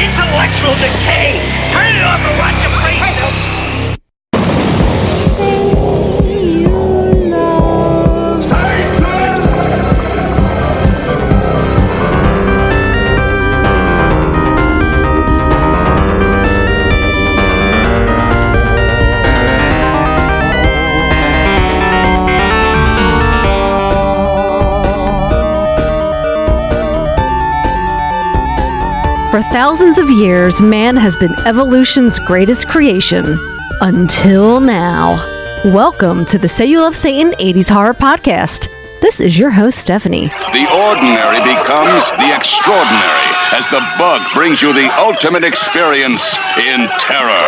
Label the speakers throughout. Speaker 1: intellectual decay! Turn it off and watch your face!
Speaker 2: For thousands of years, man has been evolution's greatest creation. Until now. Welcome to the Say You Love Satan 80s Horror Podcast. This is your host, Stephanie.
Speaker 3: The ordinary becomes the extraordinary as the bug brings you the ultimate experience in terror.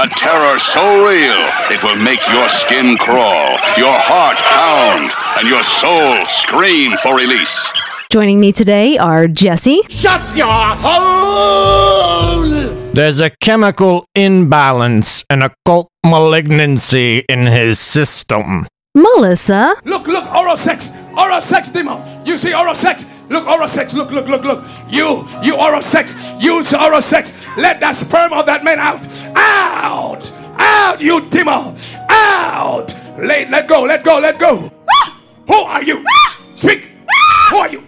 Speaker 3: A terror so real, it will make your skin crawl, your heart pound, and your soul scream for release.
Speaker 2: Joining me today are Jesse,
Speaker 4: Shut your hole!
Speaker 5: There's a chemical imbalance and occult malignancy in his system.
Speaker 2: Melissa,
Speaker 4: Look, look, oral sex, oral sex, Demo. You see oral sex? Look, oral sex, look, look, look, look. You, you oral sex, use oral sex. Let that sperm of that man out. Out! Out, you Demo! Out! Late, let go, let go, let go. Who are you? Speak! Who are you?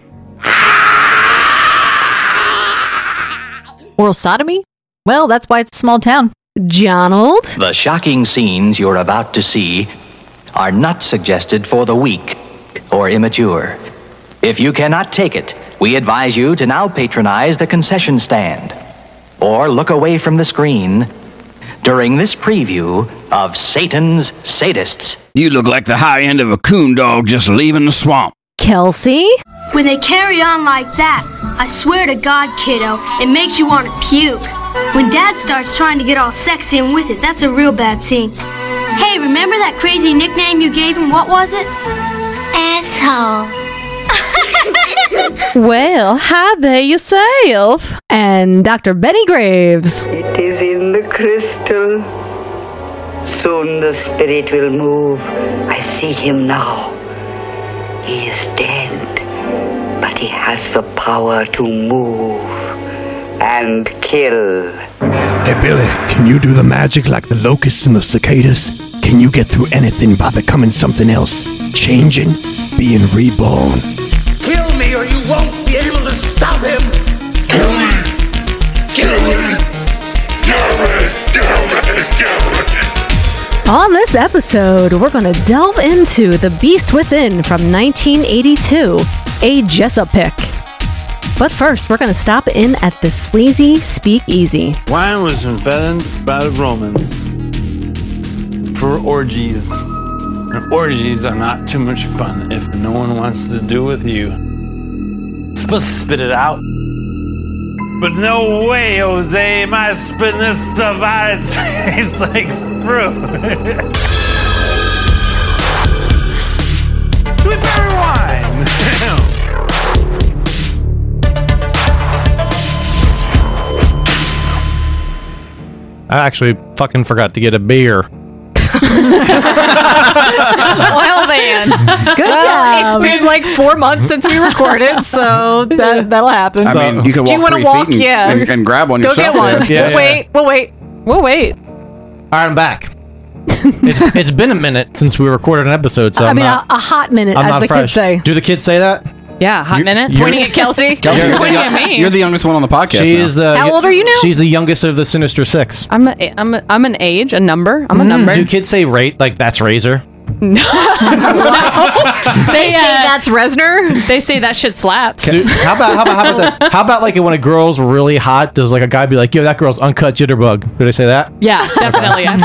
Speaker 6: Oral sodomy? Well, that's why it's a small town.
Speaker 2: Jonald,
Speaker 7: The shocking scenes you're about to see are not suggested for the weak or immature. If you cannot take it, we advise you to now patronize the concession stand or look away from the screen during this preview of Satan's Sadists.
Speaker 8: You look like the high end of a coon dog just leaving the swamp.
Speaker 2: Kelsey,
Speaker 9: When they carry on like that, I swear to God, kiddo, it makes you want to puke. When Dad starts trying to get all sexy and with it, that's a real bad scene. Hey, remember that crazy nickname you gave him? What was it? Asshole.
Speaker 2: well, hi there yourself, and Dr. Benny Graves.
Speaker 10: It is in the crystal. Soon the spirit will move. I see him now. He is dead, but he has the power to move and kill.
Speaker 11: Hey, Billy, can you do the magic like the locusts and the cicadas? Can you get through anything by becoming something else? Changing? Being reborn?
Speaker 4: Kill me or you won't be able to stop him!
Speaker 2: On this episode, we're going to delve into The Beast Within from 1982, a Jessup pick. But first, we're going to stop in at the sleazy speakeasy.
Speaker 12: Wine was invented by the Romans for orgies. And orgies are not too much fun if no one wants to do with you. supposed to spit it out. But no way, Jose, am I spitting this stuff out? It tastes like fruit. Sweet berry wine!
Speaker 5: I actually fucking forgot to get a beer.
Speaker 6: Well, then.
Speaker 2: Good job.
Speaker 6: it's been like four months since we recorded, so that, that'll happen.
Speaker 5: So-
Speaker 8: I mean, you could
Speaker 6: Do
Speaker 8: walk
Speaker 6: you wanna
Speaker 8: three
Speaker 6: walk?
Speaker 8: feet and,
Speaker 6: Yeah.
Speaker 8: and, and grab one
Speaker 6: Go
Speaker 8: yourself.
Speaker 6: get one.
Speaker 8: there.
Speaker 5: Yeah,
Speaker 6: we'll
Speaker 5: yeah.
Speaker 6: wait. We'll wait. We'll wait.
Speaker 5: All right, I'm back. it's, it's been a minute since we recorded an episode, so
Speaker 2: I
Speaker 5: I'm
Speaker 2: mean,
Speaker 5: not,
Speaker 2: a, a hot minute,
Speaker 5: I'm
Speaker 2: as
Speaker 5: not
Speaker 2: the
Speaker 5: fresh.
Speaker 2: kids say.
Speaker 5: Do the kids say that?
Speaker 6: Yeah, hot
Speaker 8: You're-
Speaker 6: minute.
Speaker 5: you're-
Speaker 6: Eh, Pointing at Kelsey.
Speaker 8: Kelsey, you're, the,
Speaker 6: pointing at
Speaker 8: young-
Speaker 6: me.
Speaker 8: you're the youngest one on the podcast.
Speaker 5: she
Speaker 8: now.
Speaker 5: is the.
Speaker 6: How old are you now?
Speaker 5: She's the youngest of the Sinister Six. Hmm.
Speaker 6: I'm, a, I'm, a, I'm an age, a number. I'm a number.
Speaker 5: Do kids say rate like that's Razor?
Speaker 6: They say that's Resner. They say that shit slaps.
Speaker 5: Dude, how about how about how about this? How about like when a girl's really hot, does like a guy be like, "Yo, that girl's uncut jitterbug"? Did I say that?
Speaker 6: Yeah, definitely. I've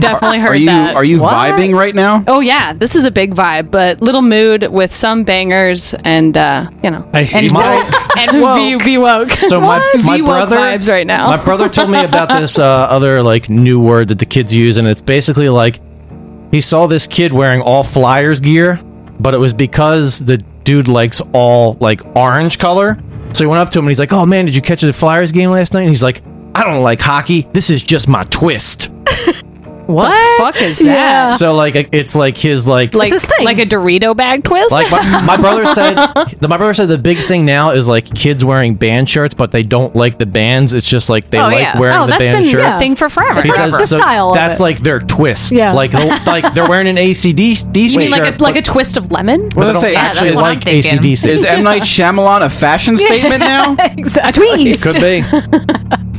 Speaker 6: definitely heard
Speaker 8: Are you
Speaker 6: that.
Speaker 8: are you vibing right now?
Speaker 6: Oh yeah, this is a big vibe, but little mood with some bangers and uh, you know,
Speaker 5: I hate
Speaker 6: and
Speaker 5: my-
Speaker 6: and woke. V, v woke.
Speaker 5: So my,
Speaker 6: What?
Speaker 5: my
Speaker 6: V woke
Speaker 5: brother
Speaker 6: vibes right now.
Speaker 5: My brother told me about this uh, other like new word that the kids use, and it's basically like he saw this kid wearing all Flyers gear, but it was because the dude likes all like orange color. So he went up to him and he's like, "Oh man, did you catch the Flyers game last night?" And he's like, "I don't like hockey. This is just my twist."
Speaker 6: What the fuck is that?
Speaker 5: So like it's like his like
Speaker 6: Like like a Dorito bag twist.
Speaker 5: Like my, my brother said, the, my brother said the big thing now is like kids wearing band shirts, but they don't like the bands. It's just like they
Speaker 6: Oh,
Speaker 5: like
Speaker 6: yeah.
Speaker 5: wearing
Speaker 6: Oh,
Speaker 5: the
Speaker 6: that's
Speaker 5: band
Speaker 6: been a
Speaker 5: shirts.
Speaker 6: thing for forever.
Speaker 5: He
Speaker 6: It's
Speaker 5: says,
Speaker 6: like the
Speaker 5: so
Speaker 6: style of
Speaker 5: that's
Speaker 6: it.
Speaker 5: like their twist.
Speaker 6: Yeah.
Speaker 5: Like they'll- like they're wearing an ACDC
Speaker 6: you mean
Speaker 5: shirt.
Speaker 6: like a, like a twist of lemon?
Speaker 5: Well, let's say actually like AC/DC.
Speaker 13: Is M Night Shyamalan a fashion statement now?
Speaker 6: exactly.
Speaker 5: Could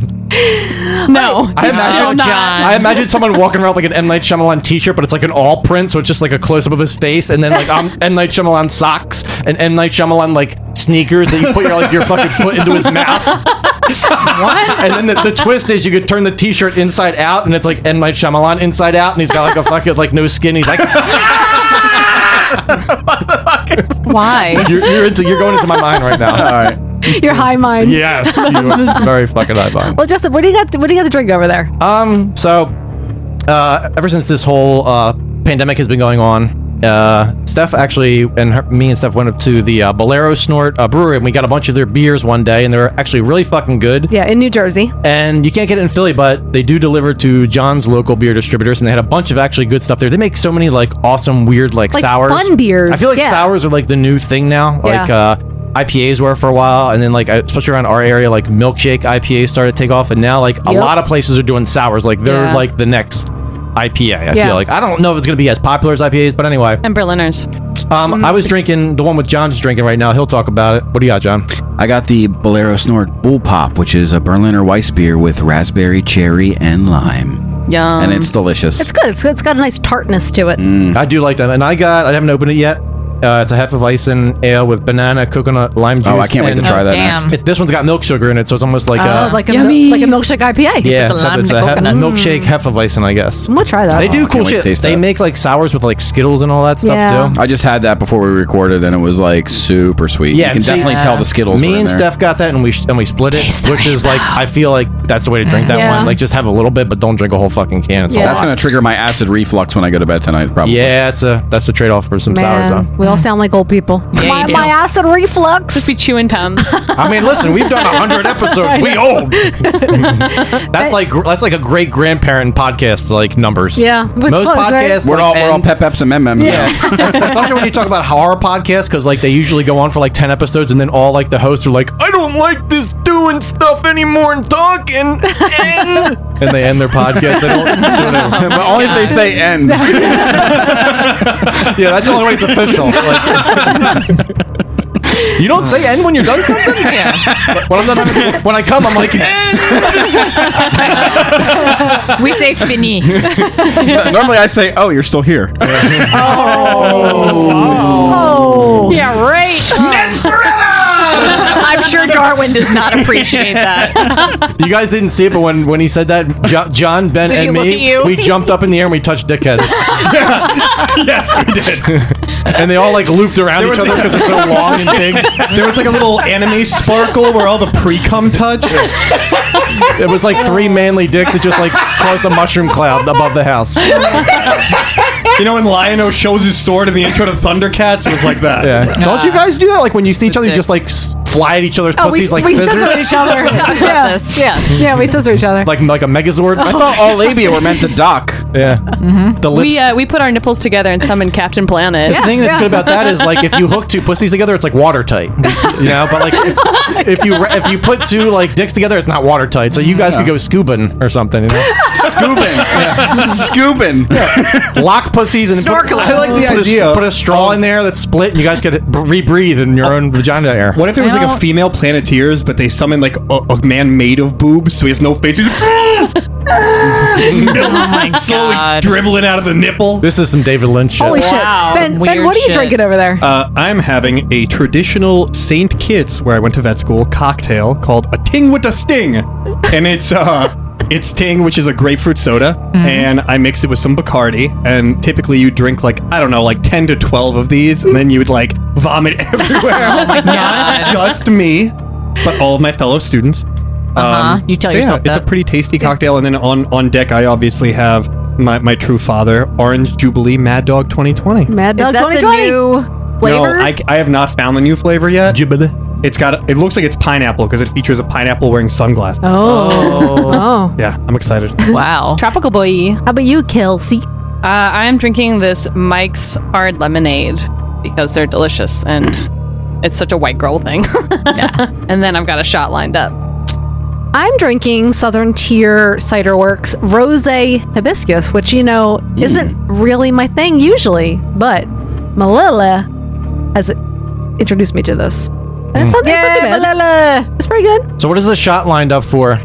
Speaker 5: be.
Speaker 6: No,
Speaker 5: I
Speaker 6: it's still
Speaker 5: imagine,
Speaker 6: not.
Speaker 5: I imagine someone walking around with like an M Night Shyamalan T-shirt, but it's like an all print, so it's just like a close up of his face, and then like um, M Night Shyamalan socks and M Night Shyamalan like sneakers that you put your like your fucking foot into his mouth.
Speaker 6: What?
Speaker 5: And then the, the twist is you could turn the T-shirt inside out, and it's like M Night Shyamalan inside out, and he's got like a fucking like no skin. He's like,
Speaker 6: Why?
Speaker 5: you're, you're into you're going into my mind right now. All right.
Speaker 2: Your high mind.
Speaker 5: Yes, you are very fucking high mind.
Speaker 2: Well, Justin, what do you got? What do you got to drink over there?
Speaker 5: Um, so uh, ever since this whole uh, pandemic has been going on, uh, Steph actually and her, me and Steph went up to the uh, Bolero Snort uh, Brewery and we got a bunch of their beers one day, and they're actually really fucking good.
Speaker 2: Yeah, in New Jersey.
Speaker 5: And you can't get it in Philly, but they do deliver to John's local beer distributors, and they had a bunch of actually good stuff there. They make so many like awesome, weird like,
Speaker 2: Like
Speaker 5: sours,
Speaker 2: fun beers,
Speaker 5: I feel like
Speaker 2: yeah.
Speaker 5: sours are like the new thing now.
Speaker 2: Yeah.
Speaker 5: Like uh, IPAs were for a while, and then like especially around our area, like milkshake IPAs started to take off, and now like a
Speaker 14: Yep.
Speaker 5: lot of places are doing sours. Like they're
Speaker 6: Yeah.
Speaker 5: like the next IPA. I
Speaker 6: Yeah.
Speaker 5: feel like I don't know if it's gonna be as popular as IPAs, but anyway.
Speaker 6: And Berliners.
Speaker 5: Um, I was drinking the one with John's drinking right now. He'll talk about it. What do you got, John?
Speaker 13: I got the Bolero Snort Bull Pop, which is a Berliner Weiss beer with raspberry, cherry, and lime.
Speaker 2: Yum.
Speaker 6: Um,
Speaker 13: And it's delicious.
Speaker 2: It's good. It's, it's got a nice tartness to it.
Speaker 13: Mm.
Speaker 5: I do like that, and I got. I haven't opened it yet. Uh, it's a Hefeweizen ale with banana, coconut, lime juice.
Speaker 13: Oh, I can't wait to
Speaker 5: and-
Speaker 13: try that Oh, damn. next.
Speaker 5: It- this one's got milk sugar in it, so it's almost like a
Speaker 2: Oh, like a mil- like a milkshake IPA.
Speaker 5: yeah, except it's a he- milkshake Hefeweizen, I guess.
Speaker 2: I'm gonna try that.
Speaker 5: They
Speaker 13: Oh,
Speaker 5: do cool shit. They make like sours with like Skittles and all that stuff
Speaker 2: Yeah.
Speaker 5: too.
Speaker 13: I just had that before we recorded, and it was like super sweet. you can
Speaker 5: see-
Speaker 13: definitely tell the Skittles.
Speaker 5: Me
Speaker 13: were in
Speaker 5: and
Speaker 13: there.
Speaker 5: Steph got that, and we sh- and we split it, which is like I feel like that's the way to drink that
Speaker 13: Yeah.
Speaker 5: one. Like just have a little bit, but don't drink a whole fucking can. It's a
Speaker 13: That's
Speaker 5: lot.
Speaker 13: gonna trigger my acid reflux when I go to bed tonight. Probably.
Speaker 5: Yeah, that's a that's a trade off for some sours though.
Speaker 2: Man, we all sound like old people. my, my acid reflux. Just
Speaker 6: be chewing tums.
Speaker 5: I mean, listen, we've done 100 episodes. We old. that's like that's like a great grandparent podcast like numbers.
Speaker 2: Yeah, but it's
Speaker 5: most
Speaker 2: close, right?
Speaker 5: podcasts
Speaker 13: We're all- we're all
Speaker 5: pep
Speaker 13: peps and memems.
Speaker 5: Yeah, especially when you talk about horror podcasts because like they usually go on for like 10 episodes and then all like the hosts are like I don't like this doing stuff anymore and talking. And and they end their podcast. They don't, do
Speaker 13: But only if they say end.
Speaker 5: yeah, that's the only way it's official. Like- you don't say end when you're done something. Yeah. When I'm done, having- when I come, I'm like.
Speaker 6: we say fini.
Speaker 13: Normally I say, "Oh, you're still here."
Speaker 6: Oh. Yeah, right. I'm sure Darwin does not appreciate that.
Speaker 5: You guys didn't see it, but when, when he said that, jo- John, Ben,
Speaker 6: Did he
Speaker 5: and
Speaker 6: look at
Speaker 5: me,
Speaker 6: you?
Speaker 5: we jumped up in the air and we touched dickheads. yes, we did. and they all like looped around each other because they're so long and big.
Speaker 14: There was like a little anime sparkle where all the pre cum touch.
Speaker 5: It was like three manly dicks that just like caused a mushroom cloud above the house.
Speaker 14: You know, when Lion-O shows his sword in the intro to Thundercats, it was like that.
Speaker 5: Yeah. Don't you guys do that? Like when you see each other, you just like s- fly at each other's
Speaker 2: Oh, we,
Speaker 5: pussies like
Speaker 2: we
Speaker 5: scissors.
Speaker 2: scissor each other. yeah. yeah, yeah, we scissor each other.
Speaker 5: Like like a megazord.
Speaker 2: I thought all labia were
Speaker 5: meant to dock. Yeah.
Speaker 2: Mm-hmm.
Speaker 5: The lips.
Speaker 6: We uh, we put our nipples together and summoned Captain Planet.
Speaker 5: the thing that's good about that is like if you hook two pussies together, it's like watertight. You know, but like if, if you if you put two like dicks together, it's not watertight. So you guys could go scoobin or something. You know?
Speaker 13: Scoobin. Scoobin.
Speaker 5: Lock pussies and put-
Speaker 14: Snorkeling. I like the
Speaker 5: put a-
Speaker 14: idea.
Speaker 5: put a straw in there that's split, and you guys could b- rebreathe in your own vagina air.
Speaker 14: What if there was like
Speaker 5: Well-
Speaker 14: a female Planeteers, but they summon like a, a man made of boobs, so he has no face? He's
Speaker 6: Oh
Speaker 14: like, slowly dribbling out of the nipple.
Speaker 5: This is some David Lynch shit.
Speaker 2: Holy shit, Ben, ben what are you drinking over there?
Speaker 14: Uh, I'm having a traditional St. Kitts, where I went to vet school, cocktail called a ting with a sting, and it's uh, it's ting, which is a grapefruit soda,
Speaker 15: Mm-hmm.
Speaker 14: and I mixed it with some Bacardi. And typically, you drink like I don't know, like ten to twelve of these, and then you would like vomit everywhere.
Speaker 15: Oh my God.
Speaker 14: Not just me, but all of my fellow students. Um,
Speaker 15: Uh-huh. You tell yourself
Speaker 14: it's
Speaker 15: that.
Speaker 14: a pretty tasty cocktail. And then on on deck, I obviously have my my true father, Orange Jubilee Mad Dog 2020.
Speaker 2: Mad
Speaker 15: Is
Speaker 2: Dog
Speaker 15: that the
Speaker 2: 2020.
Speaker 15: new flavor?
Speaker 14: No, I, I have not found the new flavor yet.
Speaker 5: Jubilee.
Speaker 14: It's got. It looks like it's pineapple because it features a pineapple wearing sunglasses.
Speaker 2: Oh. Oh.
Speaker 14: Yeah, I'm excited.
Speaker 15: Wow.
Speaker 6: Tropical boy.
Speaker 2: How about you, Kelsey?
Speaker 6: Uh, I am drinking this Mike's hard lemonade because they're delicious and it's such a white girl thing. and then I've got a shot lined up.
Speaker 2: I'm drinking Southern Tier Cider Works Rose Hibiscus, which, you know,
Speaker 5: Mm.
Speaker 2: isn't really my thing usually, but Malilla has introduced me to this. And it's not, it's not too bad. It's pretty good.
Speaker 5: Hmm. So what is the shot lined up for?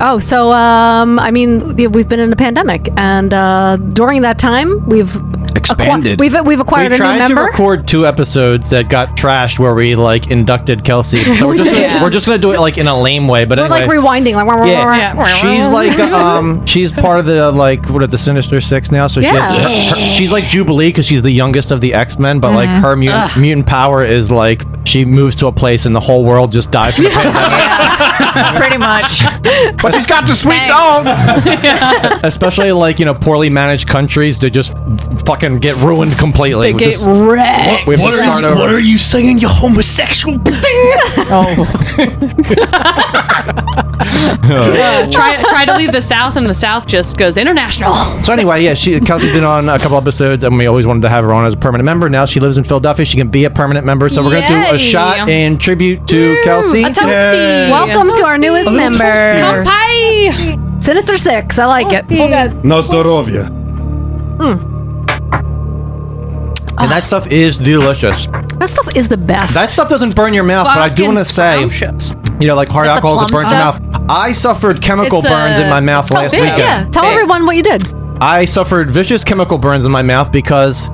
Speaker 2: Oh, so um, I mean, the- we've been in a pandemic, and uh, during that time, we've acqui-
Speaker 5: Expanded.
Speaker 2: we've we've acquired
Speaker 5: we
Speaker 2: a new
Speaker 5: tried to
Speaker 2: member.
Speaker 5: record two episodes that got trashed where we like inducted Kelsey. So we're just gonna,
Speaker 2: Yeah.
Speaker 5: we're just gonna do it like in a lame way, but
Speaker 2: We're
Speaker 5: anyway.
Speaker 2: like rewinding, like wah, wah, wah, wah.
Speaker 5: yeah. she's like um she's part of the like what are the Sinister Six now, so she has-
Speaker 2: Yeah.
Speaker 5: her- her- she's like Jubilee because she's the youngest of the X Men, but like
Speaker 2: Mhm.
Speaker 5: her mutant,
Speaker 2: Ugh.
Speaker 5: mutant power is like she moves to a place and the whole world just dies. From the pandemic.
Speaker 15: Pretty much.
Speaker 5: But she's got the sweet
Speaker 15: dog.
Speaker 5: Especially like you know poorly managed countries, they just fucking get ruined completely.
Speaker 15: They
Speaker 5: We
Speaker 15: get
Speaker 5: just-
Speaker 15: wrecked.
Speaker 5: We have
Speaker 11: What
Speaker 5: to
Speaker 11: are
Speaker 5: start
Speaker 11: you-
Speaker 5: over.
Speaker 11: what are you saying, you homosexual?
Speaker 15: oh.
Speaker 6: Uh, try, try to leave the South, and the South just goes international.
Speaker 5: So anyway, yeah, she Kelsey's been on a couple episodes, and we always wanted to have her on as a permanent member. Now she lives in Philadelphia; she can be a permanent member. So we're gonna do a
Speaker 6: Yay.
Speaker 5: shot in tribute to Kelsey.
Speaker 2: A toasty. Welcome to our newest
Speaker 5: A little
Speaker 2: member.
Speaker 5: toasty.
Speaker 2: Kampai. Sinister Six. I like it. Oh, God.
Speaker 14: Nostrovia.
Speaker 2: Hmm.
Speaker 5: And
Speaker 2: Ah.
Speaker 5: that stuff is delicious.
Speaker 2: That stuff is the best.
Speaker 5: That stuff doesn't burn your mouth, but I do
Speaker 2: Fucking
Speaker 5: want to say, you know, like hard
Speaker 2: Like the
Speaker 5: alcohols that
Speaker 2: plum
Speaker 5: burns your
Speaker 2: stuff?
Speaker 5: mouth. I suffered chemical
Speaker 2: It's,
Speaker 5: burns in
Speaker 2: uh,
Speaker 5: my mouth
Speaker 2: oh,
Speaker 5: last
Speaker 2: yeah.
Speaker 5: weekend. Uh,
Speaker 2: Yeah. Tell everyone what you did.
Speaker 5: I suffered vicious chemical burns in my mouth because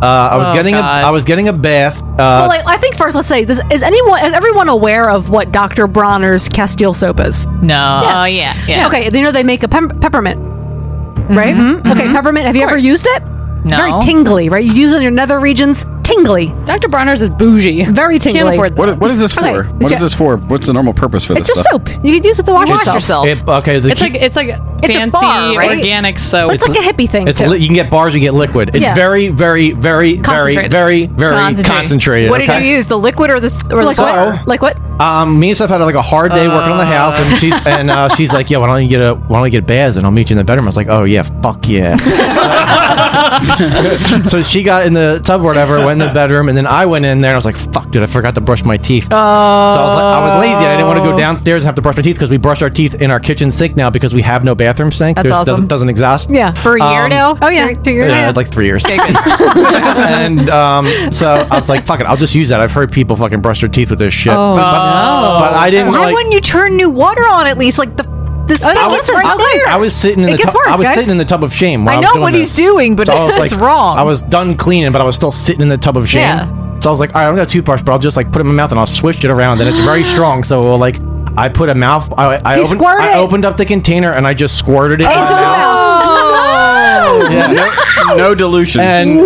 Speaker 5: uh, I was
Speaker 2: Oh,
Speaker 5: getting
Speaker 2: God.
Speaker 5: a I was getting a bath. Uh,
Speaker 2: well, like, I think first, let's say, this, is anyone, is everyone aware of what Dr. Bronner's Castile soap is?
Speaker 15: No. Oh, yeah, yeah.
Speaker 2: Okay. You know they make a pep- peppermint,
Speaker 6: Mm-hmm.
Speaker 2: right? Okay, peppermint. Have you ever used it?
Speaker 15: No.
Speaker 2: Very tingly, right? You use it in your nether regions. Tingly.
Speaker 6: Dr. Bronner's is bougie.
Speaker 2: Very tingly.
Speaker 13: What, what is this for?
Speaker 2: Okay,
Speaker 13: What is
Speaker 2: ja-
Speaker 13: this for? What's the normal purpose for
Speaker 2: It's
Speaker 13: this
Speaker 2: just
Speaker 13: stuff?
Speaker 2: soap. You could use it to wash,
Speaker 13: Wash yourself.
Speaker 5: it- okay, the
Speaker 6: It's
Speaker 5: key-
Speaker 6: like it's like
Speaker 2: It's
Speaker 6: fancy
Speaker 2: a bar, right?
Speaker 6: organic soap.
Speaker 2: But it's like a hippie thing
Speaker 5: It's
Speaker 2: too.
Speaker 5: li- you can get bars, you can get liquid. It's
Speaker 2: Yeah.
Speaker 5: very, very, very, very,
Speaker 2: Concentrated.
Speaker 5: very, very concentrated.
Speaker 15: What did
Speaker 5: okay?
Speaker 15: you use? The liquid or the s- or
Speaker 2: Like
Speaker 15: the
Speaker 2: what?
Speaker 15: water?
Speaker 2: Like what?
Speaker 5: Um, me and Steph had like a hard day working on the house, and she and uh, she's like, "Yeah, why don't you get a why don't you get a bath, and I'll meet you in the bedroom." I was like, "Oh yeah, fuck yeah." So, so she got in the tub, or whatever, went in the bedroom, and then I went in there, and I was like, "Fuck, dude, I forgot to brush my teeth." so I was like, I was lazy. and I didn't want to go downstairs and have to brush my teeth because we brush our teeth in our kitchen sink now because we have no bathroom sink.
Speaker 15: That's
Speaker 5: There's-
Speaker 15: awesome.
Speaker 5: Doesn't, doesn't exhaust.
Speaker 2: Yeah,
Speaker 15: For a year
Speaker 5: Um,
Speaker 15: now?
Speaker 2: Oh yeah,
Speaker 15: two, two years.
Speaker 5: Yeah, like three years.
Speaker 15: Okay, good.
Speaker 5: and um, so I was like, "Fuck it, I'll just use that." I've heard people fucking brush their teeth with this shit.
Speaker 15: Oh,
Speaker 5: but,
Speaker 15: no.
Speaker 5: but I didn't
Speaker 15: Why
Speaker 5: like.
Speaker 15: wouldn't you turn new water on at least? Like the the
Speaker 2: Oh,
Speaker 15: stuff
Speaker 2: no, it
Speaker 15: is
Speaker 2: gets
Speaker 15: right
Speaker 2: worse.
Speaker 15: there.
Speaker 5: I was sitting in
Speaker 15: It
Speaker 5: the
Speaker 15: gets
Speaker 5: tub, I
Speaker 15: worse,
Speaker 5: was
Speaker 15: guys.
Speaker 5: sitting in the tub of shame. while
Speaker 15: I
Speaker 5: was
Speaker 15: know
Speaker 5: doing
Speaker 15: what
Speaker 5: this.
Speaker 15: he's doing, but
Speaker 5: So I was
Speaker 15: it's
Speaker 5: like-
Speaker 15: wrong.
Speaker 5: I was done cleaning, but I was still sitting in the tub of shame.
Speaker 15: Yeah.
Speaker 5: So I was like, all right, I'm gonna toothbrush, but I'll just like put it in my mouth and I'll swish it around, and it's very strong. So like, I put a mouth. I, I,
Speaker 15: He
Speaker 5: opened,
Speaker 15: squirted.
Speaker 5: I opened up the container and I just squirted it. in my mouth.
Speaker 15: Oh.
Speaker 5: no, dilution. And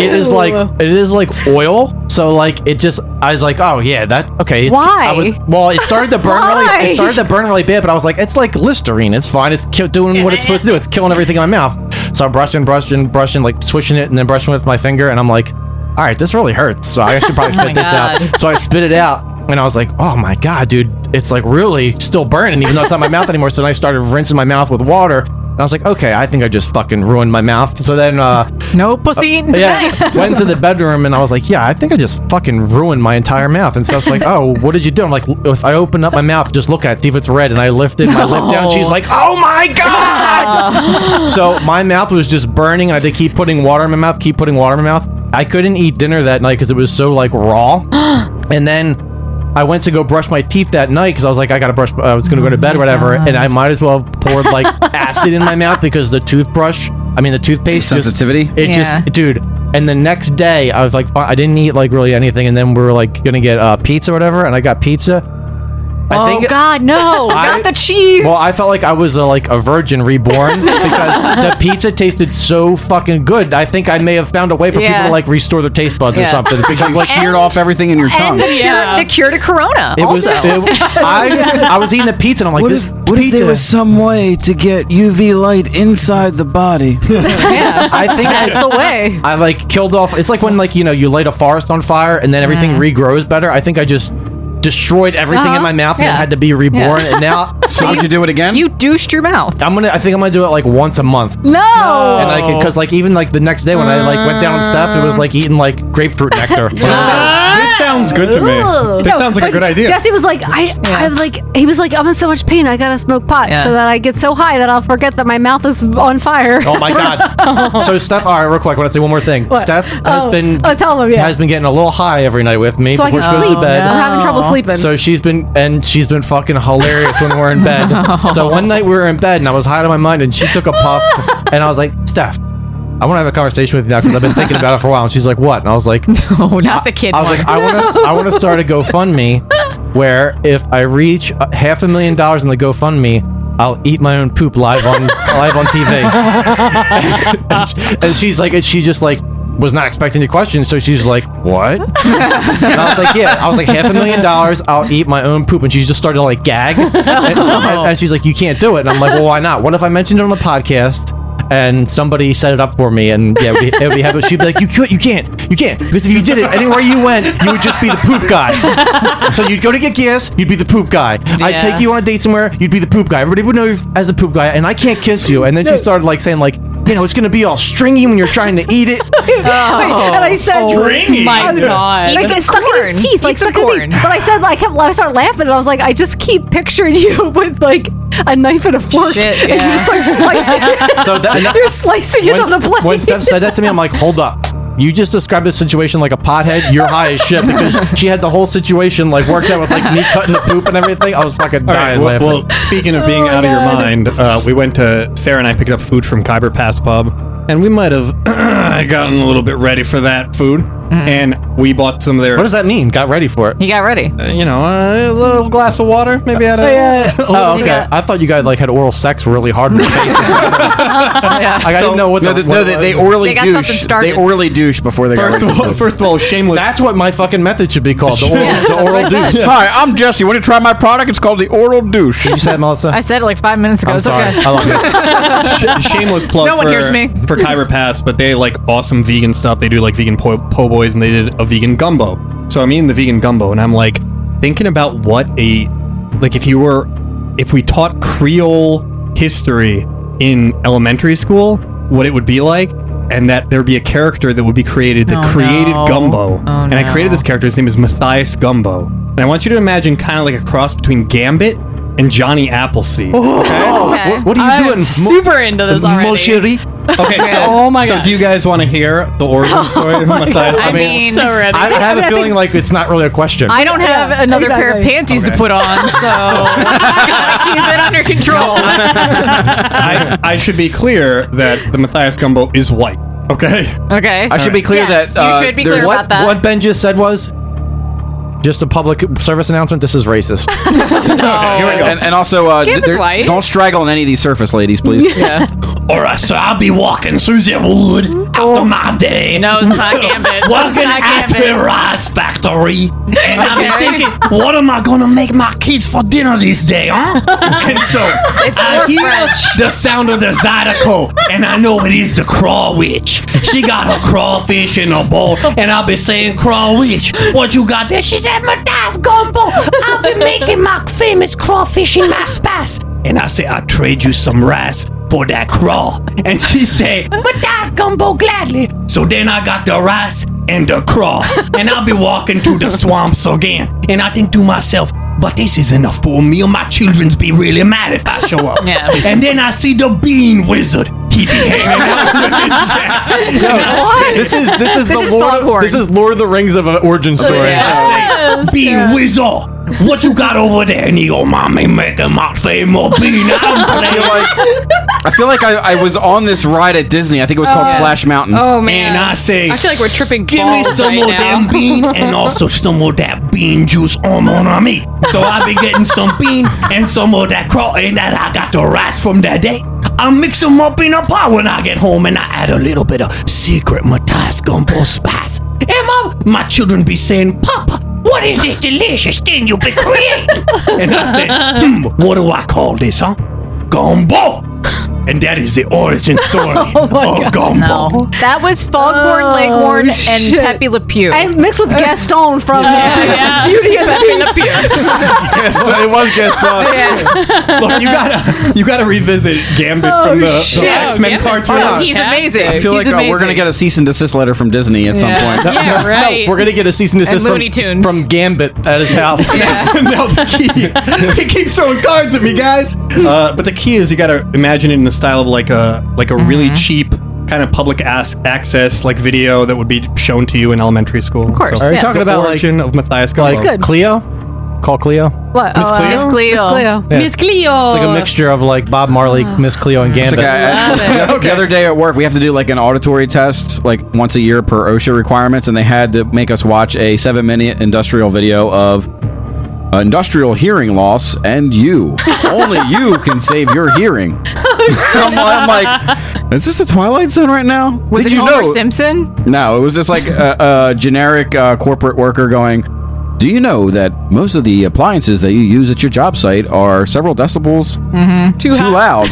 Speaker 5: it is like it is like oil. So like it just I was like, oh yeah, that okay. It's,
Speaker 15: Why?
Speaker 5: I was, well, it started to burn really.
Speaker 15: Why?
Speaker 5: It started to burn really bad, but I was like, it's like Listerine. It's fine. It's ki- doing what it's supposed to do. It's killing everything in my mouth. So I'm brushing, brushing, brushing, like swishing it, and then brushing with my finger, and I'm like, all right, this really hurts. So I should probably
Speaker 15: Oh
Speaker 5: spit
Speaker 15: my
Speaker 5: this out.
Speaker 15: God.
Speaker 5: So I spit it out. And I was like, "Oh my god, dude! It's like really still burning, even though it's not in my mouth anymore." So then I started rinsing my mouth with water, and I was like, "Okay, I think I just fucking ruined my mouth." So then, uh,
Speaker 15: no pussy.
Speaker 5: yeah. Went to the bedroom and I was like, yeah, I think I just fucking ruined my entire mouth. And Steph's like, oh, what did you do? I'm like, if I open up my mouth, just look at it, see if it's red. And I lifted my lip down. She's like, oh my God. so my mouth was just burning and I had to keep putting water in my mouth, keep putting water in my mouth. I couldn't eat dinner that night because it was so like raw. and then. I went to go brush my teeth that night because I was like, I gotta brush. I was gonna go to
Speaker 15: Oh
Speaker 5: bed, whatever, and I might as well have poured like acid in my mouth because the toothbrush, I mean the toothpaste, just-
Speaker 13: Sensitivity?
Speaker 5: it
Speaker 15: Yeah.
Speaker 5: just, dude. And the next day, I was like, fi- I didn't eat like really anything, and then we were like gonna get uh, pizza or whatever, and I got pizza, I
Speaker 15: oh
Speaker 5: think
Speaker 15: God, no!
Speaker 5: I-
Speaker 15: not the cheese.
Speaker 5: Well, I felt like I was a, like a virgin reborn because the pizza tasted so fucking good. I think I may have found a way for people
Speaker 15: Yeah.
Speaker 5: to like restore their taste buds or
Speaker 15: Yeah.
Speaker 5: something because like
Speaker 15: And-
Speaker 5: sheared off everything in your
Speaker 15: and the cure, the cure to Corona.
Speaker 5: It was.
Speaker 15: also.
Speaker 5: it- I, I was eating the pizza and I'm like,
Speaker 13: What
Speaker 5: this
Speaker 13: if, what if
Speaker 5: pizza.
Speaker 13: there was some way to get UV light inside the body?
Speaker 5: I think
Speaker 13: That's the
Speaker 15: way.
Speaker 5: I like killed off. It's like when like you know you light a forest on fire and then everything regrows better. I think I just destroyed everything
Speaker 15: Uh-huh.
Speaker 5: in my mouth and
Speaker 15: Yeah.
Speaker 5: it had to be reborn.
Speaker 15: Yeah.
Speaker 5: And now,
Speaker 15: So would you
Speaker 5: do it again?
Speaker 15: You douched your mouth.
Speaker 5: I'm gonna. I think I'm gonna do it like once a month.
Speaker 15: No.
Speaker 5: And I could, cause like even like the next day when I like went down and stuff, it was like eating like grapefruit nectar.
Speaker 14: This sounds good to me. This
Speaker 2: No,
Speaker 14: sounds like a
Speaker 2: but
Speaker 14: good idea.
Speaker 2: Jesse was like, I, I'm like, he was like, I'm in so much pain, I gotta smoke pot
Speaker 5: Yeah.
Speaker 2: so that I get so high that I'll forget that my mouth is on fire.
Speaker 5: Oh my god! so Steph, all right, real quick, I want to say one more thing.
Speaker 2: What?
Speaker 5: Steph has
Speaker 2: Oh.
Speaker 5: been
Speaker 2: Oh, tell him, yeah.
Speaker 5: has been getting a little high every night with me
Speaker 2: So I
Speaker 5: before
Speaker 2: can
Speaker 5: she goes
Speaker 2: sleep.
Speaker 5: to bed.
Speaker 2: I'm having trouble sleeping.
Speaker 5: So she's been and she's been fucking hilarious when we're in bed. So one night we were in bed and I was high out of my mind and she took a puff and I was like, Steph. I want to have a conversation with you now because I've been thinking about it for a while. And she's like, "What?" And I was like,
Speaker 15: Oh,
Speaker 6: No, not the kid.
Speaker 5: I was like, I want to, I want to start a GoFundMe where if I reach a half a million dollars in the GoFundMe, I'll eat my own poop live on live on TV. and she's like, and she just like was not expecting the question, so she's like, what? And I was like, yeah. I was like, half a million dollars, I'll eat my own poop, and she just started to like gag, and, and- and she's like, you can't do it, and I'm like, well, why not? What if I mentioned it on the podcast? And somebody set it up for me, and yeah, it would be, it would be happy. She'd be like, "You could, you can't, you can't," because if you did it anywhere you went, you would just be the poop guy. so you'd go to get gas, you'd be the poop guy.
Speaker 12: Yeah.
Speaker 5: I'd take you on a date somewhere, you'd be the poop guy. Everybody would know you as the poop guy, and I can't kiss you. And then she started like saying, like, you know, it's gonna be all stringy when you're trying to eat it.
Speaker 2: and I said,
Speaker 5: Oh, Stringy.
Speaker 2: I- like it stuck in his teeth, like stuck in his teeth. But I said, like, I kept- I started laughing, and I was like, I just keep picturing you with like a knife and a fork, and
Speaker 6: yeah.
Speaker 2: you're just like slicing it.
Speaker 5: So that- and that-
Speaker 2: you're slicing it
Speaker 5: when,
Speaker 2: on the plate.
Speaker 5: When Steph said that to me, I'm like, hold up. You just described this situation like a pothead. You're high as shit because she had the whole situation like worked out with like me cutting the poop and everything. I was fucking
Speaker 14: All
Speaker 5: dying
Speaker 14: right, well,
Speaker 5: laughing.
Speaker 14: well, speaking of
Speaker 15: Oh,
Speaker 14: being out of your mind, uh, we went to Sarah and I picked up food from Khyber Pass Pub, and we might have gotten a little bit ready for that food,
Speaker 15: Mm.
Speaker 14: and we bought some of their. What
Speaker 5: does that mean? Got ready for it?
Speaker 6: You got ready.
Speaker 14: you know, a little glass of water, maybe out of.
Speaker 5: uh, oh, okay. I thought you guys like had oral sex really hard. In the face. Like, I didn't know what
Speaker 13: No,
Speaker 5: the,
Speaker 13: they- no, they- they orally They got something douche. They started. orally
Speaker 5: douche before they
Speaker 13: got First of ready for all- food.
Speaker 5: first of all, shameless. That's what my fucking method should be called. Oh, The oral,
Speaker 13: Yeah,
Speaker 5: the
Speaker 13: that's what
Speaker 5: oral
Speaker 13: I
Speaker 5: douche.
Speaker 13: said.
Speaker 5: Hi, I'm Jesse. Want to try my product? It's called the oral douche. You said Melissa.
Speaker 15: I said it like five minutes ago.
Speaker 14: I'm
Speaker 15: it's
Speaker 14: sorry.
Speaker 15: okay.
Speaker 14: I love Sh- shameless plug
Speaker 15: No one
Speaker 14: for,
Speaker 15: hears me.
Speaker 14: for Kyber Pass, but they like awesome vegan stuff. They do like vegan po-, po' boys and they did a vegan gumbo. So I'm eating the vegan gumbo and I'm like thinking about what a like if you were if we taught Creole history in elementary school, what it would be like. And that there'd be a character that would be created that
Speaker 12: Oh,
Speaker 14: created
Speaker 12: no.
Speaker 14: Gumbo.
Speaker 12: Oh,
Speaker 14: and I created
Speaker 12: no.
Speaker 14: this character. His name is Matthias Gumbo. And I want you to imagine kind of like a cross between Gambit and Johnny Appleseed.
Speaker 6: Oh, Okay.
Speaker 14: What, what are you
Speaker 6: I'm
Speaker 14: doing? Mo-
Speaker 6: super into this already.
Speaker 14: Okay. So,
Speaker 6: Oh my
Speaker 14: So
Speaker 6: God. Oh
Speaker 14: do you guys want to hear the origin story of
Speaker 6: my
Speaker 14: Matthias?
Speaker 6: God. I mean- So ready.
Speaker 5: I have
Speaker 6: I mean,
Speaker 5: a
Speaker 6: I
Speaker 5: feeling
Speaker 6: think-
Speaker 5: like it's not really a question.
Speaker 6: I don't have
Speaker 15: Yeah,
Speaker 6: another pair of
Speaker 15: exactly.
Speaker 6: panties
Speaker 5: Okay.
Speaker 6: to put on, so gotta keep it under control.
Speaker 14: I, I should be clear that the Matthias Gumbo is white. Okay.
Speaker 6: okay.
Speaker 5: I should be clear
Speaker 6: Yes,
Speaker 5: that uh,
Speaker 6: you should be
Speaker 5: there-
Speaker 6: clear
Speaker 5: what,
Speaker 6: about that.
Speaker 5: what Ben just said was just a public service announcement. This is racist.
Speaker 13: Here we go. And, and also, uh,
Speaker 6: Gambit's
Speaker 13: there-
Speaker 6: white.
Speaker 13: don't straggle on any of these surface ladies, please.
Speaker 6: Yeah.
Speaker 12: All right, so I'll be walking through the wood after my day.
Speaker 6: No, it's not Gambit. It's
Speaker 12: Working
Speaker 6: not
Speaker 12: at
Speaker 6: Gambit.
Speaker 12: the rice factory, and i am
Speaker 6: Okay.
Speaker 12: thinking, what am I gonna make my kids for dinner this day, huh? And so
Speaker 6: It's
Speaker 12: I
Speaker 6: more
Speaker 12: hear
Speaker 6: French.
Speaker 12: the sound of the zydeco, and I know it is the craw witch. She got her crawfish in her bowl, and I'll be saying, craw witch, what you got there? She said, Matthias Gumbo, I'll be making my famous crawfish in my spice. And I say, I trade you some rice for that craw. And she say, but that gumbo gladly. So then I got the rice and the craw. And I'll be walking through the swamps again. And I think to myself, but this isn't a full meal. My children's be really mad if I show up.
Speaker 6: Yeah.
Speaker 12: And then I see the bean wizard. He be hanging out with his
Speaker 5: Yo, this is this is the Lord. Of, this is Lord of the Rings of an origin story.
Speaker 12: I say, Bean Wizard, what you got over there? And he go, Mommy, making my famous bean. I feel like
Speaker 13: I feel like I, I was on this ride at Disney. I think it was called
Speaker 6: Oh.
Speaker 13: Splash Mountain.
Speaker 6: Oh man.
Speaker 12: And I say,
Speaker 6: I feel like we're tripping
Speaker 12: Give me
Speaker 6: balls
Speaker 12: some
Speaker 6: right
Speaker 12: more
Speaker 6: now.
Speaker 12: damn bean and also some more that bean. bean juice on on on me. So I've been getting some bean and some of that craw and that I got the rice from that day. I mix them up in a pot when I get home and I add a little bit of secret Matthias gumbo spice. And my, my children be saying, Papa, what is this delicious thing you've been creating? and I said, hmm, what do I call this, huh? Gumbo! And that is the origin story
Speaker 15: Oh,
Speaker 6: Oh
Speaker 12: Oh, of gumbo.
Speaker 15: That was Foghorn, Leghorn, and Pepe Le Pew. I
Speaker 2: mixed with Gaston from uh,
Speaker 15: yeah, yeah.
Speaker 2: Beauty and the
Speaker 15: Pepe Le Pew.
Speaker 14: Gaston, it was Gaston.
Speaker 15: Yeah.
Speaker 14: Look, you gotta you gotta revisit Gambit
Speaker 15: Oh,
Speaker 14: from the, the
Speaker 15: shit.
Speaker 14: X
Speaker 6: Oh,
Speaker 14: Men
Speaker 15: Gambit's
Speaker 14: cards.
Speaker 12: Oh,
Speaker 15: fantastic. He's amazing.
Speaker 14: I
Speaker 13: I feel
Speaker 15: He's
Speaker 13: like uh, we're
Speaker 15: amazing.
Speaker 13: gonna get a cease and desist letter from Disney at some
Speaker 15: Yeah.
Speaker 13: point.
Speaker 15: Yeah, No, no, right.
Speaker 5: we're gonna get a cease and desist
Speaker 15: And
Speaker 5: from,
Speaker 15: Looney
Speaker 5: from Gambit at his house.
Speaker 14: no, the key. he keeps throwing cards at me, guys. Uh, but the key is you gotta imagine it in the style of like a like a really cheap kind of public as- access like video that would be shown to you in elementary school. Of
Speaker 5: course, Are you yeah. talking about,
Speaker 14: the
Speaker 5: like-
Speaker 14: origin of Matthias
Speaker 5: Like
Speaker 14: Gumbo?
Speaker 5: Cleo? Call Cleo?
Speaker 2: What?
Speaker 5: Miss
Speaker 2: Oh,
Speaker 5: Cleo?
Speaker 2: uh, Miss Cleo. Miss Cleo.
Speaker 5: Yeah. It's like a mixture of like Bob Marley, Miss Cleo, and
Speaker 13: It's
Speaker 5: Gambit.
Speaker 13: okay. I- the, other day at work, we have to do like an auditory test, like once a year per OSHA requirements, and they had to make us watch a seven-minute industrial video of industrial hearing loss, and you, only you, can save your hearing. I'm, I'm like, is this the Twilight Zone right now?
Speaker 15: Was
Speaker 13: Did
Speaker 15: it
Speaker 13: you
Speaker 15: Homer
Speaker 13: know?
Speaker 15: Simpson?
Speaker 13: No, it was just like a, a generic uh, corporate worker going. Do you know that most of the appliances that you use at your job site are several decibels
Speaker 15: Mm-hmm.
Speaker 13: too, loud.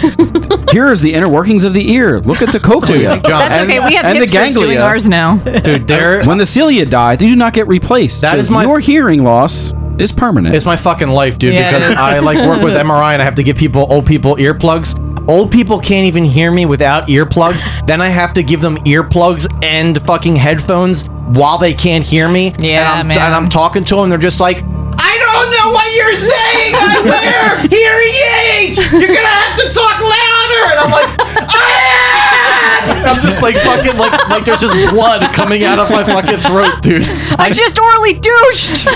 Speaker 13: Here's the inner workings of the ear. Look at the cochlea.
Speaker 15: That's okay. We have
Speaker 13: and the
Speaker 15: hipsters doing
Speaker 13: ganglia.
Speaker 15: ours now.
Speaker 5: Dude, there.
Speaker 13: When the cilia die, they do not get replaced.
Speaker 5: That
Speaker 13: so
Speaker 5: is my-
Speaker 13: your hearing loss is permanent.
Speaker 5: It's my fucking life, dude,
Speaker 13: Yeah, it
Speaker 5: because
Speaker 13: is.
Speaker 5: I like work with MRI and I have to give people old people earplugs. Old people can't even hear me without earplugs. then I have to give them earplugs and fucking headphones while they can't hear me. Yeah, and I'm,
Speaker 12: man.
Speaker 5: and I'm talking to them. They're just like,
Speaker 12: I don't know what you're saying. I wear hearing aids. You're gonna have to talk louder. And I'm like,
Speaker 5: I'm just like fucking like like there's just blood coming out of my fucking throat, dude.
Speaker 15: I just orally douched.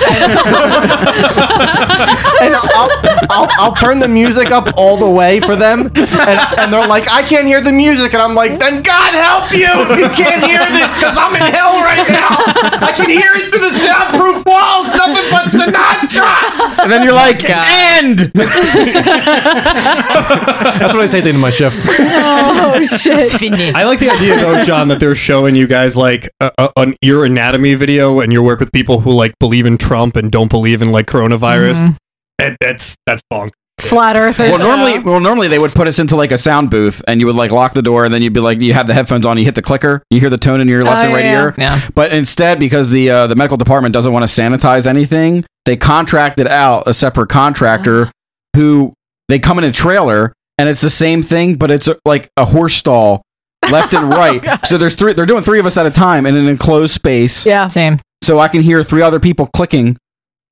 Speaker 5: and I'll, I'll, I'll turn the music up all the way for them, and, and they're like, I can't hear the music, and I'm like, then God help you! You can't hear this because I'm in hell right now. I can hear it through the soundproof walls. Nothing but Sinatra.
Speaker 13: and then you're like, end.
Speaker 5: That's what I say at the end of my shift.
Speaker 2: Oh shit!
Speaker 14: I like the idea though, John, that they're showing you guys like a, a, an ear anatomy video, and you work with people who like believe in Trump and don't believe in like coronavirus.
Speaker 2: Mhm.
Speaker 14: That, that's that's bonk.
Speaker 2: Flat earthers.
Speaker 13: Well, normally, well, normally they would put us into like a sound booth, and you would like lock the door, and then you'd be like, you have the headphones on, you hit the clicker, you hear the tone in your left
Speaker 15: Oh,
Speaker 13: and right
Speaker 15: yeah,
Speaker 13: ear.
Speaker 15: yeah.
Speaker 13: But instead, because the uh, the medical department doesn't want to sanitize anything, they contracted out a separate
Speaker 15: Ah.
Speaker 13: contractor who they come in a trailer, and it's the same thing, but it's uh, like a horse stall, left and
Speaker 15: Oh,
Speaker 13: right. so there's three. They're doing three of us at a time in an enclosed space.
Speaker 15: Yeah, same.
Speaker 13: So I can hear three other people clicking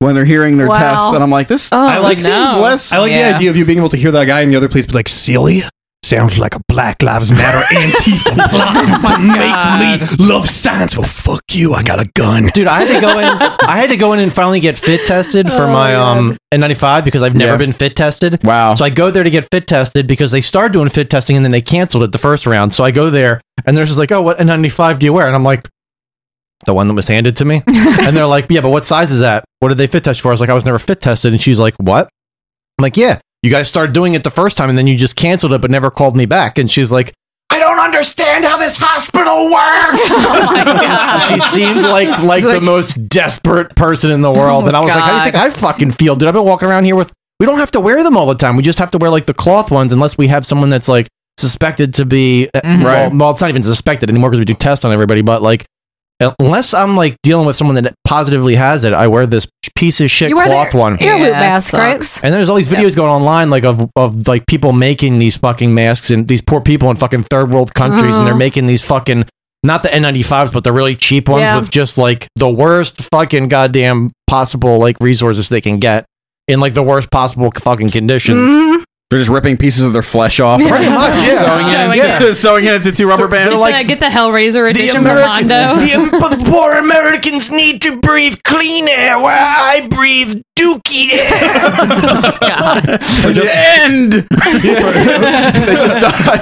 Speaker 13: when they're hearing their
Speaker 15: Wow.
Speaker 13: tests, and I'm like, this.
Speaker 15: Oh,
Speaker 13: I like
Speaker 15: no.
Speaker 13: seems less.
Speaker 14: I like the idea of you being able to hear that guy in the other place be like, Celia sounds like a Black Lives Matter Antifa plot
Speaker 5: Oh,
Speaker 14: to make me love science.
Speaker 12: Oh,
Speaker 14: Well, fuck you, I got a gun.
Speaker 5: Dude, I had to go in. I had to go in and finally get fit tested for
Speaker 14: Oh,
Speaker 5: my
Speaker 14: God.
Speaker 5: um N95 because I've never
Speaker 13: Yeah.
Speaker 5: been fit tested.
Speaker 13: Wow.
Speaker 5: So I go there to get fit tested because they started doing fit testing and then they canceled it the first round. So I go there and they're just like, "Oh, what N95 do you wear?" And I'm like, "The one that was handed to me." and they're like, "Yeah, but what size is that? What did they fit test for?" I was like, "I was never fit tested." And she's like, "What?" I'm like, "Yeah, you guys started doing it the first time and then you just canceled it but never called me back." And she's like,
Speaker 12: I don't understand how this hospital worked. oh my god.
Speaker 5: she seemed like like, the most desperate person in the
Speaker 2: Oh
Speaker 5: world. and I was like, how do you
Speaker 12: God.
Speaker 5: think I fucking feel, dude? I've been walking around here with. We don't have to wear them all the time. We just have to wear like the cloth ones, unless we have someone that's like suspected to be. uh,
Speaker 2: Mm-hmm.
Speaker 15: Mhm.
Speaker 5: Well,
Speaker 15: Right.
Speaker 5: well, it's not even suspected anymore because we do tests on everybody. But like, unless I'm like dealing with someone that positively has it, I wear this piece of shit
Speaker 2: You wear the
Speaker 5: cloth one.
Speaker 2: ear loop Yeah, mask, right? sucks.
Speaker 5: And there's all these videos going online, like of of like people making these fucking masks and these poor people in fucking third world countries, and they're
Speaker 2: Oh.
Speaker 5: making these fucking not the N95s, but the really cheap ones
Speaker 2: Yeah.
Speaker 5: with just like the worst fucking goddamn possible like resources they can get in like the worst possible fucking conditions.
Speaker 2: Mhm.
Speaker 13: They're just ripping pieces of their flesh off,
Speaker 6: Pretty much, yeah.
Speaker 13: sewing, it
Speaker 6: Sewing
Speaker 13: into,
Speaker 6: it.
Speaker 13: sewing it into two rubber bands.
Speaker 6: He's gonna get the Hellraiser edition from Hondo.
Speaker 16: the Am- but poor Americans need to breathe clean air where I breathe dookie air.
Speaker 13: end.
Speaker 5: they just die.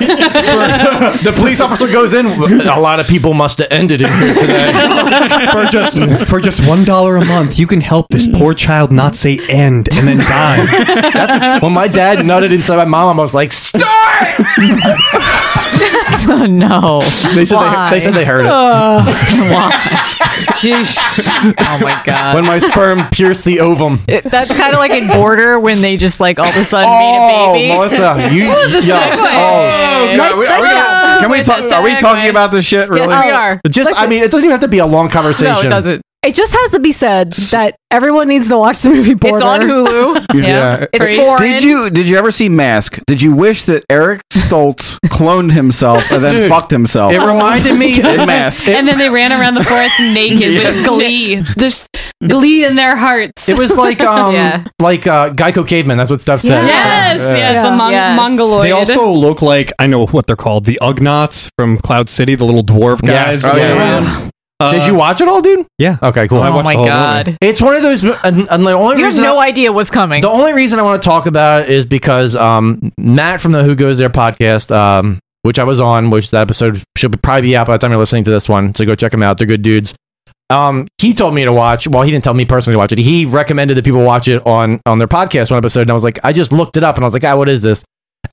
Speaker 5: the police officer goes in. A lot of people must have ended in here today.
Speaker 14: for just for just one dollar a month, you can help this poor child not say end and then die.
Speaker 5: when my dad nutted inside my mom, I was like, "Stop!"
Speaker 17: oh, no.
Speaker 5: They said they, they said they heard it.
Speaker 17: oh my god!
Speaker 5: When my sperm pierced the ovum.
Speaker 17: It- that's kind of like in Border when they just like all of a sudden
Speaker 5: Oh,
Speaker 17: made a baby.
Speaker 5: Melissa, you- Ooh, the yeah. segue.
Speaker 13: Oh, God, we- are we gonna- can we talk? Are we talking about this shit? Really?
Speaker 2: we are.
Speaker 5: Just, I mean, it doesn't even have to be a long conversation.
Speaker 2: It just has to be said that everyone needs to watch the movie Border.
Speaker 17: on Hulu.
Speaker 2: It's foreign.
Speaker 13: Did you did you ever see Mask? Did you wish that Eric Stoltz cloned himself and then
Speaker 5: Dude,
Speaker 13: fucked himself?
Speaker 5: it reminded me-
Speaker 13: in Mask.
Speaker 6: and then they ran around the forest naked.
Speaker 5: Yeah.
Speaker 6: Just glee, just glee in their hearts.
Speaker 5: It was like um
Speaker 6: yeah.
Speaker 5: like uh Geico Caveman, that's what Steph said.
Speaker 6: Yes, yes, the mon-
Speaker 17: Yes.
Speaker 6: mongoloid.
Speaker 14: They also look like I know what they're called, the Ugnaughts from Cloud City, the little dwarf guys. Uh,
Speaker 5: Yes. Oh, yeah, yeah, Did you watch it all, dude?
Speaker 14: Yeah.
Speaker 5: Okay, cool.
Speaker 14: I
Speaker 17: Oh
Speaker 14: watched
Speaker 17: my
Speaker 14: the whole
Speaker 17: God.
Speaker 14: movie.
Speaker 5: It's one of those mo- and, and the only
Speaker 17: You have
Speaker 5: reason
Speaker 17: no
Speaker 5: I-
Speaker 17: idea what's coming.
Speaker 5: The only reason I want to talk about it is because um Matt from the Who Goes There podcast um which I was on, which that episode should probably be out by the time you're listening to this one. So go check them out. They're good dudes. Um, he told me to watch. Well, he didn't tell me personally to watch it. He recommended that people watch it on on their podcast one episode, and I was like, I just looked it up, and I was like, ah, what is this?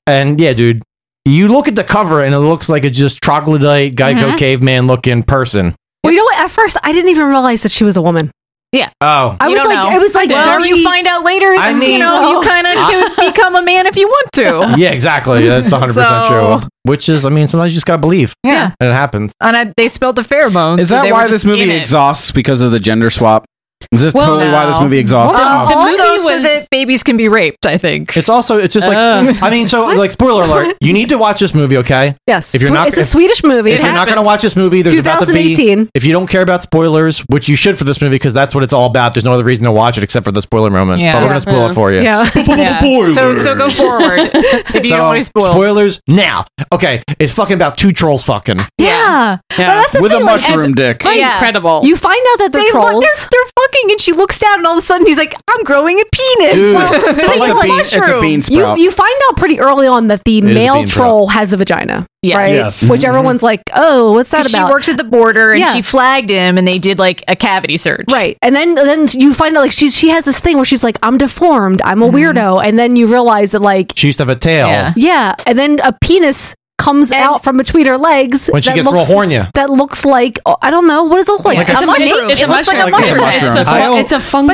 Speaker 5: And yeah, dude, you look at the cover, and it looks like it's just troglodyte, Geico
Speaker 17: Mm-hmm.
Speaker 2: Mhm.
Speaker 5: caveman looking person.
Speaker 2: Well, you know what? At first, I didn't even realize that she was a woman.
Speaker 17: Yeah.
Speaker 5: Oh,
Speaker 2: I
Speaker 17: You
Speaker 2: was
Speaker 17: don't
Speaker 2: like,
Speaker 17: know.
Speaker 2: it was like,
Speaker 17: Well,
Speaker 2: very-
Speaker 17: you find out later.
Speaker 2: I
Speaker 17: It's,
Speaker 2: mean-
Speaker 17: you know, you kind
Speaker 5: I-
Speaker 17: of can become a man if you want to.
Speaker 5: yeah, exactly. That's 100
Speaker 17: So-
Speaker 5: percent true. Which is, I mean, sometimes you just gotta believe.
Speaker 17: Yeah.
Speaker 5: and it happens.
Speaker 17: And I, they spelled the pheromones.
Speaker 13: Is
Speaker 17: so
Speaker 13: that
Speaker 17: they
Speaker 13: why
Speaker 17: were
Speaker 13: this
Speaker 17: just in
Speaker 13: movie
Speaker 17: it.
Speaker 13: exhausts because of the gender swap? Is this
Speaker 17: Well,
Speaker 13: totally why this
Speaker 17: no.
Speaker 13: movie exhausts?
Speaker 17: Um,
Speaker 5: Oh,
Speaker 17: the
Speaker 2: Also,
Speaker 17: movie
Speaker 2: so
Speaker 17: was that babies can be raped. I think.
Speaker 5: It's also it's just like
Speaker 17: Ugh.
Speaker 5: I mean, so like spoiler alert, you need to watch this movie, okay?
Speaker 2: Yes.
Speaker 5: If you're
Speaker 2: Swe-
Speaker 5: not,
Speaker 2: it's a
Speaker 5: if-
Speaker 2: Swedish movie.
Speaker 5: If
Speaker 2: It
Speaker 5: you're not going to
Speaker 2: happened.
Speaker 5: watch this movie, there's about to be.
Speaker 2: 2018.
Speaker 5: If you don't care about spoilers, which you should for this movie because that's what it's all about, there's no other reason to watch it except for the spoiler moment. But we're going to spoil it for you.
Speaker 17: Yeah.
Speaker 5: Spoilers.
Speaker 17: So so go forward if you
Speaker 5: So,
Speaker 17: don't want to spoil.
Speaker 5: spoilers now. Okay, it's fucking about two trolls fucking.
Speaker 17: Yeah.
Speaker 5: Yeah.
Speaker 17: But that's the
Speaker 5: With a
Speaker 17: thing, like,
Speaker 5: mushroom
Speaker 17: as-
Speaker 5: dick.
Speaker 17: Incredible.
Speaker 2: You find out that they're
Speaker 17: They look-
Speaker 2: trolls.
Speaker 17: they're, they're fucking, and she looks down, and all of a sudden he's like, "I'm growing a penis."
Speaker 2: Dude, but
Speaker 17: It's
Speaker 2: like
Speaker 17: a
Speaker 2: a bean-
Speaker 13: it's a
Speaker 17: mushroom.
Speaker 13: bean
Speaker 2: You,
Speaker 13: sprout.
Speaker 2: you find out pretty early on that the
Speaker 13: is a
Speaker 2: male
Speaker 13: bean sprout.
Speaker 2: troll has a vagina,
Speaker 17: Yes.
Speaker 2: right?
Speaker 17: Yes.
Speaker 2: Which everyone's like, oh, what's that
Speaker 17: 'Cause
Speaker 2: about?
Speaker 17: She works at the border, and
Speaker 2: Yeah.
Speaker 17: she flagged him, and they did like a cavity search.
Speaker 2: Right. And then then you find out like she she has this thing where she's like, I'm deformed, I'm a weirdo, and then you realize that like
Speaker 5: She used to have a tail.
Speaker 2: yeah, and then a penis comes out from between her legs
Speaker 5: When she
Speaker 2: that
Speaker 5: gets real horny.
Speaker 2: That looks like oh, I don't know what does it look like.
Speaker 5: Like a It's a mushroom. mushroom.
Speaker 17: It It looks looks like a like a mushroom. mushroom. It's a fu- I don't- it's a
Speaker 2: fungal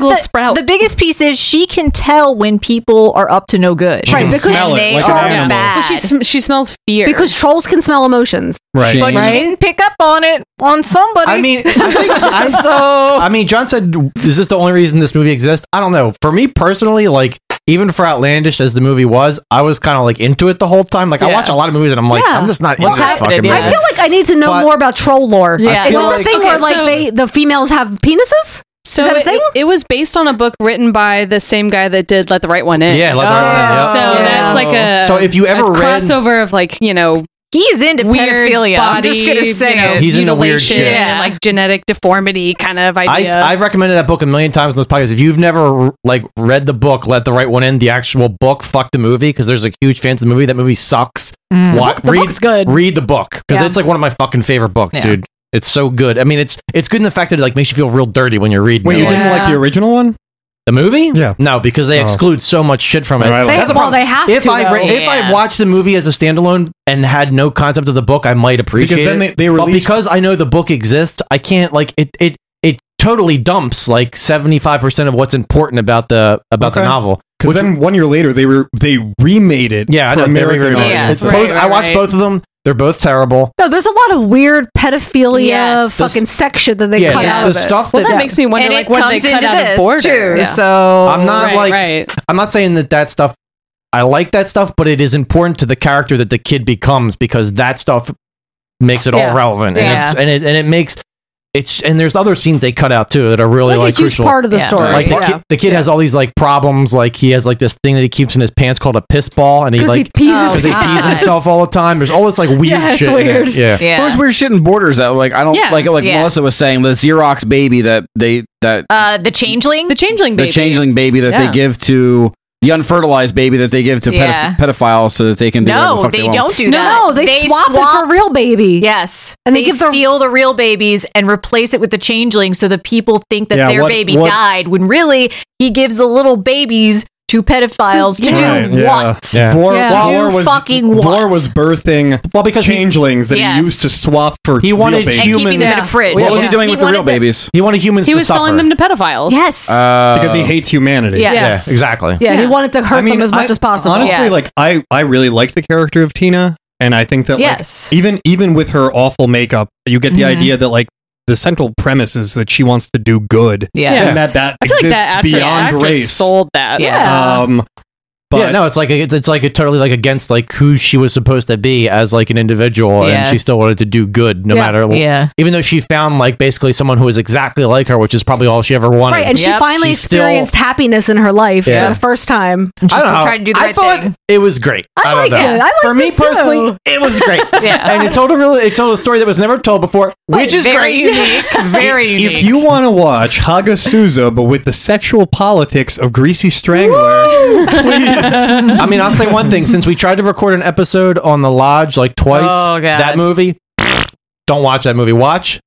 Speaker 17: But the, the biggest piece is she can tell when people are up to no good.
Speaker 2: Right,
Speaker 17: And
Speaker 2: because smell it
Speaker 17: they
Speaker 2: like an
Speaker 17: are
Speaker 2: animal.
Speaker 17: bad.
Speaker 2: Well, she
Speaker 17: she smells fear
Speaker 2: because trolls can smell emotions.
Speaker 5: Right.
Speaker 17: But she
Speaker 5: Right?
Speaker 17: didn't pick up on it on somebody.
Speaker 5: I mean, I think I, I mean, John said, "Is this the only reason this movie exists?" I don't know. For me personally, like even for outlandish as the movie was, I was kind of like into it the whole time. Like I
Speaker 2: Yeah.
Speaker 5: watch a lot of movies and I'm like,
Speaker 2: Yeah.
Speaker 5: I'm just not into this fucking movie.
Speaker 2: I feel like I need to know more about troll lore.
Speaker 6: Yeah.
Speaker 2: Is
Speaker 6: feel
Speaker 2: this a
Speaker 6: like-
Speaker 2: thing where
Speaker 6: Okay,
Speaker 2: like
Speaker 6: so-
Speaker 2: they the females have penises?
Speaker 6: So
Speaker 2: Is that a
Speaker 6: it,
Speaker 2: thing?
Speaker 6: it was based on a book written by the same guy that did Let the Right One In.
Speaker 5: Yeah, Let the Right One In, yeah.
Speaker 6: So
Speaker 5: Oh.
Speaker 6: that's like a
Speaker 5: So if you ever
Speaker 6: a
Speaker 5: read-
Speaker 6: crossover of like you know.
Speaker 17: He's into
Speaker 6: weird Body,
Speaker 17: pedophilia. I'm just gonna say
Speaker 6: you know,
Speaker 17: it.
Speaker 5: He's into weird
Speaker 6: mutilation
Speaker 5: shit.
Speaker 6: and, like genetic deformity kind of
Speaker 5: I,
Speaker 6: idea.
Speaker 5: have recommended that book a million times in this podcast. If you've never like read the book, let the right one in the actual book. Fuck the movie because there's like huge fans of the movie. That movie sucks.
Speaker 17: Mm.
Speaker 5: Wa-
Speaker 17: The book- the
Speaker 5: read,
Speaker 17: book's good.
Speaker 5: Read the book because
Speaker 17: Yeah.
Speaker 5: it's like one of my fucking favorite books,
Speaker 17: Yeah.
Speaker 5: dude. It's so good. I mean, it's it's good in the fact that it like makes you feel real dirty when you're reading.
Speaker 14: Wait,
Speaker 5: it.
Speaker 14: you didn't like the original one?
Speaker 5: The movie?
Speaker 14: Yeah.
Speaker 5: No, because they
Speaker 14: Oh.
Speaker 5: exclude so much shit from it.
Speaker 14: Right, I like They-
Speaker 5: the
Speaker 14: well,
Speaker 5: problem.
Speaker 14: they have
Speaker 5: if
Speaker 14: to,
Speaker 5: I re-
Speaker 14: though.
Speaker 5: if I
Speaker 14: Yes.
Speaker 5: watched the movie as a standalone and had no concept of the book, I might appreciate
Speaker 14: Because then
Speaker 5: it.
Speaker 14: they- they
Speaker 5: but
Speaker 14: released-
Speaker 5: because I know the book exists, I can't like it. It it totally dumps like seventy five percent of what's important about the about the
Speaker 14: Okay.
Speaker 5: novel.
Speaker 14: Because then one year later they were they remade it.
Speaker 5: Yeah, I
Speaker 14: for
Speaker 5: know, they're
Speaker 14: American
Speaker 5: remade it.
Speaker 14: audience.
Speaker 5: It's both- I watched both of them. They're both terrible.
Speaker 2: No, there's a lot of weird pedophilia
Speaker 17: Yes.
Speaker 2: fucking section that they
Speaker 5: yeah,
Speaker 2: cut
Speaker 5: the-
Speaker 2: out
Speaker 5: the
Speaker 2: of it.
Speaker 5: stuff Well, that- that
Speaker 17: makes me wonder,
Speaker 2: And
Speaker 17: like,
Speaker 2: it
Speaker 17: what they
Speaker 2: comes
Speaker 17: cut
Speaker 2: into
Speaker 17: out of
Speaker 2: this,
Speaker 17: Border. Yeah.
Speaker 2: So
Speaker 5: I'm not
Speaker 17: Right,
Speaker 5: like
Speaker 17: right.
Speaker 5: I'm not saying that that stuff. I like that stuff, but it is important to the character that the kid becomes because that stuff makes it
Speaker 17: Yeah.
Speaker 5: all relevant, and
Speaker 17: Yeah.
Speaker 5: it's, and it and it makes It's and there's other scenes they cut out too that are really
Speaker 18: Like a
Speaker 5: like,
Speaker 18: huge
Speaker 5: crucial
Speaker 18: part of the Yeah. story,
Speaker 5: Like the
Speaker 18: yeah.
Speaker 5: kid, the kid has all these like problems. Like he has like this thing that he keeps in his pants called a piss ball, and he
Speaker 18: 'Cause he
Speaker 5: like
Speaker 18: pees his
Speaker 5: 'cause he pees
Speaker 18: pants.
Speaker 5: himself all the time. There's all this like weird
Speaker 18: Yeah, it's
Speaker 5: shit. in it.
Speaker 18: weird.
Speaker 5: Yeah.
Speaker 6: Yeah.
Speaker 13: Well, there's weird shit in Borders that like I don't
Speaker 17: Yeah,
Speaker 13: like like
Speaker 17: yeah.
Speaker 13: Melissa was saying the Xerox baby that they that
Speaker 17: Uh, the changeling.
Speaker 6: The changeling
Speaker 13: the changeling baby that
Speaker 17: Yeah.
Speaker 13: they give to the unfertilized baby that they give to pedoph-
Speaker 17: Yeah.
Speaker 13: pedophiles so that they can do whatever the
Speaker 17: No,
Speaker 13: fuck
Speaker 17: they
Speaker 13: want.
Speaker 17: don't do
Speaker 2: No,
Speaker 17: that.
Speaker 2: no, they swap it for
Speaker 17: real baby. Yes, and
Speaker 2: And
Speaker 17: they,
Speaker 2: they give the-
Speaker 17: steal the real babies and replace it with the changeling, so that people think that
Speaker 2: Yeah,
Speaker 17: their
Speaker 2: what-
Speaker 17: baby
Speaker 2: what-
Speaker 17: died. When really, he gives the little babies to pedophiles to
Speaker 14: Right,
Speaker 17: do
Speaker 14: yeah.
Speaker 17: what?
Speaker 14: Yeah. Vor,
Speaker 17: Yeah.
Speaker 14: Vor
Speaker 17: To do
Speaker 14: was
Speaker 17: fucking
Speaker 14: Vor
Speaker 17: what?
Speaker 14: was birthing well, because changelings that
Speaker 17: Yes.
Speaker 14: he used to swap for he
Speaker 5: wanted
Speaker 14: real babies.
Speaker 6: And keeping them in a humans- fridge. What was he Yeah. doing He with the real wanted the-
Speaker 14: babies?
Speaker 5: He wanted humans.
Speaker 6: He was selling them to pedophiles.
Speaker 17: Yes.
Speaker 14: because he hates humanity.
Speaker 6: Yes. Yes. Oh. Yeah,
Speaker 5: Uh, exactly.
Speaker 2: Yeah, he wanted to hurt
Speaker 14: I mean,
Speaker 2: them as much
Speaker 14: I-
Speaker 2: as possible.
Speaker 14: Honestly, like I, I really like the character of Tina, and I think that like,
Speaker 2: Yes.
Speaker 14: even even with her awful makeup, you get the
Speaker 6: Mhm.
Speaker 14: idea that like the central premise is that she wants to do good,
Speaker 6: Yes.
Speaker 14: and that that
Speaker 6: I feel like
Speaker 14: exists
Speaker 6: that after the
Speaker 14: beyond
Speaker 6: actress
Speaker 14: race.
Speaker 6: sold that.
Speaker 5: Uh,
Speaker 14: Um,
Speaker 5: But yeah, no, it's like it's, it's like totally like against like who she was supposed to be as like an individual,
Speaker 6: Yeah.
Speaker 5: and she still wanted to do good no
Speaker 2: Yeah.
Speaker 5: matter.
Speaker 2: Yeah.
Speaker 5: Even though she found like basically someone who was exactly like her, which is probably all she ever wanted.
Speaker 2: right, and she finally
Speaker 5: She still-
Speaker 2: experienced happiness in her life
Speaker 5: Yeah.
Speaker 2: for the first time.
Speaker 5: I don't know. I thought It was great. I, don't
Speaker 2: liked
Speaker 5: know.
Speaker 2: it. I liked
Speaker 5: For me
Speaker 2: it too.
Speaker 5: personally, it was great.
Speaker 2: Yeah.
Speaker 5: and it told a really it told a story that was never told before, which is
Speaker 6: very
Speaker 5: great.
Speaker 6: unique, very unique.
Speaker 14: If you want to watch Haga Souza, but with the sexual politics of Greasy Strangler, please.
Speaker 5: I mean, I'll say one thing. Since we tried to record an episode on the lodge like twice,
Speaker 14: Oh, God.
Speaker 5: that movie. Don't watch that movie. Watch.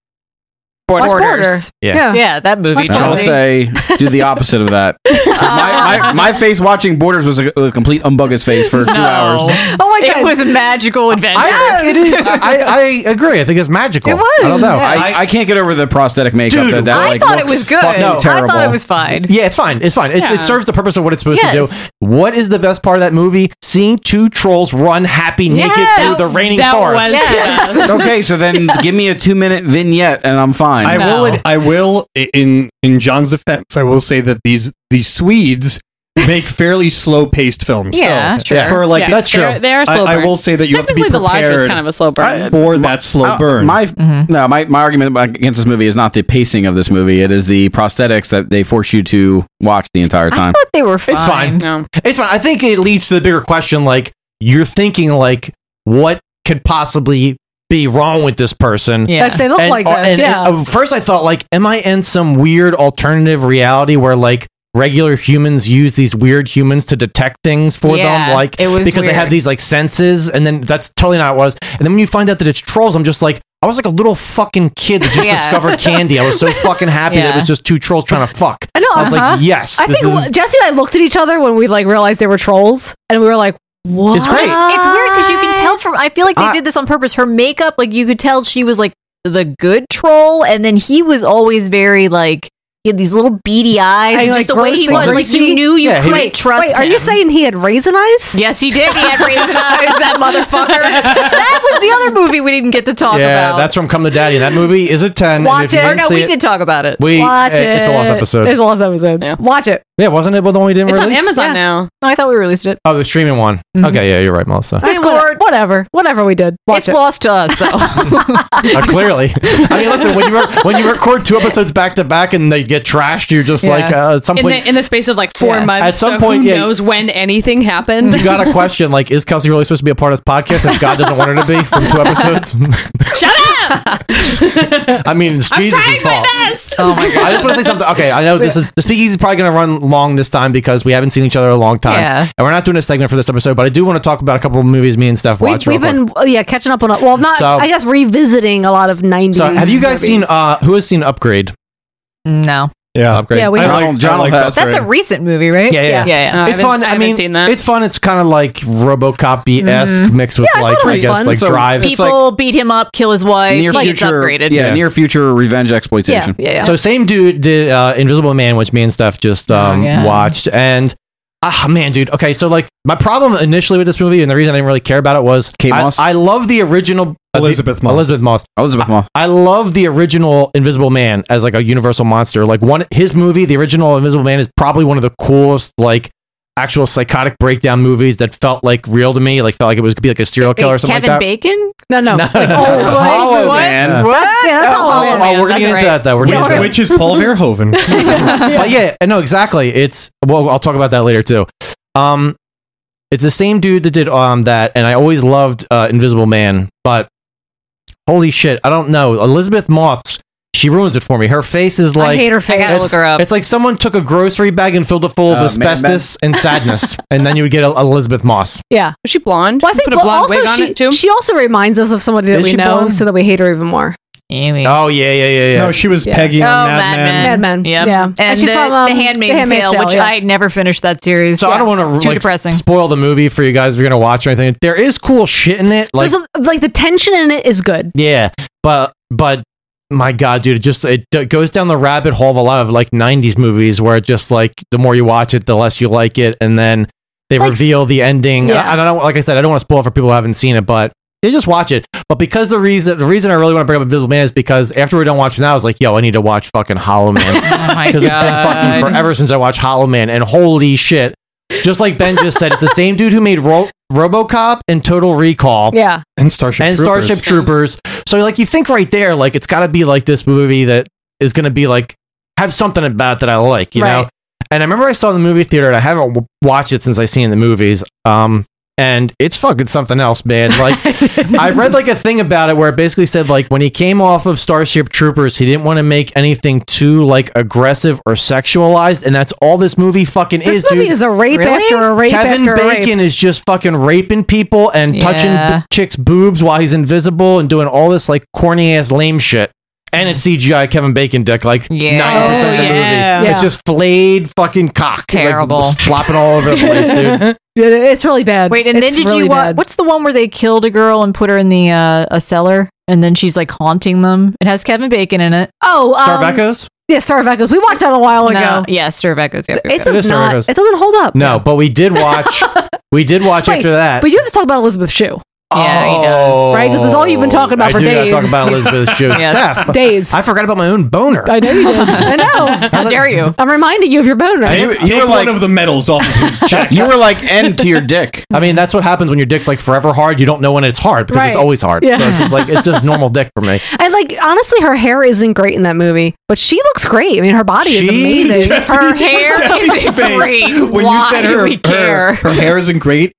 Speaker 6: Borders.
Speaker 17: Borders.
Speaker 5: Yeah.
Speaker 17: yeah, that movie.
Speaker 13: And I'll say do the opposite of that. 'Cause my, my, my face watching Borders was a, a complete umbugus face for two hours.
Speaker 17: Oh my
Speaker 6: god, it was a magical adventure.
Speaker 5: I think it is. I, I agree. I think it's magical.
Speaker 6: It was.
Speaker 5: I don't know.
Speaker 6: I-
Speaker 13: I can't get over the prosthetic makeup that, that like looks fucking terrible.
Speaker 17: fine.
Speaker 5: Yeah, it's fine. It's fine. It's,
Speaker 13: Yeah.
Speaker 5: It serves the purpose of what it's supposed
Speaker 13: Yes.
Speaker 5: to do. What is the best part of that movie? Seeing two trolls run happy naked
Speaker 13: Yes.
Speaker 5: through the raining
Speaker 13: That
Speaker 5: forest.
Speaker 13: was the best. Okay, so then give me a two minute vignette and I'm fine.
Speaker 14: I will. ad- I will. i- In in John's defense, I will say that these these Swedes make fairly slow paced films.
Speaker 6: Yeah,
Speaker 14: so,
Speaker 6: sure.
Speaker 14: For like
Speaker 6: Yeah. That's true. They're- they're a slow
Speaker 14: I, I
Speaker 6: burn.
Speaker 14: will say that you have to be
Speaker 6: Technically, The Lodge was
Speaker 14: prepared.
Speaker 6: kind of a slow burn. Mm-hmm.
Speaker 14: I- for that slow
Speaker 13: Uh,
Speaker 14: burn.
Speaker 13: My no, my, my argument against this movie is not the pacing of this movie. It is the prosthetics that they force you to watch the entire time.
Speaker 17: they were
Speaker 5: It's fine.
Speaker 6: No.
Speaker 5: It's fine. I think it leads to the bigger question. Like you're thinking, like what could possibly be wrong with this person?
Speaker 2: Yeah. Like, they look
Speaker 5: And-
Speaker 2: like
Speaker 5: or-
Speaker 2: this,
Speaker 5: and-
Speaker 2: yeah.
Speaker 5: and, uh, first, I thought like, am I in some weird alternative reality where like regular humans use these weird humans to detect things for
Speaker 18: Yeah,
Speaker 5: them, like
Speaker 18: it was
Speaker 5: because they have
Speaker 18: weird.
Speaker 5: these like senses, and then that's totally not what it was. And then when you find out that it's trolls, I'm just like. I was like a little fucking kid that just
Speaker 2: Yeah.
Speaker 5: discovered candy. I was so fucking happy that
Speaker 2: Yeah.
Speaker 5: it was just two trolls trying to fuck.
Speaker 2: I know.
Speaker 5: I was
Speaker 2: uh-huh.
Speaker 5: like, yes.
Speaker 2: I
Speaker 5: this
Speaker 2: think
Speaker 5: is-
Speaker 2: Jesse and I looked at each other when we like realized they were trolls, and we were like, "What?"
Speaker 5: It's great.
Speaker 17: It's weird because you can tell from. I feel like they
Speaker 2: I-
Speaker 17: did this on purpose. Her makeup, like you could tell she was like the good troll, and then he was always very like he had these little beady eyes,
Speaker 2: And,
Speaker 17: and
Speaker 2: like,
Speaker 17: just the way he
Speaker 2: grossly
Speaker 17: was, like
Speaker 2: greasy.
Speaker 17: you knew you
Speaker 2: Yeah, he-
Speaker 17: couldn't
Speaker 2: Wait,
Speaker 17: trust.
Speaker 2: wait, are you saying he had raisin eyes?
Speaker 17: Yes, he did. He had raisin eyes. That motherfucker. That was the other movie we didn't get to talk
Speaker 5: yeah,
Speaker 17: about.
Speaker 5: that's from Come to Daddy. That movie is a ten. and
Speaker 17: Watch
Speaker 5: if you
Speaker 17: it. Or
Speaker 5: didn't
Speaker 17: no,
Speaker 5: see
Speaker 17: we
Speaker 5: it-
Speaker 17: did talk about it.
Speaker 5: We- uh, it's a lost episode.
Speaker 2: It's a lost episode. Watch it.
Speaker 5: Yeah, wasn't it the one we didn't
Speaker 2: It's on
Speaker 5: release?
Speaker 2: Amazon
Speaker 6: now.
Speaker 17: Oh, I thought we released it.
Speaker 5: Oh, the streaming one.
Speaker 2: Mm-hmm.
Speaker 5: Okay, yeah, you're right, Melissa.
Speaker 2: Discord, whatever, whatever we did. Watch
Speaker 17: it's
Speaker 2: it.
Speaker 17: lost to us though.
Speaker 5: Uh, clearly, I mean, listen. When you re- when you record two episodes back to back and they get trashed, you're just like uh, at some
Speaker 6: in
Speaker 5: point
Speaker 6: the, in the space of like four
Speaker 5: Yeah.
Speaker 6: months. At some point, who
Speaker 5: yeah.
Speaker 6: knows when anything happened?
Speaker 5: you got a question like, is Kelsey really supposed to be a part of this podcast if God doesn't want her to be from two episodes? I mean, it's Jesus' fault.
Speaker 6: Oh my
Speaker 5: I just want to say something. Okay, I know this is the speakeasy is probably going to run long this time because we haven't seen each other in a long time,
Speaker 2: Yeah.
Speaker 5: and we're not doing a segment for this episode. But I do want to talk about a couple of movies me and Steph
Speaker 2: We,
Speaker 5: watch. real
Speaker 2: we've
Speaker 5: quick.
Speaker 2: been yeah catching up on a- well not
Speaker 5: So-
Speaker 2: I guess revisiting a lot of '90s.
Speaker 5: So, have you guys
Speaker 2: movies.
Speaker 5: seen uh who has seen Upgrade?
Speaker 17: No.
Speaker 14: Yeah,
Speaker 5: Upgrade.
Speaker 2: Yeah, we I haven't. like- I like
Speaker 17: that's a recent movie, right?
Speaker 5: yeah, yeah,
Speaker 17: yeah. yeah.
Speaker 5: It's fun. I, mean, it's fun. It's kind of like RoboCop esque
Speaker 2: Mm-hmm.
Speaker 17: Mhm.
Speaker 5: mixed with like I guess like Drive.
Speaker 17: People beat him up, kill his wife.
Speaker 5: Near
Speaker 17: he
Speaker 5: future-
Speaker 17: gets upgraded.
Speaker 5: yeah, near
Speaker 13: future revenge exploitation.
Speaker 17: Yeah, Oh, yeah, yeah.
Speaker 5: So same dude did uh, Invisible Man, which me and Steph just um,
Speaker 13: yeah.
Speaker 5: watched, and ah man, dude. Okay, so like my problem initially with this movie, and the reason I didn't really care about it was I, I love the original Elizabeth Moss. Elizabeth Moss.
Speaker 13: Elizabeth Moss.
Speaker 5: I, I love the original Invisible Man as like a universal monster. Like one his movie, the original Invisible Man is probably one of the coolest like actual psychotic breakdown movies that felt like real to me, like felt like it was could be like a serial killer or something
Speaker 17: Kevin
Speaker 5: like that.
Speaker 17: Bacon?
Speaker 6: No, no.
Speaker 5: No, no, no, it's a Hollow Man.
Speaker 17: What? Yeah, that's a Hollow
Speaker 5: Oh,
Speaker 17: Man.
Speaker 5: we're gonna
Speaker 17: That's
Speaker 5: get into
Speaker 17: right.
Speaker 5: that though. We're gonna get into that.
Speaker 14: Which is Paul Verhoeven.
Speaker 5: but yeah, no, exactly. It's well, I'll talk about that later too. Um, it's the same dude that did um that, and I always loved uh, Invisible Man, but holy shit, I don't know. Elizabeth Moss, she ruins it for me. Her face is like
Speaker 6: hate her face. I gotta
Speaker 5: It's,
Speaker 6: look her up.
Speaker 5: It's like someone took a grocery bag and filled it full of
Speaker 14: Oh,
Speaker 6: Uh, Man,
Speaker 5: asbestos
Speaker 6: Man.
Speaker 5: and sadness, and then you would get a, Elizabeth Moss.
Speaker 2: Yeah.
Speaker 6: Was she blonde?
Speaker 2: Well, I think
Speaker 6: put a
Speaker 2: well,
Speaker 6: blonde
Speaker 2: also
Speaker 6: wig on
Speaker 2: she,
Speaker 6: it, too?
Speaker 2: she also reminds us of somebody that
Speaker 5: Is
Speaker 2: we
Speaker 5: she
Speaker 2: know
Speaker 5: blonde?
Speaker 2: so that we hate her even more.
Speaker 5: Oh yeah, yeah, yeah, yeah.
Speaker 14: No, she was
Speaker 2: Yeah. Oh,
Speaker 14: Peggy
Speaker 5: Oh,
Speaker 14: on Mad, Men.
Speaker 2: Mad Men.
Speaker 17: Yep.
Speaker 2: Yeah.
Speaker 17: And,
Speaker 2: And she's
Speaker 17: the,
Speaker 2: from, um,
Speaker 17: the Handmaid's,
Speaker 2: The Handmaid's
Speaker 17: Tale,
Speaker 2: Tale,
Speaker 17: which
Speaker 2: yeah.
Speaker 17: I never finished that series.
Speaker 5: So I don't want
Speaker 17: Too
Speaker 5: to like
Speaker 17: depressing.
Speaker 5: spoil the movie for you guys if you're gonna watch or anything. There is cool shit in it. Like
Speaker 2: There's a- like the tension in it is good.
Speaker 5: Yeah, but but my god, dude, it just it d- goes down the rabbit hole of a lot of like '90s movies where it just like the more you watch it, the less you like it, and then they reveal the ending. And I,
Speaker 14: Yeah.
Speaker 5: I don't know, like I said, I don't want to spoil it for people who haven't seen it, but they just watch it. But because the reason the reason I really want to bring up Invisible Man is because after we're done watching that, I was like, yo, I need to watch fucking Hollow Man
Speaker 12: my
Speaker 5: because it's been
Speaker 12: God.
Speaker 5: fucking forever since I watched Hollow Man, and holy shit. Just like Ben just said, it's the same dude who made Ro- RoboCop and Total Recall
Speaker 2: Yeah.
Speaker 14: And Starship
Speaker 5: and
Speaker 14: Troopers.
Speaker 5: Starship Troopers. So like you think right there, like it's got to be like this movie that is going to be like have something about it that I like, you know.
Speaker 12: Right.
Speaker 5: And I remember I saw it in the movie theater, and I haven't w- watched it since I seen it in the movies. Um, and it's fucking something else, man. Like I read like a thing about it where it basically said like when he came off of Starship Troopers, he didn't want to make anything too like aggressive or sexualized, and that's all this movie fucking
Speaker 2: This
Speaker 5: is.
Speaker 2: movie
Speaker 5: dude.
Speaker 2: is a rape Really? after a rape
Speaker 5: Kevin
Speaker 2: after a rape.
Speaker 5: Bacon Bacon is just fucking raping people and touching
Speaker 2: Yeah.
Speaker 5: b- chicks' boobs while he's invisible and doing all this like corny ass lame shit. And it's CGI Kevin Bacon dick like ninety percent of the
Speaker 12: Oh, yeah.
Speaker 5: movie.
Speaker 2: Yeah.
Speaker 5: It's just flayed fucking cock,
Speaker 17: Terrible.
Speaker 5: like, flopping all over the place, dude.
Speaker 2: Yeah, it's really bad.
Speaker 17: Wait, and
Speaker 2: It's
Speaker 17: then did
Speaker 2: really
Speaker 17: you wa-
Speaker 2: bad.
Speaker 17: What's the one where they killed a girl and put her in the uh, a cellar, and then she's like haunting them? It has Kevin Bacon in it.
Speaker 2: Oh, um,
Speaker 17: Starve
Speaker 5: Echoes?
Speaker 2: Yeah, Starve Echoes. We watched that a while ago.
Speaker 17: No, yeah, Starve Echoes. Yeah,
Speaker 2: It
Speaker 5: It is
Speaker 2: does
Speaker 5: Starve
Speaker 2: not.
Speaker 5: Echoes.
Speaker 2: It doesn't hold up.
Speaker 5: No, but we did watch. we did watch
Speaker 2: Wait,
Speaker 5: after that.
Speaker 2: But you have to talk about Elizabeth Shue.
Speaker 5: yeah, he
Speaker 2: does. Right, 'cause it's all you've been talking about
Speaker 5: Oh. I
Speaker 2: for
Speaker 5: do gotta
Speaker 2: days.
Speaker 5: Talk about Elizabeth Shue.
Speaker 2: Yes.
Speaker 5: Steph,
Speaker 2: Days.
Speaker 5: I forgot about my own boner.
Speaker 2: I know you did. I know. How dare you? I'm reminding you of your boner.
Speaker 14: you were like, one of the medals off of his check.
Speaker 5: You were like end to your dick. I mean, that's what happens when your dick's like forever hard. You don't know when it's hard because it's
Speaker 2: Right.
Speaker 5: always hard.
Speaker 2: Yeah.
Speaker 5: So it's just like it's just normal dick for me.
Speaker 2: And like honestly, her hair isn't great in that movie, but she looks great. I mean, her body is amazing. her hair
Speaker 14: Jesse's
Speaker 2: is
Speaker 14: face
Speaker 2: great.
Speaker 14: When
Speaker 2: Why
Speaker 14: you said her,
Speaker 2: do we care?
Speaker 14: her, her hair isn't great,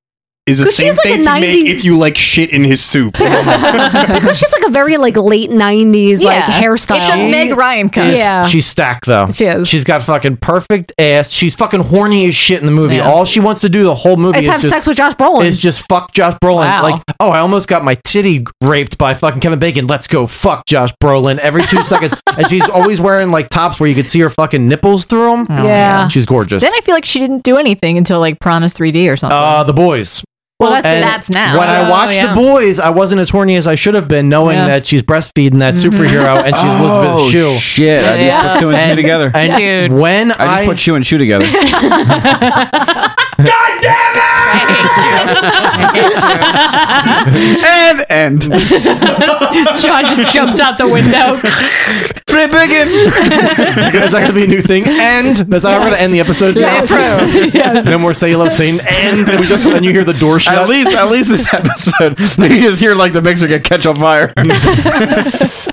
Speaker 14: is the
Speaker 2: 'Cause she's
Speaker 14: same
Speaker 2: like a
Speaker 14: face you
Speaker 2: 90
Speaker 14: make if you like shit in his soup.
Speaker 2: because she's like a very like late '90s like
Speaker 17: Yeah.
Speaker 2: hairstyle.
Speaker 17: It's a Meg Ryan cut.
Speaker 5: Is-
Speaker 2: Yeah,
Speaker 5: She's stacked though. She
Speaker 2: is.
Speaker 5: She's got fucking perfect ass. She's fucking horny as shit in the movie. All she wants to do the whole movie
Speaker 2: Is
Speaker 5: is
Speaker 2: have
Speaker 5: just,
Speaker 2: sex with Josh Brolin.
Speaker 5: Is just fuck Josh Brolin.
Speaker 2: Wow.
Speaker 5: Like, oh, I almost got my titty raped by fucking Kevin Bacon. Let's go fuck Josh Brolin every two seconds. And she's always wearing like tops where you could see her fucking nipples through them.
Speaker 17: Oh, yeah.
Speaker 5: She's gorgeous.
Speaker 17: Then I feel like she didn't do anything until like Piranha's 3D or something.
Speaker 5: uh, the boys.
Speaker 17: Well, that's-
Speaker 5: And
Speaker 17: that's now.
Speaker 5: When I
Speaker 17: Oh,
Speaker 5: watched
Speaker 17: yeah.
Speaker 5: The Boys, I wasn't as horny as I should have been, knowing
Speaker 17: Yeah. Mm-hmm.
Speaker 5: that she's breastfeeding that superhero and she's
Speaker 13: Oh,
Speaker 5: Elizabeth Shue.
Speaker 13: shit. I just Yeah. put two and two
Speaker 5: And-
Speaker 13: together.
Speaker 5: And when
Speaker 13: I just
Speaker 5: I
Speaker 13: put shoe and shoe together. and end.
Speaker 12: John just jumps out the window.
Speaker 13: Flip again.
Speaker 5: That's not going to be a new thing. And that's not how we're going to end the episode.
Speaker 12: Yeah, true.
Speaker 5: No more say you love saying and. We just and you hear the door shut.
Speaker 13: At least, at least this episode, you just hear like the mixer get catch on fire.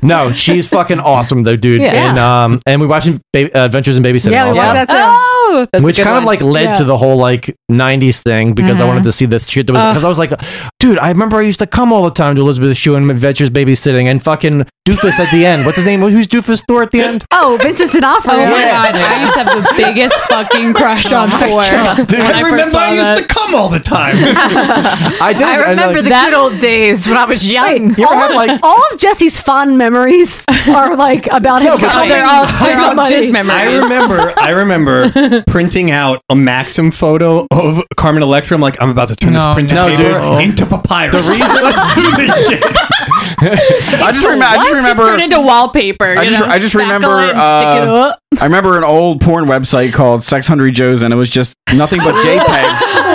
Speaker 5: no, she's fucking awesome though, dude.
Speaker 13: Yeah.
Speaker 5: And um, and we watched ba- uh, Adventures in Babysitting.
Speaker 2: yeah, we
Speaker 5: also.
Speaker 2: watched that too. Oh,
Speaker 5: Which kind of like led to the whole like '90s thing because I
Speaker 17: Mm-hmm.
Speaker 2: Mhm.
Speaker 5: wanted to see this shit that was
Speaker 2: Ugh.
Speaker 5: because I was like, dude, I remember I used to come all the time to Elizabeth Shue and Adventures Babysitting and fucking Doofus at the end. What's his name? Who's Doofus Thor at the end?
Speaker 2: Oh, Vincent D'Onofrio.
Speaker 6: Oh my god, I used to have the biggest fucking crush on
Speaker 17: Oh
Speaker 6: Thor.
Speaker 5: Dude,
Speaker 6: when
Speaker 5: I
Speaker 6: first
Speaker 5: remember
Speaker 6: saw
Speaker 5: I used
Speaker 6: that.
Speaker 5: to come all the time. I did. and,
Speaker 17: remember
Speaker 5: like,
Speaker 17: the good old days when I was young.
Speaker 2: All, of, all of Jesse's fond memories are like about him.
Speaker 14: but
Speaker 2: they're all, they're all
Speaker 6: jizz memories.
Speaker 14: I remember, I remember printing out a Maxim photo of Carmen Electra. I'm like, I'm about to turn this printed
Speaker 5: No,
Speaker 14: paper
Speaker 5: dude.
Speaker 14: into papyrus.
Speaker 5: The reason-
Speaker 14: Let's do this shit.
Speaker 13: I just, remember. I just remember.
Speaker 6: turned into wallpaper.
Speaker 13: I
Speaker 6: you
Speaker 13: just,
Speaker 6: know,
Speaker 13: I just
Speaker 6: spackle
Speaker 13: remember.
Speaker 6: it and stick it
Speaker 13: uh,
Speaker 6: up.
Speaker 13: I remember an old porn website called Sex Hungry Joe's, and it was just nothing but JPEGs.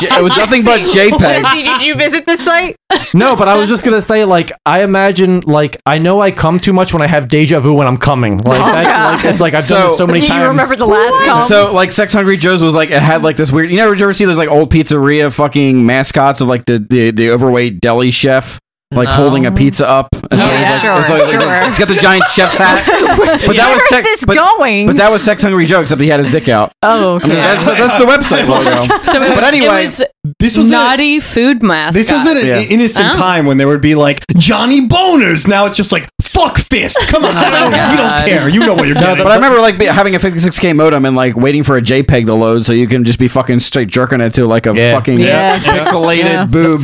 Speaker 13: J- it was nothing but JPEG.
Speaker 17: Did you visit the site?
Speaker 5: No, but I was just gonna say, like, I imagine, like, I know I come too much when I have deja vu when I'm coming. Like,
Speaker 13: Oh,
Speaker 5: that, like
Speaker 13: God.
Speaker 5: it's like I've done
Speaker 13: So-
Speaker 5: it so many
Speaker 13: You
Speaker 5: times.
Speaker 17: remember the last What? column?
Speaker 13: So like Sex Hungry Joe's was like it had like this weird you never did you ever see those like old pizzeria fucking mascots of like the the, the overweight deli chef like holding a pizza up. And so he's like- it's always like the- it's got the giant chef's hat. But that was
Speaker 17: Where
Speaker 13: sex,
Speaker 17: is this
Speaker 13: but,
Speaker 17: going?
Speaker 13: but that was Sex Hungry Joe except he had his dick out.
Speaker 6: Oh,
Speaker 13: I'm just- that's, the- that's the website logo.
Speaker 6: So it was,
Speaker 13: but anyway,
Speaker 6: it was
Speaker 14: this was
Speaker 6: naughty food mascot.
Speaker 14: This was at an innocent
Speaker 6: Oh.
Speaker 14: time when there would be like Johnny Boners. Now it's just like fuck fist. Come
Speaker 17: Oh
Speaker 14: on, I don't, we don't care. You know what you're
Speaker 13: No,
Speaker 14: getting.
Speaker 13: But I remember like be- having a 56k modem and like waiting for a JPEG to load so you can just be fucking straight jerking it to like a fucking
Speaker 5: Yeah.
Speaker 13: pixelated boob.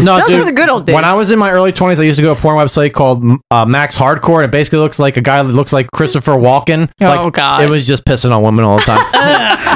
Speaker 5: When I was in my early 20s, I used to go to a porn website called uh, Max Hardcore, and it basically looks like a guy that looks like Christopher Walken.
Speaker 6: Oh,
Speaker 5: like,
Speaker 6: God.
Speaker 5: It was just pissing on women all the time.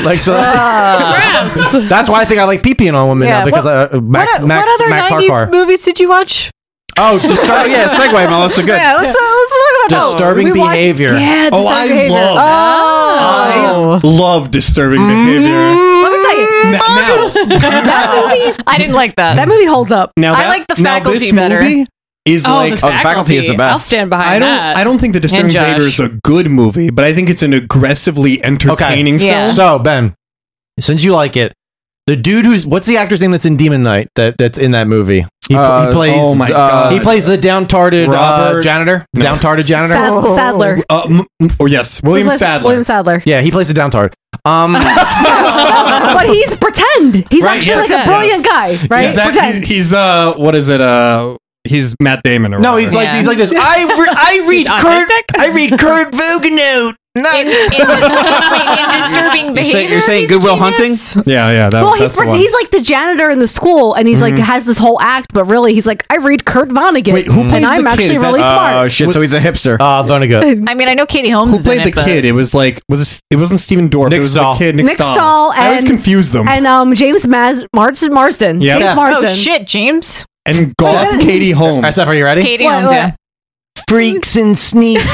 Speaker 5: like, so that's why I think I like pee peeing on women
Speaker 17: Yeah,
Speaker 5: now because
Speaker 17: what-
Speaker 5: uh, Max,
Speaker 17: what, o-
Speaker 5: Max,
Speaker 17: what other
Speaker 5: Max
Speaker 17: 90s
Speaker 5: Hardcore.
Speaker 17: movies did you watch?
Speaker 13: Oh, disturb- yeah, segue, Melissa, good.
Speaker 17: Yeah, let's, uh, let's talk about
Speaker 5: Disturbing
Speaker 17: those. We watched-
Speaker 5: behavior.
Speaker 17: yeah,
Speaker 14: Oh,
Speaker 17: disturbing
Speaker 14: I
Speaker 17: behavior.
Speaker 14: love-
Speaker 17: oh, Mm-hmm.
Speaker 14: I love disturbing behavior.
Speaker 17: let me tell you, that movie. I didn't like that. That movie holds up.
Speaker 14: Now that-
Speaker 17: I like the
Speaker 14: now
Speaker 17: faculty
Speaker 14: this
Speaker 17: better.
Speaker 14: movie is
Speaker 17: Oh, the
Speaker 14: like
Speaker 17: Oh, the faculty is the faculty. best. I'll stand behind
Speaker 14: I don't.
Speaker 17: that.
Speaker 14: I don't think the
Speaker 17: And
Speaker 14: disturbing
Speaker 17: Josh.
Speaker 14: behavior is a good movie, but I think it's an aggressively entertaining
Speaker 5: Okay.
Speaker 14: film.
Speaker 5: So Ben, since you like it, the dude who's what's the actor's name that's in Demon Knight that that's in that movie? He, pl-
Speaker 14: Uh,
Speaker 5: he plays.
Speaker 14: oh my God.
Speaker 5: He plays the downtarded uh,
Speaker 14: Robert-
Speaker 5: janitor.
Speaker 14: No.
Speaker 5: Downtarded janitor.
Speaker 2: Sad- Sadler.
Speaker 14: Uh, m- m- or yes, William
Speaker 2: William-
Speaker 14: Sadler.
Speaker 2: William Sadler.
Speaker 5: Yeah, he plays the downtard. Um,
Speaker 2: but he's pretend. He's
Speaker 14: Right,
Speaker 2: actually like
Speaker 14: yes,
Speaker 2: a
Speaker 14: yes.
Speaker 2: brilliant guy, right?
Speaker 14: Is that-
Speaker 2: pretend.
Speaker 14: he's, he's, uh, what is it? Uh, he's Matt Damon or
Speaker 5: No, oh, he's like- Yeah. he's like this, I
Speaker 16: re- I read Kurt. I read Kurt Vogenote. Not
Speaker 17: in, disturbing
Speaker 13: You're saying, you're saying Goodwill Hunting?
Speaker 14: Yeah, yeah. That,
Speaker 2: well,
Speaker 14: that's
Speaker 2: he's
Speaker 14: the
Speaker 2: pre-
Speaker 14: one.
Speaker 2: he's like the janitor in the school, and he's
Speaker 14: Mhm.
Speaker 2: like has this whole act, but really he's like I read Kurt Vonnegut, and I'm actually really smart.
Speaker 13: shit! So he's a hipster.
Speaker 5: Ah, uh, Vonnegut.
Speaker 17: I mean, I know Katie Holmes
Speaker 14: Who
Speaker 17: is in
Speaker 14: played
Speaker 17: it,
Speaker 14: the
Speaker 17: but-
Speaker 14: kid? It was like was it, it wasn't Stephen Dorff. it was the kid Nick,
Speaker 2: Nick Stahl and
Speaker 14: I always confuse them.
Speaker 2: And um, James Maz- Mars- Marsden.
Speaker 14: Yeah.
Speaker 2: James
Speaker 14: Yeah.
Speaker 2: Marsden.
Speaker 17: Oh shit, James.
Speaker 14: And God, Katie Holmes.
Speaker 5: are you ready?
Speaker 17: Katie Holmes. yeah.
Speaker 16: Freaks and sneaks.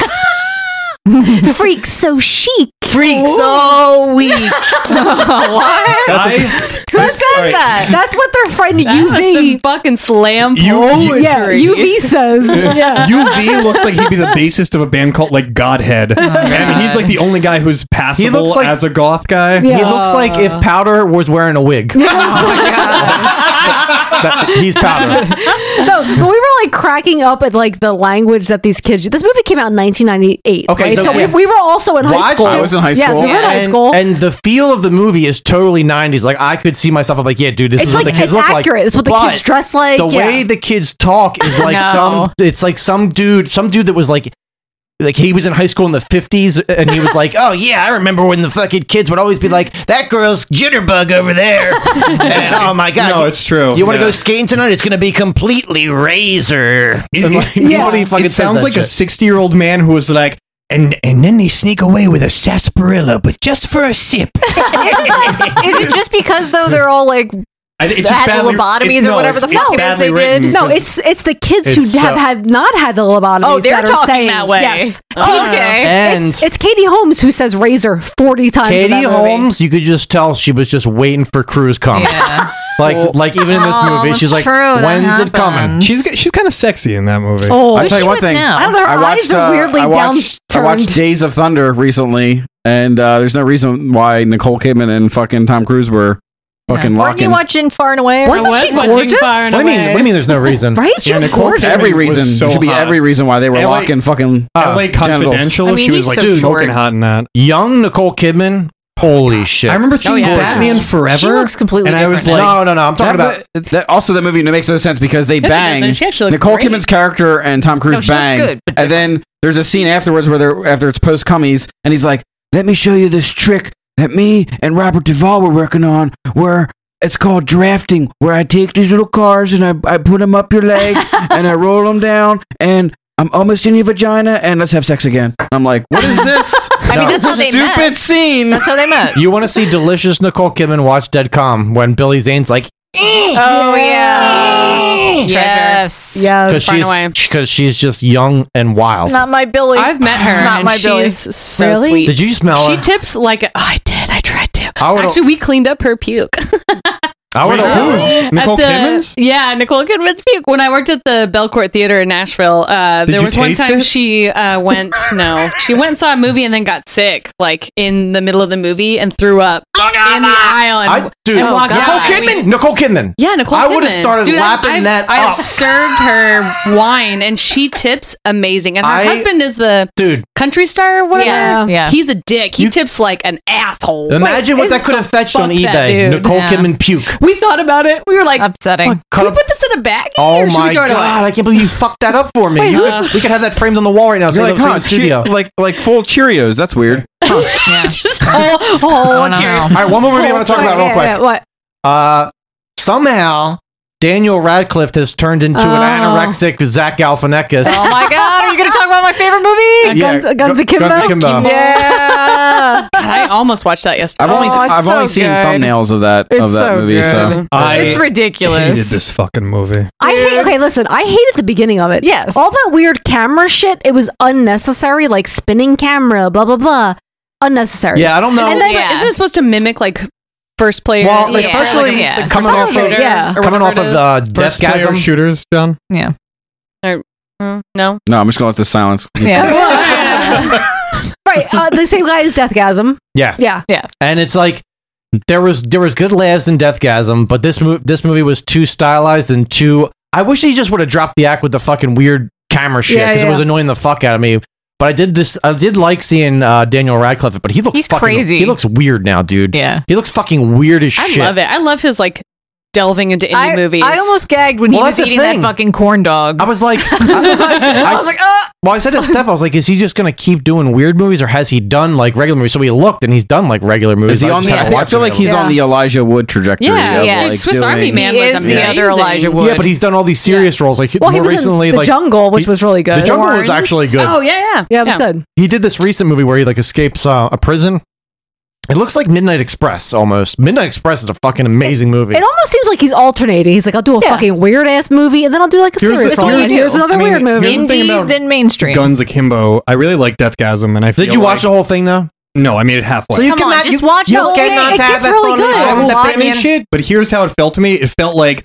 Speaker 2: Freaks so chic.
Speaker 16: Freaks all week.
Speaker 2: what? Who says that? That's what their friend UV
Speaker 6: fucking slam
Speaker 14: You-
Speaker 6: poetry.
Speaker 14: you-
Speaker 2: Yeah, UV says. Yeah.
Speaker 14: UV looks like he'd be the bassist of a band called like Godhead,
Speaker 2: Oh,
Speaker 14: and he's like the only guy who's passable
Speaker 5: looks like-
Speaker 14: as a goth guy.
Speaker 5: He looks like if Powder was wearing a wig. That- he's Powder.
Speaker 2: no, but we were like cracking up at like the language that these kids. This movie came out in 1998.
Speaker 5: Okay,
Speaker 2: right?
Speaker 5: so-
Speaker 2: so, we, we were also Oh, in high
Speaker 5: Watched
Speaker 2: school.
Speaker 5: it.
Speaker 2: Yes, we were in high
Speaker 5: And-
Speaker 2: school.
Speaker 5: And, the feel of the movie is totally 90s. Like, I could see myself, I'm like, yeah, dude, this
Speaker 2: It's
Speaker 5: is what
Speaker 2: like-
Speaker 5: the kids
Speaker 2: it's
Speaker 5: look
Speaker 2: accurate.
Speaker 5: like.
Speaker 2: It's what the
Speaker 5: But
Speaker 2: kids dress like,
Speaker 5: The
Speaker 2: yeah.
Speaker 5: way the kids talk is like
Speaker 2: No.
Speaker 5: some, it's like some dude, some dude that was like, like he was in high school in the 50s and he was like, oh yeah, I remember when the fucking kids would always be like, that girl's jitterbug over there. And, oh my God.
Speaker 14: No, it's true.
Speaker 5: You want to
Speaker 14: Yeah.
Speaker 5: go skating tonight? It's going to be completely razor. And, like, nobody fucking
Speaker 14: it
Speaker 5: says
Speaker 14: sounds
Speaker 5: that
Speaker 14: like a
Speaker 5: shit.
Speaker 14: sixty-year-old man who was like,
Speaker 12: And and then they sneak away with a sarsaparilla, but just for a sip.
Speaker 17: is it just because though they're all like
Speaker 14: I,
Speaker 17: it's just had the
Speaker 14: badly-
Speaker 17: lobotomies
Speaker 14: it's-
Speaker 17: or
Speaker 14: no,
Speaker 17: whatever
Speaker 14: it's-
Speaker 17: the fuck
Speaker 14: it's
Speaker 17: it is
Speaker 14: badly
Speaker 17: they
Speaker 14: written
Speaker 17: did?
Speaker 2: no, it's it's the kids who
Speaker 14: It's,
Speaker 2: have,
Speaker 14: uh,
Speaker 2: have not had the lobotomy.
Speaker 17: Oh, they're
Speaker 2: that are
Speaker 17: talking
Speaker 2: saying,
Speaker 17: that way.
Speaker 2: Yes.
Speaker 17: Oh,
Speaker 2: Katie-
Speaker 17: okay.
Speaker 2: it's-
Speaker 5: And-
Speaker 2: it's, Katie Holmes who says razor forty times. in
Speaker 5: Katie
Speaker 2: that movie.
Speaker 5: Holmes, you could just tell she was just waiting for Cruz coming. like, like even in this
Speaker 2: Oh,
Speaker 5: movie, she's like, "When's it coming?"
Speaker 14: She's g- she's kind of sexy in that movie.
Speaker 2: Oh,
Speaker 13: I'll tell you one thing.
Speaker 2: I don't know. Her eyes are weirdly
Speaker 13: I watched, I
Speaker 2: downturned.
Speaker 13: watched Days of Thunder recently, and uh, there's no reason why Nicole Kidman and fucking Tom Cruise were fucking
Speaker 17: Weren't
Speaker 13: locking.
Speaker 17: you watching Far and Away?
Speaker 2: Wasn't
Speaker 17: I was
Speaker 2: she
Speaker 17: watching
Speaker 2: gorgeous?
Speaker 17: Far and
Speaker 5: What do you mean?
Speaker 17: Away.
Speaker 5: What do you mean? There's no reason,
Speaker 2: right? She was gorgeous.
Speaker 13: Every
Speaker 14: Kidman was
Speaker 13: reason
Speaker 14: so
Speaker 13: should be
Speaker 14: hot.
Speaker 13: every reason why they were
Speaker 14: LA
Speaker 13: locking fucking
Speaker 14: LA
Speaker 13: genitals.
Speaker 14: Confidential.
Speaker 17: I mean,
Speaker 14: she was
Speaker 17: he's
Speaker 14: like
Speaker 17: so
Speaker 14: smoking
Speaker 17: short.
Speaker 14: hot in that.
Speaker 5: Young Nicole Kidman. Holy shit!
Speaker 14: I
Speaker 2: Oh,
Speaker 14: remember seeing
Speaker 17: yeah.
Speaker 14: Batman
Speaker 17: She
Speaker 14: Forever.
Speaker 17: looks completely
Speaker 14: And I was
Speaker 17: different
Speaker 14: like,
Speaker 5: no, no, no. I'm talking about.
Speaker 13: That, but that, also, that movie makes no sense because they
Speaker 17: No, she
Speaker 13: bang.
Speaker 17: doesn't. She actually looks
Speaker 13: Nicole
Speaker 17: great.
Speaker 13: Kidman's character and Tom Cruise
Speaker 17: No, she looks
Speaker 13: bang,
Speaker 17: good, but
Speaker 13: and then there's a scene afterwards where they're after it's post cummies, and he's like, "Let me show you this trick that me and Robert Duvall were working on, where it's called drafting, where I take these little cars and I I put them up your leg and I roll them down and." I'm almost in your vagina, and let's have sex again. I'm like, what is this?
Speaker 17: I mean, that's how they met.
Speaker 13: Stupid scene.
Speaker 17: That's how they met.
Speaker 5: You want to see delicious Nicole Kidman watch Dead Calm when Billy Zane's like,
Speaker 17: Oh yeah. Eh. yes.
Speaker 5: because she's because she's just young and wild.
Speaker 17: Not my Billy.
Speaker 6: I've met her.
Speaker 17: Not
Speaker 6: and
Speaker 17: my Billy.
Speaker 6: She's so
Speaker 17: Really?
Speaker 6: sweet.
Speaker 5: Did you smell
Speaker 6: She
Speaker 5: her?
Speaker 6: tips like a- oh, I did. I tried to.
Speaker 5: I would've-
Speaker 6: Actually, we cleaned up her puke.
Speaker 5: Our
Speaker 6: At the- Yeah, Nicole Kidman's puke. When I worked at the Belcourt Theater in Nashville, uh,
Speaker 18: Did
Speaker 6: there
Speaker 18: you
Speaker 6: was one
Speaker 18: taste
Speaker 6: time
Speaker 18: it?
Speaker 6: she uh, went. no, she went and saw a movie and then got sick, like in the middle of the movie, and threw up in the aisle. And,
Speaker 5: I, dude,
Speaker 6: and walked
Speaker 5: Nicole
Speaker 6: out.
Speaker 5: Kidman. Nicole Kidman.
Speaker 6: Yeah, Nicole.
Speaker 5: I would have
Speaker 6: Kidman.
Speaker 5: started
Speaker 6: Dude, I've-
Speaker 5: lapping
Speaker 6: I've-
Speaker 5: that
Speaker 6: I have
Speaker 5: up.
Speaker 6: served her wine, and she tips amazing. And her
Speaker 5: I-
Speaker 6: husband is the
Speaker 5: dude
Speaker 6: country star, or whatever.
Speaker 5: Yeah. Yeah.
Speaker 6: he's a dick. He tips like an asshole.
Speaker 5: Imagine what that could have fetched on eBay. Nicole Kidman puke.
Speaker 6: We thought about it. We were like upsetting. Can we
Speaker 5: Could've-
Speaker 6: put this in a bag?
Speaker 5: Oh
Speaker 6: or should
Speaker 5: my
Speaker 6: we throw
Speaker 5: god!
Speaker 6: it away?
Speaker 5: I can't believe you fucked that up for me.
Speaker 6: Wait,
Speaker 5: You-
Speaker 6: who's-
Speaker 5: we could have that framed on the wall right now. So
Speaker 13: You're
Speaker 5: like,
Speaker 13: like,
Speaker 5: the
Speaker 13: huh,
Speaker 5: same studio.
Speaker 13: che- like like full Cheerios. That's weird.
Speaker 6: Just all,
Speaker 5: All right, one more movie I want to talk about real quick.
Speaker 2: What?
Speaker 5: Uh, somehow Daniel Radcliffe has turned into
Speaker 2: Oh.
Speaker 5: an anorexic Zach Galifianakis.
Speaker 2: Oh my god, are you gonna talk about my favorite movie?
Speaker 5: Yeah,
Speaker 2: Guns, Guns
Speaker 5: Gu-
Speaker 2: Akimbo?
Speaker 5: Guns Akimbo.
Speaker 2: Yeah.
Speaker 6: I almost watched that yesterday.
Speaker 13: I've only
Speaker 2: Oh, it's
Speaker 13: I've only
Speaker 2: so
Speaker 13: seen
Speaker 2: good.
Speaker 13: thumbnails of that of
Speaker 2: It's
Speaker 13: that
Speaker 2: so
Speaker 13: movie. So
Speaker 2: good. It's ridiculous.
Speaker 14: hated this fucking movie.
Speaker 2: I hate, okay, listen, I hated the beginning of it. Yes. All that weird camera shit, it was unnecessary, like spinning camera, blah, blah, blah. Unnecessary.
Speaker 5: Yeah, I don't know.
Speaker 2: And
Speaker 6: Isn't,
Speaker 2: then-
Speaker 6: it- isn't it supposed to mimic like first player?
Speaker 5: Well,
Speaker 6: like,
Speaker 5: especially
Speaker 6: like, like,
Speaker 5: coming
Speaker 6: some
Speaker 5: off of
Speaker 6: it, yeah. or
Speaker 5: coming
Speaker 6: whatever
Speaker 5: off
Speaker 6: it
Speaker 5: of
Speaker 6: is.
Speaker 5: uh,
Speaker 14: First player
Speaker 5: Deathgasm.
Speaker 14: shooters, John.
Speaker 6: yeah. Or, mm, no.
Speaker 13: no, I'm just gonna let this silence.
Speaker 2: right. Uh, the same guy as Deathgasm.
Speaker 5: Yeah.
Speaker 2: Yeah. Yeah.
Speaker 5: and it's like there was there was good laughs in Deathgasm, but this movie this movie was too stylized and too. I wish he just would have dropped the act with the fucking weird camera shit
Speaker 6: Yeah,
Speaker 5: because it was
Speaker 6: yeah.
Speaker 5: annoying the fuck out of me. But I did this. I did like seeing uh, Daniel Radcliffe, but he looks
Speaker 6: He's
Speaker 5: fucking,
Speaker 6: crazy.
Speaker 5: He looks weird now, dude. Yeah, he looks fucking weird as
Speaker 6: I
Speaker 5: shit.
Speaker 6: love it. I love his like delving into indie
Speaker 17: I,
Speaker 6: movies.
Speaker 17: I almost gagged when
Speaker 5: Well,
Speaker 17: he
Speaker 5: that's
Speaker 17: was
Speaker 5: the
Speaker 17: eating
Speaker 5: thing.
Speaker 17: that fucking corn dog. I
Speaker 5: was like,
Speaker 17: I, was like, oh,
Speaker 5: Well, I said to Steph, I was like, "Is he just gonna keep doing weird movies, or has he done like regular movies?" So we looked, and he's done like regular movies.
Speaker 13: Is he
Speaker 5: I
Speaker 13: on
Speaker 5: just
Speaker 13: the?
Speaker 5: haven't
Speaker 13: I
Speaker 5: watched
Speaker 13: feel
Speaker 5: any
Speaker 13: like
Speaker 5: of them.
Speaker 13: he's on the Elijah Wood trajectory.
Speaker 6: Yeah,
Speaker 13: of,
Speaker 6: yeah.
Speaker 13: Like
Speaker 6: Swiss Army
Speaker 13: doing-
Speaker 6: Man
Speaker 17: He
Speaker 6: was
Speaker 17: is the
Speaker 6: amazing.
Speaker 17: other Elijah Wood.
Speaker 5: Yeah, but he's done all these serious roles. Like more
Speaker 2: Well, he was
Speaker 5: recently,
Speaker 2: in The
Speaker 5: like
Speaker 2: Jungle, which
Speaker 5: he-
Speaker 2: was really good.
Speaker 5: The Jungle was actually good.
Speaker 6: Oh yeah, yeah,
Speaker 2: Yeah, it was good.
Speaker 5: He did this recent movie where he like escapes uh, a prison. It looks like Midnight Express almost. Midnight Express is a fucking amazing movie.
Speaker 2: It almost seems like he's alternating. He's like, I'll do a fucking weird ass movie, and then I'll do like a
Speaker 14: Here's the
Speaker 2: serious
Speaker 14: thing-
Speaker 2: one.
Speaker 14: here's-
Speaker 2: Here's another
Speaker 14: I mean,
Speaker 2: weird movie.
Speaker 14: here's the thing Indie, about- then
Speaker 2: mainstream.
Speaker 14: Guns Akimbo. I really like Deathgasm, and I feel
Speaker 5: did you watch the whole thing though?
Speaker 14: No, I made it halfway.
Speaker 5: So you Come on, cannot- just you- watch you the whole thing. cannot It have gets a really full good.
Speaker 14: I will
Speaker 5: opinion.
Speaker 14: finish it, but here's how it felt to me. It felt like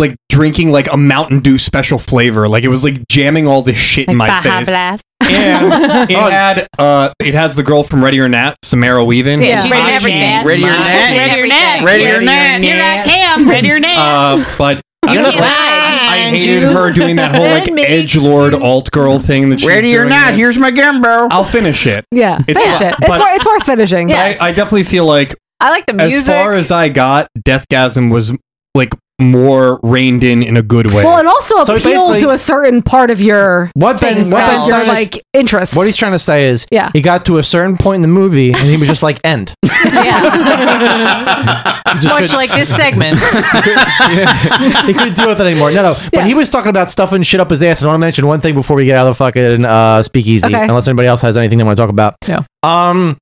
Speaker 14: like drinking like a Mountain Dew special flavor. Like it was like jamming all this shit in my face. And it
Speaker 13: Oh.
Speaker 14: had uh, it has the girl from Ready or Not, Samara Weaving.
Speaker 6: Yeah, she's in everything.
Speaker 14: Ready or Not.
Speaker 6: Ready or not.
Speaker 14: Ready or
Speaker 6: not.
Speaker 14: not.
Speaker 6: Here I come. Ready or not.
Speaker 14: Uh, but I,
Speaker 6: You're
Speaker 14: don't know,
Speaker 6: not
Speaker 14: I hated her doing that whole like edge lord alt girl thing that she's
Speaker 13: Ready or
Speaker 14: doing
Speaker 13: not,
Speaker 14: there.
Speaker 13: here's my Gumbo.
Speaker 14: I'll finish it.
Speaker 2: Yeah,
Speaker 14: It's
Speaker 2: finish
Speaker 14: fi-
Speaker 2: it. It's,
Speaker 14: but-
Speaker 2: wor- it's worth finishing.
Speaker 14: But I, I definitely feel like
Speaker 17: I like the
Speaker 14: as
Speaker 17: music.
Speaker 14: far as I got, Deathgasm was like more reined in in a good way.
Speaker 2: well, and also
Speaker 14: So
Speaker 2: appealed
Speaker 14: basically-
Speaker 2: to a certain part of your
Speaker 5: What Ben,
Speaker 2: things
Speaker 5: what
Speaker 2: that
Speaker 5: Ben
Speaker 2: you're,
Speaker 5: said-
Speaker 2: like interest.
Speaker 5: What he's trying to say is,
Speaker 2: Yeah.
Speaker 5: he got to a certain point in the movie and he was just like, end.
Speaker 17: much like this segment.
Speaker 5: Yeah. he couldn't deal with it anymore. No, no. But he was talking about stuffing shit up his ass. And I want to mention one thing before we get out of the fucking uh, speakeasy,
Speaker 2: Okay.
Speaker 5: unless anybody else has anything they want to talk about. Yeah. Um.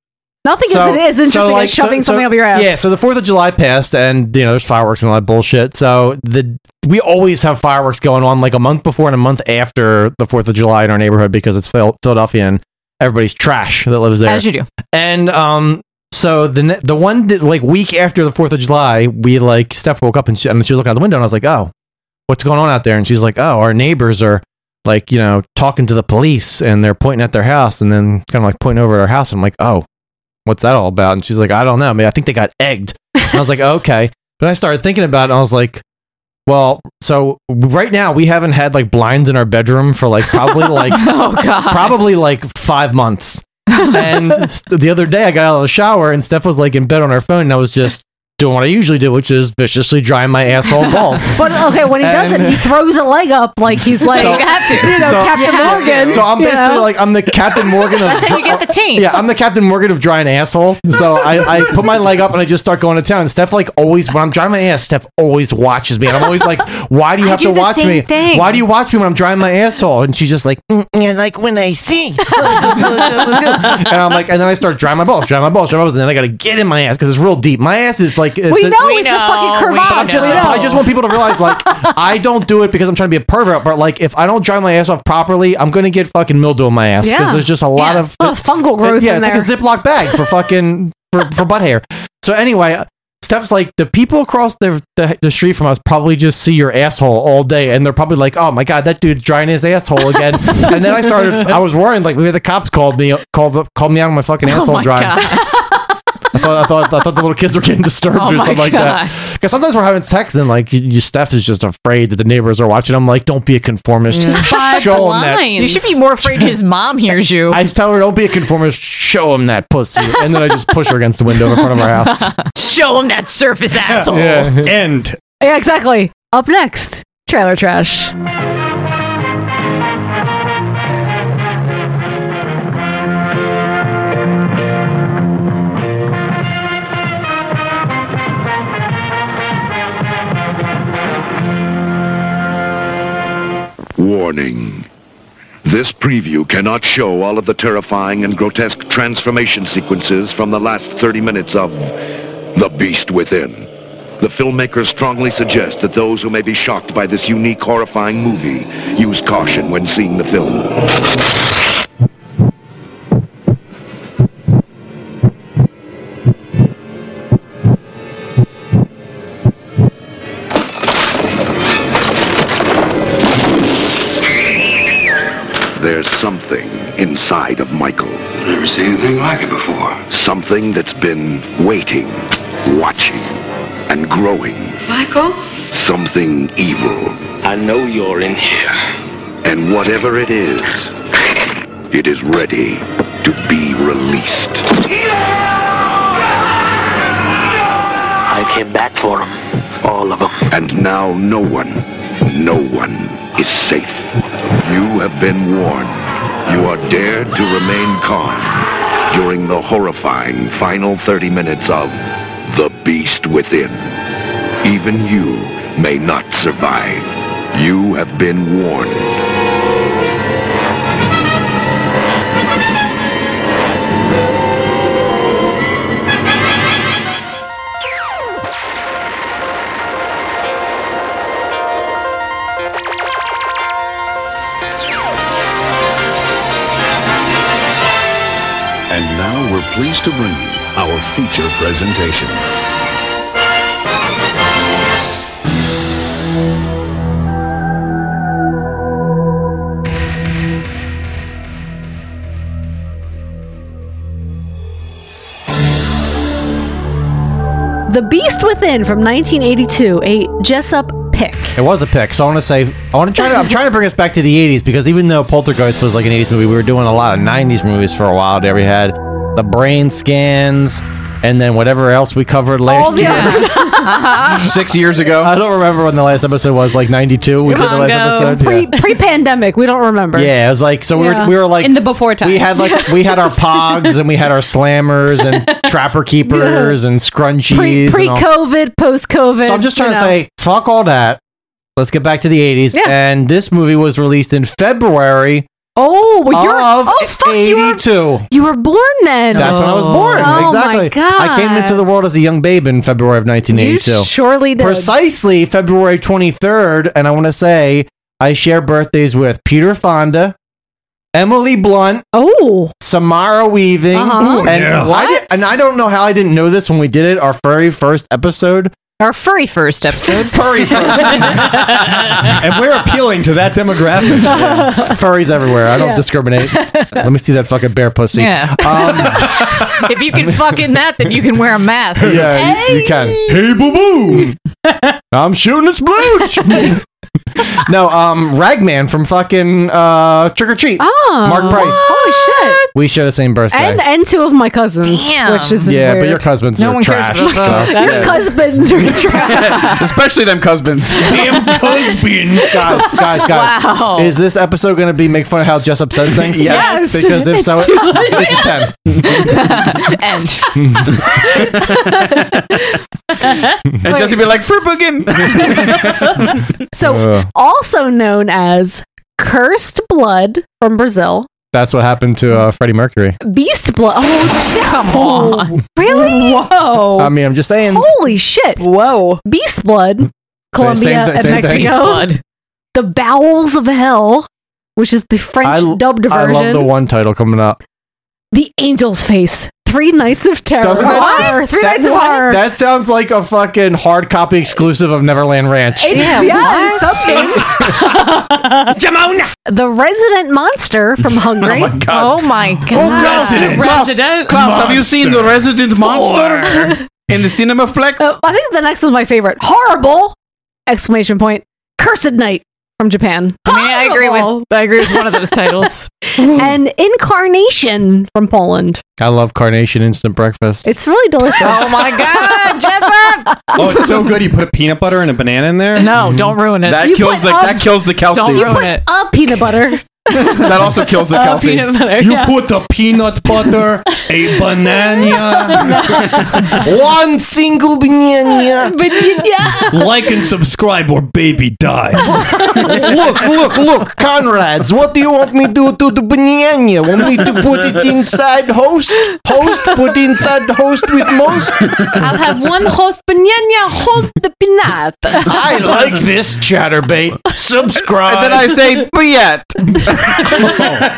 Speaker 2: Nothing
Speaker 5: so-
Speaker 2: is, it is interesting
Speaker 5: so, like,
Speaker 2: as shoving
Speaker 5: so-
Speaker 2: something
Speaker 5: so-
Speaker 2: up your ass.
Speaker 5: Yeah. So the Fourth of July passed, and you know there's fireworks and all that bullshit. So the we always have fireworks going on like a month before and a month after the Fourth of July in our neighborhood because it's Phil- Philadelphia and everybody's trash that lives there.
Speaker 17: As you do.
Speaker 5: And um, so the ne- the one that, like week after the Fourth of July, we like Steph woke up and she, and she was looking out the window and I was like, oh, what's going on out there? And she's like, oh, our neighbors are like you know talking to the police and they're pointing at their house and then kind of like pointing over at our house. And I'm like, oh, what's that all about? And she's like, I don't know. I mean, I think they got egged. And I was like, okay. But I started thinking about it and I was like, well, so right now we haven't had like blinds in our bedroom for like probably like
Speaker 17: Oh, God.
Speaker 5: probably like five months. and s- the other day I got out of the shower and Steph was like in bed on her phone and I was just doing what I usually do, which is viciously drying my asshole balls.
Speaker 2: But okay, when he does
Speaker 5: And-
Speaker 2: it, he throws a leg up like he's like
Speaker 5: So-
Speaker 2: You know,
Speaker 5: so-
Speaker 2: Captain Morgan.
Speaker 5: So I'm
Speaker 2: you
Speaker 5: basically
Speaker 2: know?
Speaker 5: like I'm the Captain Morgan of
Speaker 2: That's how you get the team.
Speaker 5: Yeah, I'm the Captain Morgan of drying asshole. So I, I put my leg up and I just start going to town. Steph like always when I'm drying my ass, Steph always watches me. And I'm always like, Why do you
Speaker 16: I
Speaker 5: have
Speaker 16: do
Speaker 5: to
Speaker 16: the
Speaker 5: watch
Speaker 16: same
Speaker 5: me?
Speaker 16: thing.
Speaker 5: Why do you watch me when I'm drying my asshole? And she's just like "Mm,
Speaker 16: And like when I see.
Speaker 5: and I'm like, and then I start drying my balls, drying my balls, drying my balls, and then I gotta get in my ass because it's real deep. My ass is like
Speaker 2: We know We it's the know, fucking we
Speaker 5: But I'm
Speaker 2: know.
Speaker 5: just-
Speaker 2: we
Speaker 5: but I
Speaker 2: know.
Speaker 5: just want people to realize like I don't do it because I'm trying to be a pervert, but like if I don't dry my ass off properly, I'm gonna get fucking mildew in my ass because
Speaker 2: Yeah.
Speaker 5: there's just a lot
Speaker 2: Yeah.
Speaker 5: of
Speaker 2: A lot of fungal growth
Speaker 5: Yeah,
Speaker 2: in
Speaker 5: it's
Speaker 2: there.
Speaker 5: like a Ziploc bag for fucking for, for butt hair. So anyway. Steph's like, the people across the, the, the street from us probably just see your asshole all day, and they're probably like, oh my god, that dude's drying his asshole again. and then I started, I was worried, like, maybe the cops called me, called, called me out on my fucking asshole
Speaker 4: Oh my
Speaker 5: drying.
Speaker 4: God.
Speaker 5: I thought, I thought, I thought the little kids were getting disturbed
Speaker 4: Oh
Speaker 5: or
Speaker 4: my
Speaker 5: something like
Speaker 4: God.
Speaker 5: that. Because sometimes we're having sex and like you, you- Steph is just afraid that the neighbors are watching. I'm like, don't be a
Speaker 4: Mm.
Speaker 5: conformist. Just show them that.
Speaker 17: You should be more afraid his mom hears you.
Speaker 5: I just tell her, don't be a conformist. Show him that pussy, and then I just push her against the window in front of our house.
Speaker 17: Show him that surface asshole.
Speaker 5: End.
Speaker 2: Yeah, exactly. Up next, trailer trash.
Speaker 18: Warning. This preview cannot show all of the terrifying and grotesque transformation sequences from the last 30 minutes of The Beast Within. The filmmakers strongly suggest that those who may be shocked by this unique, horrifying movie use caution when seeing the film. There's something inside of Michael. Never seen anything like it before. Something that's been waiting, watching, and growing.
Speaker 4: Michael?
Speaker 18: Something evil. I know you're in here. And whatever it is, it is ready to be released. I came back for them. All of them. And now no one, no one is safe. You have been warned. You are dared to remain calm during the horrifying final 30 minutes of The Beast Within. Even you may not survive. You have been warned.
Speaker 19: And now we're pleased to bring you our feature presentation.
Speaker 2: The Beast Within from 1982, a Jessup pick.
Speaker 5: It was a pick, so I want to say I want to try to I'm trying to bring us back to the 80s because even though Poltergeist was like an 80s movie, we were doing a lot of 90s movies for a while. There we had the brain scans and then whatever else we covered last year.
Speaker 2: Uh-huh.
Speaker 5: Six years ago, I don't remember when the last episode was. Like 92, we did the last episode.
Speaker 2: Pre
Speaker 5: yeah.
Speaker 2: pre pandemic, we don't remember.
Speaker 5: Yeah, it was like so we
Speaker 2: Yeah.
Speaker 5: were we were like
Speaker 2: In the before times.
Speaker 5: We had like we had our pogs and we had our slammers and trapper keepers and scrunchies.
Speaker 2: Pre
Speaker 5: and all-
Speaker 2: COVID, post COVID.
Speaker 5: so I'm just trying to say, fuck all that. Let's get back to the 80s.
Speaker 2: Yeah.
Speaker 5: And this movie was released in February.
Speaker 2: Oh, well, you're
Speaker 5: Of
Speaker 2: oh fuck, you were
Speaker 5: 82.
Speaker 2: you were born then.
Speaker 5: That's when I was born.
Speaker 2: Oh
Speaker 5: exactly.
Speaker 2: my god!
Speaker 5: I came into the world as a young babe in February of 1982.
Speaker 2: You surely did.
Speaker 5: Precisely February 23rd. And I want to say I share birthdays with Peter Fonda, Emily Blunt,
Speaker 2: oh,
Speaker 5: Samara Weaving,
Speaker 2: Uh-huh. Ooh,
Speaker 5: and
Speaker 2: yeah.
Speaker 5: why did-
Speaker 2: What?
Speaker 5: and I don't know how I didn't know this when we did it, our very first episode.
Speaker 17: Our furry first episode.
Speaker 5: furry
Speaker 14: and we're appealing to that demographic.
Speaker 5: Furries everywhere. I don't
Speaker 14: Yeah.
Speaker 5: discriminate. Let me see that fucking bear pussy.
Speaker 17: Yeah. if you can fuck in that, then you can wear a mask.
Speaker 5: Yeah, you- you, can. Hey, boo boo. I'm shooting its blooch. no, um, Ragman from fucking uh, Trick or Treat.
Speaker 2: Oh,
Speaker 5: Mark Price.
Speaker 2: Holy shit!
Speaker 5: We share the same birthday.
Speaker 2: And and two of my cousins,
Speaker 17: Damn.
Speaker 2: which is
Speaker 5: yeah, but
Speaker 2: weird.
Speaker 5: your husbands
Speaker 2: No
Speaker 5: are
Speaker 2: one cares
Speaker 5: trash.
Speaker 2: about
Speaker 5: so-
Speaker 2: your husbands are trash.
Speaker 13: Especially them husbands. Damn husbands.
Speaker 5: Guys, guys, guys!
Speaker 2: Wow.
Speaker 5: Is this episode going to be make fun of how Jessup says things?
Speaker 4: Yes. Yes.
Speaker 5: because if
Speaker 4: It's
Speaker 5: so,
Speaker 4: too late.
Speaker 5: it's a ten.
Speaker 17: End.
Speaker 13: And
Speaker 2: Wait.
Speaker 13: Jesse be like, Fruit again.
Speaker 2: so,
Speaker 5: Ugh.
Speaker 2: also known as cursed blood from Brazil,
Speaker 5: That's what happened to uh, Freddie Mercury.
Speaker 2: beast blood. Oh, shit. come on! Really? Whoa!
Speaker 5: I mean, I'm just saying.
Speaker 2: Holy shit! Whoa! Beast blood, Colombia
Speaker 5: same thi-
Speaker 2: and
Speaker 5: same
Speaker 2: Mexico.
Speaker 5: thing. Beast blood.
Speaker 2: The bowels of hell, which is the French dubbed version.
Speaker 5: I love the one title coming up.
Speaker 2: The angel's face Three Nights of Terror.
Speaker 5: Doesn't that-
Speaker 2: What? Three Nights of Horror.
Speaker 5: That sounds like a fucking hard copy exclusive of Neverland Ranch.
Speaker 2: Yeah,
Speaker 15: Yeah,
Speaker 2: what? The resident monster from Hungary.
Speaker 5: Oh my God.
Speaker 2: my
Speaker 17: Klaus, Klaus, Klaus, have you seen the Resident Monster in the Cinemaflex?
Speaker 2: Oh, I think the next one's my favorite. Horrible! Exclamation point. Cursed Night from Japan.
Speaker 6: I agree with I agree with one of those titles.
Speaker 2: and Incarnation from Poland.
Speaker 5: I love Carnation Instant Breakfast.
Speaker 2: It's really delicious.
Speaker 6: Oh my god, Jeff!
Speaker 14: Oh, it's so good. You put a peanut butter and a banana in there?
Speaker 6: No, don't ruin it.
Speaker 14: That
Speaker 6: You
Speaker 14: kills
Speaker 6: put
Speaker 14: the
Speaker 6: a-
Speaker 2: um,
Speaker 14: that kills the calcium.
Speaker 6: Don't ruin it.
Speaker 2: A peanut butter.
Speaker 14: That also kills
Speaker 2: Uh,
Speaker 14: the
Speaker 6: A
Speaker 14: calcium.
Speaker 6: peanut butter,
Speaker 14: you
Speaker 6: yeah.
Speaker 14: put a peanut butter, a banana.
Speaker 12: uh, One single banana.
Speaker 14: like and subscribe or baby die.
Speaker 12: look, look, look, Conrads, what do you want me to do to the banana? Want me to put it inside host? Host? Put inside host with most?
Speaker 6: I'll have one host banana hold the peanut.
Speaker 12: I like this chatterbait. Subscribe.
Speaker 17: And then I say,
Speaker 12: Biet.
Speaker 14: right.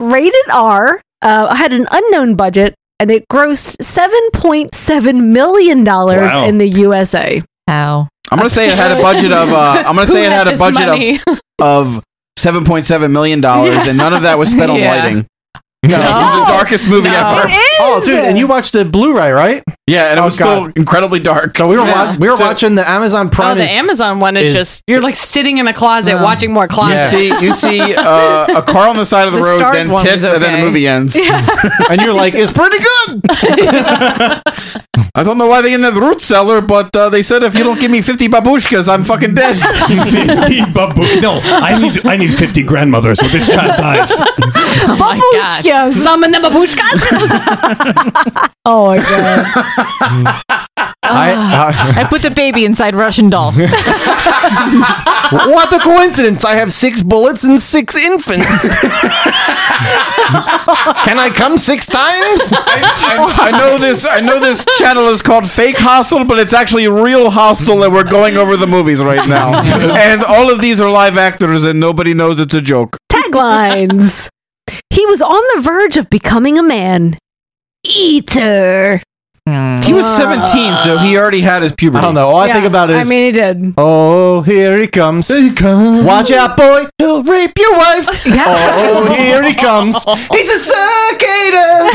Speaker 2: Rated R uh, had an unknown budget and it grossed $7.7 million
Speaker 17: Wow.
Speaker 2: in the USA.
Speaker 15: How?
Speaker 17: I'm gonna say it had a budget of. Uh, I'm gonna
Speaker 2: Who
Speaker 17: say it
Speaker 2: had
Speaker 17: had a
Speaker 2: this
Speaker 17: budget
Speaker 2: money?
Speaker 17: of of seven point seven million dollars, and none of that was spent on
Speaker 5: Yeah.
Speaker 17: lighting.
Speaker 5: No.
Speaker 17: This is the darkest movie ever.
Speaker 5: Oh, dude, and you watched the Blu-ray, right?
Speaker 17: Yeah, and it
Speaker 5: Oh,
Speaker 17: was
Speaker 5: God.
Speaker 17: still incredibly dark. So
Speaker 5: We were, wa- we were watching the Amazon Prime.
Speaker 6: Oh, the
Speaker 5: is-
Speaker 6: Amazon one is,
Speaker 5: is-
Speaker 6: just you're like sitting in a closet
Speaker 17: Oh.
Speaker 5: Yeah.
Speaker 6: watching more
Speaker 17: You
Speaker 6: closet.
Speaker 17: see, you see uh, a car on the side of the,
Speaker 6: The
Speaker 17: road,
Speaker 6: Stars
Speaker 17: then
Speaker 6: one
Speaker 17: tits,
Speaker 6: was
Speaker 17: and then
Speaker 6: okay.
Speaker 17: the movie ends.
Speaker 5: and you're like, it's pretty good.
Speaker 17: I don't know why they in the root cellar, but uh, they said if you don't give me fifty babushkas, I'm fucking dead.
Speaker 14: fifty babu? No, I need I need fifty grandmothers when this child dies.
Speaker 6: oh my god. Summon the babushkas.
Speaker 15: Oh my god.
Speaker 5: I-
Speaker 15: I put the baby inside Russian doll.
Speaker 5: what a coincidence! I have six bullets and six infants. Can I come six times?
Speaker 17: I, I know this. I know this channel is called Fake Hostel, but it's actually Real Hostel, and we're going over the movies right now. and all of these are live actors, and nobody knows it's a joke.
Speaker 2: Taglines. he was on the verge of becoming a man. Eater.
Speaker 6: Hmm.
Speaker 17: He was seventeen, so he already had his puberty.
Speaker 5: I don't know. All I think about
Speaker 2: Uh, I
Speaker 5: is,
Speaker 2: mean, he did.
Speaker 5: oh, here he comes. Watch out, boy. He'll rape your wife. Oh, here he comes.
Speaker 12: He's a cicada.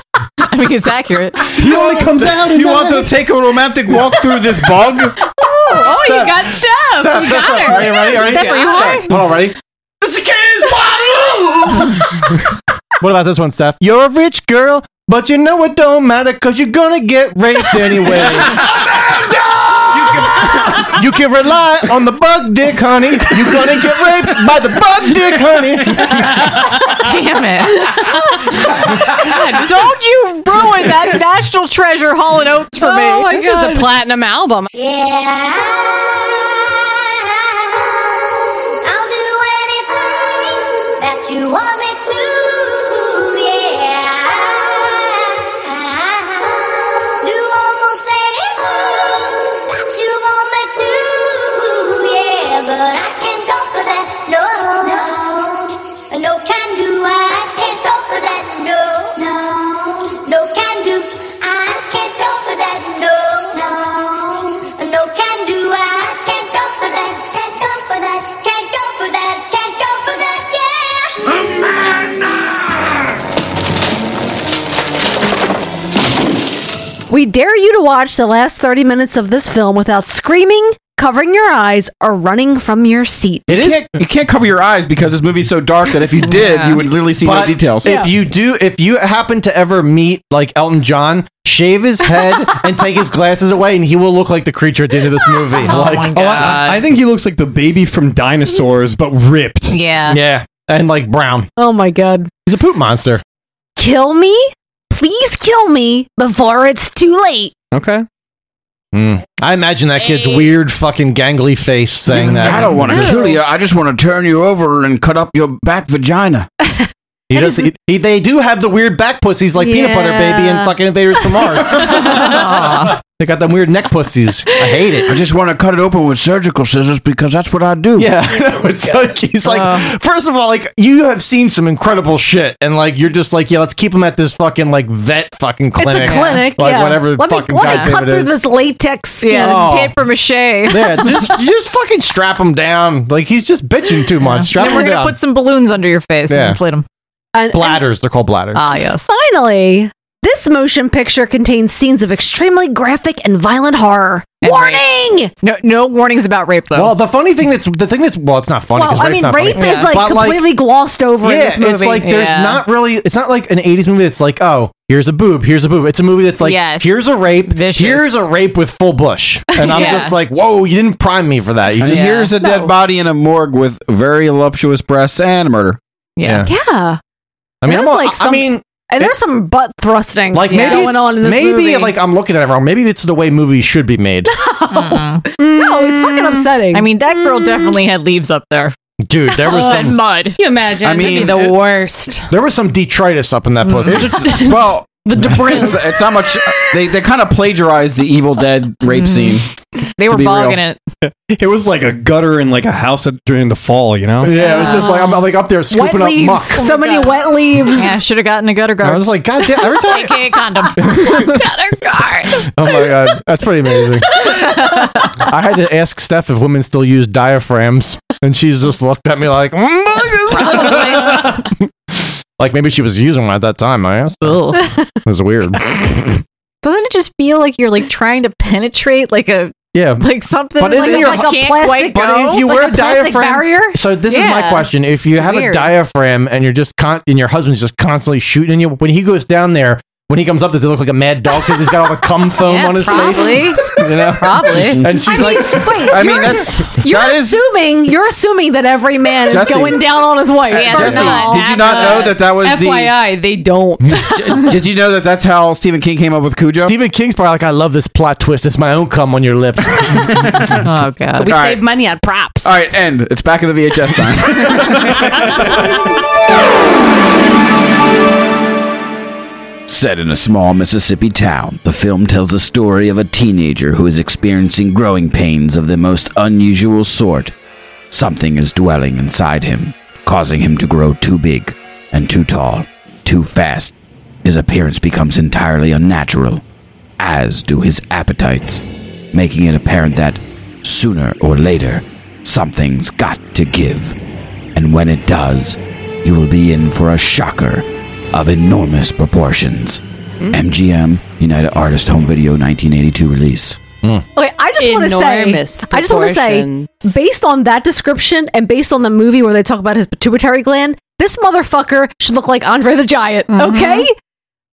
Speaker 6: I mean it's accurate.
Speaker 5: He only comes out.
Speaker 17: You want to take a romantic walk through this bog?
Speaker 6: Oh,
Speaker 5: Stop.
Speaker 6: you got stuff.
Speaker 5: Stop,
Speaker 6: you
Speaker 5: stop,
Speaker 6: got
Speaker 5: stop.
Speaker 6: her.
Speaker 5: Ready, ready, ready?
Speaker 6: Step where you
Speaker 5: Stop.
Speaker 6: are.
Speaker 5: Hold on, ready?
Speaker 12: the cicada's body.
Speaker 5: What about this one, Steph? You're a rich girl, but you know it don't matter because you're going to get raped anyway. You can rely on the bug dick, honey. You're going to get raped by the bug dick, honey.
Speaker 6: Damn it.
Speaker 15: Don't you ruin that national treasure Hall and Oates for me.
Speaker 6: Oh my this is a platinum album.
Speaker 4: That you want me to, yeah. Do almost anything that you want me to, yeah. But I can't go for that, no, no. No can do, I can't go for that, no, no. No can do, I can't go for that, no, no. No can do, I can't go for that, can't go for that, can't go for that, can't go for that, yeah.
Speaker 2: We dare you to watch the last 30 minutes of this film without screaming, covering your eyes, or running from your seat.
Speaker 17: It is. You can't cover your eyes because this movie's so dark that if you did, you would literally see
Speaker 5: But
Speaker 17: no details.
Speaker 5: If you do, if you happen to ever meet like Elton John, shave his head and take his glasses away, and he will look like the creature at the end of this movie. like,
Speaker 14: Oh, I- I, I think he looks like the baby from Dinosaurs, but ripped.
Speaker 15: Yeah.
Speaker 5: yeah, and like brown.
Speaker 2: Oh my god.
Speaker 5: He's a poop monster.
Speaker 2: Kill me? Please kill me before it's too late.
Speaker 14: Okay.
Speaker 5: Mm. I imagine that kid's weird fucking gangly face saying that.
Speaker 17: I don't want to
Speaker 5: He
Speaker 17: kill you. I just want to turn you over and cut up your back vagina.
Speaker 5: does. He, he- they do have the weird back pussies like peanut butter baby and
Speaker 2: Yeah.
Speaker 5: fucking invaders from Mars. They got them weird neck pussies. I hate it.
Speaker 8: I just want to cut it open with surgical scissors because that's what I do.
Speaker 5: Yeah, I know. It's like, he's like,
Speaker 17: Uh.
Speaker 5: first of all, like you have seen some incredible shit, and like you're just like, yeah, let's keep him at this fucking like vet fucking clinic,
Speaker 17: It's a clinic.
Speaker 5: like
Speaker 17: yeah.
Speaker 5: whatever
Speaker 17: Let me,
Speaker 5: fucking
Speaker 17: let
Speaker 5: guy's
Speaker 17: me
Speaker 5: name
Speaker 17: cut
Speaker 5: it
Speaker 17: through
Speaker 5: is.
Speaker 17: this latex skin,
Speaker 5: Yeah.
Speaker 17: this
Speaker 5: Oh.
Speaker 17: paper mache.
Speaker 5: yeah, just just fucking strap him down. Like he's just bitching too much. Strap
Speaker 17: and
Speaker 5: him
Speaker 17: we're
Speaker 5: down.
Speaker 17: gonna put some balloons under your face
Speaker 5: Yeah.
Speaker 17: and inflate them.
Speaker 5: bladders. They're called bladders.
Speaker 17: Ah,
Speaker 2: Finally, this motion picture contains scenes of extremely graphic and violent horror. Warning!
Speaker 17: No, no warnings about rape though.
Speaker 5: Well, the funny thing that's the thing that's well, it's not funny.
Speaker 2: well,
Speaker 5: 'cause
Speaker 2: I
Speaker 5: rape's
Speaker 2: mean,
Speaker 5: not funny.
Speaker 2: rape is like
Speaker 5: But,
Speaker 2: completely glossed over in
Speaker 5: yeah,
Speaker 2: this movie.
Speaker 5: it's like there's not really. It's not like an '80s movie that's like, oh, here's a boob, here's a boob. It's a movie that's like,
Speaker 2: Yes.
Speaker 5: here's a rape, here's a rape with full bush, and I'm
Speaker 13: Yeah.
Speaker 5: just like, whoa, you didn't prime me for that. You
Speaker 13: And
Speaker 5: just,
Speaker 13: here's a dead body in a morgue with very voluptuous breasts and murder.
Speaker 17: Yeah. Yeah.
Speaker 5: I mean,
Speaker 17: There's,
Speaker 5: I'm all,
Speaker 17: like,
Speaker 5: I
Speaker 17: some-
Speaker 5: mean,
Speaker 17: and there's
Speaker 5: it-
Speaker 17: some butt thrusting
Speaker 5: like maybe
Speaker 17: going
Speaker 5: it's-
Speaker 17: on in this
Speaker 5: maybe
Speaker 17: movie.
Speaker 5: like I'm looking at it wrong. Maybe it's the way movies should be made,
Speaker 17: no, it's
Speaker 5: Mm.
Speaker 17: fucking upsetting. I mean, that girl definitely had leaves up there. Oh,
Speaker 5: dude. There was some.
Speaker 17: mud. Can
Speaker 15: you imagine?
Speaker 5: I
Speaker 15: That'd be
Speaker 5: mean,
Speaker 15: the
Speaker 5: it-
Speaker 15: worst.
Speaker 5: There was some detritus up in that pussy.
Speaker 13: well,
Speaker 15: the
Speaker 13: it's, it's not much. They, they kind of plagiarized the Evil Dead rape scene.
Speaker 17: They
Speaker 13: to
Speaker 17: were
Speaker 13: be real.
Speaker 17: bogging it.
Speaker 14: It was like a gutter in like a house at- during the fall, you know?
Speaker 5: Yeah, it was just like I'm like up there
Speaker 17: Wet
Speaker 5: scooping up
Speaker 17: leaves.
Speaker 5: muck.
Speaker 17: So many wet leaves. Yeah, should have gotten a gutter guard.
Speaker 5: I was like, God damn! Every time,
Speaker 17: AKA condom. gutter guard.
Speaker 5: oh my god, that's pretty amazing. I had to ask Steph if women still use diaphragms, and she's just looked at me like, "Mm." like maybe she was using one at that time. I asked.
Speaker 17: Ugh.
Speaker 5: It was weird.
Speaker 17: Doesn't it just feel like you're like trying to penetrate like a
Speaker 5: Yeah,
Speaker 17: like something
Speaker 5: But
Speaker 17: like,
Speaker 5: isn't
Speaker 17: a-
Speaker 5: your-
Speaker 17: like
Speaker 5: Can't
Speaker 17: a
Speaker 5: quite
Speaker 17: plastic?
Speaker 5: But if you
Speaker 17: like
Speaker 5: wear a,
Speaker 17: plastic
Speaker 5: diaphragm,
Speaker 17: barrier?
Speaker 5: so this is my
Speaker 17: Yeah.
Speaker 5: question: If you
Speaker 17: It's
Speaker 5: have
Speaker 17: weird.
Speaker 5: a diaphragm and you're just con- and your husband's just constantly shooting at you, when he goes down there, when he comes up, does he look like a mad dog because he's got all the cum foam on his
Speaker 2: probably.
Speaker 5: face? You know,
Speaker 2: Probably.
Speaker 5: And she's like,
Speaker 2: Wait,
Speaker 5: I mean,
Speaker 2: you're-
Speaker 5: that's
Speaker 2: you're
Speaker 5: that is.
Speaker 2: assuming you're assuming that every man
Speaker 5: Jesse.
Speaker 2: is going down on his wife.
Speaker 13: Uh,
Speaker 2: Yeah,
Speaker 13: Jesse,
Speaker 2: no.
Speaker 13: did you not know that that was
Speaker 15: FYI,
Speaker 17: they don't.
Speaker 13: the? Did you know that that's how Stephen King came up with Cujo?
Speaker 5: Stephen King's probably like, I love this plot twist. It's my own cum on your lips.
Speaker 17: oh god!
Speaker 15: we
Speaker 13: All right.
Speaker 15: save money on props.
Speaker 13: All right, end. It's back in the VHS time.
Speaker 8: Set in a small Mississippi town, the film tells the story of a teenager who is experiencing growing pains of the most unusual sort. Something is dwelling inside him, causing him to grow too big and too tall, too fast. His appearance becomes entirely unnatural, as do his appetites, making it apparent that, sooner or later, something's got to give. And when it does, you will be in for a shocker of enormous proportions. MGM, United Artist Home Video 1982 release.
Speaker 2: Okay, I just want to
Speaker 15: Enormous
Speaker 2: say, I just want to say, based on that description and based on the movie where they talk about his pituitary gland, this motherfucker should look like Andre the Giant. Okay,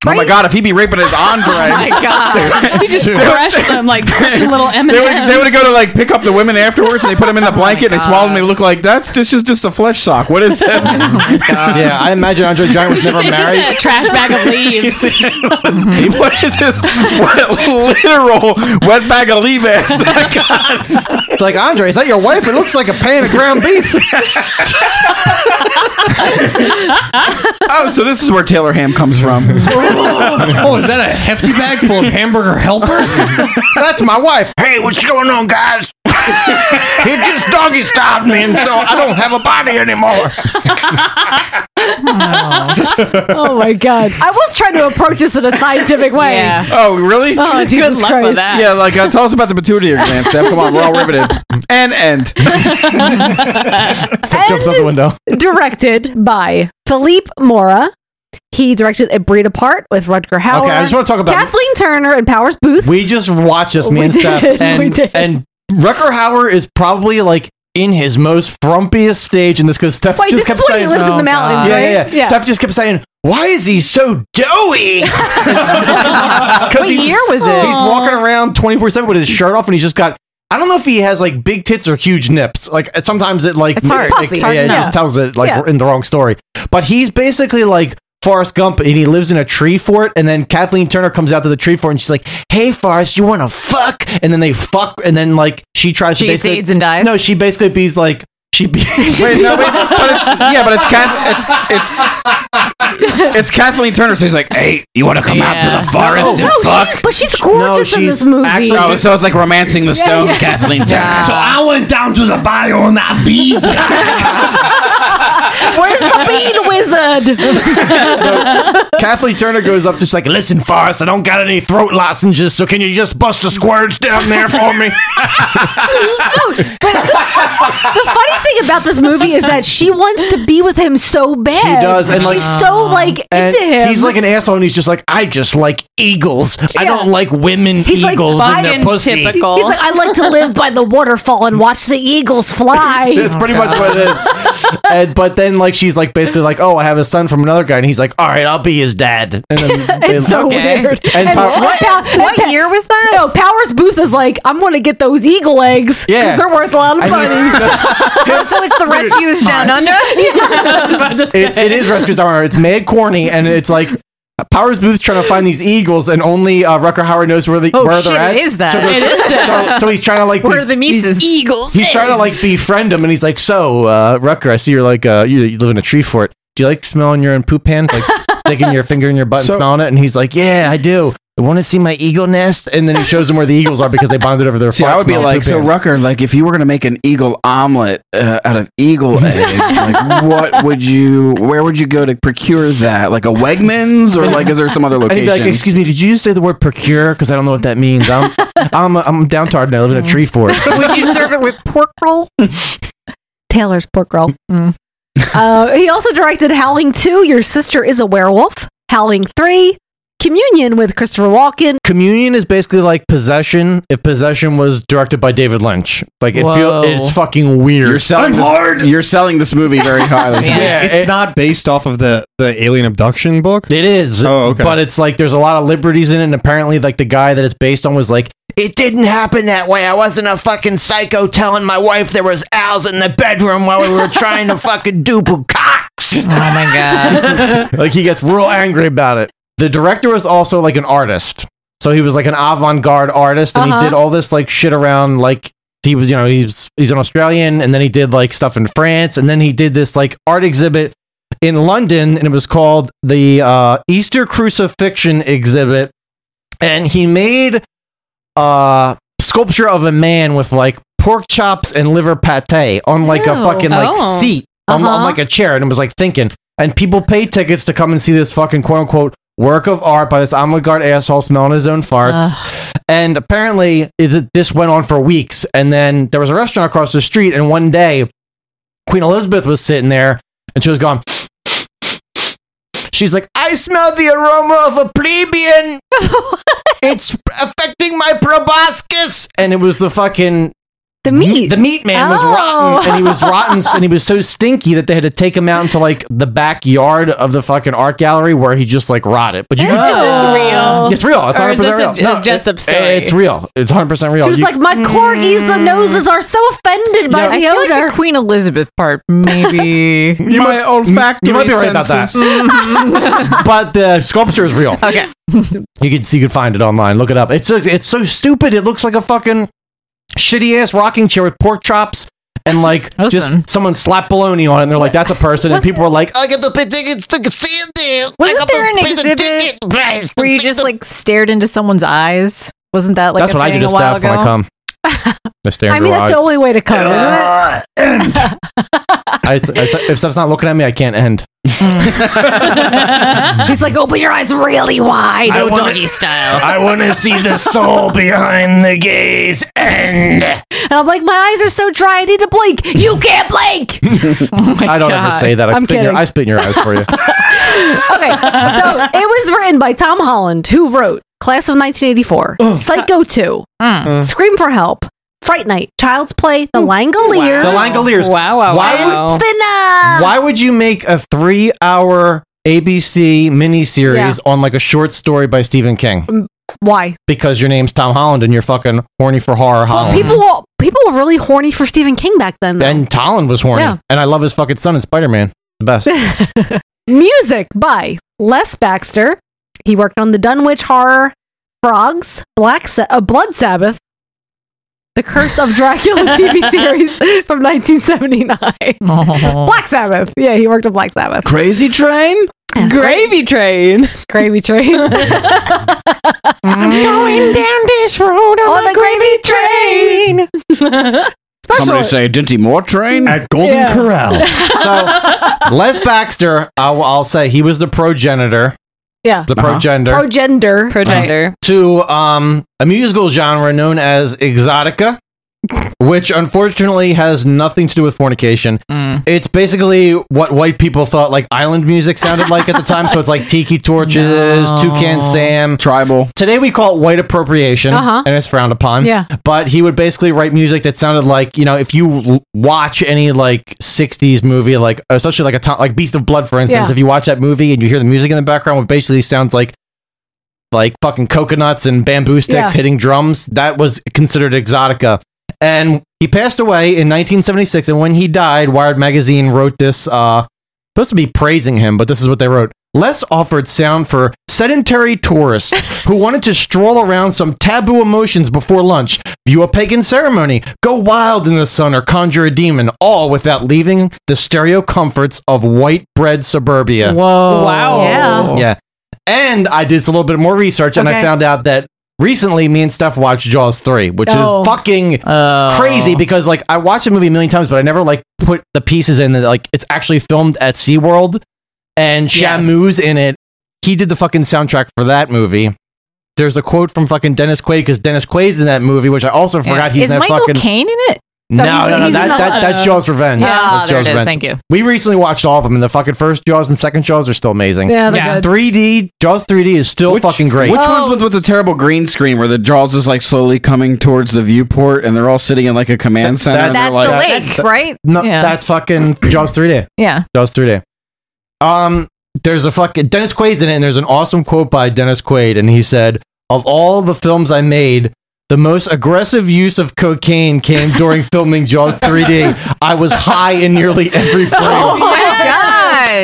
Speaker 13: Oh my god, if he'd be raping his Andre.
Speaker 15: Oh my God. We just crushed them like crushing little
Speaker 13: They would, they would
Speaker 15: M&Ms. Oh
Speaker 13: go to like pick up the women afterwards and they put them in the blanket and they swallowed them and they look like that's this is just a flesh sock. What is this?
Speaker 15: Oh
Speaker 5: yeah, I imagine Andre Giant was never
Speaker 15: It's
Speaker 5: married.
Speaker 15: just a trash bag of leaves.
Speaker 13: what is this? What literal wet bag of leave ass?
Speaker 5: It's like Andre, is that your wife? It looks like a pan of ground beef.
Speaker 13: oh, so this is where Taylor Ham comes from.
Speaker 14: oh, is that a hefty bag full of hamburger helper?
Speaker 5: That's my wife.
Speaker 16: Hey, what's going on, guys? he just doggy styled me, and so I don't have a body anymore.
Speaker 2: oh my god! I was trying to approach this in a scientific way.
Speaker 13: Oh, really?
Speaker 2: Oh, Jesus Good luck with Christ. that.
Speaker 13: Yeah, like uh, tell us about the pituitary gland, Steph. Come on, we're all riveted. And end.
Speaker 5: Steph jumps out the window.
Speaker 2: Directed by Philippe Mora. He directed A Breed Apart with Rutger Hauer.
Speaker 5: Okay, I just wanna talk about-
Speaker 2: Kathleen Turner and Powers Booth.
Speaker 5: We just watched this, me
Speaker 2: We
Speaker 5: and Steph,
Speaker 2: did,
Speaker 5: and
Speaker 2: we did.
Speaker 5: and Rucker Hauer is probably like in his most frumpiest stage in this because Steph
Speaker 2: Wait,
Speaker 5: just kept
Speaker 2: this is when he
Speaker 5: saying, "Oh,
Speaker 2: lives in the mountains,
Speaker 5: yeah, yeah,
Speaker 2: right?
Speaker 5: yeah.
Speaker 2: Yeah.
Speaker 5: Steph just kept saying, "Why is he so doughy?" what
Speaker 17: year was it?
Speaker 5: He's walking around twenty four seven with his shirt off, and he's just got. I don't know if he has like big tits or huge nips. Like sometimes it like
Speaker 17: It's hard.
Speaker 5: it-
Speaker 17: Puffy.
Speaker 5: it-
Speaker 17: It's hard
Speaker 5: yeah,
Speaker 17: to
Speaker 5: it
Speaker 17: know.
Speaker 5: just tells it like
Speaker 17: Yeah.
Speaker 5: in the wrong story. But he's basically like Forrest Gump, and he lives in a tree fort. And then Kathleen Turner comes out to the tree fort, and she's like, "Hey, Forrest, you want to fuck?" And then they fuck, and then like she tries
Speaker 17: She
Speaker 5: to basically
Speaker 17: aids and dies?
Speaker 5: No, she basically bees like. She be-
Speaker 13: Wait, no, wait, but it's yeah, but it's Kath- it's it's it's Kathleen Turner. So he's like, "Hey, you want to come out to the
Speaker 15: Oh,
Speaker 13: forest and fuck?"
Speaker 2: but Oh, she's gorgeous in this movie.
Speaker 13: oh, so it's like romancing the
Speaker 2: Yeah,
Speaker 13: stone,
Speaker 2: yeah.
Speaker 13: Kathleen Turner.
Speaker 2: Yeah.
Speaker 12: So I went down to the bio and I bees.
Speaker 17: Where's the bean wizard?
Speaker 5: Kathleen Turner goes up, just like, listen, Forrest, I don't got any throat lozenges, so can you just bust a squirge down there for me?
Speaker 2: Oh, the funny thing about this movie is that she wants to be with him so bad.
Speaker 5: She does, and like
Speaker 2: she's so like
Speaker 5: and
Speaker 2: into him.
Speaker 5: He's like an asshole, and he's just like, I just like eagles. I don't like women
Speaker 2: He's like
Speaker 5: eagles and their
Speaker 2: Biden
Speaker 5: pussy.
Speaker 2: He's like, I like to live by the waterfall and watch the eagles fly.
Speaker 5: That's pretty much what it is. And, but then, like, she's like basically like, "Oh, I have a son from another guy," and he's like, "All right, I'll be his dad." And then they-
Speaker 2: it's so weird.
Speaker 5: And, Power-
Speaker 2: what, year was that? No, Powers Booth is like, I'm going to get those eagle eggs because
Speaker 5: Yeah.
Speaker 2: they're worth a lot of
Speaker 5: And
Speaker 2: money.
Speaker 5: he's
Speaker 2: Oh,
Speaker 17: so it's the rescues down under.
Speaker 5: It's, it is Rescuers Down Under. It's mad corny, and it's like Powers Booth's trying to find these eagles, and only uh, Rucker Howard knows where the
Speaker 17: Oh,
Speaker 5: where
Speaker 17: shit,
Speaker 5: they're at.
Speaker 17: it is that.
Speaker 5: So,
Speaker 17: It is that.
Speaker 5: so, so he's trying to like
Speaker 17: Where are the
Speaker 5: he's-
Speaker 17: Mises? These eagles'
Speaker 5: He's trying to like
Speaker 17: eggs.
Speaker 5: befriend him, and he's like, "So, uh, Rucker, I see you're like uh, you, you live in a tree fort. Do you like smelling your own poop hand? Like sticking your finger in your butt and smelling it?" And he's like, "Yeah, I do." I want to see my eagle nest, and then he shows him where the eagles are because they bonded over their.
Speaker 13: See, I would be like, so
Speaker 5: Rucker.
Speaker 13: Rucker, like if you were gonna make an eagle omelet uh, out of eagle eggs, like what would you? Where would you go to procure that? Like a Wegmans, or like is there some other
Speaker 5: And he'd
Speaker 13: location?
Speaker 5: be like, excuse me, did you just say the word procure? Because I don't know what that means. I'm I'm I'm downtrodden. I live in a tree fort.
Speaker 2: Would you serve it with pork roll? Taylor's pork roll. Mm. Uh, he also directed Howling 2, Your Sister is a Werewolf, Howling 3, Communion with Christopher Walken.
Speaker 5: Communion is basically like possession. If possession was directed by David Lynch, like it
Speaker 14: Whoa.
Speaker 5: feels it's fucking weird.
Speaker 13: You're selling this, You're selling this movie very highly.
Speaker 14: it's not based off of the the alien abduction book.
Speaker 5: It is.
Speaker 14: Oh, okay.
Speaker 5: But it's like there's a lot of liberties in it, and apparently, like the guy that it's based on was like,
Speaker 16: It didn't happen that way. I wasn't a fucking psycho telling my wife there was owls in the bedroom while we were trying to fucking do bukkaks. Oh my
Speaker 5: like he gets real angry about it. The director was also like an artist. So he was like an avant-garde artist and
Speaker 16: Uh-huh.
Speaker 5: he did all this like shit around like he was, you know, he's he's an Australian and then he did like stuff in France and then he did this like art exhibit in London and it was called the uh, Easter Crucifixion exhibit and he made uh sculpture of a man with like pork chops and liver pate on like a
Speaker 16: Ew.
Speaker 5: fucking like
Speaker 16: Oh.
Speaker 5: seat on, on,
Speaker 16: Uh-huh.
Speaker 5: like a chair and it was like thinking and people pay tickets to come and see this fucking quote unquote work of art by this avant-garde asshole smelling his own farts and apparently it, this went on for weeks and then there was a restaurant across the street and one day queen elizabeth was sitting there and she was gone she's like
Speaker 16: I smell the aroma of a plebeian. it's affecting my proboscis.
Speaker 5: and it was the fucking
Speaker 2: the meat.
Speaker 5: The meat man was
Speaker 16: Oh.
Speaker 5: rotten, and he was rotten, and he was so stinky that they had to take him out into like the backyard of the fucking art gallery where he just like rotted. But you Oh.
Speaker 6: Is this
Speaker 5: It's
Speaker 6: real?
Speaker 5: real. It's
Speaker 6: Or
Speaker 5: 100
Speaker 6: is this
Speaker 5: real.
Speaker 6: a- a Jessup
Speaker 5: it-
Speaker 6: story?
Speaker 5: It's real. It's 100 percent real.
Speaker 2: She was
Speaker 5: You-
Speaker 2: like, my corgis, the noses are so offended by the odor.
Speaker 15: Queen Elizabeth part, maybe.
Speaker 5: you might You might be right about
Speaker 17: Mm-hmm.
Speaker 5: that. but the sculpture is real.
Speaker 15: Okay.
Speaker 5: You can you can find it online. Look it up. It's it's so stupid. It looks like a fucking shitty ass rocking chair with pork chops and like just someone slapped bologna on it. and They're like, that's a person. And people were like,
Speaker 16: I got the big tickets to see it.
Speaker 15: Wasn't there an
Speaker 16: exhibit
Speaker 15: where you just like stared into someone's eyes? Wasn't that like
Speaker 5: that's
Speaker 15: a
Speaker 5: what I do to
Speaker 15: thing a while
Speaker 5: staff
Speaker 15: ago?
Speaker 5: when I come. I stare
Speaker 2: I
Speaker 5: into
Speaker 2: mean,
Speaker 5: her
Speaker 2: that's
Speaker 5: eyes.
Speaker 2: the only way to come.
Speaker 5: I, I- if stuff's not looking at me, I can't end.
Speaker 2: He's like, open your eyes really wide.
Speaker 16: I
Speaker 2: Oh,
Speaker 16: wanna-
Speaker 2: doggy style.
Speaker 16: I want to see the soul behind the gaze. And
Speaker 2: And I'm like, my eyes are so dry, I need to blink. You can't blink. Oh
Speaker 5: I don't ever
Speaker 2: God.
Speaker 5: say that. I
Speaker 2: I'm
Speaker 5: spit, in your,
Speaker 2: kidding.
Speaker 5: I spit in your eyes for you.
Speaker 2: okay, so it was written by Tom Holland, who wrote Class of 1984, Psycho 2,
Speaker 5: Mm.
Speaker 2: Scream for Help, Fright Night, Child's Play, The Langoliers.
Speaker 5: The Langoliers. Mm. Wow, wow, Why wow. would-
Speaker 2: Thin Up.
Speaker 5: Why would you make a three hour ABC miniseries
Speaker 2: Yeah.
Speaker 5: on like a short story by Stephen King?
Speaker 2: uh, Why?
Speaker 5: Because your name's Tom Holland and you're fucking horny for horror Holland.
Speaker 2: People, were, people were really horny for Stephen King back then. Though.
Speaker 5: and Holland was horny.
Speaker 2: Yeah.
Speaker 5: And I love his fucking son in Spider Man. The best.
Speaker 2: Music by Les Baxter. He worked on the Dunwich Horror, Frogs, Black Sa- uh, Blood Sabbath, The Curse of Dracula TV series from 1979.
Speaker 5: Oh.
Speaker 2: Black Sabbath. Yeah, he worked on Black Sabbath.
Speaker 13: Crazy Train?
Speaker 2: Gravy Train. Gravy Train. I'm going down this road on, the gravy train.
Speaker 13: Somebody say Dinty Moore Train?
Speaker 14: At
Speaker 13: Golden
Speaker 2: Yeah.
Speaker 13: Corral.
Speaker 5: Les Baxter, I'll, I'll say he was the progenitor.
Speaker 2: Yeah.
Speaker 5: The
Speaker 14: Uh-huh.
Speaker 5: progender.
Speaker 2: Progender.
Speaker 5: Uh, to um, a musical genre known as exotica, which unfortunately has nothing to do with fornication.
Speaker 2: Mm.
Speaker 5: It's basically what white people thought like island music sounded like at the time. So it's like tiki torches, toucan Sam,
Speaker 13: tribal.
Speaker 5: Today we call it white appropriation,
Speaker 2: Uh-huh.
Speaker 5: and it's frowned upon.
Speaker 2: Yeah.
Speaker 5: but he would basically write music that sounded like you know if you l- watch any like '60s movie, like especially like a to- like Beast of Blood, for instance.
Speaker 2: Yeah.
Speaker 5: If you watch that movie and you hear the music in the background, it basically sounds like like fucking coconuts and bamboo sticks
Speaker 2: Yeah.
Speaker 5: hitting drums. That was considered exotica. And he passed away in 1976. And when he died, Wired Magazine wrote this, uh, supposed to be praising him, but this is what they wrote. Les offered sound for sedentary tourists who wanted to stroll around some taboo emotions before lunch, view a pagan ceremony, go wild in the sun, or conjure a demon, all without leaving the stereo comforts of white bread suburbia.
Speaker 2: Whoa. Wow. Yeah.
Speaker 5: Yeah. And I did a little bit more research and I
Speaker 2: Okay.
Speaker 5: found out that recently me and Steph watched Jaws 3, which
Speaker 2: Oh.
Speaker 5: is fucking
Speaker 15: Oh.
Speaker 5: crazy because like I watched the movie a million times, but I never like put the pieces in that like it's actually filmed at SeaWorld and Shamu's in it. He did the fucking soundtrack for that movie. There's a quote from fucking Dennis Quaid because Dennis Quaid's in that movie, which I also forgot he's
Speaker 15: Is
Speaker 5: in that
Speaker 15: Michael
Speaker 5: fucking.
Speaker 15: Caine in it?
Speaker 5: No, no, no, that, that, that's Jaws Revenge.
Speaker 15: Yeah, Oh,
Speaker 5: That's
Speaker 15: there
Speaker 5: Jaws
Speaker 15: it is.
Speaker 5: Revenge.
Speaker 15: Thank you.
Speaker 5: We recently watched all of them, and the fucking first Jaws and second Jaws are still amazing.
Speaker 2: Yeah, they're Yeah. good.
Speaker 5: 3D Jaws 3D is still fucking great.
Speaker 13: Which one's with, with the terrible green screen where the Jaws is like slowly coming towards the viewport and they're all sitting in like a command center? and they're like,
Speaker 15: right?
Speaker 5: No,
Speaker 15: Yeah.
Speaker 5: that's fucking Jaws 3D.
Speaker 15: Yeah.
Speaker 5: Jaws 3D. Um, there's a fucking Dennis Quaid's in it, and there's an awesome quote by Dennis Quaid, and he said, "Of all the films I made." The most aggressive use of cocaine came during filming Jaws 3D. I was high in nearly every frame.
Speaker 15: Oh my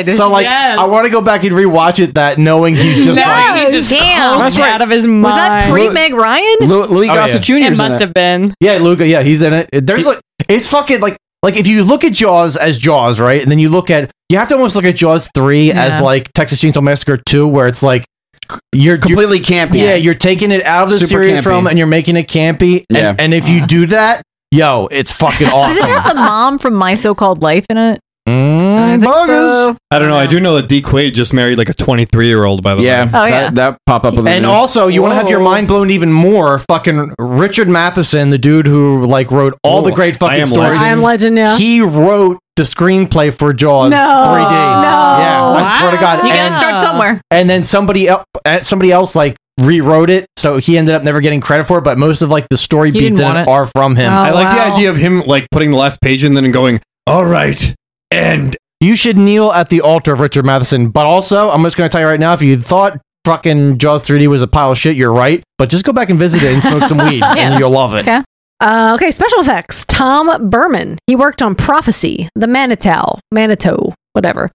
Speaker 15: god!
Speaker 5: so like, I want to go back and rewatch it. That knowing he's just
Speaker 6: No,
Speaker 5: like
Speaker 6: he's just Damn. coked out of his
Speaker 5: Was that
Speaker 6: mind.
Speaker 5: pre Meg
Speaker 17: Ryan?
Speaker 5: Lu- Louis
Speaker 6: Oh,
Speaker 5: Gossett
Speaker 6: yeah.
Speaker 5: Jr.
Speaker 6: It must have been.
Speaker 5: Yeah, Luca. Yeah, he's in it. There's like it's fucking like like if you look at Jaws as Jaws, right, and then you look at you have to almost look at Jaws three as
Speaker 13: Yeah.
Speaker 5: like Texas Chainsaw Massacre two, where it's like you're
Speaker 13: completely campy.
Speaker 5: Yeah, you're taking it out of the
Speaker 13: Super
Speaker 5: series
Speaker 13: campy.
Speaker 5: from and you're making it campy. And,
Speaker 13: Yeah.
Speaker 5: and if you do that, yo, it's fucking
Speaker 17: Does it have
Speaker 5: awesome.
Speaker 17: the mom from My So-Called Life in it?
Speaker 5: Mm,
Speaker 17: so.
Speaker 14: I don't know. I do know that D Quaid just married like a 23 year old, by the way.
Speaker 17: Oh, yeah. that-
Speaker 13: pop up.
Speaker 5: And also, you want to have your mind blown even more. Fucking Richard Matheson, the dude who like wrote all the
Speaker 14: Oh,
Speaker 5: great
Speaker 14: I
Speaker 5: fucking
Speaker 14: Am
Speaker 5: stories.
Speaker 14: Legend. I Am
Speaker 2: Legend, yeah.
Speaker 5: He wrote the screenplay for Jaws
Speaker 2: No.
Speaker 5: 3D. Yeah, I swear to God.
Speaker 17: You gotta
Speaker 5: And-
Speaker 17: start somewhere.
Speaker 5: And then somebody else, somebody else like rewrote it, so he ended up never getting credit for it. But most of like the story
Speaker 14: He
Speaker 5: beats
Speaker 14: didn't
Speaker 5: in
Speaker 14: want
Speaker 5: it Oh,
Speaker 14: it. Oh,
Speaker 5: are from him.
Speaker 14: I like the idea of him like putting the last page in then and going, all right, and
Speaker 5: You should kneel at the altar of Richard Matheson. But also, I'm just going to tell you right now, if you thought fucking Jaws 3D was a pile of shit, you're right. But just go back and visit it and smoke some weed, and you'll love it.
Speaker 2: Uh, okay, special effects. Tom Berman. He worked on Prophecy, The Manitou, Manitou, whatever.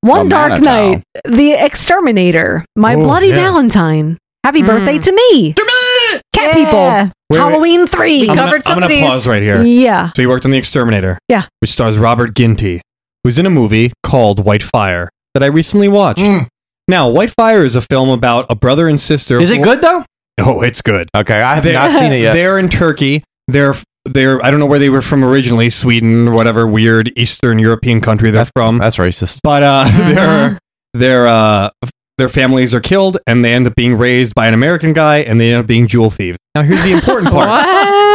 Speaker 2: One
Speaker 17: The
Speaker 2: Dark
Speaker 17: Manitou.
Speaker 2: Night, The Exterminator, My
Speaker 17: Oh,
Speaker 2: Bloody
Speaker 17: yeah.
Speaker 2: Valentine, Happy
Speaker 6: Hmm.
Speaker 2: Birthday to Me, to me! Cat People,
Speaker 14: Wait, wait.
Speaker 2: Halloween 3.
Speaker 14: I'm gonna- I'm gonna pause right here.
Speaker 2: Yeah.
Speaker 14: So he worked on The Exterminator.
Speaker 2: Yeah.
Speaker 14: Which stars Robert Ginty, who's in a movie called White Fire that I recently watched.
Speaker 5: Mm.
Speaker 14: Now, White Fire is a film about a brother and sister.
Speaker 5: Is it good, though?
Speaker 14: Oh, it's good.
Speaker 5: Okay, I have
Speaker 14: They're-
Speaker 5: not seen it yet.
Speaker 14: They're in Turkey. They're they're I don't know where they were from originally, Sweden or whatever weird Eastern European country they're from.
Speaker 5: That's racist.
Speaker 14: But uh they're their uh their families are killed and they end up being raised by an American guy and they end up being jewel thieves. Now here's the important part.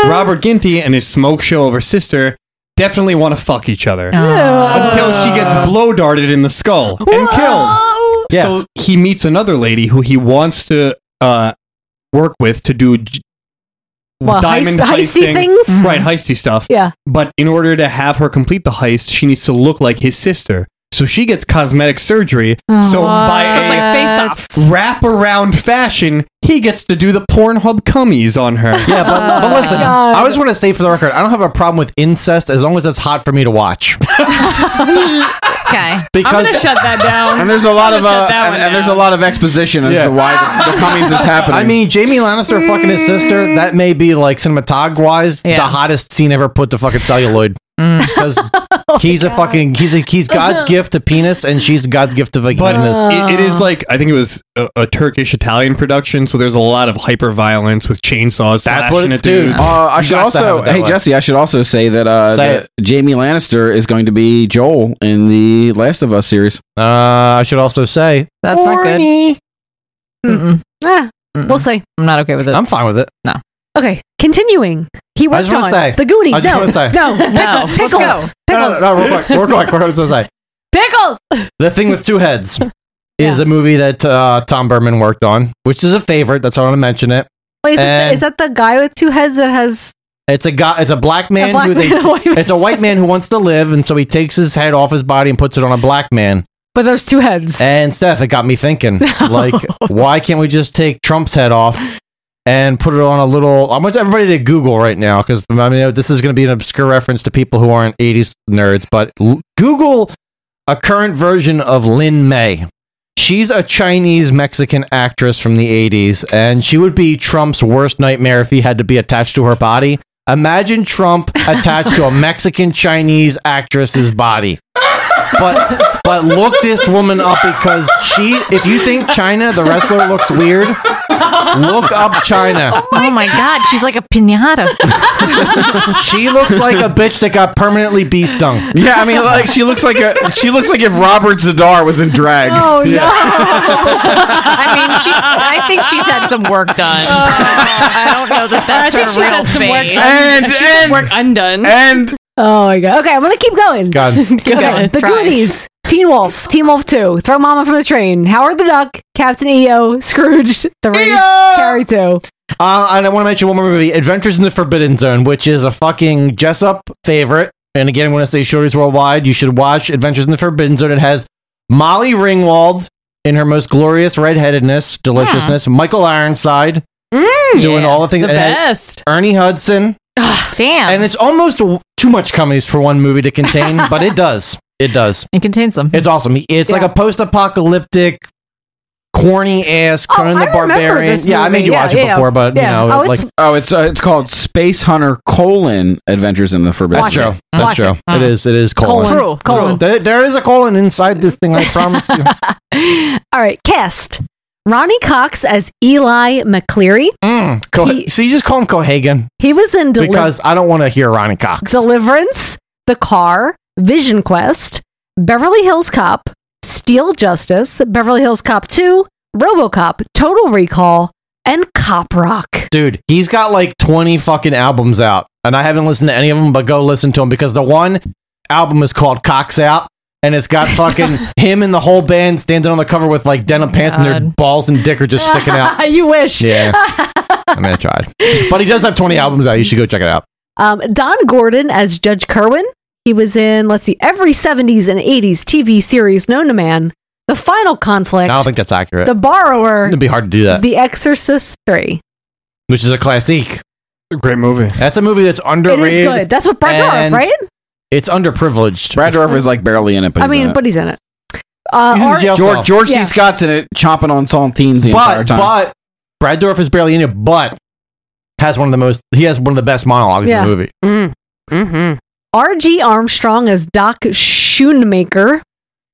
Speaker 14: Robert Ginty and his smoke show of her sister definitely want to fuck each other. Until she gets blow darted in the skull and killed. So he meets another lady who he wants to uh, work with to do j-
Speaker 2: Well,
Speaker 14: diamond
Speaker 2: heist- heisty
Speaker 14: heisting- Mm-hmm.
Speaker 2: things?
Speaker 14: Right, heisty stuff.
Speaker 2: Yeah.
Speaker 14: But in order to have her complete the heist, she needs to look like his sister. So she gets cosmetic surgery. So by
Speaker 6: So it's
Speaker 14: a
Speaker 6: like face off.
Speaker 14: wraparound fashion, he gets to do the Pornhub cummies on her.
Speaker 5: Yeah, but,
Speaker 14: Oh,
Speaker 5: but listen, I just want to say for the record, I don't have a problem with incest as long as it's hot for me to watch.
Speaker 6: Okay.
Speaker 5: Because-
Speaker 6: I'm gonna shut that down.
Speaker 13: And there's a lot
Speaker 6: I'm
Speaker 13: of
Speaker 6: gonna
Speaker 13: uh,
Speaker 6: shut that
Speaker 13: and,
Speaker 6: one
Speaker 13: and there's a lot of exposition as to why the, the Cummings is happening.
Speaker 5: I mean, Jamie Lannister fucking his
Speaker 6: Mm.
Speaker 5: sister. That may be like cinematog wise the hottest scene ever put to fucking celluloid.
Speaker 6: Mm.
Speaker 5: Because
Speaker 6: Oh
Speaker 5: he's a fucking he's a, he's God's gift to penis and she's God's gift to
Speaker 14: But
Speaker 5: vaginas.
Speaker 13: uh,
Speaker 14: it, it is like I think it was a, a Turkish Italian production, so there's a lot of hyper violence with chainsaws.
Speaker 13: That's
Speaker 14: slashing
Speaker 13: what
Speaker 14: at
Speaker 13: it
Speaker 14: dudes.
Speaker 13: dudes. Uh, I should also, hey Jesse, I should also say that, uh,
Speaker 14: Say
Speaker 13: that Jamie Lannister is going to be Joel in the Last of Us series.
Speaker 5: Uh, I should also say
Speaker 6: That's not good.
Speaker 2: Mm-mm. Ah, We'll see.
Speaker 6: I'm not okay with it.
Speaker 5: I'm fine with it.
Speaker 6: No.
Speaker 2: Okay, continuing. He
Speaker 5: I
Speaker 2: worked
Speaker 5: just wanna
Speaker 2: on
Speaker 5: say-
Speaker 2: the Goonies.
Speaker 5: I just
Speaker 2: no,
Speaker 5: wanna say-
Speaker 2: no,
Speaker 6: No.
Speaker 2: pickle- pickles, pickles,
Speaker 5: No, no, no, real quick, real quick, real quick, just wanna say,
Speaker 6: Pickles.
Speaker 5: The Thing with Two Heads is a movie that uh, Tom Berman worked on, which is a favorite. That's why I want to mention it.
Speaker 2: Wait, is, it the,
Speaker 5: And-
Speaker 2: is that the guy with two heads that has?
Speaker 5: It's a guy. It's a black man
Speaker 2: black
Speaker 5: who they.
Speaker 2: man and a white
Speaker 5: It's a white man who wants to live, and so he takes his head off his body and puts it on a black man.
Speaker 2: But there's two heads.
Speaker 5: And Steph, it got me thinking. Like, why can't we just take Trump's head off and put it on a little? I want everybody to Google right now because I mean this is going to be an obscure reference to people who aren't '80s nerds, but l- Google a current version of Lin May. She's a Chinese Mexican actress from the 80s, and she would be Trump's worst nightmare if he had to be attached to her body. Imagine Trump attached to a Mexican Chinese actress's body. But but look this woman up because she if you think China the wrestler looks weird, look up China.
Speaker 17: Oh my god, she's like a pinata.
Speaker 5: She looks like a bitch that got permanently bee stung.
Speaker 13: Yeah, I mean, like she looks like a she looks like if Robert Zadar was in drag.
Speaker 17: Oh,
Speaker 13: yeah.
Speaker 17: I mean, she, I think she's had some work done. I don't know that that's
Speaker 6: I think
Speaker 17: her
Speaker 6: she's
Speaker 17: real
Speaker 6: had some
Speaker 17: face.
Speaker 6: work done. And- She's had and- work undone.
Speaker 13: And
Speaker 2: oh my god. Okay, I'm gonna keep going.
Speaker 5: God.
Speaker 2: Okay,
Speaker 6: going.
Speaker 2: The
Speaker 6: Try.
Speaker 2: Goonies, Teen Wolf, Teen Wolf Two, Throw Mama from the Train, Howard the Duck, Captain EO, Scrooge, The Ring, Carrie Two.
Speaker 5: Uh, and I want to mention one more movie, Adventures in the Forbidden Zone, which is a fucking Jessup favorite. And again, when I say Shorties Worldwide, you should watch Adventures in the Forbidden Zone. It has Molly Ringwald in her most glorious redheadedness, deliciousness,
Speaker 17: Hmm.
Speaker 5: Michael Ironside
Speaker 17: Mm,
Speaker 5: doing all the things.
Speaker 6: the
Speaker 5: and it has
Speaker 6: best.
Speaker 5: Ernie Hudson.
Speaker 17: Damn.
Speaker 5: And it's almost w- too much comedies for one movie to contain, but it does. It does.
Speaker 17: It contains them.
Speaker 5: It's awesome. It's like a post apocalyptic, corny ass Conan the Barbarian.
Speaker 2: Oh, this
Speaker 5: Yeah, I made
Speaker 2: movie.
Speaker 5: you
Speaker 2: Yeah,
Speaker 5: watch it
Speaker 2: yeah.
Speaker 5: before, but
Speaker 2: Yeah.
Speaker 5: you know,
Speaker 2: Oh,
Speaker 5: like
Speaker 2: it's
Speaker 13: Oh, it's uh, it's called Space Hunter colon Adventures in the Forbidden.
Speaker 5: That's
Speaker 13: Zone.
Speaker 5: true. That's
Speaker 13: Watch
Speaker 5: true.
Speaker 13: it.
Speaker 5: It is. It is colon.
Speaker 2: Colon. True. Colon.
Speaker 5: There, there is a colon inside this thing. I promise you.
Speaker 2: All right, cast Ronnie Cox as Eli McCleary.
Speaker 5: Co- Hmm. so you just call him Cohagen
Speaker 2: He was in Deli-
Speaker 5: because I don't want to hear Ronnie Cox.
Speaker 2: Deliverance, The Car, Vision Quest, Beverly Hills Cop, Steel Justice, Beverly Hills Cop 2, RoboCop, Total Recall, and Cop Rock.
Speaker 5: Dude, he's got like 20 fucking albums out, and I haven't listened to any of them, but go listen to them because the one album is called Cox Out, and it's got fucking him and the whole band standing on the cover with like denim pants and their balls and dick are just sticking out.
Speaker 2: you wish.
Speaker 5: Yeah. I mean, I tried. But he does have 20 albums out. You should go check it out.
Speaker 2: Um, Don Gordon as Judge Kerwin. He was in, let's see, every 70s and 80s TV series known to man, The Final
Speaker 5: I
Speaker 2: Conflict,
Speaker 5: don't think that's accurate.
Speaker 2: The Borrower,
Speaker 5: It'd be hard to do that.
Speaker 2: The Exorcist 3.
Speaker 5: which is a classic.
Speaker 14: Great movie.
Speaker 5: That's a movie that's underrated.
Speaker 2: It is good. That's what Brad Dorff,
Speaker 5: and
Speaker 2: right?
Speaker 5: It's underprivileged.
Speaker 13: Brad Dorff is like barely in it, but
Speaker 2: I mean, but he's in it. Uh,
Speaker 5: He's in
Speaker 2: Art-
Speaker 5: jail cell.
Speaker 13: George, George
Speaker 2: Yeah.
Speaker 13: C. Scott's in it, chomping on saltines the entire
Speaker 5: but
Speaker 13: time.
Speaker 5: but Brad Dorff is barely in it, but has one of the most. He has one of the best monologues
Speaker 2: Yeah.
Speaker 5: in the movie.
Speaker 2: Mm.
Speaker 5: Mm-hmm.
Speaker 2: R.G. Armstrong as Doc Schoonmaker.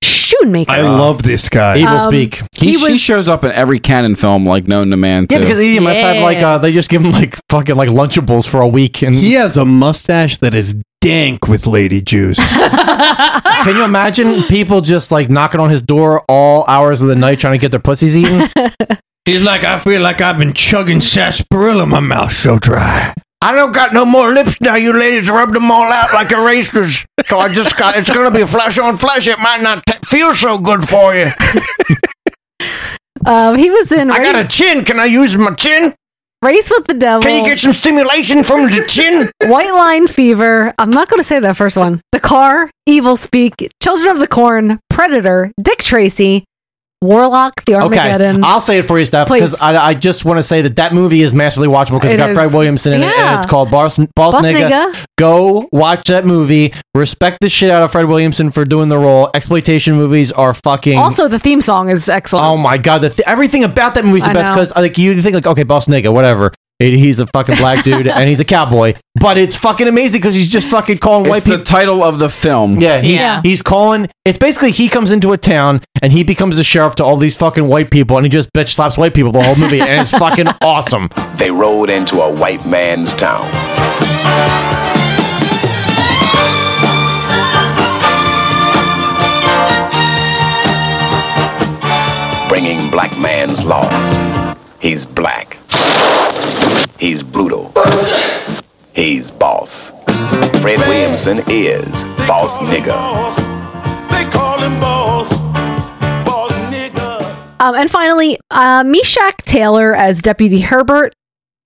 Speaker 2: Schoonmaker.
Speaker 14: this guy.
Speaker 13: Uh, Evil
Speaker 2: Um,
Speaker 13: speak.
Speaker 2: he
Speaker 13: He, she
Speaker 2: was-
Speaker 13: shows up in every canon film like known to man.
Speaker 5: Yeah,
Speaker 13: too.
Speaker 5: because he must have like
Speaker 2: Yeah.
Speaker 5: uh, they just give him like fucking like Lunchables for a week, and
Speaker 14: He has a mustache that is dank with lady juice.
Speaker 5: can you imagine people just like knocking on his door all hours of the night trying to get their pussies eaten?
Speaker 12: He's like, I feel like I've been chugging sarsaparilla. My mouth so dry.
Speaker 16: I don't got no more lips now. You ladies rubbed them all out like erasers. So I just got. It's gonna be flesh on flesh. It might not t- feel so good for you.
Speaker 2: Um, he was in
Speaker 16: I got a
Speaker 2: Race,
Speaker 16: chin. Can I use my chin?
Speaker 2: Race with the Devil.
Speaker 16: Can you get some stimulation from the chin?
Speaker 2: White Line Fever. I'm not going to say that first one. The Car, Evil Speak, Children of the Corn, Predator, Dick Tracy, Warlock, the
Speaker 5: Okay,
Speaker 2: Armageddon.
Speaker 5: I'll say it for you, Steph,
Speaker 2: Please.
Speaker 5: because I, I just want to say that that movie is massively watchable because it,
Speaker 2: It
Speaker 5: got
Speaker 2: is.
Speaker 5: Fred Williamson in it,
Speaker 2: Yeah.
Speaker 5: and it's called Boss, Boss,
Speaker 2: Boss
Speaker 5: Nigga.
Speaker 2: Nigga.
Speaker 5: Go watch that movie. Respect the shit out of Fred Williamson for doing the role. Exploitation movies are fucking.
Speaker 2: also, the theme song is excellent.
Speaker 5: oh my god, the th- everything about that movie's the
Speaker 2: I
Speaker 5: best
Speaker 2: know.
Speaker 5: because like you think like okay, Boss Nigga, whatever. It- he's a fucking black dude and he's a cowboy, but it's fucking amazing because he's just fucking calling white
Speaker 13: It's
Speaker 5: people.
Speaker 13: the title of the film.
Speaker 5: Yeah, he's,
Speaker 13: Yeah.
Speaker 5: he's calling. It's basically he comes into a town and he becomes the sheriff to all these fucking white people, and he just bitch slaps white people the whole movie, and it's fucking awesome.
Speaker 20: They rode into a white man's town. Bringing black man's law. He's black. He's brutal. He's boss. Fred Williamson is boss nigger.
Speaker 2: Um, and finally, uh, Meshack Taylor as Deputy Herbert,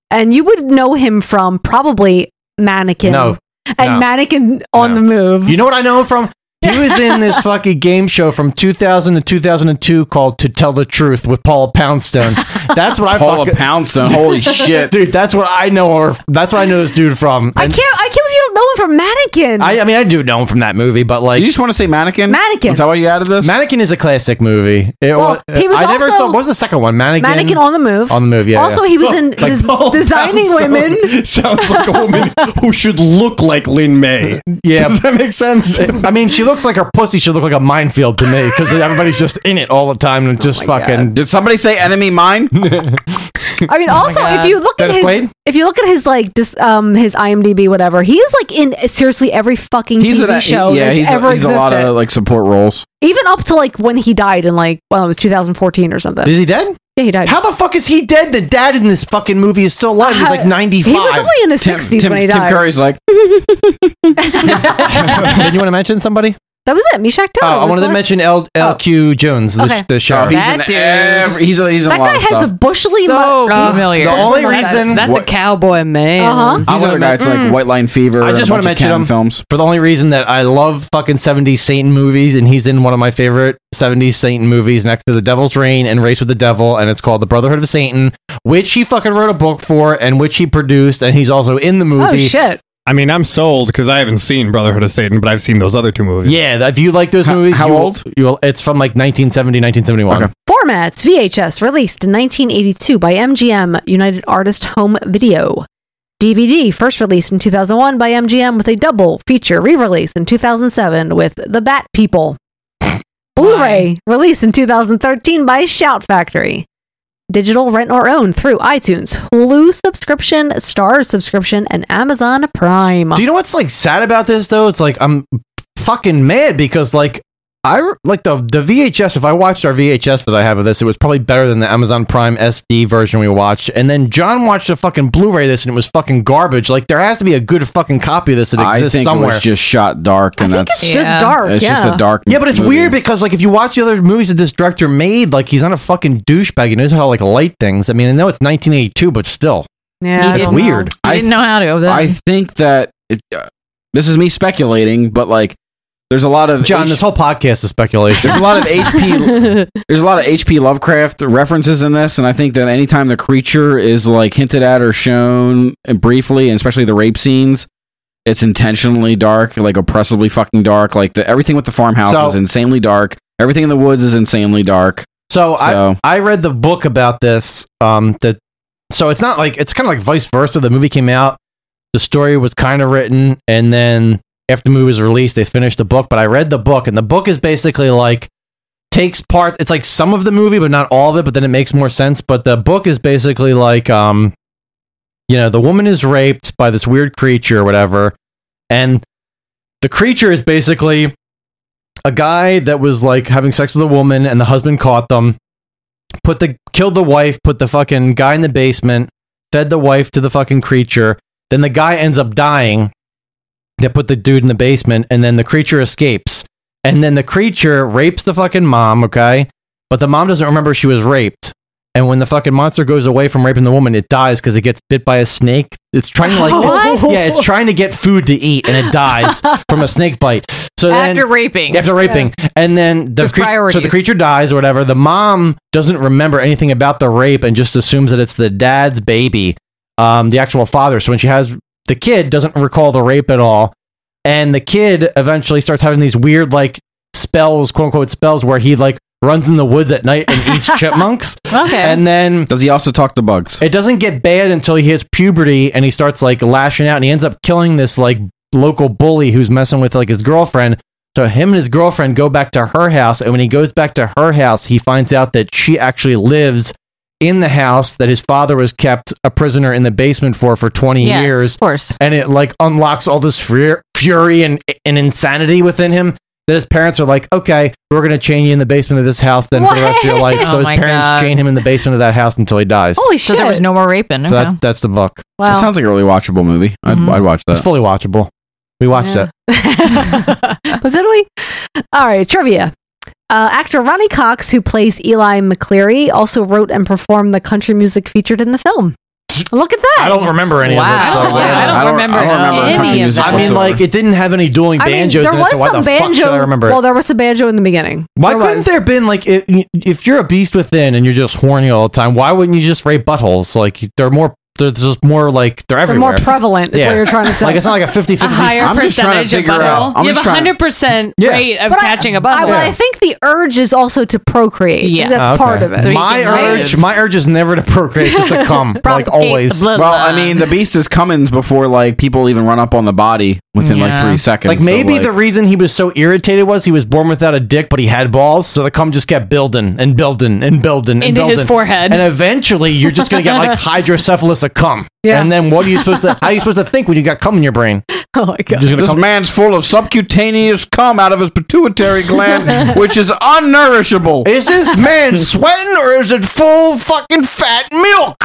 Speaker 2: and you would know him from probably Mannequin.
Speaker 5: No.
Speaker 2: and
Speaker 5: No.
Speaker 2: Mannequin on the Move.
Speaker 5: You know what I know him from? He was in this fucking game show from 2000 to 2002 called "To Tell the Truth" with Paula Poundstone. That's what I
Speaker 13: Paula
Speaker 5: fucking-
Speaker 13: Poundstone, holy shit.
Speaker 5: dude! That's what I know her. That's what I know this dude from.
Speaker 2: I
Speaker 5: And
Speaker 2: can't. I can't believe you don't know him from Mannequin.
Speaker 5: I, I mean, I do know him from that movie, but like, you just
Speaker 13: want to say Mannequin?
Speaker 2: Mannequin. Is that
Speaker 13: why you added this?
Speaker 5: Mannequin is a classic movie. It
Speaker 2: Well,
Speaker 5: wa-
Speaker 2: he was
Speaker 5: I never
Speaker 2: also-
Speaker 5: saw. What was the second one? Mannequin.
Speaker 2: Mannequin on the Move.
Speaker 5: On the Move, yeah,
Speaker 2: Also,
Speaker 5: yeah.
Speaker 2: he was in
Speaker 5: Like
Speaker 2: des-
Speaker 5: Paul
Speaker 2: designing
Speaker 5: Poundstone.
Speaker 2: women.
Speaker 14: Sounds like a woman who should look like Lynn May.
Speaker 5: Yeah.
Speaker 14: Does that make sense?
Speaker 5: I mean, she looks like her pussy should look like a minefield to me because everybody's just in it all the time and
Speaker 2: Oh
Speaker 5: just fucking.
Speaker 13: Did somebody say enemy mine?
Speaker 2: I mean,
Speaker 13: Oh my
Speaker 2: also if
Speaker 13: God.
Speaker 2: you look at
Speaker 13: Dennis
Speaker 2: his,
Speaker 13: Quaid?
Speaker 2: if you look at his like dis, um his IMDb whatever, he is like in seriously every fucking
Speaker 13: He's
Speaker 2: TV
Speaker 13: in a,
Speaker 2: show
Speaker 13: yeah,
Speaker 2: that's
Speaker 13: he's, a-
Speaker 2: ever
Speaker 13: he's a
Speaker 2: existed.
Speaker 13: lot of like support roles.
Speaker 2: Even up to like when he died in like well it was 2014 or something.
Speaker 5: Is he dead?
Speaker 2: Yeah, he died.
Speaker 5: How the fuck is he dead? The dad in this fucking movie is still alive. He's like 95.
Speaker 2: He was only in his
Speaker 5: Tim-
Speaker 2: 60s
Speaker 5: Tim-
Speaker 2: when he
Speaker 5: Tim
Speaker 2: died.
Speaker 5: Curry's like- Did you want to mention somebody?
Speaker 2: That was it. Meshack Taylor.
Speaker 5: Oh, I
Speaker 2: was
Speaker 5: wanted
Speaker 2: the-
Speaker 5: to mention L- LQ Jones, the,
Speaker 2: Okay.
Speaker 5: the sheriff.
Speaker 13: Oh, he's in That dude. every- he's in- he's in
Speaker 2: That
Speaker 13: a lot
Speaker 2: guy
Speaker 13: of
Speaker 2: has
Speaker 13: stuff.
Speaker 2: a bushly
Speaker 6: So
Speaker 2: mu-
Speaker 6: familiar.
Speaker 13: The only reason-
Speaker 6: that's a
Speaker 13: What-
Speaker 6: cowboy man.
Speaker 2: uh-huh.
Speaker 6: Mm.
Speaker 13: He's another guy. It's
Speaker 2: Mm-hmm.
Speaker 13: like White Line Fever.
Speaker 5: I
Speaker 13: and
Speaker 5: just
Speaker 13: a
Speaker 5: want
Speaker 13: bunch
Speaker 5: to mention
Speaker 13: of Cannon
Speaker 5: him
Speaker 13: films.
Speaker 5: for the only reason that I love fucking 70s Satan movies, and he's in one of my favorite 70s Satan movies next to The Devil's Reign and Race with the Devil, and it's called The Brotherhood of Satan, which he fucking wrote a book for and which he produced, and he's also in the
Speaker 2: Oh,
Speaker 5: movie.
Speaker 14: I mean, I'm sold because I haven't seen Brotherhood of Satan, but I've seen those other two movies.
Speaker 5: Yeah, that- if you like those movies,
Speaker 14: how
Speaker 5: you will-
Speaker 14: old?
Speaker 5: you will- it's from like 1970, 1971.
Speaker 2: Formats VHS released in 1982 by MGM United Artist Home Video. DVD first released in 2001 by MGM with a double feature re release in 2007 with The Bat People. Blu ray released in 2013 by Shout Factory. Digital rent or own through iTunes, Hulu subscription, Stars subscription, and Amazon Prime.
Speaker 5: Do you know what's like sad about this though? It's like I'm fucking mad because like I like the the VHS. If I watched our VHS that I have of this, it was probably better than the Amazon Prime SD version we watched. And then John watched a fucking Blu-ray of this, and it was fucking garbage. Like there has to be a good fucking copy of this that
Speaker 13: I
Speaker 5: exists
Speaker 13: think
Speaker 5: somewhere.
Speaker 13: it was just shot dark, and that's
Speaker 5: it's just Yeah. dark,
Speaker 13: It's just
Speaker 5: yeah.
Speaker 13: a dark.
Speaker 5: yeah, but it's
Speaker 13: movie.
Speaker 5: weird because like if you watch the other movies that this director made, like he's not a fucking douchebag. He knows how to like light things. I mean, I know it's 1982, but still, it's weird.
Speaker 13: I th- I think that it, uh, this is me speculating, but like, there's a lot of
Speaker 5: John, this whole podcast is speculation.
Speaker 13: There's a lot of HP. There's a lot of HP Lovecraft references in this, and I think that anytime the creature is like hinted at or shown briefly, and especially the rape scenes, it's intentionally dark, like oppressively fucking dark. Like the, everything with the farmhouse
Speaker 5: So-
Speaker 13: is insanely dark. Everything in the woods is insanely dark.
Speaker 5: So, I I read the book about this. Um, that so it's not like it's kind of like vice versa. The movie came out, the story was kind of written, and then after the movie was released, they finished the book. But I read the book, and the book is basically like takes part. It's like some of the movie, but not all of it. But then it makes more sense. But the book is basically like um, you know, the woman is raped by this weird creature or whatever, and the creature is basically a guy that was like having sex with a woman and the husband caught them put the killed the wife put the fucking guy in the basement fed the wife to the fucking creature then the guy ends up dying they put the dude in the basement and then the creature escapes and then the creature rapes the fucking mom okay but the mom doesn't remember she was raped And when the fucking monster goes away from raping the woman, it dies because it gets bit by a snake. It's trying to like,
Speaker 6: What?
Speaker 5: yeah, it's trying to get food to eat, and it dies from a snake bite. So then-
Speaker 6: After raping.
Speaker 5: after raping, and then the
Speaker 6: There's
Speaker 5: crea- so the
Speaker 6: priorities.
Speaker 5: creature dies or whatever. The mom doesn't remember anything about the rape and just assumes that it's the dad's baby, um, the actual father. So when she has the kid, doesn't recall the rape at all, and the kid eventually starts having these weird like spells, quote unquote spells, where he like runs in the woods at night and eats chipmunks.
Speaker 6: Okay.
Speaker 5: And then
Speaker 13: does he also talk to bugs?
Speaker 5: It doesn't get bad until he hits puberty and he starts like lashing out and he ends up killing this like local bully who's messing with like his girlfriend. So him and his girlfriend go back to her house and when he goes back to her house, he finds out that she actually lives in the house that his father was kept a prisoner in the basement for for 20
Speaker 6: Yes,
Speaker 5: years.
Speaker 6: of course.
Speaker 5: And it like unlocks all this fu- fury and, and insanity within him. That his parents are like, okay, we're gonna chain you in the basement of this house then for the rest of your life.
Speaker 17: What?
Speaker 5: So his
Speaker 17: Oh my
Speaker 5: parents
Speaker 17: God.
Speaker 5: chain him in the basement of that house until he dies.
Speaker 17: So there was no more raping.
Speaker 5: So
Speaker 17: okay.
Speaker 5: that's, that's the book.
Speaker 17: Wow. Mm-hmm. That sounds
Speaker 13: like a really watchable movie. I'd, I'd watch that.
Speaker 5: It's fully watchable. We watched
Speaker 2: Yeah.
Speaker 5: it.
Speaker 2: Was it we? All right, trivia. Uh, actor Ronnie Cox, who plays Eli McCleary, also wrote and performed the country music featured in the film. Look at that!
Speaker 5: I don't remember any
Speaker 2: Wow.
Speaker 5: of it. So
Speaker 2: Yeah, I don't I don't- remember I don't remember any country of music that.
Speaker 5: I mean, like uh, it didn't have any dueling
Speaker 2: I mean,
Speaker 5: banjos
Speaker 2: there
Speaker 5: in it.
Speaker 2: was
Speaker 5: So why
Speaker 2: some
Speaker 5: the fuck
Speaker 2: banjo.
Speaker 5: should I remember it?
Speaker 2: Well, there was some banjo in the beginning.
Speaker 5: why couldn't there been like i- if you're a beast within and you're just horny all the time? Why wouldn't you just rape buttholes? Like they're more, they're just more like they're
Speaker 2: They're
Speaker 5: everywhere.
Speaker 2: more prevalent, is what you're trying to say. Uh-huh.
Speaker 5: Like it's not like a 50-50
Speaker 6: A higher
Speaker 5: I'm just trying to
Speaker 6: percentage of
Speaker 5: figure out-
Speaker 6: butthole.
Speaker 5: I'm
Speaker 6: You
Speaker 5: just
Speaker 6: have
Speaker 5: trying
Speaker 6: a
Speaker 5: to-
Speaker 6: hundred percent
Speaker 5: Yeah.
Speaker 6: rate of
Speaker 2: But I-
Speaker 6: catching a
Speaker 2: I,
Speaker 6: butthole.
Speaker 2: well, I think the urge is also to procreate. I think
Speaker 6: Yeah.
Speaker 2: that's
Speaker 5: Okay.
Speaker 2: part of it.
Speaker 5: my urge, my urge is never to procreate, it's just to come, like always.
Speaker 13: Well, I mean, the beast is Cummins before like people even run up on the body within like three seconds.
Speaker 5: Like
Speaker 13: so,
Speaker 5: maybe
Speaker 13: like-
Speaker 5: the reason he was so irritated was he was born without a dick, but he had balls, so the cum just kept building and building and building and
Speaker 6: Into
Speaker 5: building.
Speaker 6: his forehead.
Speaker 5: and eventually you're just gonna get like hydrocephalus of cum.
Speaker 6: Yeah.
Speaker 5: And then what are you supposed to? How are you supposed to think when you got cum in your brain?
Speaker 2: Oh my god!
Speaker 5: Just gonna
Speaker 13: this
Speaker 5: come-
Speaker 13: man's full of subcutaneous cum out of his pituitary gland, which is unnourishable.
Speaker 5: Is this man sweating or is it full fucking fat milk?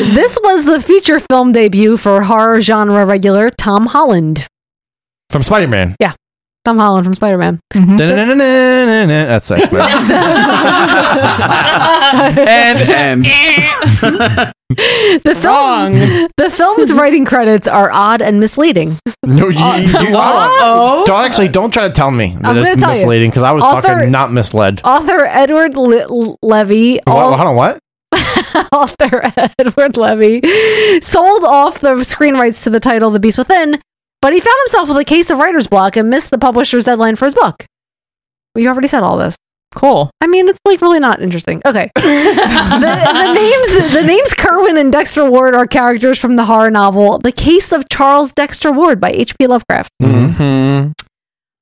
Speaker 2: This was the feature film debut for horror genre regular Tom Holland.
Speaker 5: From Spider Man.
Speaker 2: Yeah, Tom Holland from Spider Man.
Speaker 6: Mm-hmm.
Speaker 5: That's X Men.
Speaker 13: and
Speaker 2: The film, the film's writing credits are odd and misleading.
Speaker 5: No, you,
Speaker 2: Uh,
Speaker 5: you- don't-
Speaker 2: what?
Speaker 5: don't actually don't try to tell me that
Speaker 2: I'm gonna
Speaker 5: it's
Speaker 2: tell you.
Speaker 5: misleading because I was
Speaker 2: Author-
Speaker 5: fucking not misled.
Speaker 2: Author Edward Le- Levy,
Speaker 5: What, hold on, what?
Speaker 2: author Edward Levy, sold off the screen rights to the title The Beast Within, but he found himself with a case of writer's block and missed the publisher's deadline for his book. Well, you already said all this.
Speaker 17: Cool.
Speaker 2: I mean, it's like really not interesting. Okay. the, the names the names Kerwin and Dexter Ward are characters from the horror novel The Case of Charles Dexter Ward by H.P. Lovecraft.
Speaker 14: Mm-hmm.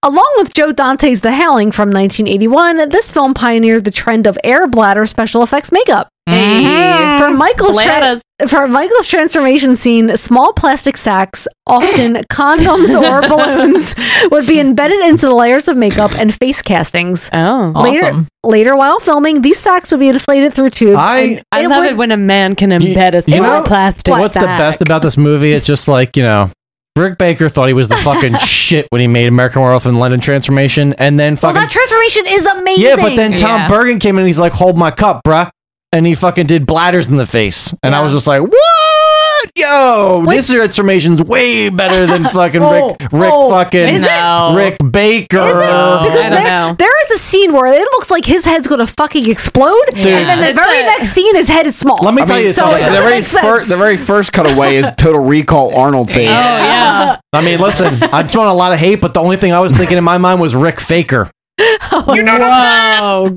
Speaker 2: Along with Joe Dante's The Howling from 1981, this film pioneered the trend of air bladder special effects makeup.
Speaker 6: Hey.
Speaker 2: For Michael's
Speaker 6: Bladders.
Speaker 2: for Michael's transformation scene, small plastic sacks, often condoms or balloons, would be embedded into the layers of makeup and face castings.
Speaker 6: Oh,
Speaker 2: later,
Speaker 6: awesome.
Speaker 2: later while filming, these sacks would be inflated through tubes. and
Speaker 6: I love it when a man can embed a
Speaker 5: You
Speaker 6: small
Speaker 5: know,
Speaker 6: plastic.
Speaker 5: what's the best about this movie? It's just like, you know, Rick Baker thought he was the fucking shit when he made American Werewolf in London Transformation, and then
Speaker 2: Well,
Speaker 5: fucking
Speaker 2: that transformation is amazing.
Speaker 5: yeah, but then Tom Bergen came in and he's like, "Hold my cup, bruh," and he fucking did bladders in the face, and I was just like, "What, yo? This transformation's way better than fucking Rick, Rick
Speaker 2: oh,
Speaker 5: fucking
Speaker 2: is it? No.
Speaker 5: Rick Baker."
Speaker 2: Is it? because there, there is a scene where it looks like his head's going to fucking explode,
Speaker 13: Dude.
Speaker 2: and then the
Speaker 13: It's
Speaker 2: very next scene, his head is small.
Speaker 13: I mean,
Speaker 2: so it
Speaker 13: the
Speaker 2: doesn't
Speaker 13: very
Speaker 2: make sense.
Speaker 13: fir- the very first cutaway is Total Recall Arnold face.
Speaker 2: yeah.
Speaker 5: I mean, listen, I'm throwing a lot of hate, but the only thing I was thinking in my mind was Rick Faker.
Speaker 2: you know what I'm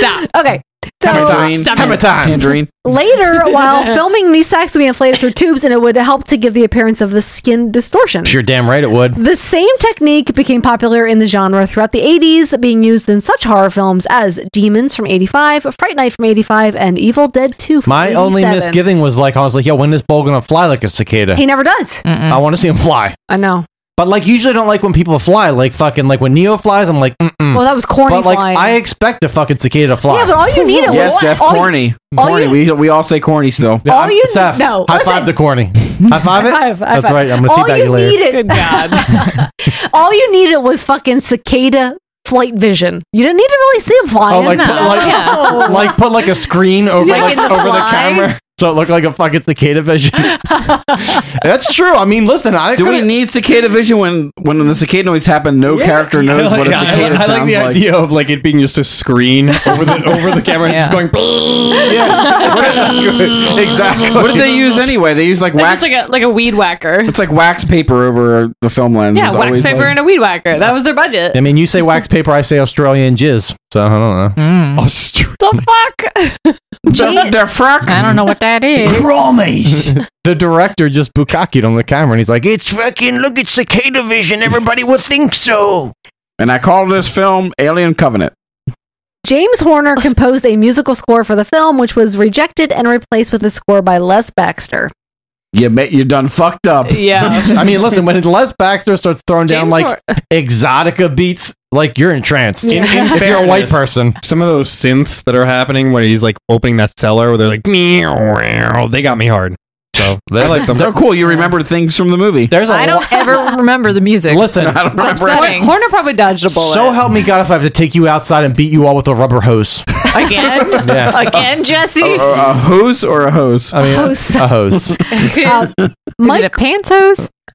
Speaker 2: Stop. Oh, Okay. So
Speaker 13: Hammer time. Tangerine.
Speaker 2: later, while filming, these sacks would be inflated through tubes, and it would help to give the appearance of the skin distortion.
Speaker 5: You're damn right it would.
Speaker 2: The same technique became popular in the genre throughout the 80s, being used in such horror films as Demons from 85, Fright Night from 85, and Evil Dead 2 from
Speaker 5: My only
Speaker 2: 87.
Speaker 5: misgiving was like, I was like, yo, when is Bull gonna fly like a cicada?
Speaker 2: He never does.
Speaker 5: I want to see him fly.
Speaker 2: I know.
Speaker 5: But like, usually I don't like when people fly. Like fucking, like when Neo flies, I'm like, mm-mm.
Speaker 2: Well, that was corny
Speaker 5: But like,
Speaker 2: flying.
Speaker 5: I expect a fucking cicada to fly.
Speaker 2: Yeah, but all you need it
Speaker 13: Yes,
Speaker 2: was
Speaker 13: Steph,
Speaker 2: all you-
Speaker 13: corny.
Speaker 2: all
Speaker 13: corny.
Speaker 2: you-
Speaker 13: we, we all say corny still.
Speaker 5: Yeah, I'm-
Speaker 2: you-
Speaker 5: Steph,
Speaker 2: no,
Speaker 5: high
Speaker 2: listen.
Speaker 5: five the corny. High five it.
Speaker 2: High five, high
Speaker 5: That's
Speaker 2: five.
Speaker 5: right. I'm gonna
Speaker 2: All
Speaker 5: teabag you
Speaker 2: you
Speaker 5: later.
Speaker 2: needed- Good God. all you needed was fucking cicada flight vision. You didn't need to really see him fly.
Speaker 5: Oh, like put, like, like put like a screen over
Speaker 2: Like
Speaker 5: like,
Speaker 2: in the
Speaker 5: over the
Speaker 2: fly?
Speaker 5: camera. So it looked like a fucking cicada vision. That's true. I mean, listen, I
Speaker 13: Do we need cicada vision when when the cicada noise happened? No character knows what a
Speaker 14: Yeah, I-
Speaker 13: cicada
Speaker 14: I,
Speaker 13: sounds
Speaker 14: like the
Speaker 13: like.
Speaker 14: idea of like it being just a screen over the over the camera and just going.
Speaker 13: Yeah. exactly. What did they use anyway? They use like
Speaker 6: That's
Speaker 13: wax.
Speaker 6: just like a like a weed whacker.
Speaker 13: it's like wax paper over the film lens.
Speaker 6: yeah,
Speaker 13: It's
Speaker 6: wax
Speaker 13: always
Speaker 6: paper
Speaker 13: like-
Speaker 6: and a weed whacker. That was their budget.
Speaker 5: I mean, you say wax paper, I say Australian jizz. So I don't know.
Speaker 6: Mm. The,
Speaker 13: frock.
Speaker 21: I don't know what that is.
Speaker 5: the director just bukakied on the camera, and he's like, "It's
Speaker 22: Fucking look at cicada vision. Everybody will think so.
Speaker 13: And I call this film Alien Covenant.
Speaker 2: James Horner composed a musical score for the film, which was rejected and replaced with a score by Les Baxter.
Speaker 13: You ma- you done fucked up.
Speaker 6: Yeah.
Speaker 5: I mean, listen, when Les Baxter starts throwing down
Speaker 14: James
Speaker 5: like
Speaker 14: Hor-
Speaker 5: exotica beats, like you're entranced.
Speaker 14: In, in
Speaker 5: if you're a white
Speaker 14: fairness,
Speaker 5: person,
Speaker 14: some of those synths that are happening when he's like opening that cellar, where they're like, meow, meow, they got me hard. So I like them.
Speaker 13: They're cool. You remember things from the movie.
Speaker 5: There's
Speaker 14: a
Speaker 15: I don't ever remember the music.
Speaker 5: Listen, I don't
Speaker 15: It's
Speaker 5: remember
Speaker 15: upsetting.
Speaker 6: Horn- Horner probably dodged a bullet.
Speaker 5: so help me God if I have to take you outside and beat you all with a rubber hose.
Speaker 6: again,
Speaker 5: Yeah.
Speaker 6: again, Jesse.
Speaker 13: A, a- a hose or a hose?
Speaker 5: I mean,
Speaker 2: Hose.
Speaker 5: a hose.
Speaker 17: Uh,
Speaker 2: Mike,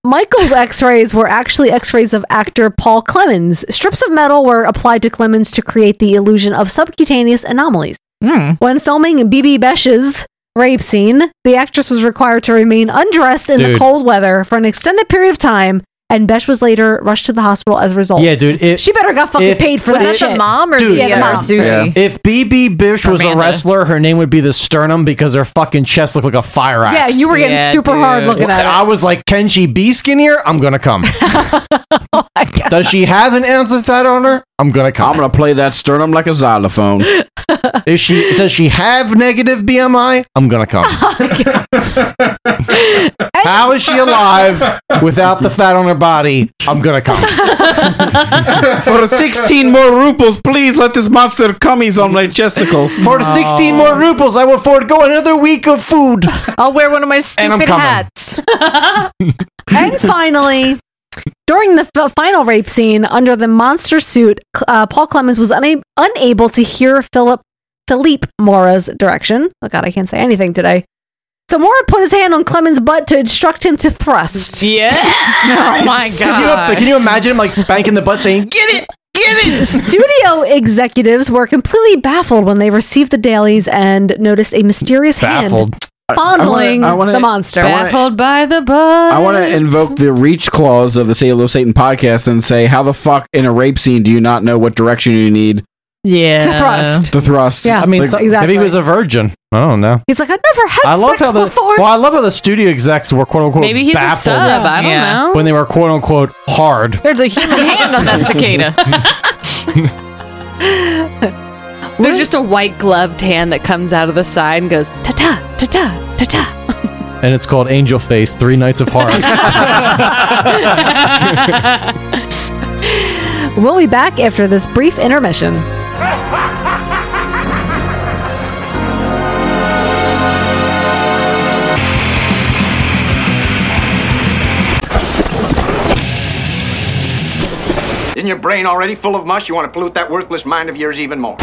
Speaker 2: Michael's x-rays were actually x-rays of actor Paul Clemens. Strips of metal were applied to Clemens to create the illusion of subcutaneous anomalies.
Speaker 5: Hmm.
Speaker 2: When filming BB Besh's rape scene, the actress was required to remain undressed in the
Speaker 5: Dude.
Speaker 2: cold weather for an extended period of time, and Besh was later rushed to the hospital as a result.
Speaker 5: Yeah, dude. If,
Speaker 2: She better got fucking
Speaker 5: if-
Speaker 2: paid for
Speaker 15: Was
Speaker 2: that
Speaker 15: that the
Speaker 2: shit.
Speaker 15: mom or
Speaker 2: Dude,
Speaker 15: the
Speaker 2: yeah,
Speaker 15: other
Speaker 2: mom.
Speaker 15: Susie?
Speaker 5: If BB Bish was a
Speaker 15: Amanda.
Speaker 5: wrestler, her name would be the sternum because her fucking chest looked like a fire
Speaker 2: Yeah,
Speaker 5: axe.
Speaker 2: you were getting Yeah, super hard dude. looking at it. Oh
Speaker 5: I was like, can she be skinnier? I'm gonna come. Does she have an ounce of fat on her? I'm gonna come.
Speaker 13: I'm gonna play that sternum like a xylophone.
Speaker 5: Is she? Does she have negative BMI? I'm gonna come. How is she alive without the fat on her body? I'm gonna come.
Speaker 13: For 16 more ruples, please let this monster cummies on my chesticles.
Speaker 5: For 16 more ruples, I will forego another week of food.
Speaker 15: I'll wear one of my
Speaker 5: I'm coming.
Speaker 15: stupid hats.
Speaker 2: and finally, during the f- final rape scene, under the monster suit, cl- uh, Paul Clemens was una- unable to hear Philip Philippe Mora's direction. Oh God, I can't say anything today. So Mora put his hand on Clemens' butt to instruct him to thrust.
Speaker 6: Yeah.
Speaker 2: oh
Speaker 6: my
Speaker 5: Can you, can you imagine him like spanking the butt saying,
Speaker 2: Get it! Get it! Studio executives were completely baffled when they received the dailies and noticed a mysterious
Speaker 5: Baffled.
Speaker 2: hand fondling
Speaker 13: I wanna-
Speaker 2: the monster.
Speaker 13: I wanna- Baffled
Speaker 2: by the bug.
Speaker 13: I want to invoke the reach clause of the Salo Satan podcast and say, how the fuck in a rape scene do you not know what direction you need?
Speaker 15: Yeah.
Speaker 2: To thrust.
Speaker 13: The thrust.
Speaker 2: Yeah,
Speaker 5: I mean,
Speaker 2: Like-
Speaker 5: so-
Speaker 2: exactly.
Speaker 5: maybe he was a virgin. I don't know.
Speaker 2: He's like, I've never had
Speaker 5: "Oh, I love
Speaker 2: sex
Speaker 5: how the
Speaker 2: before.
Speaker 5: well, I love how the studio execs were quote unquote
Speaker 6: Maybe he's a
Speaker 5: baffled
Speaker 6: sub, I don't Yeah. know.
Speaker 5: when they were quote unquote hard.
Speaker 6: There's a human hand on that cicada. There's just a white gloved hand that comes out of the side and goes ta ta ta ta ta ta.
Speaker 5: And it's called Angel Face, Three Nights of Hard.
Speaker 2: We'll be back after this brief intermission.
Speaker 12: Isn't your brain already full of mush? You want to pollute that worthless mind of yours even more.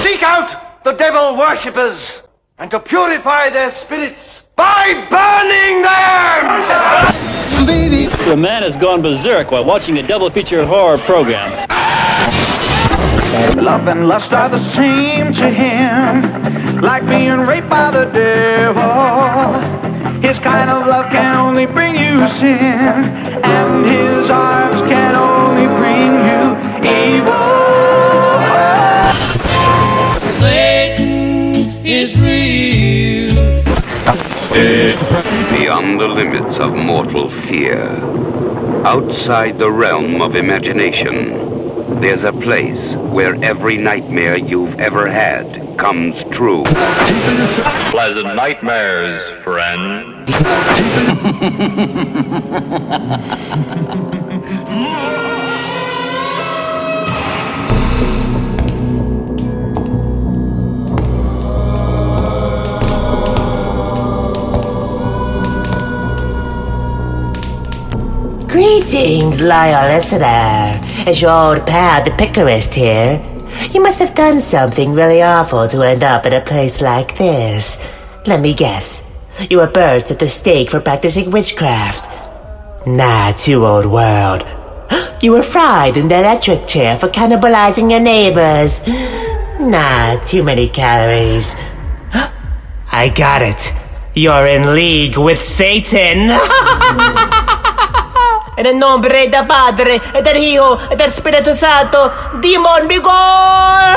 Speaker 12: Seek out the devil worshippers and to purify their spirits by burning them! Baby!
Speaker 23: The man has gone berserk while watching a double feature horror program.
Speaker 3: Love and lust are the same to him, like being raped by the devil. His kind of love can only bring you sin, and his arms can only bring you evil.
Speaker 4: Satan is real.
Speaker 18: Beyond the limits of mortal fear, outside the realm of imagination, there's a place where every nightmare you've ever had comes true.
Speaker 4: Pleasant nightmares, friend.
Speaker 10: Greetings, loyal listener. It's your old pal, the Picarist here. You must have done something really awful to end up in a place like this. Let me guess. You were burnt at the stake for practicing witchcraft. Nah, too old world. You were fried in the electric chair for cannibalizing your neighbors. Nah, too many calories. I got it. You're in league with Satan.
Speaker 7: En el nombre del Padre, y del Hijo, y del Espíritu Santo, Demon Vigor!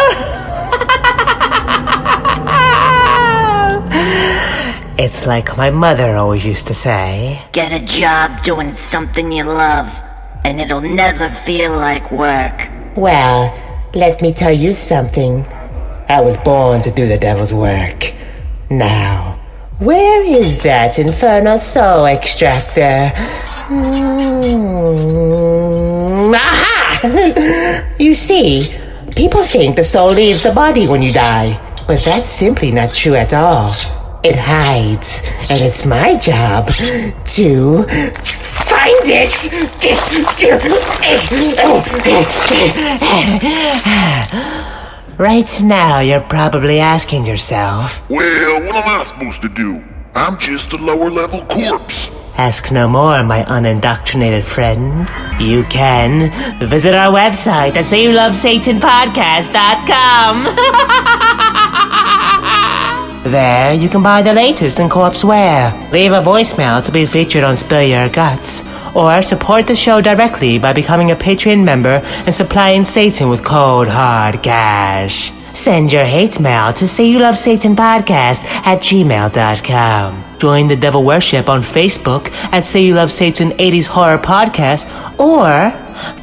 Speaker 10: It's like my mother always used to say.
Speaker 9: Get a job doing something you love, and it'll never feel like work.
Speaker 10: Well, let me tell you something. I was born to do the devil's work. Now, where is that infernal soul extractor? Hmm. Mm, aha! you see, people think the soul leaves the body when you die, but that's simply not true at all. It hides, and it's my job to find it. Right now, you're probably asking yourself,
Speaker 24: Well, what am I supposed to do? I'm just a lower level corpse.
Speaker 10: Ask no more, my unindoctrinated friend. You can visit our website at sayoulovesatanpodcast.com. there, you can buy the latest in corpse wear, leave a voicemail to be featured on Spill Your Guts, or support the show directly by becoming a Patreon member and supplying Satan with cold, hard cash. Send your hate mail to sayoulovesatanpodcast at gmail.com. Join the devil worship on Facebook at Say You Love Satan 80s Horror Podcast or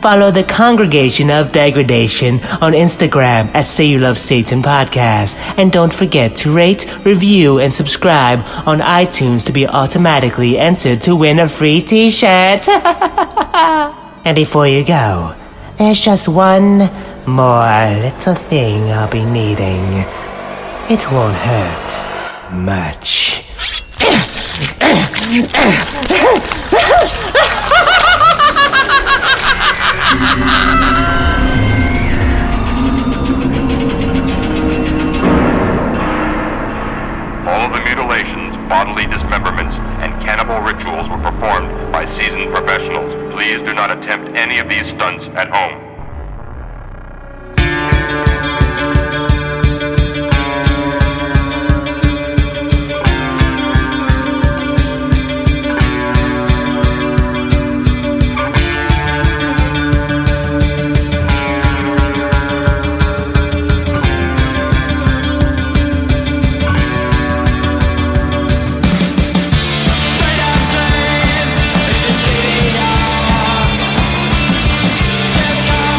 Speaker 10: follow the Congregation of Degradation on Instagram at Say You Love Satan Podcast. And don't forget to rate, review, and subscribe on iTunes to be automatically entered to win a free t shirt. and before you go, there's just one more little thing I'll be needing. It won't hurt much.
Speaker 24: All of the mutilations, bodily dismemberments, and cannibal rituals were performed by seasoned professionals. Please do not attempt any of these stunts at home.
Speaker 4: Dreams,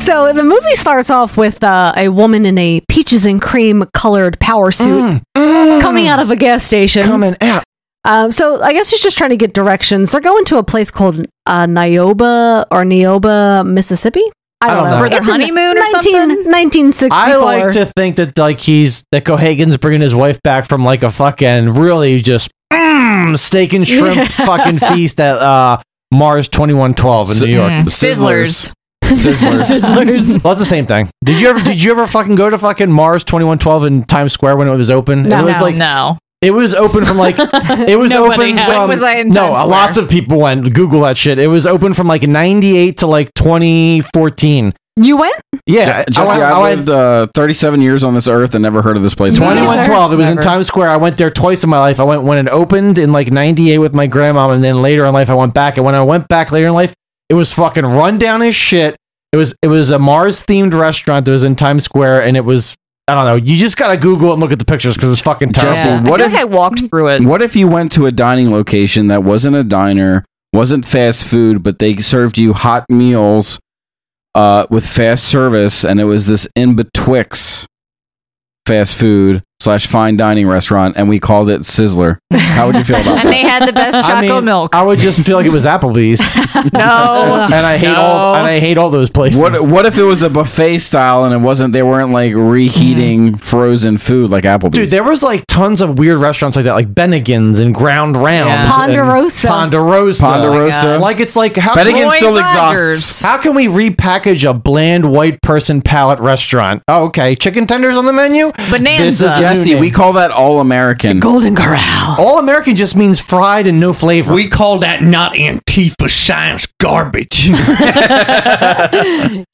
Speaker 2: So the movie starts off with uh, a woman in a peaches and cream colored power suit coming out of a gas station. Coming
Speaker 16: out.
Speaker 2: Um, so I guess she's just trying to get directions. They're going to a place called uh, Nioba or Nioba, Mississippi. I don't, know.
Speaker 17: For their
Speaker 2: It's in
Speaker 17: honeymoon or
Speaker 2: 19 1964.
Speaker 5: I like to think that like he's that Cohagen's bringing his wife back from like a fucking really just mm, steak and shrimp
Speaker 2: Yeah.
Speaker 5: fucking feast at uh, Mars twenty one twelve in
Speaker 2: Si-
Speaker 5: New York.
Speaker 2: Mm. Sizzlers.
Speaker 5: Sizzlers.
Speaker 2: Sizzlers.
Speaker 5: Well, it's the same thing. Did you ever? Did you ever fucking go to fucking Mars twenty one twelve in Times Square when it was open?
Speaker 17: No.
Speaker 5: it was
Speaker 17: No. No.
Speaker 5: It was open from like it was
Speaker 17: Nobody
Speaker 5: open
Speaker 17: had-
Speaker 5: from
Speaker 17: When was I in
Speaker 5: no
Speaker 17: Times
Speaker 5: uh, lots of people went Google that shit. It was open from like ninety eight to like twenty fourteen.
Speaker 2: You went?
Speaker 5: Yeah,
Speaker 13: Jesse,
Speaker 5: went-
Speaker 13: I've
Speaker 5: went-
Speaker 13: lived uh, 37 years on this earth and never heard of this place. before.
Speaker 5: 2112. It was in Times Square. I went there twice in my life. I went when it opened in like 98 with my grandma, and then later in life, I went back. And when I went back later in life, it was fucking run down as shit. It was it was a Mars themed restaurant that was in Times Square, and it was I don't know. You just gotta Google it and look at the pictures because it's fucking terrible.
Speaker 13: Jesse, what if
Speaker 17: walked through it?
Speaker 13: What if you went to a dining location that wasn't a diner, wasn't fast food, but they served you hot meals uh, with fast service, and it was this in betwixt fast food slash fine dining restaurant, and we called it Sizzler? How would you feel about
Speaker 17: and
Speaker 13: that?
Speaker 17: they had the best choco
Speaker 5: I mean,
Speaker 17: milk.
Speaker 5: I would just feel like it was Applebee's,
Speaker 17: No.
Speaker 5: and I hate all and I hate all those places.
Speaker 13: What What if it was a buffet style and it wasn't? They weren't like reheating
Speaker 17: Mm.
Speaker 13: frozen food like Applebee's.
Speaker 5: Dude, there was like tons of weird restaurants like that, like Bennigan's and Ground Round,
Speaker 13: Yeah.
Speaker 5: and
Speaker 2: Ponderosa.
Speaker 5: Ponderosa,
Speaker 13: Ponderosa. Oh my God.
Speaker 5: like it's like how
Speaker 13: Bennigan's Roy still Rogers. exists.
Speaker 5: How can we repackage a bland white person palate restaurant? Oh, okay, chicken tenders on the menu.
Speaker 13: This is Jesse. We call that all American.
Speaker 5: Golden Corral. All American just means fried and no flavor.
Speaker 12: We call that not Antifa science garbage.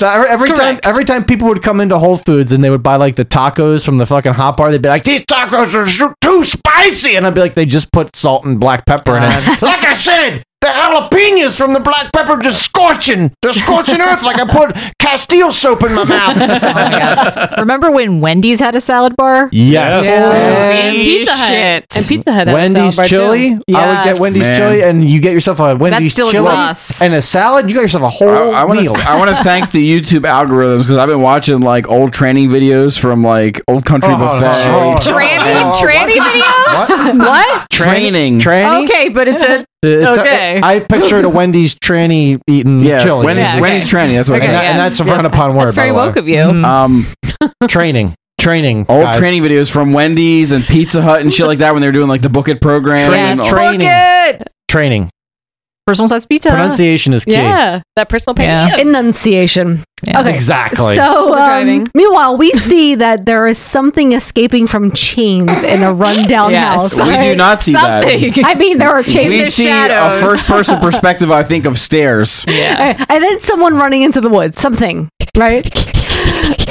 Speaker 5: So every every time, every time people would come into Whole Foods and they would buy like the tacos from the fucking hot bar, they'd be like, "These tacos are su- too spicy," and I'd be like, "They just put salt and black pepper in it." like I said, the jalapenos from the black pepper just scorching, they're scorching earth like I put Castile soap in my
Speaker 15: Oh
Speaker 5: mouth.
Speaker 17: Remember when Wendy's had a salad bar?
Speaker 5: Yes. Yeah.
Speaker 17: And
Speaker 6: Pizza Hut. And Pizza Hut. had a
Speaker 5: Wendy's
Speaker 6: salad bar, too.
Speaker 5: chili, I would get
Speaker 6: Yes.
Speaker 5: Wendy's
Speaker 13: Man.
Speaker 5: chili, and you get yourself a Wendy's
Speaker 6: still
Speaker 5: chili
Speaker 6: exists.
Speaker 5: and a salad. You got yourself a whole
Speaker 13: I want to
Speaker 5: meal.
Speaker 13: I want to thank the YouTube algorithms because I've been watching like old training videos from like old country
Speaker 5: Oh,
Speaker 13: buffet.
Speaker 5: oh, oh,
Speaker 15: Tranny, tranny videos? What?
Speaker 13: Training.
Speaker 5: Tranny?
Speaker 15: Okay, but it's a.
Speaker 5: It's a-
Speaker 15: okay.
Speaker 5: I pictured a Wendy's tranny eating
Speaker 13: Yeah,
Speaker 5: chili.
Speaker 13: Wendy's- Yeah, okay. Wendy's tranny, that's what I
Speaker 5: and,
Speaker 13: said.
Speaker 5: that- and that's a
Speaker 13: Yeah.
Speaker 5: frowned upon word.
Speaker 13: That's very
Speaker 5: by the
Speaker 13: woke
Speaker 5: way. Mm-hmm.
Speaker 13: of you. Mhm. Um,
Speaker 5: training, training,
Speaker 13: Old
Speaker 5: guys.
Speaker 13: training videos from Wendy's and Pizza Hut and shit like that when they were doing like the Book It program.
Speaker 5: Yes,
Speaker 13: and all-
Speaker 5: training. Training.
Speaker 17: Personal size pizza.
Speaker 5: Pronunciation is key.
Speaker 2: Yeah,
Speaker 6: that personal
Speaker 2: pay. Enunciation. Okay.
Speaker 5: Exactly.
Speaker 2: So,
Speaker 6: Still
Speaker 2: um,
Speaker 6: driving.
Speaker 2: meanwhile, we see that there is something escaping from chains in a rundown
Speaker 13: Yes.
Speaker 2: house.
Speaker 13: We do not see that. Something.
Speaker 2: I mean, there are chains.
Speaker 13: we
Speaker 2: There's
Speaker 13: see
Speaker 2: shadows.
Speaker 13: a first person perspective, I think, of stairs.
Speaker 2: Uh, and then someone running into the woods, something, right?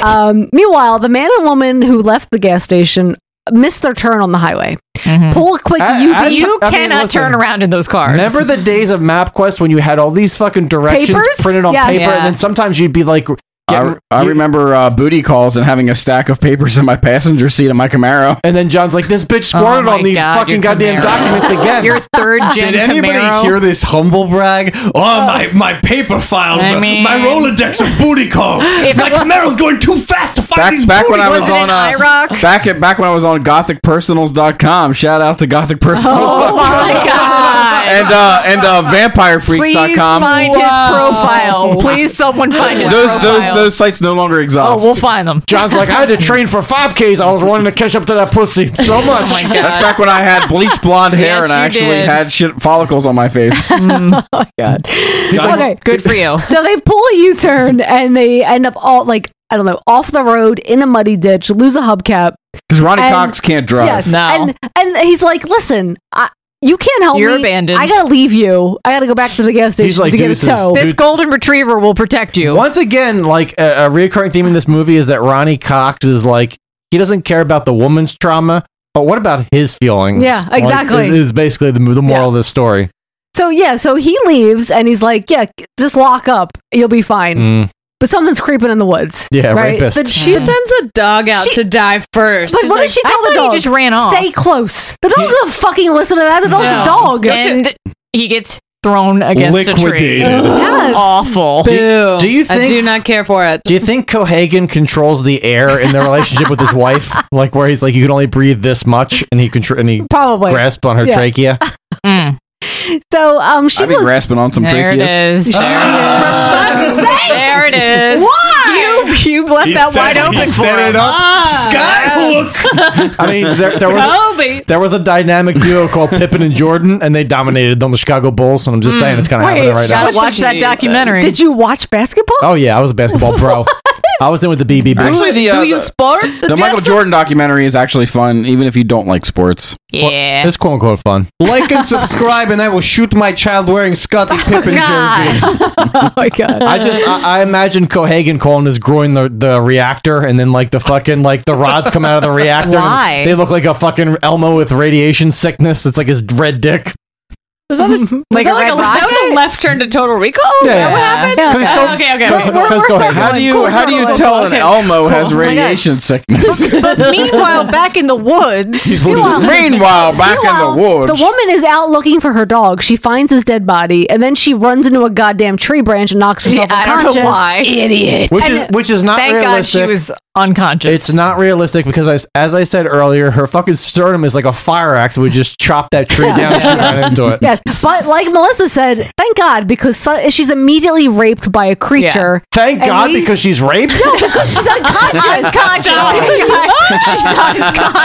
Speaker 2: um, meanwhile, the man and woman who left the gas station missed their turn on the highway.
Speaker 17: Mm-hmm.
Speaker 2: Pull a quick
Speaker 5: I- I-
Speaker 2: U turn.
Speaker 5: You I mean, cannot listen. turn around
Speaker 17: in those cars.
Speaker 5: Remember the days of MapQuest when you had all these fucking directions
Speaker 17: Papers?
Speaker 5: printed on
Speaker 17: Yes.
Speaker 5: paper,
Speaker 17: Yeah.
Speaker 5: and then sometimes you'd be like,
Speaker 13: I, I remember uh, booty calls and having a stack of papers in my passenger seat of my Camaro.
Speaker 5: And then John's like, "This
Speaker 17: Oh
Speaker 5: bitch
Speaker 13: squirted
Speaker 5: on these fucking goddamn documents again."
Speaker 15: Your third gen
Speaker 14: Did anybody
Speaker 15: Camaro.
Speaker 14: hear this humble brag? Oh, my, my paper files,
Speaker 15: I
Speaker 14: uh,
Speaker 15: mean-
Speaker 14: my Rolodex of booty calls.
Speaker 15: If
Speaker 14: my
Speaker 15: it wa-
Speaker 14: Camaro's going too fast to find
Speaker 13: Back,
Speaker 14: these
Speaker 13: back when
Speaker 14: booty
Speaker 13: I was
Speaker 14: calls.
Speaker 13: on uh, back at back when I was on gothicpersonals.com. Shout out to gothicpersonals.
Speaker 15: Oh my God.
Speaker 13: and uh and uh
Speaker 15: Please
Speaker 13: vampirefreaks.com.
Speaker 15: find his profile. Please, someone find his
Speaker 13: Those
Speaker 15: profile.
Speaker 13: those those sites no longer exist.
Speaker 15: Oh, we'll find them.
Speaker 5: John's like, I had to train for 5Ks. I was wanting to catch up to that pussy so much.
Speaker 15: Oh my God.
Speaker 13: That's back when I had bleached blonde hair
Speaker 15: Yes,
Speaker 13: and I
Speaker 15: you
Speaker 13: actually
Speaker 15: did. Mm. Oh
Speaker 13: had shit follicles on my face.
Speaker 17: God.
Speaker 2: Okay.
Speaker 17: Good for you.
Speaker 2: So they pull a U turn and they end up all like I don't know off the road in a muddy ditch, lose a hubcap.
Speaker 13: Because Ronnie
Speaker 2: And-
Speaker 13: Cox can't drive.
Speaker 2: Yes,
Speaker 13: No.
Speaker 2: and and he's like, listen, I, you can't help
Speaker 17: You're
Speaker 2: me.
Speaker 17: abandoned.
Speaker 2: I gotta leave you. I gotta go back to the gas station
Speaker 5: He's like,
Speaker 2: to get a
Speaker 5: "Deuces,
Speaker 2: tow.
Speaker 5: dude." This
Speaker 17: golden retriever will protect you.
Speaker 5: Once again, like a, a reoccurring theme in this movie is that Ronnie Cox is like he doesn't care about the woman's trauma, but what about his feelings?
Speaker 2: Yeah,
Speaker 5: Like,
Speaker 2: exactly.
Speaker 5: is, is basically the, the moral of this story.
Speaker 2: So yeah, so he leaves and he's like, yeah, just lock up. You'll be fine.
Speaker 5: Mm.
Speaker 2: But something's creeping in the woods.
Speaker 5: Yeah, rapist.
Speaker 2: But
Speaker 6: She sends a dog out to die first.
Speaker 2: But
Speaker 6: She's
Speaker 2: what
Speaker 6: like,
Speaker 2: did she
Speaker 6: "I
Speaker 2: tell the
Speaker 6: thought
Speaker 2: dog?
Speaker 6: you just ran off.
Speaker 2: Stay close. The dog doesn't fucking listen to that. The dog's
Speaker 6: No.
Speaker 2: a dog.
Speaker 6: And
Speaker 17: he gets
Speaker 15: thrown against a tree.
Speaker 5: Liquidated.
Speaker 6: Oh,
Speaker 5: Yes.
Speaker 15: Awful.
Speaker 5: Do- do you
Speaker 6: I
Speaker 5: think-
Speaker 6: do not care for it.
Speaker 5: Do you think Cohagen controls the air in their relationship with his wife? Like where he's like, you can only breathe this much, and he contr- and he
Speaker 2: Probably.
Speaker 5: grasp on her
Speaker 2: Yeah.
Speaker 5: trachea.
Speaker 2: So um, she
Speaker 13: I've been
Speaker 2: was
Speaker 13: grasping on some
Speaker 2: There it
Speaker 13: tracheas.
Speaker 2: is.
Speaker 15: There it is.
Speaker 2: Why?
Speaker 15: You, you left
Speaker 13: He
Speaker 15: that
Speaker 13: set-
Speaker 15: wide
Speaker 13: he
Speaker 15: open for
Speaker 13: set
Speaker 15: him.
Speaker 13: it up.
Speaker 15: Skyhook.
Speaker 5: I mean, there, there was
Speaker 15: Kobe.
Speaker 5: there was a dynamic duo called Pippen and Jordan, and they dominated on the Chicago Bulls. And I'm just saying, it's kind of happening right now.
Speaker 2: Did you watch basketball?
Speaker 5: Oh yeah, I was a basketball bro. I was in with the BBB.
Speaker 13: Actually, the, uh, the-
Speaker 2: sport?
Speaker 13: The Michael Jordan documentary is actually fun, even if you don't like sports.
Speaker 15: Yeah.
Speaker 5: It's quote unquote fun.
Speaker 14: Like and subscribe, and I will shoot my child wearing Scottie Pippen jersey.
Speaker 2: oh my god!
Speaker 5: I just I, I imagine Cohagen calling his groin the, the reactor, and then like the fucking like the rods come out of the reactor. and
Speaker 15: Why?
Speaker 5: They look like a fucking Elmo with radiation sickness. It's like his red dick.
Speaker 6: Was that, a, was
Speaker 15: Like
Speaker 6: that
Speaker 15: a red
Speaker 6: like a, that was a left turn to Total Recall?
Speaker 5: Yeah.
Speaker 6: Is that what happened? Oh,
Speaker 5: Yeah. Cause go-
Speaker 6: okay, okay.
Speaker 5: cause-
Speaker 6: We're- we're-
Speaker 5: cause
Speaker 6: we're
Speaker 5: go ahead.
Speaker 6: circling.
Speaker 13: How do you
Speaker 6: Cool,
Speaker 13: how do
Speaker 6: circling.
Speaker 13: you tell an
Speaker 6: Okay.
Speaker 13: Elmo has
Speaker 6: Oh my God.
Speaker 13: radiation sickness?
Speaker 17: But meanwhile, back in the woods,
Speaker 13: Meanwhile, back in the woods.
Speaker 2: The woman is out looking for her dog. She finds his dead body, and then she runs into a goddamn tree branch and knocks herself
Speaker 15: Yeah, I don't know
Speaker 2: unconscious.
Speaker 15: why. Idiot.
Speaker 5: Which
Speaker 15: And
Speaker 5: is which is not
Speaker 15: thank God she
Speaker 5: realistic.
Speaker 15: was unconscious.
Speaker 5: It's not realistic because I s as I said earlier, her fucking sternum is like a fire axe. that would just chop that tree down and she ran into it.
Speaker 2: Yes, but like Melissa said, thank God because so- she's immediately raped by a creature.
Speaker 5: Thank
Speaker 2: And
Speaker 5: God
Speaker 2: we-
Speaker 5: because she's raped.
Speaker 2: No, because she's unconscious.
Speaker 15: Unconscious.
Speaker 2: she's unconscious. She's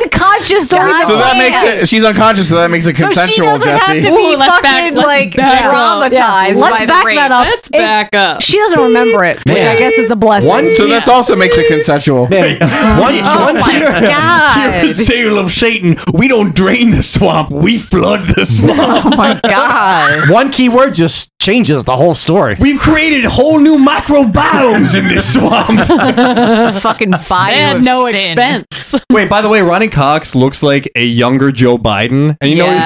Speaker 2: unconscious during the
Speaker 13: so that
Speaker 2: play.
Speaker 13: makes it. She's unconscious. So that makes it consensual, Jesse.
Speaker 15: Ooh, let's back- let's back up. Yeah,
Speaker 2: Let's back that up.
Speaker 6: Let's back up.
Speaker 2: She doesn't remember it, which I guess is a blessing.
Speaker 13: One, so that also makes it consensual.
Speaker 6: Oh
Speaker 5: One,
Speaker 2: my God.
Speaker 12: You're a sail of Satan. We don't drain the swamp. We flood the swamp.
Speaker 15: Oh my god.
Speaker 5: One key word just changes the whole story.
Speaker 12: We've created whole new microbiomes in this swamp.
Speaker 15: it's a fucking bio
Speaker 6: They had
Speaker 15: of
Speaker 6: no
Speaker 15: sin.
Speaker 6: expense.
Speaker 14: Wait, by the way, Ronnie Cox looks like a younger Joe Biden, and you know he's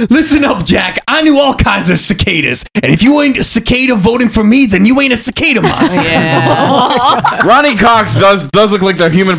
Speaker 14: like
Speaker 12: Listen up, Jack. I knew all kinds of cicadas, and if you ain't a cicada voting for me, then you ain't a cicada monster.
Speaker 13: Ronnie Cox does does look like the human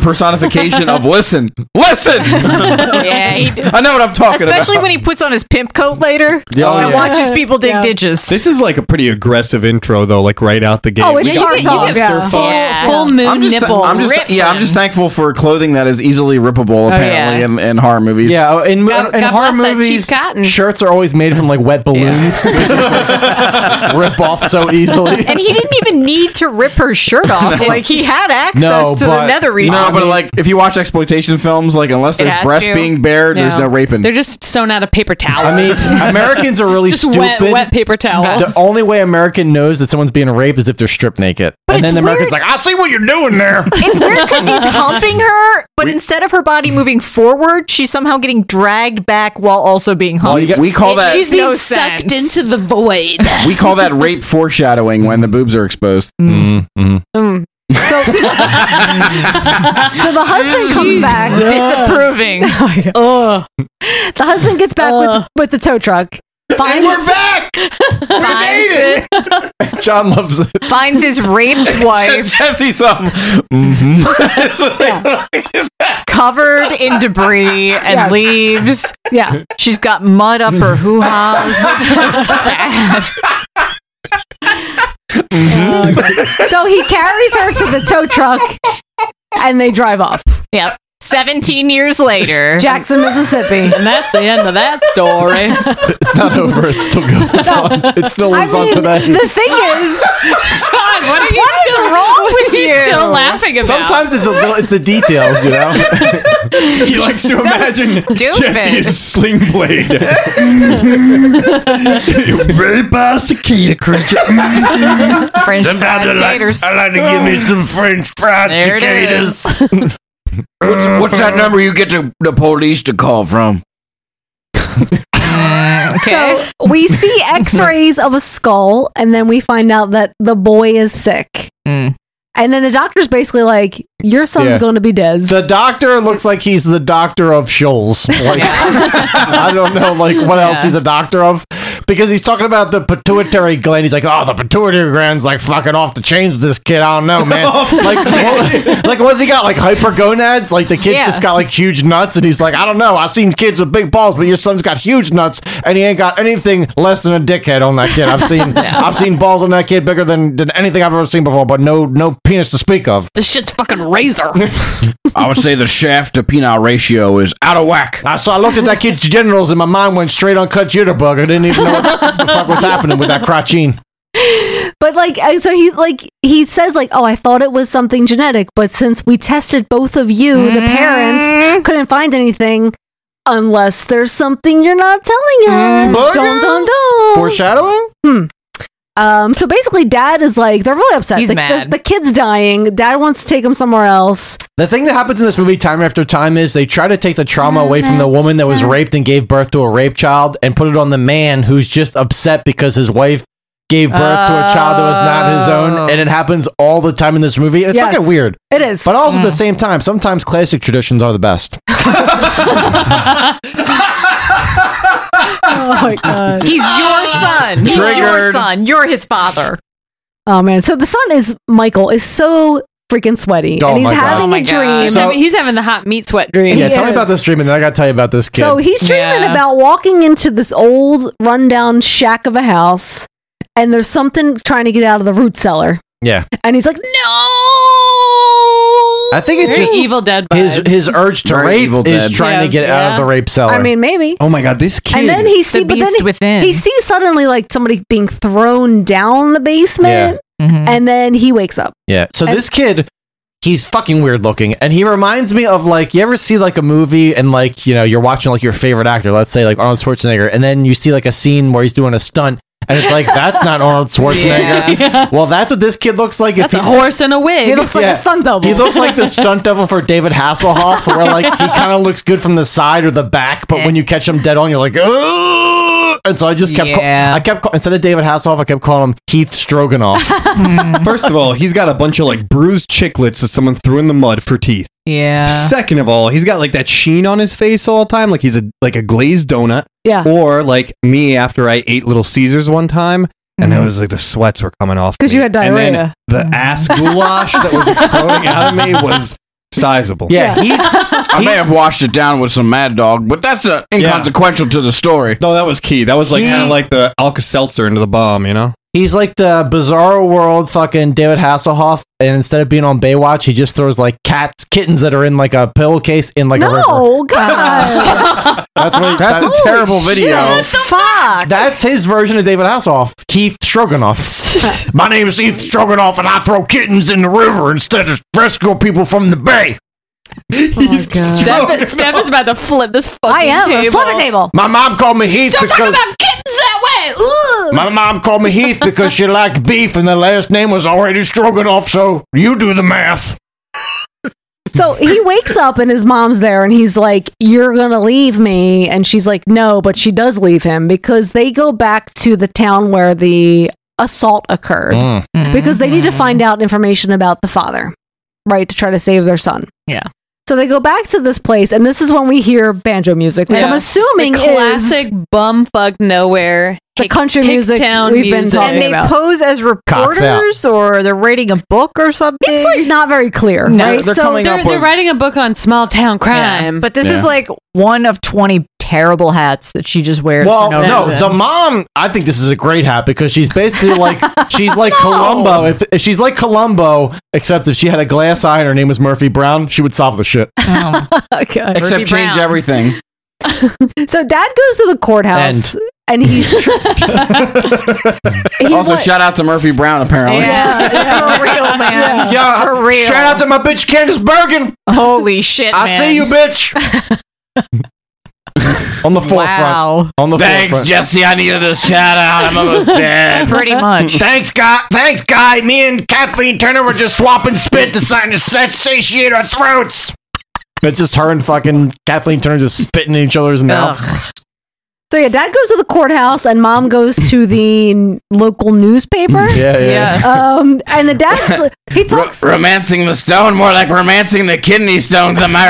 Speaker 13: personification of listen, listen.
Speaker 15: yeah, he did.
Speaker 13: I know what I'm talking
Speaker 15: Especially
Speaker 13: about.
Speaker 15: when he puts on his pimp coat later
Speaker 14: Yeah, oh,
Speaker 15: and
Speaker 14: yeah.
Speaker 15: watches people dig ditches.
Speaker 14: This is like a pretty aggressive intro, though, like right out the gate.
Speaker 15: Oh,
Speaker 14: We
Speaker 15: it's
Speaker 14: got-
Speaker 15: hard.
Speaker 6: You get
Speaker 15: Yeah.
Speaker 6: full,
Speaker 15: Yeah.
Speaker 6: full moon
Speaker 13: I'm just,
Speaker 6: nipple.
Speaker 13: I'm just-
Speaker 6: Rip
Speaker 13: yeah, I'm
Speaker 6: them.
Speaker 13: just thankful for clothing that is easily rippable, apparently,
Speaker 6: yeah.
Speaker 13: in, in horror movies.
Speaker 5: Yeah, oh, in,
Speaker 6: God-
Speaker 5: in
Speaker 6: God
Speaker 5: horror
Speaker 6: bless that cheap
Speaker 5: movies,
Speaker 6: cotton.
Speaker 5: shirts are always made from like wet balloons. They just, like, rip off so easily.
Speaker 15: and he didn't even need to rip her shirt off.
Speaker 5: No.
Speaker 15: Like he had access
Speaker 5: No,
Speaker 15: to
Speaker 5: but-
Speaker 15: the nether region.
Speaker 13: No, but like if you watch exploitation films, like unless
Speaker 6: It
Speaker 13: there's
Speaker 6: has
Speaker 13: breasts
Speaker 6: to.
Speaker 13: being bared, there's no raping.
Speaker 6: They're just sewn out of paper towels.
Speaker 5: I mean, Americans are really
Speaker 6: just
Speaker 5: stupid.
Speaker 6: Wet, wet paper
Speaker 5: the
Speaker 6: towels.
Speaker 5: only way American knows that someone's being raped is if they're stripped naked. and then the American's like, "Ah, I see what you're doing there.
Speaker 15: it's weird because he's humping her, but instead of her body moving forward, she's somehow getting dragged back while also being humped.
Speaker 13: you got- we call
Speaker 15: It-
Speaker 13: that-
Speaker 15: she's being
Speaker 6: No
Speaker 15: sucked
Speaker 6: sense.
Speaker 15: into the void.
Speaker 13: we call that rape foreshadowing when the boobs are exposed.
Speaker 2: Mm. So, so the husband comes back
Speaker 15: disapproving.
Speaker 2: Ugh. Oh, the husband gets back with, with the tow truck. Finds,
Speaker 13: back.
Speaker 15: Finds,
Speaker 5: John loves it.
Speaker 15: finds his raped wife
Speaker 13: Jesse, something.
Speaker 15: covered in debris and
Speaker 2: Yes.
Speaker 15: leaves.
Speaker 2: Yeah.
Speaker 15: She's got mud up her hoo ha's.
Speaker 5: Mm-hmm.
Speaker 2: So he carries her to the tow truck and they drive off.
Speaker 15: yep. 17 years later.
Speaker 2: Jackson, Mississippi.
Speaker 6: and that's the end of that story.
Speaker 5: It's not over. It still goes on. It still
Speaker 2: I
Speaker 5: lives on
Speaker 2: mean,
Speaker 5: today.
Speaker 2: the thing is,
Speaker 6: John, what are you
Speaker 2: What is
Speaker 6: still
Speaker 2: wrong
Speaker 6: what
Speaker 2: with
Speaker 6: are you
Speaker 2: you?
Speaker 6: still laughing about?
Speaker 5: Sometimes it's a little, it's the details, you know.
Speaker 12: he likes to imagine Jesse is a sling blade. Rape by a cicada creature.
Speaker 15: French
Speaker 12: Sometimes I
Speaker 15: fried
Speaker 12: like,
Speaker 15: taters.
Speaker 12: I like to give me some French fried
Speaker 15: There it
Speaker 12: cicadas.
Speaker 15: is.
Speaker 8: What's, what's that number you get the, the police to call from?
Speaker 15: Okay.
Speaker 2: so we see x rays of a skull and then we find out that the boy is sick. And then the doctor's basically like, Your son's
Speaker 5: Yeah.
Speaker 2: going to be dead.
Speaker 5: The doctor looks like he's the doctor of shoals. Like I don't know, like what else he's a doctor of, because he's talking about the pituitary gland. He's like, oh, the pituitary gland's like fucking off the chains with this kid. I don't know, man.
Speaker 12: Oh,
Speaker 5: like, what, like, what's he got? Like hypergonads? Like the kid
Speaker 16: Yeah.
Speaker 5: just got like huge nuts, and he's like, I don't know. I've seen kids with big balls, but your son's got huge nuts, and he ain't got anything less than a dickhead on that kid. I've seen, I've seen balls on that kid bigger than than anything I've ever seen before, but no, no penis to speak of.
Speaker 6: This shit's fucking razor.
Speaker 13: I would say the shaft to penile ratio is out of whack.
Speaker 5: I so I looked at that kid's genitals and my mind went straight on cut jitterbug. I didn't even know what the fuck was happening with that crotchine.
Speaker 2: But like, I- so he like he says like, oh, I thought it was something genetic, but since we tested both of you, the parents couldn't find anything unless there's something you're not telling us.
Speaker 17: Mm.
Speaker 2: Dun, dun, dun.
Speaker 5: Foreshadowing?
Speaker 2: Hmm. Um, so basically, dad is like, they're really upset.
Speaker 5: He's
Speaker 2: like,
Speaker 5: mad.
Speaker 2: The, the kid's dying. Dad wants to take him somewhere else.
Speaker 5: The thing that happens in this movie time after time is they try to take the
Speaker 2: Mm,
Speaker 5: trauma away from the woman that was raped and gave birth to a rape child and put it on the man who's just upset because his wife gave birth to a child that was not his own. And it happens all the time in this movie. And it's
Speaker 2: Oh. Yes.
Speaker 5: fucking weird.
Speaker 2: It is.
Speaker 5: But also at the
Speaker 2: Mm.
Speaker 5: same time, sometimes classic traditions are the best.
Speaker 2: Oh my god.
Speaker 15: He's your son. He's your
Speaker 2: Triggered.
Speaker 15: son. You're his father.
Speaker 2: Oh man. So the son is Michael is so freaking sweaty,
Speaker 5: Oh
Speaker 2: and he's
Speaker 5: my God.
Speaker 2: having
Speaker 5: Oh my
Speaker 2: a
Speaker 5: God.
Speaker 2: dream.
Speaker 5: So-
Speaker 6: he's having the hot meat sweat dream.
Speaker 5: yeah, tell me about this dream and then I gotta tell you about this kid.
Speaker 2: So he's dreaming
Speaker 6: Yeah.
Speaker 2: about walking into this old rundown shack of a house and there's something trying to get out of the root cellar.
Speaker 5: Yeah.
Speaker 2: And he's like, No
Speaker 5: I think it's
Speaker 6: Very
Speaker 5: just
Speaker 6: Evil Dead
Speaker 5: His
Speaker 6: vibes.
Speaker 5: his urge to
Speaker 6: Very
Speaker 5: rape
Speaker 6: Evil
Speaker 5: is
Speaker 6: Dead.
Speaker 5: trying to
Speaker 6: Yeah.
Speaker 5: get out
Speaker 6: Yeah.
Speaker 5: of the rape cellar.
Speaker 2: I mean maybe.
Speaker 14: Oh my god, this kid.
Speaker 2: And then he
Speaker 14: sees
Speaker 2: see but then he, he sees suddenly like somebody being thrown down the basement and then he wakes up.
Speaker 5: Yeah. So
Speaker 2: And-
Speaker 5: this kid, he's fucking weird looking, and he reminds me of like you ever see like a movie and like you know you're watching like your favorite actor, let's say like Arnold Schwarzenegger, and then you see like a scene where he's doing a stunt. And it's like that's not Arnold Schwarzenegger. Well, that's what this kid looks like.
Speaker 6: That's a horse in a wig. He looks like a stunt double.
Speaker 5: He looks like the stunt double for David Hasselhoff, where like he kind of looks good from the side or the back, but when you catch him dead on, you're like, Ugh! and so I just kept, call- I kept call- instead of David Hasselhoff, I kept calling him Heath Stroganoff.
Speaker 14: First of all, he's got a bunch of like bruised chiclets that someone threw in the mud for teeth.
Speaker 15: Yeah.
Speaker 14: Second of all, he's got like that sheen on his face all the time, like he's a like a glazed donut.
Speaker 2: Yeah.
Speaker 14: Or like me after I ate Little Caesars one time, and I was like the sweats were coming off.
Speaker 2: Because Mm-hmm. you had
Speaker 14: me. And then
Speaker 2: diarrhea.
Speaker 14: the ass goulash that was exploding out of me was sizable.
Speaker 5: Yeah, he's.
Speaker 13: I may have washed it down with some Mad Dog, but that's uh, inconsequential to the story.
Speaker 14: No, that was key. That was like
Speaker 5: He-
Speaker 14: kind of like the Alka Seltzer into the bomb, you know.
Speaker 5: He's like the bizarro world fucking David Hasselhoff, and instead of being on Baywatch, he just throws like cats, kittens that are in like a pillowcase in like a river.
Speaker 2: No, God.
Speaker 5: That's, what he-
Speaker 2: That's a terrible Holy video. shit, what the fuck?
Speaker 5: That's his version of David Hasselhoff, Keith Stroganoff.
Speaker 16: My name is Heath Stroganoff, and I throw kittens in the river instead of rescue people from the bay.
Speaker 6: Steph, Steph is about to flip this fucking
Speaker 2: I am.
Speaker 6: table.
Speaker 2: Flip a table.
Speaker 16: My mom called me Heath
Speaker 6: Don't talk
Speaker 16: because
Speaker 6: about kittens that way. Ooh.
Speaker 16: my mom called me Heath because she liked beef, and the last name was already Stroganoff. So you do the math.
Speaker 2: So he wakes up and his mom's there and he's like, You're gonna leave me. And she's like, No, but she does leave him because they go back to the town where the assault occurred
Speaker 5: Mm.
Speaker 2: because they need to
Speaker 6: Mm.
Speaker 2: find out information about the father, right? To try to save their son.
Speaker 15: Yeah.
Speaker 2: So they go back to this place and this is when we hear banjo music, which I'm
Speaker 6: Yeah.
Speaker 2: assuming
Speaker 6: The classic
Speaker 2: is
Speaker 6: bumfuck nowhere.
Speaker 2: The country music
Speaker 6: town
Speaker 2: we've been talking
Speaker 6: music.
Speaker 2: And they about.
Speaker 17: pose as
Speaker 2: Cocks out.
Speaker 17: reporters or they're writing a book or something.
Speaker 2: It's like not very clear.
Speaker 17: No,
Speaker 2: right?
Speaker 17: they're coming
Speaker 6: they're,
Speaker 17: up
Speaker 6: they're
Speaker 17: with-
Speaker 6: writing a book on small town
Speaker 17: Yeah.
Speaker 6: crime.
Speaker 17: But this
Speaker 5: Yeah.
Speaker 17: is like one of 20 terrible hats that she just wears.
Speaker 5: Well,
Speaker 17: for no,
Speaker 5: no,
Speaker 17: reason.
Speaker 5: the mom. I think this is a great hat because she's basically like she's like Columbo. If, if she's like Columbo, except if she had a glass eye and her name was Murphy Brown, she would solve the shit.
Speaker 13: Except change everything.
Speaker 2: So dad goes to the courthouse
Speaker 13: End.
Speaker 2: and he's
Speaker 13: also, shout out to Murphy Brown, apparently.
Speaker 2: for real, man.
Speaker 16: Yeah,
Speaker 17: For real.
Speaker 16: Shout out to my bitch Candace Bergen.
Speaker 17: Holy shit,
Speaker 16: I
Speaker 17: man.
Speaker 16: see you, bitch.
Speaker 5: On the forefront.
Speaker 17: Wow.
Speaker 5: On the
Speaker 8: Thanks,
Speaker 5: forefront.
Speaker 8: Jesse. I needed this shout out. I'm almost dead.
Speaker 17: Pretty much.
Speaker 16: Thanks, guy. Thanks, guy. Me and Kathleen Turner were just swapping spit to sign to sat- satiate our throats.
Speaker 5: It's just her and fucking Kathleen Turner just spitting in each other's mouths.
Speaker 2: So yeah, dad goes to the courthouse and mom goes to the n- local newspaper.
Speaker 8: Yeah, yeah. Yes.
Speaker 2: Um, and the dad's he talks.
Speaker 8: romancing the stone, more like romancing the kidney stones, am I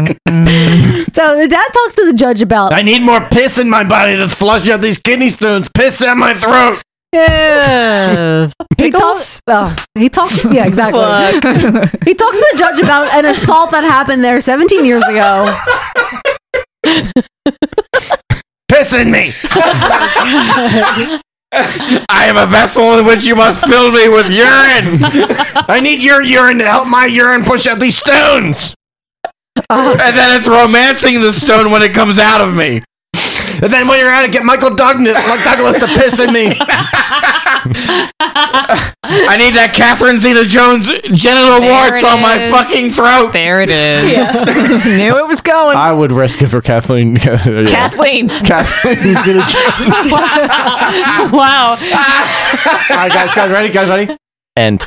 Speaker 8: right?
Speaker 17: All right.
Speaker 2: So the dad talks to the judge about.
Speaker 16: I need more piss in my body to flush out these kidney stones. Piss down my throat.
Speaker 2: Yeah. he talks. Oh, he talks. Yeah, exactly. he talks to the judge about an assault that happened there 17 years ago.
Speaker 8: Piss in me. I am a vessel in which you must fill me with urine. I need your urine to help my urine push out these stones. and then it's romancing the stone when it comes out of me.
Speaker 16: And then when you're at it, get Michael Douglas, Douglas to piss in me.
Speaker 8: I need that Catherine Zeta Jones genital
Speaker 16: There
Speaker 8: warts
Speaker 16: it
Speaker 8: on my
Speaker 16: is.
Speaker 8: fucking throat.
Speaker 17: There it is.
Speaker 15: Knew it was going.
Speaker 5: I would risk it for Kathleen.
Speaker 15: Kathleen.
Speaker 5: Kathleen did a
Speaker 15: wow.
Speaker 5: All right, guys, guys, ready? Guys, ready? End.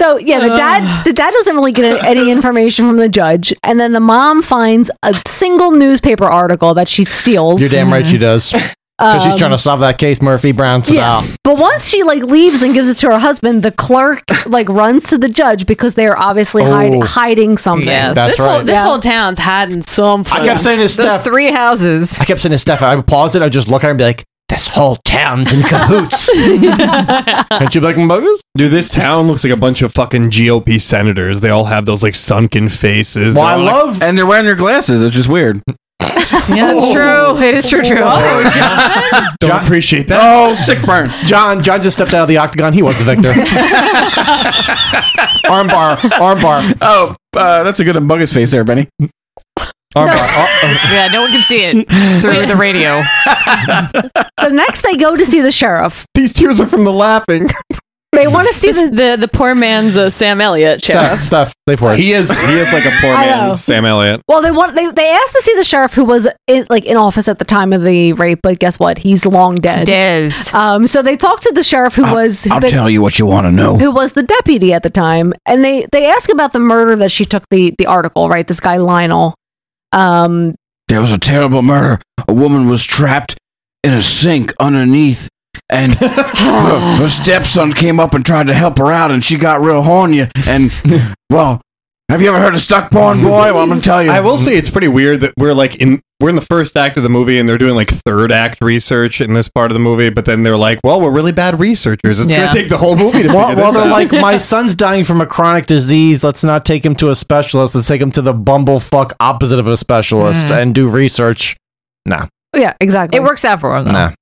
Speaker 2: So yeah, the dad the dad doesn't really get any information from the judge, and then the mom finds a single newspaper article that she steals.
Speaker 5: You're damn right she
Speaker 6: Mm-hmm.
Speaker 5: does. Because she's
Speaker 2: Um,
Speaker 5: trying to solve that case, Murphy Brown style.
Speaker 2: But once she like leaves and gives it to her husband, the clerk like runs to the judge because they are obviously hide-
Speaker 5: Oh.
Speaker 2: hiding something.
Speaker 5: Yes. That's
Speaker 6: this
Speaker 5: right.
Speaker 6: whole this
Speaker 2: Yeah.
Speaker 6: whole town's hiding something.
Speaker 5: I kept saying to Steph.
Speaker 15: three houses.
Speaker 5: I kept saying to Steph, I would pause it, I'd just look at her and be like, this whole town's in cahoots.
Speaker 14: Aren't you black and buggers? Dude, this town looks like a bunch of fucking GOP senators. They all have those like sunken faces.
Speaker 13: Well, I
Speaker 14: love,
Speaker 13: and they're wearing their glasses. It's just weird.
Speaker 15: Yeah, it's true. It is true. True.
Speaker 14: Don't appreciate that.
Speaker 13: Oh, sick burn.
Speaker 5: John, John just stepped out of the octagon. He was the victor. armbar, armbar.
Speaker 13: Oh, uh, that's a good embuggus face there, Benny.
Speaker 15: yeah, no one can see it through the radio.
Speaker 2: So next they go to see the sheriff.
Speaker 14: These tears are from the laughing.
Speaker 2: They want to see
Speaker 6: the, the the poor man's uh, Sam Elliott sheriff.
Speaker 5: Steph, they for it.
Speaker 14: He is he is like a poor
Speaker 2: I know.
Speaker 14: man, Sam Elliott.
Speaker 2: Well, they want they, they asked to see the sheriff who was in, like in office at the time of the rape, but guess what? He's long dead.
Speaker 15: Dez.
Speaker 2: Um, so they talked to the sheriff who was who
Speaker 8: I'll
Speaker 2: they-
Speaker 8: tell you what you want to know.
Speaker 2: who was the deputy at the time, and they they ask about the murder that she took the the article right. This guy Lionel. Um,
Speaker 8: There was a terrible murder. A woman was trapped in a sink underneath, and her, her stepson came up and tried to help her out, and she got real horny. And well, have you ever heard of stuck porn, boy? Well, I'm gonna tell you.
Speaker 14: I will say it's pretty weird that we're like in we're in the first act of the movie and they're doing like third act research in this part of the movie, but then they're like, "Well, we're really bad researchers. It's
Speaker 5: Yeah.
Speaker 14: going to take the whole movie to figure
Speaker 5: Well,
Speaker 14: this
Speaker 5: well, they're
Speaker 14: out."
Speaker 5: like, my son's dying from a chronic disease. Let's not take him to a specialist. Let's take him to the bumblefuck opposite of a specialist
Speaker 2: Mm.
Speaker 5: and do research. Nah,
Speaker 2: yeah, exactly. It
Speaker 15: works out for him.
Speaker 5: nah.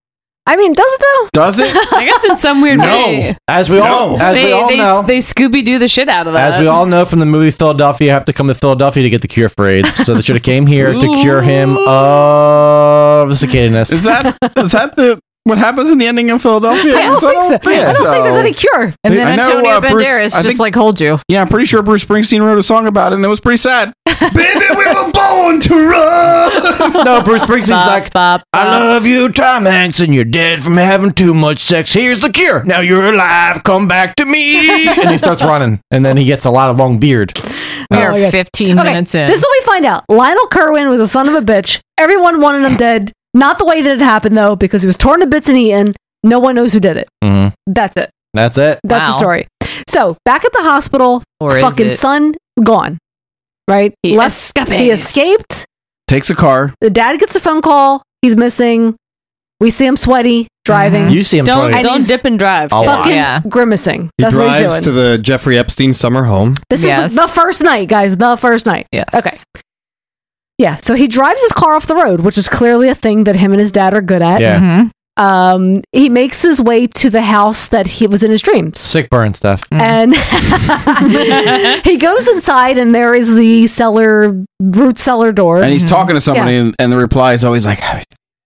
Speaker 2: I mean, does it though?
Speaker 5: Does it?
Speaker 6: I guess in some weird
Speaker 5: No.
Speaker 6: way.
Speaker 5: As we all, as
Speaker 6: they,
Speaker 5: we all
Speaker 6: they,
Speaker 5: know,
Speaker 6: they Scooby Doo the shit out of that.
Speaker 5: as we all know from the movie Philadelphia, you have to come to Philadelphia to get the cure for AIDS. So they should have came here to cure him of cicadiness.
Speaker 13: Is that is that the what happens in the ending of Philadelphia?
Speaker 15: I don't think so. I don't think there's any
Speaker 2: cure.
Speaker 15: And then Antonio
Speaker 13: uh,
Speaker 15: Banderas just like holds you.
Speaker 13: Yeah, I'm pretty sure Bruce Springsteen wrote a song about it, and it was pretty sad. Baby, we were born to run.
Speaker 5: no, Bruce Springsteen's
Speaker 16: like, I love you, Tom Hanks, and you're dead from having too much sex. Here's the cure. Now you're alive. Come back to me.
Speaker 5: and he starts running, and then he gets a lot of long beard.
Speaker 2: Oh,
Speaker 15: We
Speaker 5: Uh,
Speaker 15: are 15 minutes in.
Speaker 2: This is what we find out. Lionel Kerwin was a son of a bitch. Everyone wanted him dead. Not the way that it happened though, because he was torn to bits and eaten. No one knows who did it.
Speaker 5: mhm.
Speaker 2: That's it.
Speaker 5: That's it.
Speaker 2: That's the story. So back at the hospital,
Speaker 15: Or is
Speaker 2: fucking
Speaker 15: it?
Speaker 2: son gone. Right? He He
Speaker 15: escapes.
Speaker 2: escaped.
Speaker 13: Takes a car.
Speaker 2: The dad gets a phone call. He's missing. We see him sweaty driving.
Speaker 14: Mhm. You see him Don't- sweaty. don't
Speaker 2: he's
Speaker 6: dip and drive.
Speaker 14: A lot.
Speaker 2: Fucking
Speaker 14: Yeah.
Speaker 2: grimacing.
Speaker 14: He
Speaker 2: That's what he's
Speaker 14: drives
Speaker 2: doing.
Speaker 14: to the Jeffrey Epstein summer home.
Speaker 2: this is the, the first night, guys. The first night.
Speaker 15: Yes.
Speaker 2: Okay. Yeah. So he drives his car off the road, which is clearly a thing that him and his dad are good at.
Speaker 5: Yeah. Mhm.
Speaker 2: Um, he makes his way to the house that he was in his dreams.
Speaker 5: Sick burn stuff.
Speaker 2: And he goes inside, and there is the cellar, root cellar door.
Speaker 13: And he's talking to somebody,
Speaker 2: Mm-hmm. Yeah.
Speaker 13: and, and the reply is always like,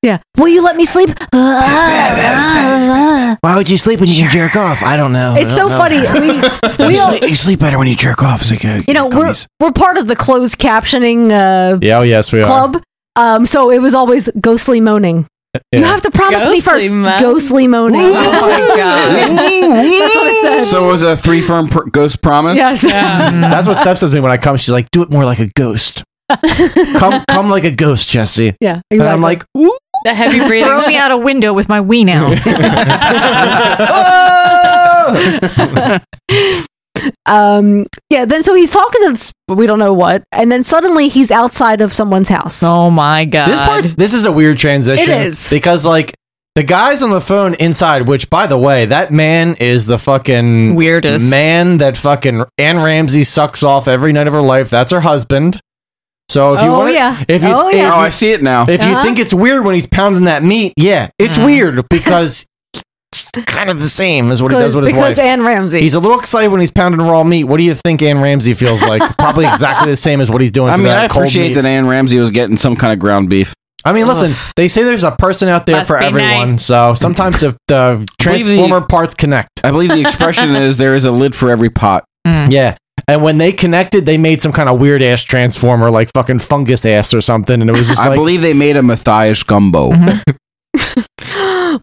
Speaker 2: Yeah. Will you let me sleep?
Speaker 16: Why would you sleep when you can jerk off? I don't know.
Speaker 2: It's
Speaker 16: I
Speaker 2: so
Speaker 16: don't know.
Speaker 2: funny. We, we
Speaker 8: you,
Speaker 2: all,
Speaker 8: sleep, you sleep better when you jerk off. So you can,
Speaker 2: you know, we're, we're part of the closed captioning uh,
Speaker 5: Yeah, oh, yes, we
Speaker 2: club. Um, so it was always ghostly moaning.
Speaker 5: Yeah.
Speaker 2: You have to promise me first.
Speaker 6: Ghostly moaning.
Speaker 2: Ghostly moaning.
Speaker 6: Oh my
Speaker 2: That's what it said.
Speaker 13: So it was a three firm pr- ghost promise.
Speaker 2: Yes. Yeah.
Speaker 5: That's what Steph says to me when I come. She's like, do it more like a ghost. come, come like a ghost, Jesse.
Speaker 2: Yeah,
Speaker 5: And I'm like, Ooh.
Speaker 6: The heavy breathing.
Speaker 15: Throw me out a window with my ween out.
Speaker 2: um yeah then so he's talking to this, we don't know what and then suddenly he's outside of someone's house
Speaker 15: oh my god
Speaker 5: This part, this is a weird transition.
Speaker 2: It is.
Speaker 5: because like the guys on the phone inside. Which, by the way, that man is the fucking
Speaker 15: Weirdest.
Speaker 5: man that fucking Ann Ramsey sucks off every night of her life. That's her husband. So if you
Speaker 2: Oh,
Speaker 5: want,
Speaker 2: yeah.
Speaker 5: if you,
Speaker 2: Oh,
Speaker 5: if
Speaker 2: yeah.
Speaker 5: you-
Speaker 2: Oh, I see it now.
Speaker 5: If you
Speaker 2: Uh-huh.
Speaker 5: think it's weird when he's pounding that meat, yeah, it's weird because it's kind of the same as what he does with his
Speaker 2: because
Speaker 5: wife.
Speaker 2: Anne Ramsey
Speaker 5: He's a little excited when he's pounding raw meat. What do you think Ann Ramsey feels like? Probably exactly the same as what he's doing.
Speaker 13: I
Speaker 5: to
Speaker 13: mean,
Speaker 5: that
Speaker 13: I
Speaker 5: cold
Speaker 13: appreciate
Speaker 5: meat.
Speaker 13: that Ann Ramsey was getting some kind of ground beef.
Speaker 5: I mean, listen, they say there's a person out there
Speaker 13: Must
Speaker 5: for
Speaker 13: be
Speaker 5: everyone, so sometimes the, the
Speaker 13: believe the-
Speaker 5: transformer parts connect.
Speaker 13: I believe the expression is there is a lid for every pot.
Speaker 5: Yeah. And when they connected, they made some kind of weird ass transformer, like fucking fungus ass or something. And it was just
Speaker 13: I
Speaker 5: like,
Speaker 13: believe they made a Matthias gumbo.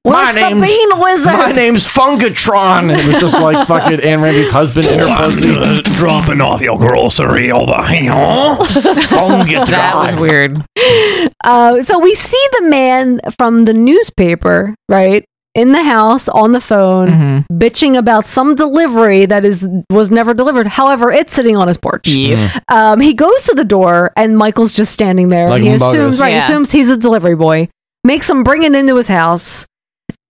Speaker 5: my, name's,
Speaker 17: bean wizard?
Speaker 5: my name's Fungatron. And it was just like fucking Ann Ramsey's husband in her pussy.
Speaker 12: dropping off your grocery over here.
Speaker 5: Oh,
Speaker 15: that was weird.
Speaker 2: uh, so we see the man from the newspaper right in the house on the phone
Speaker 5: Mm-hmm.
Speaker 2: bitching about some delivery that is was never delivered however it's sitting on his porch
Speaker 4: Yep.
Speaker 5: Mm-hmm.
Speaker 2: um, he goes to the door and michael's just standing there
Speaker 4: Like
Speaker 2: he
Speaker 4: humongous.
Speaker 2: assumes right he
Speaker 4: Yeah.
Speaker 2: assumes he's a delivery boy makes him bring it into his house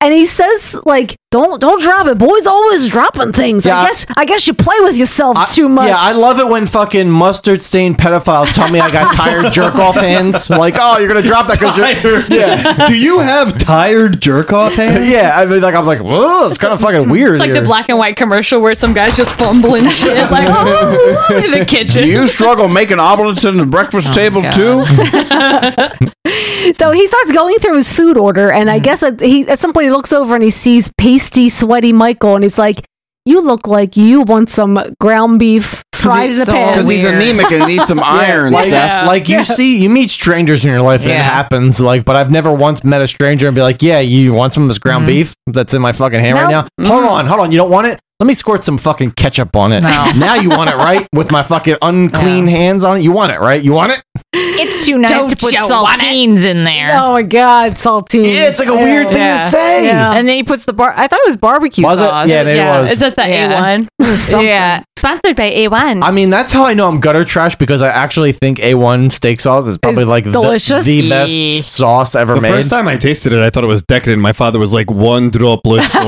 Speaker 2: and he says like don't don't drop it boys always dropping things i
Speaker 5: Yeah.
Speaker 2: guess i guess you play with yourselves too much
Speaker 5: Yeah, I love it when fucking mustard stained pedophiles tell me I got tired jerk off hands. Like, oh, you're gonna drop that because you're yeah.
Speaker 14: Do you have tired jerk off hands?
Speaker 5: yeah, I mean, like I'm like, whoa, it's kind of fucking weird.
Speaker 6: It's like the
Speaker 5: here."
Speaker 6: black and white commercial where some guy's just fumbling shit, like oh, in the kitchen.
Speaker 13: Do you struggle making omelets on the breakfast
Speaker 15: Oh,
Speaker 13: table too?
Speaker 2: So he starts going through his food order, and I
Speaker 5: Mm-hmm.
Speaker 2: guess at, he at some point he looks over and he sees pasty, sweaty Michael, and he's like, "You look like you want some ground beef fried in a pan."
Speaker 13: Because he's anemic and needs some iron,
Speaker 5: like,
Speaker 13: Steph.
Speaker 5: Like you see, you meet strangers in your life, and it
Speaker 13: Yeah.
Speaker 5: happens. Like, but I've never once met a stranger and be like, "Yeah, you want some of this ground beef that's in my fucking hand right now? Hold on, hold on, you don't want it? Let me squirt some fucking ketchup on it.
Speaker 15: No.
Speaker 5: now you want it, right? With my fucking unclean hands on it, you want it, right? You want it?
Speaker 15: It's too nice
Speaker 2: Don't
Speaker 15: to put
Speaker 2: you want it?
Speaker 15: saltines in there.
Speaker 2: Oh my god, saltine!
Speaker 5: Yeah, it's like a weird thing to say.
Speaker 15: And then he puts the bar. I thought it was barbecue
Speaker 5: Was it?
Speaker 15: sauce.
Speaker 5: Yeah, maybe it Yeah, was. it's
Speaker 6: just the A1.
Speaker 15: yeah, sponsored by A1.
Speaker 5: I mean, that's how I know I'm gutter trash because I actually think A1 steak sauce is probably like the-
Speaker 15: delicious.
Speaker 5: the,
Speaker 15: Yeah.
Speaker 5: best sauce ever
Speaker 14: The
Speaker 5: made.
Speaker 14: first time I tasted it, I thought it was decadent. My father was like, one droplet for you.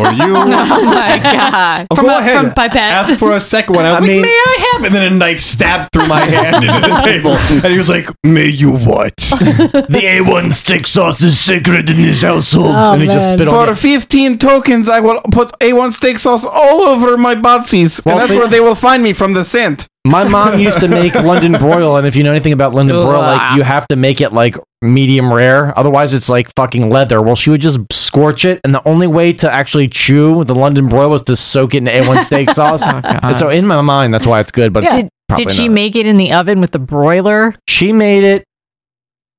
Speaker 6: Oh my god!
Speaker 14: Oh,
Speaker 6: from,
Speaker 14: go
Speaker 6: a,
Speaker 14: ahead.
Speaker 6: from pipette.
Speaker 14: Asked for a second one. I was like, may I have? And then a knife stabbed through my hand into the table. And he was like, may you what?
Speaker 12: The A1 steak sauce is sacred in this household.
Speaker 13: Oh, For
Speaker 12: it.
Speaker 13: 15 tokens, I will put A1 steak sauce all over my botsies.
Speaker 5: Well,
Speaker 13: and that's
Speaker 5: see-
Speaker 13: where they will find me from the scent.
Speaker 5: My mom used to make London broil, and if you know anything about London broil, like you have to make it like medium rare, otherwise it's like fucking leather. Well, she would just scorch it, and the only way to actually chew the London broil was to soak it in A1 steak sauce. and so in my mind, that's why it's good. But it's
Speaker 15: Oh, Did,
Speaker 5: probably
Speaker 15: did she
Speaker 5: not.
Speaker 15: make it in the oven with the broiler?
Speaker 5: She made it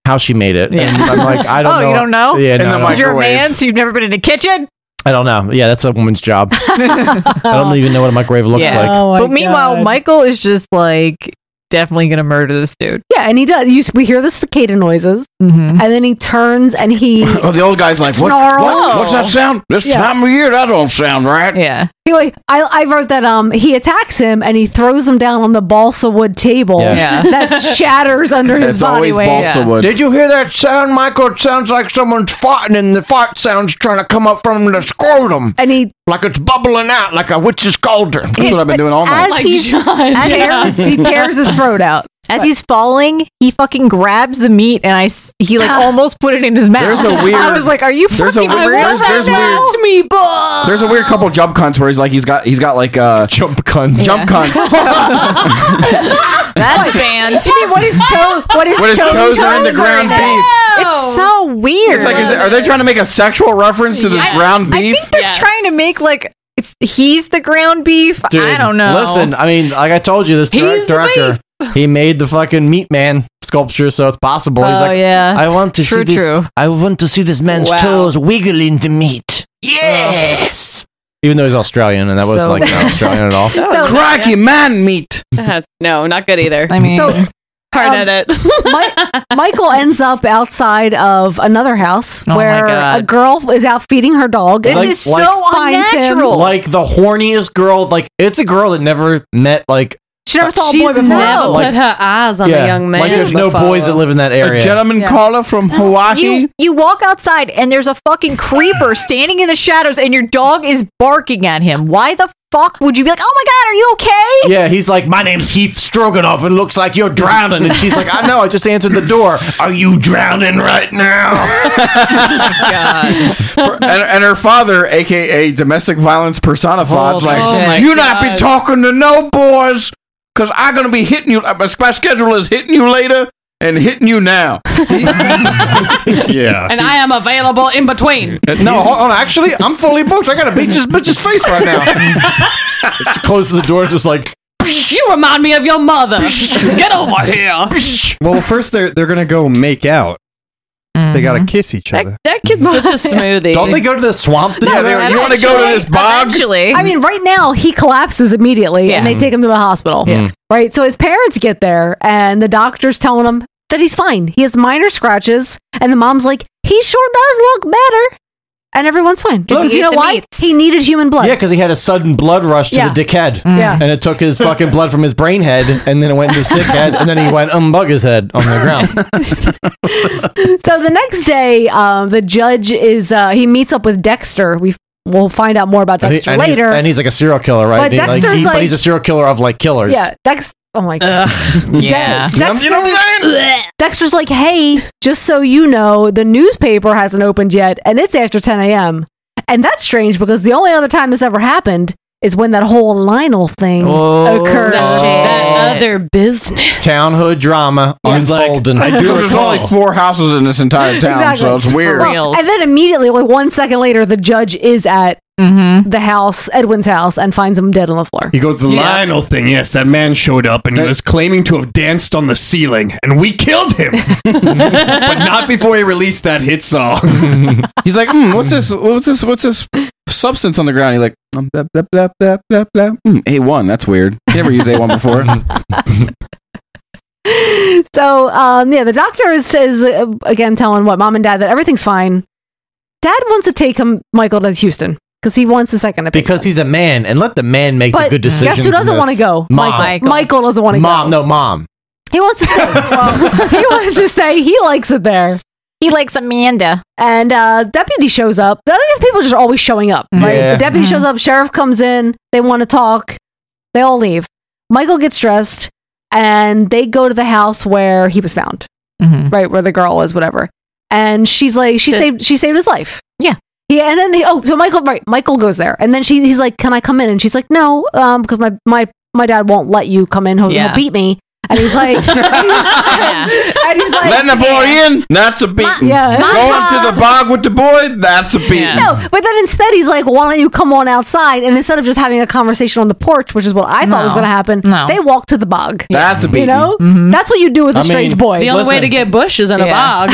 Speaker 5: how she made it? And I'm like, I don't
Speaker 15: oh,
Speaker 5: know.
Speaker 15: you don't know?
Speaker 5: Yeah, no, no.
Speaker 15: You're a man, so you've never been in a kitchen.
Speaker 5: I don't know. Yeah, that's a woman's job. I
Speaker 15: Oh.
Speaker 5: don't even know what a microwave looks like.
Speaker 2: Oh
Speaker 15: but meanwhile, Michael is just like definitely gonna murder this dude.
Speaker 2: yeah, and he does. You, we hear the cicada noises,
Speaker 5: Mm-hmm.
Speaker 2: and then he turns and he.
Speaker 13: Oh, the old guy's like, what,
Speaker 2: Snarl.
Speaker 13: what- what's that sound? This
Speaker 2: Yeah.
Speaker 13: time of year, that don't sound right.
Speaker 15: Yeah.
Speaker 2: Anyway, I, I wrote that um he attacks him and he throws him down on the balsa wood table
Speaker 13: Yeah. Yeah.
Speaker 2: that shatters under his body weight.
Speaker 16: Did you hear that sound, Michael? It sounds like someone's farting, and the fart sound's trying to come up from the scrotum.
Speaker 2: And he,
Speaker 16: like it's bubbling out, like a witch's cauldron. That's
Speaker 13: what I've been doing all
Speaker 16: night.
Speaker 17: As he's,
Speaker 15: tears-
Speaker 17: as
Speaker 15: he tears his
Speaker 2: throat out.
Speaker 17: As
Speaker 15: But-
Speaker 17: he's falling, he fucking grabs the meat, and I s- he like almost put it in his mouth.
Speaker 13: There's a weird.
Speaker 17: I was like, "Are you
Speaker 13: there's
Speaker 17: fucking
Speaker 13: a weird,
Speaker 17: real
Speaker 13: there's, there's weird, there's a weird couple jump cunts where he's like, he's got, he's got like uh,
Speaker 5: jump cunts,
Speaker 13: jump cunts.
Speaker 15: That's a band.
Speaker 2: You mean what his toe? What his,
Speaker 13: What his toes are in the ground beef.
Speaker 15: It's so weird.
Speaker 13: It's like, is it, are they trying to make a sexual reference to this
Speaker 15: Yes.
Speaker 13: ground
Speaker 15: I
Speaker 13: beef?
Speaker 15: think they're trying to make like it's he's the ground beef. I
Speaker 5: Dude,
Speaker 15: don't know.
Speaker 5: Listen, I mean, like I told you, this direct, director, he made the fucking Meat Man sculpture, so it's possible. He's
Speaker 15: Oh,
Speaker 5: like,
Speaker 15: yeah.
Speaker 5: I want to
Speaker 15: True,
Speaker 5: see this.
Speaker 15: true.
Speaker 5: I want to see this man's
Speaker 15: Wow.
Speaker 5: toes wiggle in the meat. Yes. Even though he's Australian, and that was
Speaker 6: So-
Speaker 5: like not Australian at all.
Speaker 6: Don't- Crikey,
Speaker 13: man meat.
Speaker 6: That's- no, not good either. Um,
Speaker 15: I mean,
Speaker 6: so, Hard edit.
Speaker 2: Mi- Michael ends up outside of another house
Speaker 5: Oh my
Speaker 2: where
Speaker 5: God.
Speaker 2: a girl is out feeding her dog.
Speaker 5: Like- like- Like the horniest girl. Like it's a girl that never met like
Speaker 2: she never saw a boy
Speaker 6: She's
Speaker 2: before.
Speaker 6: never
Speaker 5: Like-
Speaker 6: put her eyes on a young man.
Speaker 5: Like there's no
Speaker 6: before.
Speaker 5: boys that live in that area.
Speaker 13: gentleman
Speaker 15: Yeah.
Speaker 13: caller from Hawaii.
Speaker 15: You you walk outside and there's a fucking creeper standing in the shadows and your dog is barking at him. Why the fuck would you be like, "Oh my god, are you okay?"
Speaker 5: Yeah, he's like, my name's Heath Stroganoff. It looks like you're drowning. And she's like, I know. I just answered the door. Are you drowning right now?
Speaker 13: For- and, and her father, aka domestic violence personified,
Speaker 16: Holy
Speaker 13: like
Speaker 16: shit.
Speaker 13: you
Speaker 16: Oh my
Speaker 13: not be
Speaker 16: God.
Speaker 13: talking to no boys, cause I gonna be hitting you. uh, My my schedule is hitting you later and hitting you now.
Speaker 14: yeah.
Speaker 6: And I am available in between.
Speaker 5: Uh, no, hold on. Actually, I'm fully booked. I gotta beat this bitch's face right now. she closes the door. It's just like,
Speaker 6: You remind me of your mother. Get over here.
Speaker 14: Well, first they're they're gonna go make out. They gotta kiss each other.
Speaker 6: That kid's such a smoothie.
Speaker 14: Don't they
Speaker 5: go to the swamp?
Speaker 14: Yeah, they- you wanna go to this bog?
Speaker 6: Eventually.
Speaker 2: I mean, right now he collapses immediately and they
Speaker 5: Mhm.
Speaker 2: take him to the hospital.
Speaker 14: Hmm.
Speaker 5: Yeah.
Speaker 2: Right. So his parents get there and the doctor's telling him that he's fine. He has minor scratches. And the mom's like, he sure does look better. And everyone's fine. Because
Speaker 15: he
Speaker 2: you
Speaker 15: ate
Speaker 2: know
Speaker 15: the
Speaker 2: why? He needed human blood.
Speaker 5: yeah, because he had a sudden blood rush to
Speaker 2: Yeah. Mm.
Speaker 5: the dickhead.
Speaker 2: Yeah.
Speaker 5: And it took his fucking blood from his brain head, and then it went to his dickhead, and then he went umbug his head on the ground.
Speaker 2: so the next day, um, the judge is, uh, he meets up with Dexter. We We'll find out more about
Speaker 5: And, he-
Speaker 2: Dexter
Speaker 5: and he's-
Speaker 2: later.
Speaker 5: and he's like a serial killer, right?
Speaker 2: But
Speaker 5: And he- like,
Speaker 2: Dexter's
Speaker 5: he-
Speaker 2: like-
Speaker 5: but he's a serial killer of like killers.
Speaker 2: Yeah, Dex. Oh my god.
Speaker 5: Yeah.
Speaker 2: Dex-
Speaker 5: You know- you know what I'm
Speaker 2: Dexter's- Dexter's like, hey, just so you know, the newspaper hasn't opened yet, and it's after 10 a.m. And that's strange because the only other time this ever happened is when that whole Lionel thing occurred. Oh.
Speaker 6: That other business.
Speaker 5: Town hood drama unfolding.
Speaker 13: I do. There's only four houses in this entire town, so it's weird.
Speaker 2: Well, and then immediately, like one second later, the judge is at
Speaker 6: Mm-hmm.
Speaker 2: the house, Edwin's house, and finds him dead on the floor.
Speaker 14: He goes the
Speaker 2: Yeah.
Speaker 14: Lionel thing. Yes, that man showed up and he was claiming to have danced on the ceiling, and we killed him, but not before he released that hit song.
Speaker 13: He's like, mm, what's this? What's this? What's this substance on the ground? He's like, um, blah, blah, blah, blah, blah, blah. Mm, A1. That's weird. Never used A1 before.
Speaker 2: so um, yeah, the doctor is, is uh, again telling what mom and dad that everything's fine. Dad wants to take him Michael to Houston because he wants a second opinion.
Speaker 5: because he's a man, and let the man make the
Speaker 2: But
Speaker 5: good
Speaker 2: guess
Speaker 5: decisions.
Speaker 2: who doesn't
Speaker 5: in this.
Speaker 2: wanna go?
Speaker 5: Mom.
Speaker 2: Michael. Michael doesn't wanna
Speaker 5: Mom, no, mom.
Speaker 2: He wants to stay. he wants to stay. He likes it there. He likes Amanda. And uh, deputy shows up. The other thing is people are just always showing up, right?
Speaker 5: Yeah.
Speaker 2: The deputy shows up. Sheriff comes in. They want to talk. They all leave. Michael gets dressed, and they go to the house where he was found, right where the girl was, whatever. And she's like, she
Speaker 17: So-
Speaker 2: saved, she saved his life. Yeah. Yeah, and then they oh so Michael right Michael goes there and then she he's like can I come in and she's like no um because my my my dad won't let you come in he'll, he'll
Speaker 13: Yeah.
Speaker 2: beat me and he's like and he's like
Speaker 13: Letting a boy in? That's a beating.
Speaker 2: yeah. My
Speaker 13: Going to the bog with the boy? That's a beating.
Speaker 2: No, but then instead he's like, "Why don't you come on outside?" And instead of just having a conversation on the porch, which is what I thought was
Speaker 13: No.
Speaker 2: going to happen,
Speaker 13: No. Mm-hmm.
Speaker 2: they walk to the bog.
Speaker 13: That's a
Speaker 2: you
Speaker 13: beating.
Speaker 2: know that's what you do with a
Speaker 5: I
Speaker 2: strange
Speaker 5: mean,
Speaker 2: boy.
Speaker 5: The only way listen. to
Speaker 6: get bush is in a bog.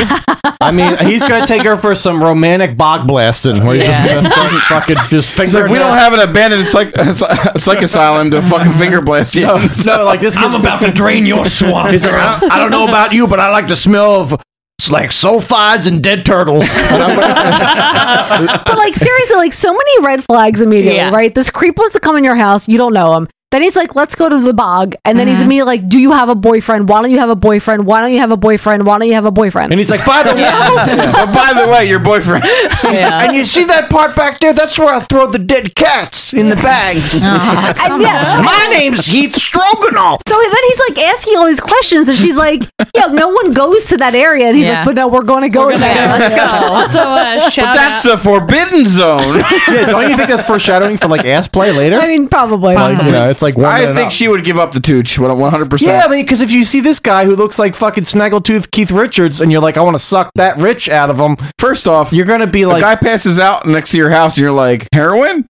Speaker 5: I mean, he's gonna take her for some romantic bog blasting, where he's just gonna start fucking just
Speaker 13: It's
Speaker 5: finger.
Speaker 13: like we don't have an abandoned psych, psych asylum to fucking finger blast you.
Speaker 5: No, no, like this. I'm about
Speaker 13: to drain your swamp,
Speaker 5: He's like, I, don't, I don't know about you, but I like the smell of it's like sulfides and dead turtles. And I'm gonna-
Speaker 2: but like seriously, like so many red flags immediately, right? This creep wants to come in your house, you don't know him. Then he's like, "Let's go to the bog," and then
Speaker 13: Mm-hmm.
Speaker 2: he's immediately like, "Do you have a boyfriend? Why don't you have a boyfriend? Why don't you have a boyfriend? Why don't you have a boyfriend?"
Speaker 5: and he's like, by the way,
Speaker 13: But by the way, your boyfriend.
Speaker 5: and you see that part back there? That's where I throw the dead cats in the
Speaker 2: Oh,
Speaker 5: bags.
Speaker 2: And yeah,
Speaker 5: My name's Heath Stroganoff.
Speaker 2: So then he's like asking all these questions, and she's like, "Yeah, no one goes to that area." And he's
Speaker 13: Yeah.
Speaker 2: like, "But no, we're going to go to that. Let's go."
Speaker 6: So, uh,
Speaker 13: but
Speaker 6: shout
Speaker 13: that's the forbidden zone.
Speaker 5: yeah, don't you think that's foreshadowing for like ass play later?
Speaker 2: I mean, probably.
Speaker 5: Like, you know, it's like one
Speaker 13: I
Speaker 5: in
Speaker 13: think
Speaker 5: and out.
Speaker 13: she would give up the tooch. One hundred
Speaker 5: Yeah, I
Speaker 13: percent.
Speaker 5: mean, because if you see this guy who looks like fucking snaggletooth Keith Richards, and you're like, I want to suck that rich out of him.
Speaker 13: First off,
Speaker 5: you're gonna be
Speaker 13: The
Speaker 5: like,
Speaker 13: guy passes out next to your house, and you're like heroin.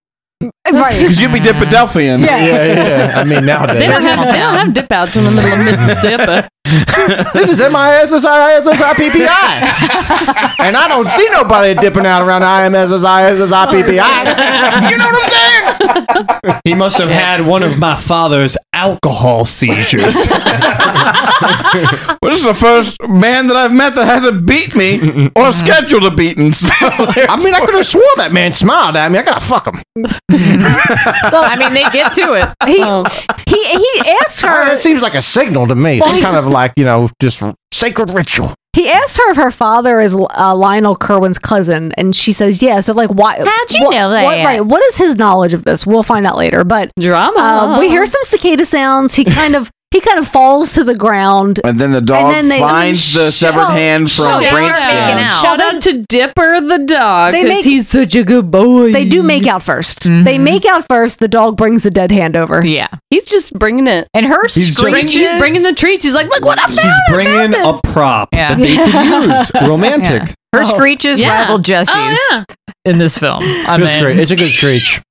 Speaker 2: Right.
Speaker 13: Because you'd be Dipadelphian.
Speaker 5: Yeah. Yeah, yeah. I mean, nowadays.
Speaker 6: They don't, have, they don't have dip outs in the middle of Mississippi.
Speaker 5: this is MISSISSIPPI. and I don't see nobody dipping out around IMSSISSIPPI.
Speaker 14: he must have had one of my father's alcohol seizures.
Speaker 13: Well, this is the first man that I've met that hasn't beat me or scheduled a beating. I mean, I could have swore that man smiled at me. I gotta fuck him.
Speaker 15: well, I mean, they get to it. He, he, he asked
Speaker 16: I mean,
Speaker 15: her.
Speaker 16: it seems like a signal to me. Some kind of like, you know, just sacred ritual.
Speaker 2: He asked her if her father is uh, Lionel Kerwin's cousin, and she says yes. So, like, why?
Speaker 17: How'd you
Speaker 2: what-
Speaker 17: know that?
Speaker 2: What, right. What is his knowledge of this? We'll find out later. But
Speaker 6: drama.
Speaker 2: Um, we hear some cicada sounds. He kind of he kind of falls to the ground.
Speaker 13: And then the dog finds the severed
Speaker 2: Oh,
Speaker 13: hand from brain scan.
Speaker 6: Shout out to Dipper the dog.
Speaker 2: They make-
Speaker 6: because he's such a good boy. Mm-hmm.
Speaker 2: They do make out 1st They make out first. The dog brings the dead hand over.
Speaker 15: Yeah.
Speaker 6: He's just bringing it.
Speaker 15: And her
Speaker 14: He's
Speaker 6: bringing,
Speaker 14: just-
Speaker 6: she's bringing the treats. He's like, look what I found.
Speaker 14: He's bringing a prop
Speaker 15: Yeah.
Speaker 14: that they could use. Romantic.
Speaker 15: Her screeches
Speaker 6: Oh. yeah.
Speaker 15: rival Jesse's in this film. I
Speaker 5: Good
Speaker 15: mean,
Speaker 5: screech. It's a good screech.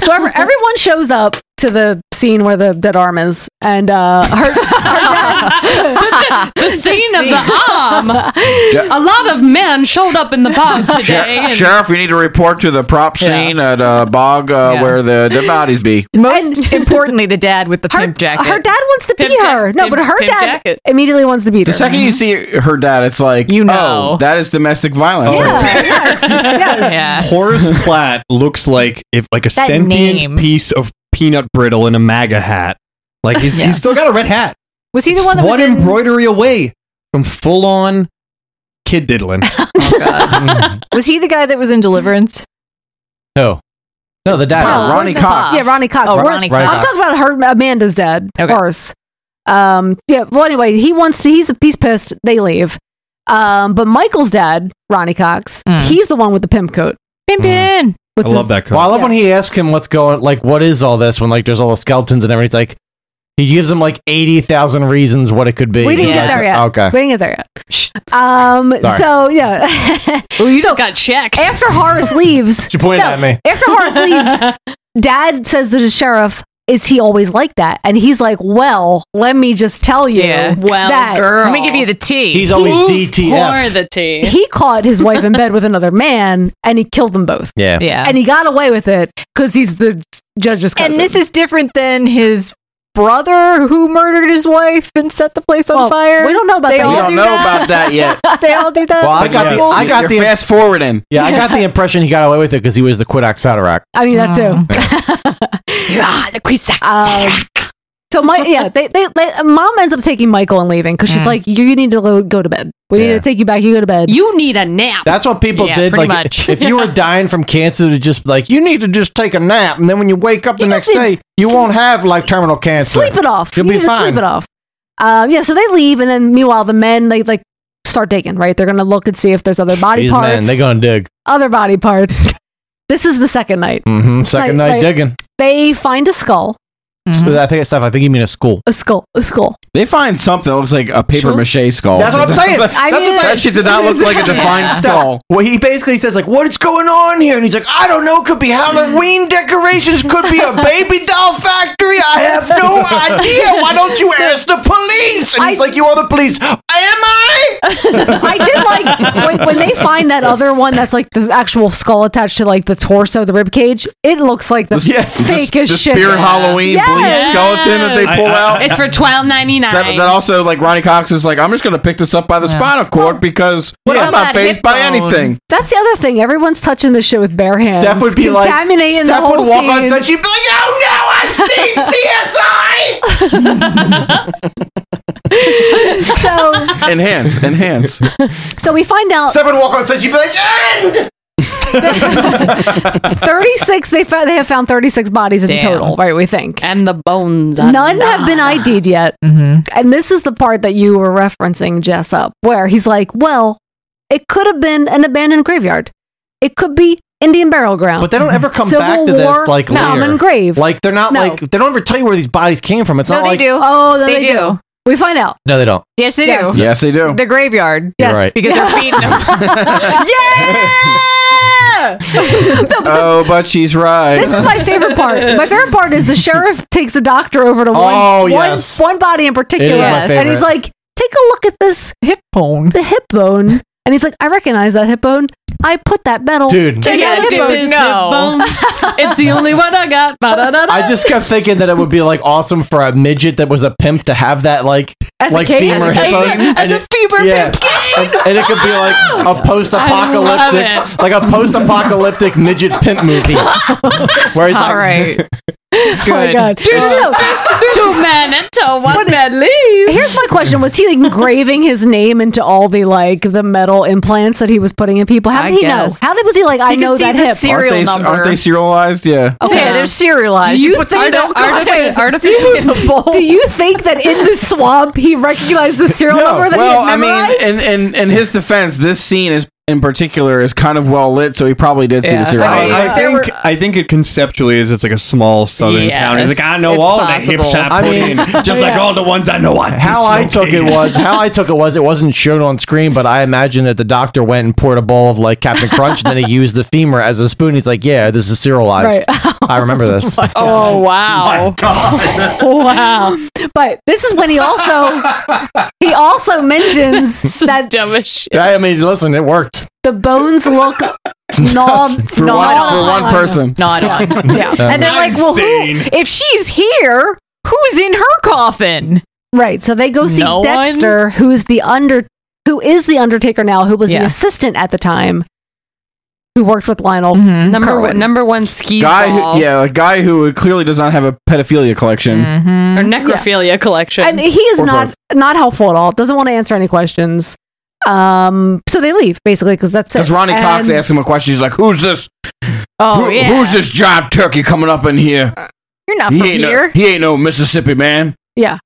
Speaker 2: So ev- everyone shows up to the scene where the dead arm is, and uh, her,
Speaker 6: the, the scene of the arm.
Speaker 13: Yeah.
Speaker 6: A lot of men showed up in the bog today.
Speaker 13: Sher-
Speaker 6: and-
Speaker 13: Sheriff, you need to report to the prop scene at uh, Bog uh, where the dead bodies be.
Speaker 15: most importantly, the dad with the pimp jacket.
Speaker 2: her dad wants to beat her. No,
Speaker 6: pimp-
Speaker 2: but her
Speaker 6: pimp
Speaker 2: dad
Speaker 6: jacket.
Speaker 2: immediately wants to beat
Speaker 13: The
Speaker 2: her.
Speaker 13: second you see her dad, it's like, you know, oh, that is domestic violence.
Speaker 2: uh,
Speaker 15: yeah.
Speaker 14: Horace Platt looks like if like a
Speaker 15: That
Speaker 14: sentient
Speaker 15: name.
Speaker 14: piece of peanut brittle in a MAGA hat. Like he's,
Speaker 15: Yeah.
Speaker 14: he's still got a red hat.
Speaker 15: Was he the one that was
Speaker 14: one
Speaker 15: in-
Speaker 14: embroidery away from full on kid diddling?
Speaker 15: Was he the guy that was in Deliverance?
Speaker 5: No. No, the dad.
Speaker 2: Pops. Yeah, Ronnie Cox.
Speaker 15: Oh,
Speaker 2: We're-
Speaker 15: Ronnie Cox.
Speaker 2: I'm talking about her Amanda's dad, of course. Um, yeah. Well, anyway, he wants to. He's a piece pissed. They leave. Um, but Michael's dad, Ronnie Cox, he's the one with the pimp coat.
Speaker 15: Pimpin.
Speaker 5: I
Speaker 2: What's
Speaker 5: love
Speaker 14: that
Speaker 5: Well, I love when he asks him what's going like what is all this when like there's all the skeletons and everything. It's like he gives him like eighty thousand reasons what it could be.
Speaker 2: We didn't
Speaker 5: He's
Speaker 2: get
Speaker 5: like,
Speaker 2: there yet.
Speaker 5: Okay.
Speaker 2: We didn't get there yet. Um,
Speaker 5: Sorry.
Speaker 2: so yeah.
Speaker 6: well, you just got checked.
Speaker 2: After Horace leaves,
Speaker 5: She pointed at me.
Speaker 2: After Horace leaves, Dad says to the sheriff, "Is he always like that?" And he's like, "Well, let me just tell you,
Speaker 6: Well,
Speaker 2: that
Speaker 6: girl. Let me give you
Speaker 15: the tea.
Speaker 5: He's always
Speaker 6: Ooh,
Speaker 5: DTF.
Speaker 6: Pour the tea.
Speaker 2: He caught his wife in bed with another man, and he killed them both.
Speaker 5: Yeah. Yeah.
Speaker 2: and he got away with it because he's the judge's cousin.
Speaker 15: And this is different than his brother who murdered his wife and set the place on
Speaker 2: Well,
Speaker 15: fire.
Speaker 2: we don't know about
Speaker 15: They
Speaker 2: that.
Speaker 15: all
Speaker 13: We don't
Speaker 15: do
Speaker 13: know
Speaker 15: that.
Speaker 13: about that yet.
Speaker 2: they all do that.
Speaker 5: Well, I got the I got
Speaker 13: You're
Speaker 5: the
Speaker 13: fast forwarding.
Speaker 5: Yeah, I got the impression he got away with it because he was the Quidoc Sadorak.
Speaker 2: I mean that too.
Speaker 15: ah, the Quisac.
Speaker 2: Um, so my yeah, they, they they mom ends up taking Michael and leaving because she's like, you need to go, go to bed. We need to take you back. You go to bed.
Speaker 6: You need a nap.
Speaker 5: That's what people
Speaker 2: Yeah,
Speaker 5: did.
Speaker 2: pretty
Speaker 5: Like,
Speaker 2: much.
Speaker 5: if you were dying from cancer, to just be like you need to just take a nap, and then when you wake up the next day, you won't have like terminal cancer.
Speaker 2: sleep it off.
Speaker 5: You'll
Speaker 2: You
Speaker 5: be
Speaker 2: need to
Speaker 5: fine.
Speaker 2: Sleep it off. Um, yeah. So they leave, and then meanwhile, the men they like start digging. Right, they're gonna look and see if there's other body
Speaker 5: These
Speaker 2: parts.
Speaker 5: men, they gonna dig.
Speaker 2: other body parts. this is the second night.
Speaker 5: hmm Second night
Speaker 2: Like- like, mm-hmm.
Speaker 5: digging.
Speaker 2: They find a skull.
Speaker 5: So I think it's stuff. I think you mean a school.
Speaker 2: A skull. A skull.
Speaker 13: They find something that looks like a paper mache skull.
Speaker 5: That's what I'm saying.
Speaker 13: That's
Speaker 2: I
Speaker 13: what-
Speaker 2: mean-
Speaker 13: that shit did not look like a defined
Speaker 5: Yeah.
Speaker 13: skull.
Speaker 5: Well, he basically says like, "What is going on here?" And he's like, "I don't know. Could be Halloween decorations. Could be a baby doll factory. I have no idea. Why don't you ask the police?" And he's like, "You are the police. Am I?"
Speaker 2: I did like when, when they find that other one that's like the actual skull attached to like the torso, the rib cage. It looks like the
Speaker 13: Yeah.
Speaker 2: fake
Speaker 13: The-
Speaker 2: as
Speaker 13: the
Speaker 2: shit.
Speaker 13: spirit Halloween bleach skeleton that they pull out.
Speaker 6: It's for twelve ninety nine.
Speaker 13: That, that also, like Ronnie Cox is like, I'm just gonna pick this up by the spinal cord because I'm not phased by anything.
Speaker 2: That's the other thing. Everyone's touching this shit with bare hands.
Speaker 5: Steph would be like,
Speaker 2: contaminating the
Speaker 5: Steph
Speaker 2: whole
Speaker 5: would walk on
Speaker 2: scene.
Speaker 5: set. She'd be like, "Oh no, I've seen CSI."
Speaker 2: so,
Speaker 13: enhance, enhance.
Speaker 2: so we find out
Speaker 5: Steph would walk on set. She'd be like, "End."
Speaker 2: 36. They found, they have found 36 bodies in
Speaker 6: Damn.
Speaker 2: total, right? We think,
Speaker 6: and the bones. are
Speaker 2: None have been ID'd yet,
Speaker 5: Mm-hmm.
Speaker 2: and this is the part that you were referencing, Jess, up where he's like, "Well, it could have been an abandoned graveyard. It could be Indian burial ground."
Speaker 5: But they don't ever come
Speaker 2: Civil
Speaker 5: back to
Speaker 2: War
Speaker 5: this like
Speaker 2: no,
Speaker 5: later.
Speaker 2: common grave.
Speaker 5: Like they're not
Speaker 2: No.
Speaker 5: like they don't ever tell you where these bodies came from. It's
Speaker 15: No,
Speaker 5: not
Speaker 15: they
Speaker 5: like
Speaker 15: do.
Speaker 2: Oh, no,
Speaker 15: They
Speaker 2: they, do.
Speaker 15: do.
Speaker 2: We find out.
Speaker 5: no, they don't.
Speaker 15: Yes, they do.
Speaker 13: Yes, they do.
Speaker 15: The graveyard.
Speaker 5: You're right.
Speaker 15: Because they're feeding them.
Speaker 13: oh, but she's right.
Speaker 2: This is my favorite part. My favorite part is the sheriff takes the doctor over to one
Speaker 13: Oh,
Speaker 2: one-
Speaker 13: yes.
Speaker 2: one body in particular,
Speaker 13: It is my
Speaker 2: and he's
Speaker 13: favorite.
Speaker 2: like, "Take a look at this hip bone. The hip bone And he's like, I recognize that hip bone. I put that metal
Speaker 5: Dude.
Speaker 2: to that
Speaker 6: Yeah,
Speaker 2: hip
Speaker 6: dude,
Speaker 2: bone.
Speaker 6: no. it's the only one I got. Ba-da-da-da.
Speaker 5: I just kept thinking that it would be like awesome for a midget that was a pimp to have that like
Speaker 2: As a
Speaker 5: like
Speaker 2: kid-
Speaker 5: femur
Speaker 2: as a
Speaker 5: hippo,
Speaker 2: kid- as
Speaker 5: and
Speaker 2: a
Speaker 5: it-
Speaker 2: femur
Speaker 5: yeah,
Speaker 2: pimp.
Speaker 5: and, and it could be like a
Speaker 2: I love
Speaker 5: post-apocalyptic, like a post-apocalyptic midget pimp movie. Where he's
Speaker 6: All
Speaker 5: like,
Speaker 6: right.
Speaker 2: Oh my god.
Speaker 6: Two men enter, one man leaves.
Speaker 2: Here's my question: Was he engraving his name into all the like the metal implants that he was putting in people? How
Speaker 15: I
Speaker 2: did he
Speaker 15: guess.
Speaker 2: know? How did was he like? I
Speaker 15: could
Speaker 2: know
Speaker 15: see
Speaker 2: that
Speaker 15: the
Speaker 2: hip.
Speaker 15: serial
Speaker 13: aren't, they, aren't they serialized? Yeah.
Speaker 2: Okay,
Speaker 15: Yeah, they're serialized.
Speaker 2: Do
Speaker 15: You
Speaker 2: you
Speaker 15: put
Speaker 2: think
Speaker 15: arti-
Speaker 2: that
Speaker 15: artifi-
Speaker 2: artificial in a bowl? Do you think that in the swamp he recognized the serial number that
Speaker 13: well,
Speaker 2: he
Speaker 13: I
Speaker 2: had
Speaker 13: mean,
Speaker 2: memorized?
Speaker 13: in, in in his defense, this scene is in particular is kind of well lit, so he probably did see the serial.
Speaker 2: Oh,
Speaker 14: I, I think I think it conceptually is it's like a small southern
Speaker 13: Yes,
Speaker 14: town. It's like I know
Speaker 13: it's
Speaker 14: all
Speaker 13: possible.
Speaker 14: the hip shop
Speaker 13: I
Speaker 14: I
Speaker 13: mean,
Speaker 14: just like
Speaker 13: yeah.
Speaker 14: all the ones I know. I
Speaker 5: how I took it
Speaker 14: dislocated.
Speaker 5: was how I took it was it wasn't shown on screen, but I imagine that the doctor went and poured a bowl of like Captain Crunch, and then he used the femur as a spoon. He's like, "Yeah, this is serialized. I remember this."
Speaker 6: Oh wow!
Speaker 2: wow. But this is when he also he also mentions that
Speaker 5: Yeah, I mean, listen, it worked.
Speaker 2: the bones look gnawed
Speaker 5: For
Speaker 2: gnawed
Speaker 5: one- for
Speaker 2: on.
Speaker 5: one person.
Speaker 15: Gnawed on. Yeah.
Speaker 5: Um,
Speaker 15: and they're like, well, who,
Speaker 5: Insane.
Speaker 15: if she's here, who's in her coffin?
Speaker 2: Right. So they go see
Speaker 15: No one?
Speaker 2: Dexter, who's the under who is the Undertaker now, who was the assistant at the time, who worked with Lionel.
Speaker 6: Number
Speaker 2: Kerwin.
Speaker 6: one, Mm-hmm. number one ski
Speaker 13: guy,
Speaker 6: ball
Speaker 13: who, yeah, a guy who clearly does not have a pedophilia collection.
Speaker 6: or necrophilia collection.
Speaker 2: And he is
Speaker 13: Or
Speaker 2: not
Speaker 13: both.
Speaker 2: not helpful at all. Doesn't want to answer any questions. Um. So they leave basically because that's it.
Speaker 13: Because Ronnie Cox
Speaker 2: And-
Speaker 13: asked him a question. He's like, "Who's this?
Speaker 15: um, Oh,
Speaker 13: who-
Speaker 15: yeah.
Speaker 13: Who's this jive turkey coming up in here?
Speaker 15: You're not
Speaker 13: he
Speaker 15: from
Speaker 13: ain't
Speaker 15: here.
Speaker 13: No, he ain't no Mississippi man."
Speaker 2: Yeah.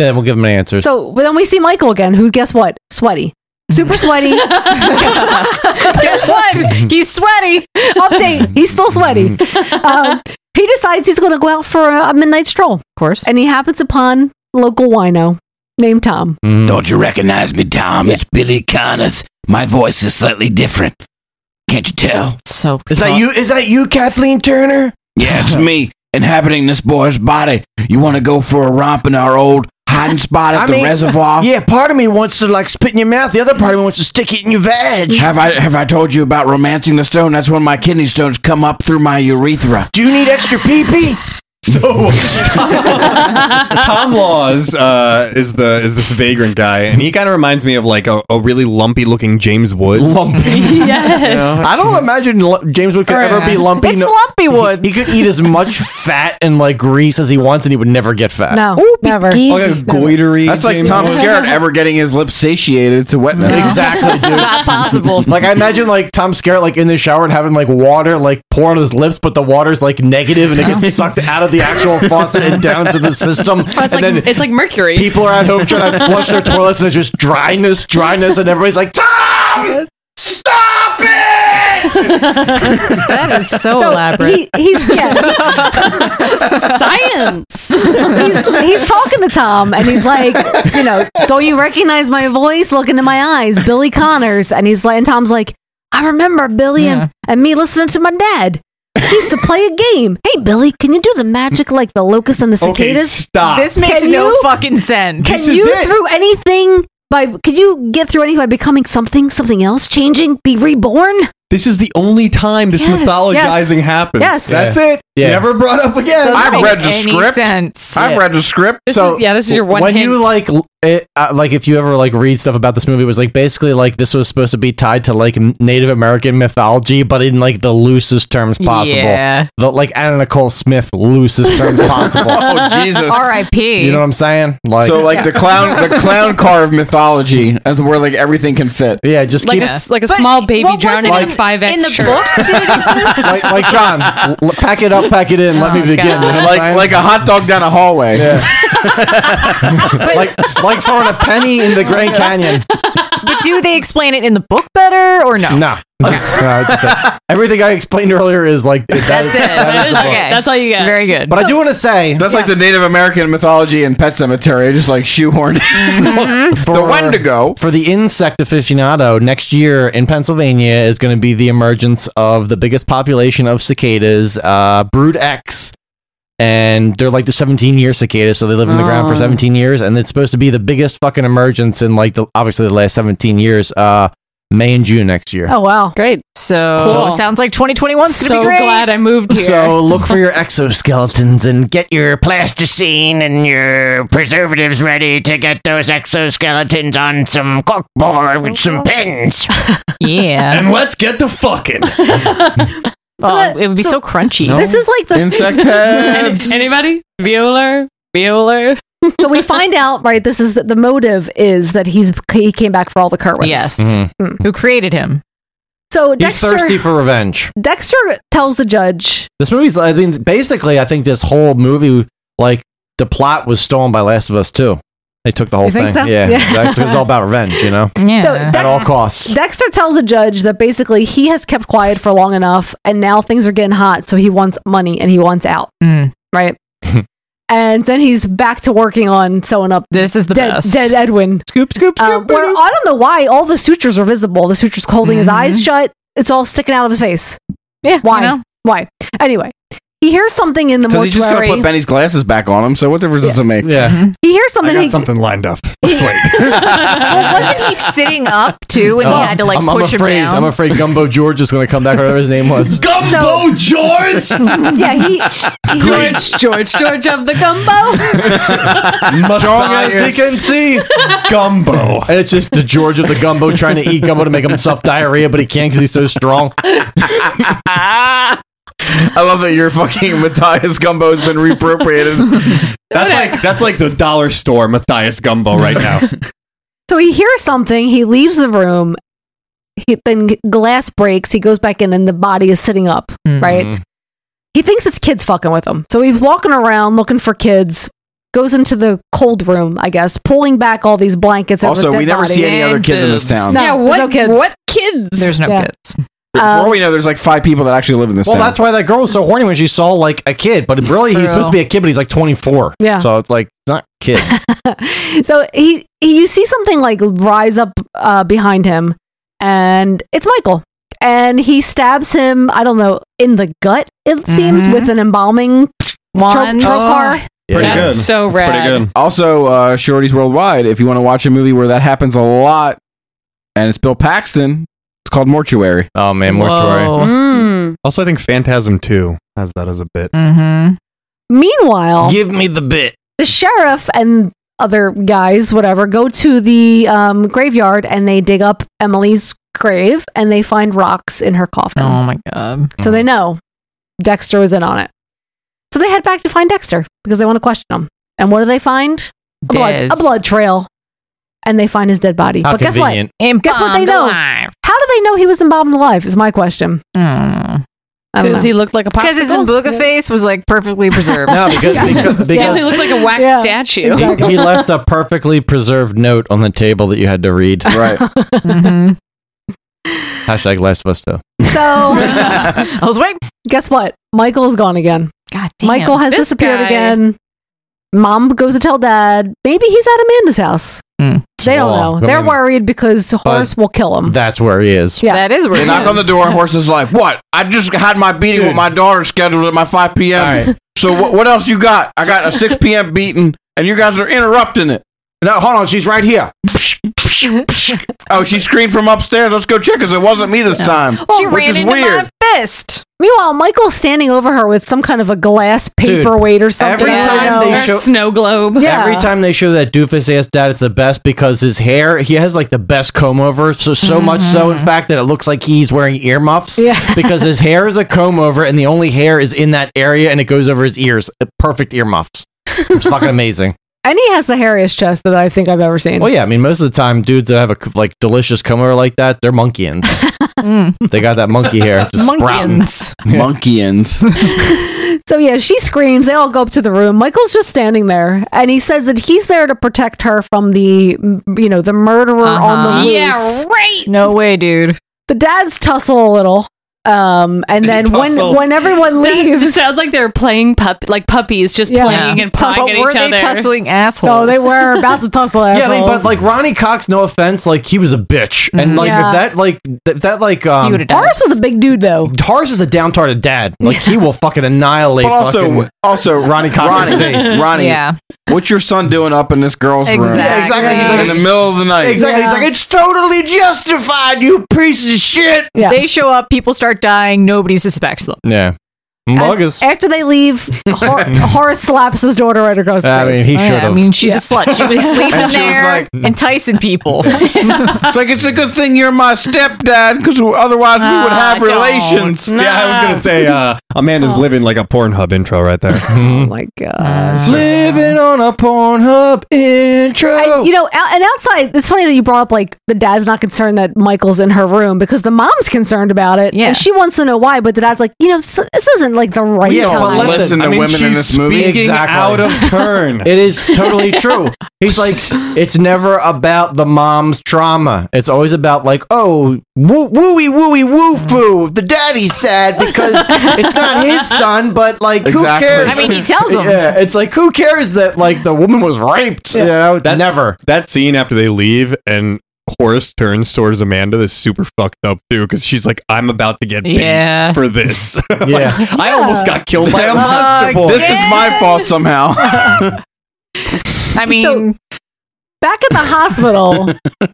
Speaker 5: Yeah, we'll give him an answer.
Speaker 2: So but then we see Michael again, who guess what? Sweaty. Super sweaty. guess what? He's sweaty. Update. He's still sweaty. Um, he decides he's going to go out for a, a midnight stroll. Of course. And he happens upon local wino named Tom.
Speaker 8: Don't you recognize me, Tom? It's Billy Connors. My voice is slightly different. Can't you tell?
Speaker 15: So
Speaker 8: Is that you?
Speaker 16: Is that you, Kathleen Turner?
Speaker 8: Yeah, it's me inhabiting this boy's body. You want to go for a romp in our old hiding spot at the reservoir?
Speaker 16: Yeah, part of me wants to like spit in your mouth. The other part of me wants to stick it in your veg.
Speaker 8: Have I have I told you about romancing the stone? That's when my kidney stones come up through my urethra.
Speaker 16: Do you need extra pee pee?
Speaker 14: So Tom Laws uh, is the is this vagrant guy, and he kind of reminds me of like a, a really lumpy looking James Wood. Lumpy.
Speaker 5: Yes. I don't imagine lu- James Wood could ever be lumpy.
Speaker 15: It's
Speaker 5: No-
Speaker 15: lumpy Woods.
Speaker 5: He could eat as much fat and like grease as he wants, and he would never get fat.
Speaker 2: No, never.
Speaker 14: goitery.
Speaker 13: That's like
Speaker 5: James
Speaker 13: Tom
Speaker 5: Wood.
Speaker 13: Skerritt ever getting his lips satiated to wetness.
Speaker 5: Exactly, dude.
Speaker 15: Not possible.
Speaker 5: Like I imagine, like Tom Skerritt, like in the shower and having like water like pour on his lips, but the water's like negative and it gets sucked out of the actual faucet and down to the system.
Speaker 6: Well, it's
Speaker 5: and
Speaker 6: like it's like mercury.
Speaker 5: people are at home trying to flush their toilets and it's just dryness, dryness, and everybody's like, Tom, stop it!
Speaker 15: That is so, elaborate.
Speaker 2: He, he's yeah.
Speaker 6: Science.
Speaker 2: he's, he's talking to Tom and he's like, you know, don't you recognize my voice? Look into my eyes, Billy Connors. And he's like, and Tom's like, I remember Billy and, and me listening to my dad. He used to play a game. Hey, Billy, can you do the magic like the locust and the
Speaker 14: Okay,
Speaker 2: cicadas?
Speaker 14: stop. This
Speaker 15: makes no
Speaker 2: fucking
Speaker 15: sense.
Speaker 2: Can
Speaker 15: This is
Speaker 2: you
Speaker 15: it.
Speaker 2: through anything by? Can you get through anything by becoming something, something else, changing, be reborn?
Speaker 14: This is the only time this
Speaker 2: Yes.
Speaker 14: mythologizing
Speaker 2: Yes.
Speaker 14: happens.
Speaker 2: Yes.
Speaker 14: That's
Speaker 2: Yeah.
Speaker 14: it.
Speaker 5: Yeah.
Speaker 14: Never brought up again.
Speaker 13: Doesn't I've make read the any script.
Speaker 15: sense.
Speaker 13: I've read the script.
Speaker 5: so when you like l- it, uh, like if you ever like read stuff about this movie it was like basically like this was supposed to be tied to like m- Native American mythology but in like the loosest terms possible
Speaker 15: Yeah.
Speaker 5: the like Anna Nicole Smith loosest terms possible Oh,
Speaker 15: R.I.P.
Speaker 5: you know what I'm saying like
Speaker 13: so like the clown the clown car of mythology that's where like everything can fit
Speaker 5: yeah just
Speaker 6: like a s- like a small baby drowning in a five X shirt.
Speaker 5: like, like John l- l- pack it up pack it in let me
Speaker 15: Oh,
Speaker 5: begin you know what I'm
Speaker 13: like
Speaker 5: saying?
Speaker 13: like a hot dog down a hallway
Speaker 5: like like throwing a penny in the Grand Canyon
Speaker 15: But do they explain it in the book better or no?
Speaker 5: No. Just- no, it's just- everything I explained earlier is like that
Speaker 15: That's
Speaker 5: is-
Speaker 15: it.
Speaker 5: that is the book.
Speaker 15: okay. That's all you get. Very good.
Speaker 5: But I do want to say
Speaker 13: that's like the Native American mythology and Pet Cemetery, just like shoehorned.
Speaker 15: Mm-hmm.
Speaker 13: the Wendigo
Speaker 5: for the insect aficionado next year in Pennsylvania is going to be the emergence of the biggest population of cicadas, uh, Brood X, and they're like the 17 year cicadas, so they live in the ground for
Speaker 16: Oh.
Speaker 5: 17 years, and it's supposed to be the biggest fucking emergence in like the obviously the last 17 years. Uh, May and June next year.
Speaker 15: Oh wow,
Speaker 6: great!
Speaker 15: So
Speaker 5: Cool.
Speaker 15: sounds like 2021 is
Speaker 6: So
Speaker 15: gonna be great.
Speaker 6: glad I moved here.
Speaker 5: So look for your exoskeletons and get your plasticine and your
Speaker 11: Preservatives ready to get those exoskeletons on some corkboard with
Speaker 2: Oh,
Speaker 11: some pins.
Speaker 15: yeah.
Speaker 11: And let's get to fucking.
Speaker 15: Oh, it would be so, crunchy.
Speaker 2: This is like the
Speaker 6: Any- anybody? Bueller? Bueller?
Speaker 2: so we find out, right? This is that the motive is that he's he came back for all the Kerwins.
Speaker 15: Yes.
Speaker 5: Mhm.
Speaker 15: Who created him?
Speaker 2: So
Speaker 5: He's
Speaker 2: Dexter,
Speaker 5: thirsty for revenge.
Speaker 2: Dexter tells the judge,
Speaker 5: This movie's I mean basically I think this whole movie like the plot was stolen by Last of Us 2. They took the whole
Speaker 2: You think
Speaker 5: thing.
Speaker 2: so?
Speaker 5: Yeah.
Speaker 2: Yeah.
Speaker 5: That's it's all about revenge, you know?
Speaker 2: So
Speaker 5: At
Speaker 2: Dex-
Speaker 5: all costs.
Speaker 2: Dexter tells the judge that basically he has kept quiet for long enough, and now things are getting hot, so he wants money and he wants out,
Speaker 15: Hmm.
Speaker 2: right? and then he's back to working on sewing up. This is the dead,
Speaker 15: best.
Speaker 2: dead Edwin.
Speaker 5: Scoop, scoop,
Speaker 2: scoop. where, I don't know why all the sutures are visible. The sutures holding his eyes shut. It's all sticking out of his face.
Speaker 15: Yeah.
Speaker 2: Why? Why? Anyway, he hears something in the
Speaker 13: Because
Speaker 2: mortuary.
Speaker 13: he's just gonna put Benny's glasses back on him. So what difference does it make?
Speaker 5: Yeah,
Speaker 6: Mm-hmm.
Speaker 2: he hears something. he,
Speaker 14: something lined up.
Speaker 15: Well, wasn't he sitting up too, and
Speaker 5: Oh,
Speaker 15: he had to like
Speaker 5: I'm, I'm
Speaker 15: push
Speaker 5: afraid,
Speaker 15: him down?
Speaker 5: I'm afraid Gumbo George is going to come back, whatever his name was.
Speaker 12: Gumbo George.
Speaker 2: yeah, he.
Speaker 5: Great.
Speaker 6: George, George, George of the gumbo.
Speaker 5: Strong as he can see,
Speaker 14: Gumbo.
Speaker 5: And it's just the George of the Gumbo trying to eat Gumbo to make himself diarrhea, but he can't because he's so strong.
Speaker 13: I love that your fucking Matthias Gumbo has been reappropriated.
Speaker 14: That's like that's like the dollar store Matthias Gumbo right now.
Speaker 2: So he hears something. He leaves the room. He then g- glass breaks. He goes back in, and the body is sitting up.
Speaker 13: Mm-hmm.
Speaker 2: Right. He thinks it's kids fucking with him. So he's walking around looking for kids. Goes into the cold room, I guess, pulling back all these blankets. over
Speaker 13: Also,
Speaker 2: the
Speaker 13: we
Speaker 2: dead
Speaker 13: never see
Speaker 2: body.
Speaker 13: any other kids in this town.
Speaker 2: No,
Speaker 6: yeah,
Speaker 2: there's
Speaker 6: what,
Speaker 2: no kids.
Speaker 6: what kids? There's
Speaker 2: no Yeah.
Speaker 15: kids.
Speaker 13: Before we know, there's like five people that actually live in this
Speaker 5: Well,
Speaker 13: town.
Speaker 5: that's why that girl was so horny when she saw like a kid, but really he's supposed to be a kid, but he's like 24.
Speaker 2: Yeah.
Speaker 5: So it's like it's not a kid.
Speaker 2: So he, he, you see something like rise up uh, behind him, and it's Michael, and he stabs him. I don't know in the gut. It seems with an embalming
Speaker 6: Wand.
Speaker 2: Tro-
Speaker 6: Oh.
Speaker 2: trocar.
Speaker 6: Pretty That's good. so That's pretty rad. good.
Speaker 13: Also, uh, Shorties Worldwide. If you want to watch a movie where that happens a lot, and it's Bill Paxton, it's called Mortuary.
Speaker 5: Oh man,
Speaker 14: Mortuary. Whoa.
Speaker 2: Mm.
Speaker 14: Also, I think Phantasm Two has that as a bit.
Speaker 15: Mm-hmm.
Speaker 2: Meanwhile,
Speaker 5: me the bit.
Speaker 2: the sheriff and other guys, whatever, go to the um, graveyard and they dig up Emily's grave and they find rocks in her coffin.
Speaker 15: Oh my god!
Speaker 2: Mm. So
Speaker 5: Mm-hmm.
Speaker 2: they know Dexter was in on it. So they head back to find Dexter because they want to question him. And what do they find? A blood,
Speaker 15: Des.
Speaker 2: a blood trail. And they find his dead body.
Speaker 5: How
Speaker 2: but guess
Speaker 5: convenient.
Speaker 2: what? guess what they
Speaker 15: Embalmed
Speaker 2: know?
Speaker 15: alive.
Speaker 2: How do they know he was embalmed alive? Is my question.
Speaker 5: Hmm.
Speaker 2: I don't know.
Speaker 6: Because he looked like a
Speaker 15: Because his
Speaker 6: popsicle?
Speaker 15: Mbuga face was like perfectly preserved.
Speaker 5: No, because- because- Yeah. because-
Speaker 6: he looked like a wax statue.
Speaker 5: He, he left a perfectly preserved note on the table that you had to read.
Speaker 13: Right.
Speaker 5: Hashtag Last of Us though.
Speaker 2: So I
Speaker 15: was waiting.
Speaker 2: Guess what? Michael is gone again.
Speaker 15: God
Speaker 6: damn,
Speaker 2: Michael has
Speaker 6: this
Speaker 2: disappeared
Speaker 6: guy.
Speaker 2: again. Mom goes to tell dad. Maybe he's at Amanda's house.
Speaker 15: Mm.
Speaker 2: They don't
Speaker 5: Well,
Speaker 2: know.
Speaker 5: I
Speaker 2: They're
Speaker 5: mean-
Speaker 2: worried because Horace will kill him.
Speaker 5: That's where he is.
Speaker 2: Yeah. That is
Speaker 13: They knock on the door, and Horace is like, "What? I just had my beating with my daughter scheduled at my 5 p.m. So what, what else you got? I got a 6 p.m. beating, and you guys are interrupting it. No, hold on, she's right here. oh, she screamed from upstairs. Let's go check, cause it wasn't me this time.
Speaker 15: she ran into my fist.
Speaker 2: Meanwhile, Michael's standing over her with some kind of a glass
Speaker 5: Dude,
Speaker 2: paperweight or something.
Speaker 5: every
Speaker 2: I don't
Speaker 5: time they
Speaker 2: know.
Speaker 5: show-
Speaker 6: Snow globe.
Speaker 2: Yeah.
Speaker 5: Every time they show that doofus ass dad, it's the best because his hair, he has like the best comb over. So, so much so, in fact, that it looks like he's wearing earmuffs
Speaker 2: Mm-hmm, Yeah.
Speaker 5: because his hair is a comb over and the only hair is in that area and it goes over his ears. Uh, Perfect earmuffs. It's fucking amazing.
Speaker 2: And he has the hairiest chest that I think I've ever seen.
Speaker 5: Well, Oh, yeah, I mean, most of the time, dudes that have a like delicious comb over like that, they're monkeyins.
Speaker 2: Mm.
Speaker 5: they got that monkey hair. Just sprouting.
Speaker 13: Monkeyins.
Speaker 2: So yeah, she screams. They all go up to the room. Michael's just standing there, and he says that he's there to protect her from the, you know, the
Speaker 15: Uh-huh.
Speaker 2: murderer on the loose.
Speaker 15: Yeah, right. No way, dude.
Speaker 2: The dads tussle a little, Um, and then when
Speaker 6: Tussle.
Speaker 2: when everyone leaves,
Speaker 6: sounds like they're playing pup like puppies, just playing and pawing at each other.
Speaker 2: No, Oh, they were about to tussle assholes.
Speaker 5: Yeah, they, but like Ronnie Cox, no offense, like he was a bitch, and
Speaker 2: Mhm.
Speaker 5: like
Speaker 2: Yeah.
Speaker 5: if that like if that like um,
Speaker 2: Horace was a big dude though.
Speaker 5: Horace is a downtarded dad. Like he will fucking annihilate.
Speaker 13: But also-
Speaker 5: fucking
Speaker 13: also
Speaker 5: Ronnie Cox's face.
Speaker 13: Ronnie, what's your son doing up in this girl's room?
Speaker 5: Exactly. Exactly. He's like-
Speaker 13: in the middle of the night.
Speaker 5: Exactly. He's like,
Speaker 16: it's totally justified, you piece of shit.
Speaker 15: They show up, people start dying, nobody suspects them.
Speaker 5: yeah, Muggus.
Speaker 2: After they leave, Hor- Horace slaps his daughter right across the
Speaker 5: I
Speaker 2: face. Oh,
Speaker 5: mean, he should
Speaker 15: I
Speaker 5: have.
Speaker 15: mean, she's a slut. She was sleeping
Speaker 13: And she was
Speaker 15: there,
Speaker 13: like-
Speaker 15: enticing people.
Speaker 13: it's like it's a good thing you're my stepdad because otherwise we would
Speaker 17: Ah,
Speaker 14: Ah,
Speaker 13: have relations.
Speaker 14: Yeah, I was gonna say uh, Amanda's living like a Pornhub intro right there. oh
Speaker 2: my god.
Speaker 5: living on a Pornhub intro.
Speaker 2: you know, out- and outside, it's funny that you brought up like the dad's not concerned that Michael's in her room because the mom's concerned about it,
Speaker 15: Yeah.
Speaker 2: and she wants to know why. But the dad's like, you know, this, this isn't like the right
Speaker 5: Yeah, but
Speaker 2: time.
Speaker 5: listen, I mean, she's speaking
Speaker 14: out of turn.
Speaker 5: it is totally true. He's like, it's never about the mom's trauma. It's always about like, oh, woo wooey wooey woo foo. The daddy's sad because it's not his son, but like,
Speaker 13: Exactly.
Speaker 5: who cares?
Speaker 13: I mean, he tells him.
Speaker 5: Yeah, it's like, who cares that like the woman was raped? You know,
Speaker 14: That's,
Speaker 5: never.
Speaker 14: That scene after they leave and Horace turns towards Amanda is super fucked up too because she's like, I'm about to get paid
Speaker 15: Yeah.
Speaker 14: for this. Like,
Speaker 5: Yeah.
Speaker 14: I almost got killed by a
Speaker 13: Damn.
Speaker 14: monster boy.
Speaker 13: This is my fault somehow.
Speaker 15: I mean,
Speaker 2: back at the hospital,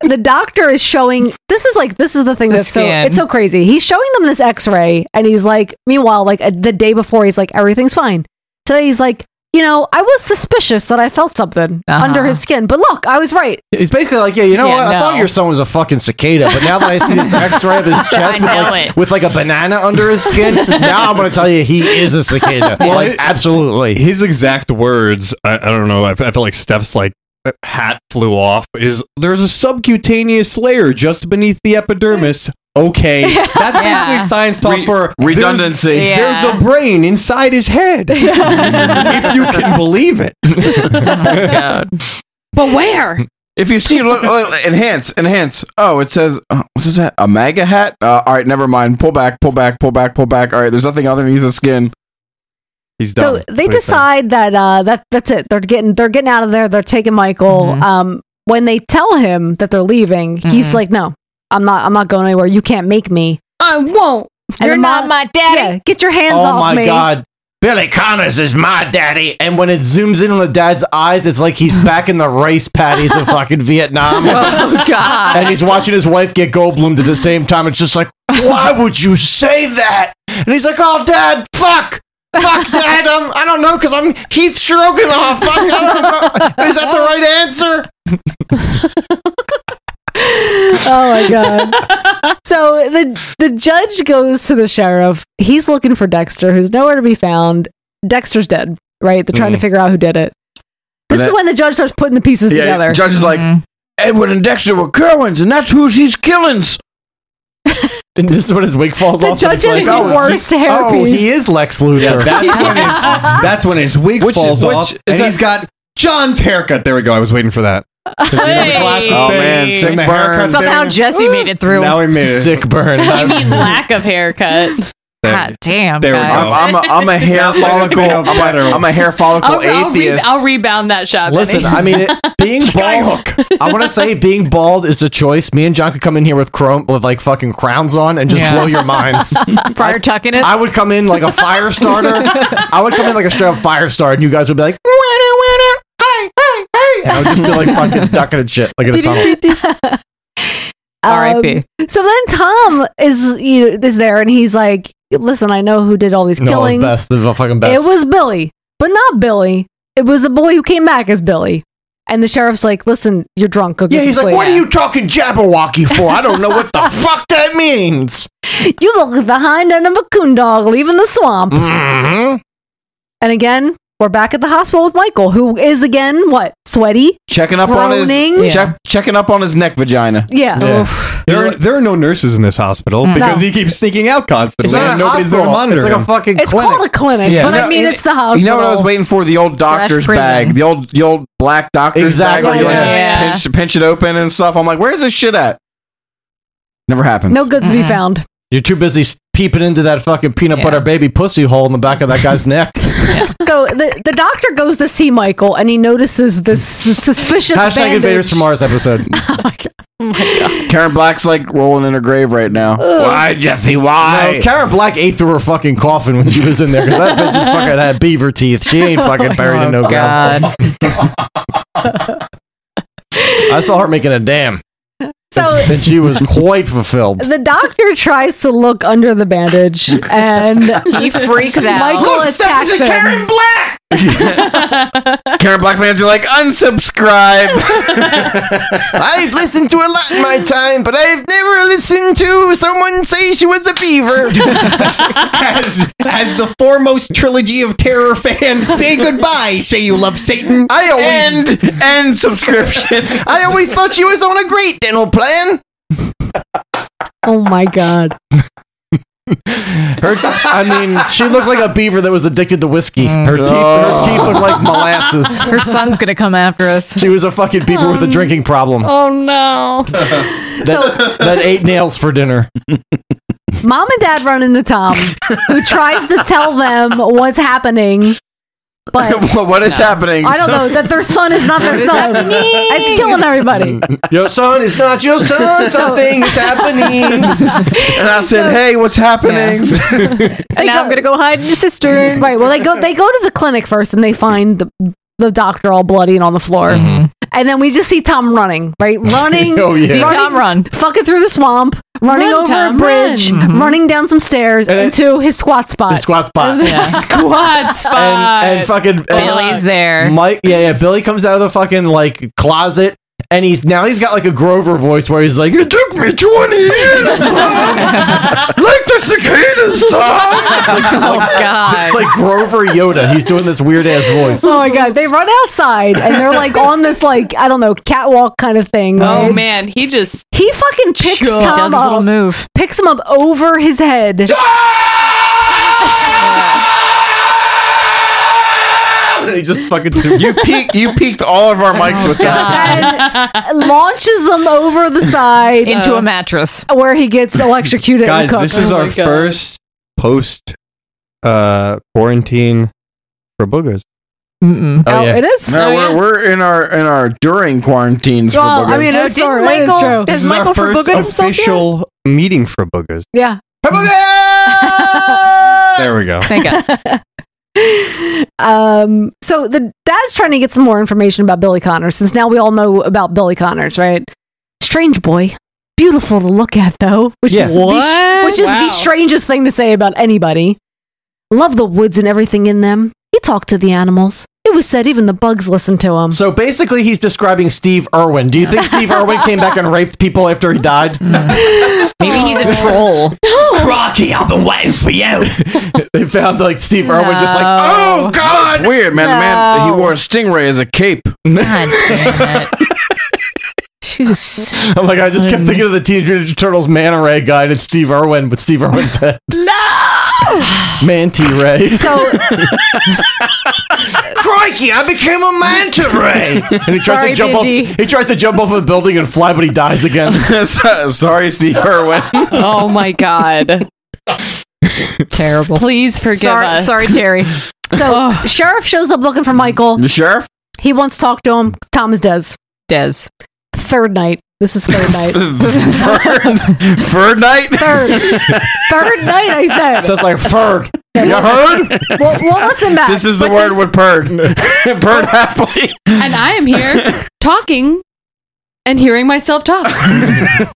Speaker 2: the doctor is showing this is like this is the thing
Speaker 15: The
Speaker 2: that's
Speaker 15: scan.
Speaker 2: so it's so crazy. He's showing them this X-ray, and he's like, meanwhile, like uh, the day before, he's like, everything's fine. Today, he's like, you know, I was suspicious that I felt something
Speaker 15: Uh-huh.
Speaker 2: under his skin, but look, I was right.
Speaker 5: He's basically like, yeah, you know
Speaker 2: Yeah,
Speaker 5: what? I
Speaker 2: no.
Speaker 5: thought your son was a fucking cicada, but now that I see this X-ray of his
Speaker 2: I
Speaker 5: chest with
Speaker 2: know
Speaker 5: like, with like a banana under his skin, now I'm going to tell you he is a cicada. like, absolutely.
Speaker 14: His exact words, I, I don't know. I, fe- I feel like Steph's like uh, hat flew off. Is there's a subcutaneous layer just beneath the epidermis? Okay, that's basically science talk for there's-
Speaker 13: redundancy.
Speaker 14: There's,
Speaker 13: Yeah.
Speaker 14: a brain inside his head. if you can believe it.
Speaker 6: But where?
Speaker 13: If you see, look, look, enhance, enhance. Oh, it says, uh, what's this hat? A MAGA hat? Uh, all right, never mind. Pull back, pull back, pull back, pull back. All right, there's nothing underneath the skin.
Speaker 14: He's
Speaker 2: So they decide that uh, that that's it. They're getting they're getting out of there. They're taking Michael.
Speaker 5: Mm-hmm.
Speaker 2: Um, when they tell him that they're leaving, he's
Speaker 15: Mhm.
Speaker 2: like, "No, I'm not. I'm not going anywhere. You can't make me.
Speaker 6: I won't.
Speaker 2: You're not my daddy. get your hands
Speaker 5: oh
Speaker 2: off
Speaker 5: my
Speaker 2: me."
Speaker 5: god. Billy Connors is my daddy. And when it zooms in on the dad's eyes, it's like he's back in the rice paddies of fucking Vietnam.
Speaker 16: Oh, God.
Speaker 5: And he's watching his wife get Goldbloomed at the same time. It's just like, why would you say that? And he's like, oh, dad, fuck. Fuck dad. I'm, I don't know because I'm Heath Stroganoff. Fuck, I don't know. Is that the right answer?
Speaker 2: oh my god. so the the judge goes to the sheriff. He's looking for Dexter, who's nowhere to be found. Dexter's dead, right? They're
Speaker 5: Mm.
Speaker 2: trying to
Speaker 13: Mhm.
Speaker 2: figure out who did it. This
Speaker 13: And
Speaker 2: is
Speaker 13: that-
Speaker 2: when the judge starts putting the pieces
Speaker 13: yeah,
Speaker 2: together.
Speaker 13: Judge is like, Edward and Dexter were Kerwins, and that's who she's killings.
Speaker 5: And this is when his wig falls
Speaker 2: The
Speaker 5: off. and it's
Speaker 2: judge
Speaker 5: like,
Speaker 2: is the
Speaker 5: oh,
Speaker 2: worst
Speaker 5: he, Oh,
Speaker 2: hairpiece.
Speaker 5: he is Lex Luthor.
Speaker 14: that's
Speaker 2: Yeah.
Speaker 14: when his, that's when his wig
Speaker 5: Which-
Speaker 14: falls
Speaker 5: which-
Speaker 14: off,
Speaker 5: is
Speaker 14: and
Speaker 5: that-
Speaker 14: he's got John's haircut. There we go. I was waiting for that. 'Cause you know the glasses
Speaker 13: Oh,
Speaker 14: thing
Speaker 13: man,
Speaker 14: and
Speaker 13: sick
Speaker 14: the
Speaker 13: burn.
Speaker 14: haircut
Speaker 15: Somehow
Speaker 14: thing.
Speaker 15: Jesse made it through.
Speaker 14: Now we made it.
Speaker 5: Sick burn.
Speaker 6: I mean, lack of haircut.
Speaker 15: God damn.
Speaker 14: There we
Speaker 15: guys.
Speaker 14: go.
Speaker 13: I'm a, I'm a hair follicle. I'm a, I'm a hair follicle
Speaker 6: I'll, I'll re-
Speaker 13: atheist.
Speaker 6: I'll rebound that shot.
Speaker 5: Listen,
Speaker 6: buddy.
Speaker 5: I mean, it, being bald. I want to say being bald is the choice. Me and John could come in here with chrome with like fucking crowns on and just
Speaker 15: Yeah.
Speaker 5: blow your minds.
Speaker 15: Prior tucking it.
Speaker 5: I would come in like a fire starter. I would come in like a straight up fire starter, and you guys would be like, and I would just be like fucking ducking and shit, like in a tunnel.
Speaker 15: R.I.P..
Speaker 2: Um, So then Tom is you know, is there, and he's like, "Listen, I know who did all these
Speaker 5: No,
Speaker 2: killings.
Speaker 5: best, the fucking best.
Speaker 2: It was Billy, but not Billy. It was the boy who came back as Billy." And the sheriff's like, "Listen, you're drunk. Go get
Speaker 5: yeah, he's
Speaker 2: some
Speaker 5: like,
Speaker 2: sleep."
Speaker 5: what are you talking Jabberwocky for? I don't know what the fuck that means.
Speaker 2: You look the hind end of a coon dog leaving the swamp.
Speaker 5: Mhm.
Speaker 2: And again, we're back at the hospital with Michael, who is again what sweaty,
Speaker 13: checking up on
Speaker 2: Groaning.
Speaker 13: his check, checking up on his neck vagina.
Speaker 2: Yeah.
Speaker 14: Yeah. There, are, there are no nurses in this hospital
Speaker 2: Mm.
Speaker 14: because
Speaker 2: No.
Speaker 14: he keeps sneaking out constantly.
Speaker 13: It's not
Speaker 14: and
Speaker 13: a
Speaker 14: nobody's there to
Speaker 13: hospital.
Speaker 14: monitor
Speaker 13: It's like a
Speaker 14: him.
Speaker 5: fucking
Speaker 2: It's called a clinic, but I mean, it's the hospital.
Speaker 13: You know what I was waiting for? The old doctor's
Speaker 2: prison.
Speaker 13: bag, the old the old black doctor's
Speaker 5: Exactly,
Speaker 13: bag. Where you like
Speaker 2: yeah.
Speaker 13: pinch, pinch it open and stuff. I'm like, where's this shit at? Never happens.
Speaker 2: Mm-hmm. No goods to be found.
Speaker 5: You're too busy s- peeping into that fucking peanut butter baby pussy hole in the back of that guy's neck.
Speaker 2: So the, the doctor goes to see Michael and he notices this sus- suspicious
Speaker 5: Hashtag
Speaker 2: bandage.
Speaker 5: Invaders from Mars episode.
Speaker 15: Oh
Speaker 13: Karen Black's like rolling in her grave right now.
Speaker 5: Why,
Speaker 13: Jesse?
Speaker 5: No, Karen Black ate through her fucking coffin when she was in there because that bitch just fucking had beaver teeth. She
Speaker 15: Oh
Speaker 5: ain't fucking buried in no ground. I saw her making a dam.
Speaker 2: So-
Speaker 5: and, and she was quite fulfilled.
Speaker 2: The doctor tries to look under the bandage and
Speaker 15: He freaks out.
Speaker 2: Michael
Speaker 15: Look,
Speaker 2: attacks
Speaker 15: Stephanie's a
Speaker 2: him.
Speaker 15: Karen
Speaker 13: Karen Black fans are like, unsubscribe.
Speaker 16: I've listened to a lot in my time, but I've never listened to someone say she was a beaver.
Speaker 12: as, as the foremost trilogy of terror fans, say goodbye. Say you love Satan.
Speaker 16: I always
Speaker 12: end end subscription.
Speaker 16: I always thought she was on a great dental plan.
Speaker 2: Oh my god.
Speaker 5: Her, I mean, she looked like a beaver that was addicted to whiskey. Her teeth, her teeth looked like molasses.
Speaker 15: Her son's gonna come after us. Um,
Speaker 5: She was a fucking beaver with a drinking problem
Speaker 2: Oh no.
Speaker 5: that, that ate nails for dinner.
Speaker 2: Mom and dad run into Tom, who tries to tell them what's happening. But
Speaker 13: what is happening?
Speaker 2: I don't know that their son is not their
Speaker 16: What is
Speaker 2: son.
Speaker 16: happening?
Speaker 2: It's killing everybody.
Speaker 5: Your son is not your
Speaker 16: son. Something is happening.
Speaker 13: And I said, hey, what's happening?
Speaker 2: And now I'm gonna go hide in your sister. Right. Well, they go they go to the clinic first, and they find the the doctor all bloody and on the floor. And then we just see Tom running, right? Running.
Speaker 5: Oh, yeah. See
Speaker 2: running,
Speaker 5: Tom
Speaker 2: run. Fucking through the swamp, running
Speaker 15: Run,
Speaker 2: over
Speaker 15: Tom,
Speaker 2: a bridge,
Speaker 15: run. Mhm.
Speaker 2: running down some stairs into his squat spot.
Speaker 5: His squat spot. Yeah.
Speaker 15: Squat spot.
Speaker 5: And, and fucking
Speaker 15: Billy's there.
Speaker 5: Mike, yeah, yeah. Billy comes out of the fucking like closet, and he's now he's got like a Grover voice where he's like, "It took me twenty years, Tom, like the cicadas, Tom." It's like, oh
Speaker 4: uh,
Speaker 15: God.
Speaker 5: It's like Grover Yoda. He's doing this weird ass voice.
Speaker 2: Oh my god! They run outside and they're like on this like I don't know catwalk kind of thing.
Speaker 6: Oh
Speaker 2: right?
Speaker 6: man, he just
Speaker 2: He fucking picks
Speaker 6: Sure.
Speaker 2: Tom
Speaker 6: Does his
Speaker 2: up,
Speaker 6: little
Speaker 2: move. picks him up over his head.
Speaker 5: And he just fucking super.
Speaker 13: You peak, you peaked all of our mics with that.
Speaker 2: and launches him over the side
Speaker 15: Into a
Speaker 2: mattress where he gets electrocuted. and
Speaker 14: Guys,
Speaker 2: cooked.
Speaker 14: this
Speaker 15: Oh
Speaker 14: is our first post uh quarantine for boogers.
Speaker 15: Mm-mm.
Speaker 2: Oh, it is?
Speaker 13: No,
Speaker 2: Oh,
Speaker 13: we're,
Speaker 2: yeah.
Speaker 13: we're in our in our during quarantines
Speaker 2: Well,
Speaker 13: for boogers.
Speaker 2: I mean, it's true. It is true.
Speaker 14: This is our first official meeting for boogers.
Speaker 2: Yeah. Ah!
Speaker 14: There we go.
Speaker 15: Thank God.
Speaker 2: Um, so the dad's trying to get some more information about Billy Connors, since now we all know about Billy Connors, right? Strange boy, beautiful to look at though, which
Speaker 15: Yeah.
Speaker 2: is the,
Speaker 15: What?
Speaker 2: which is
Speaker 15: Wow.
Speaker 2: the strangest thing to say about anybody. Love the woods and everything in them. He talked to the animals. It was said even the bugs listened to him.
Speaker 5: So basically, he's describing Steve Irwin. Do you think Steve Irwin came back and raped people after he died?
Speaker 15: Maybe he's a troll.
Speaker 5: Crocky, I've been waiting for you. they found like Steve Irwin just like,
Speaker 13: oh god, it's weird, man. The man he wore a stingray as a cape.
Speaker 5: I'm like, I just kept thinking of the Teenage Mutant Ninja Turtles Man Ray guy, and it's Steve Irwin, but Steve Irwin's head. Manty Ray.
Speaker 16: Crikey, I became a manta ray.
Speaker 5: and he tries to jump off. He tries to jump off a building and fly, but he dies again.
Speaker 13: Sorry, Steve Irwin.
Speaker 6: Oh my god.
Speaker 15: Terrible.
Speaker 6: Please forgive
Speaker 2: Sorry-
Speaker 6: us.
Speaker 2: sorry, Terry. So sheriff shows up looking for Michael.
Speaker 13: The sheriff?
Speaker 2: He wants to talk to him. Tom is Dez.
Speaker 15: Dez.
Speaker 2: Third night. This is third night.
Speaker 13: Third, third night.
Speaker 2: Third. Third night. I said.
Speaker 5: Sounds like furred.
Speaker 13: You heard?
Speaker 2: Well, well listen, Matt.
Speaker 13: This is the word with purred. purred happily.
Speaker 6: And I am here talking and hearing myself talk.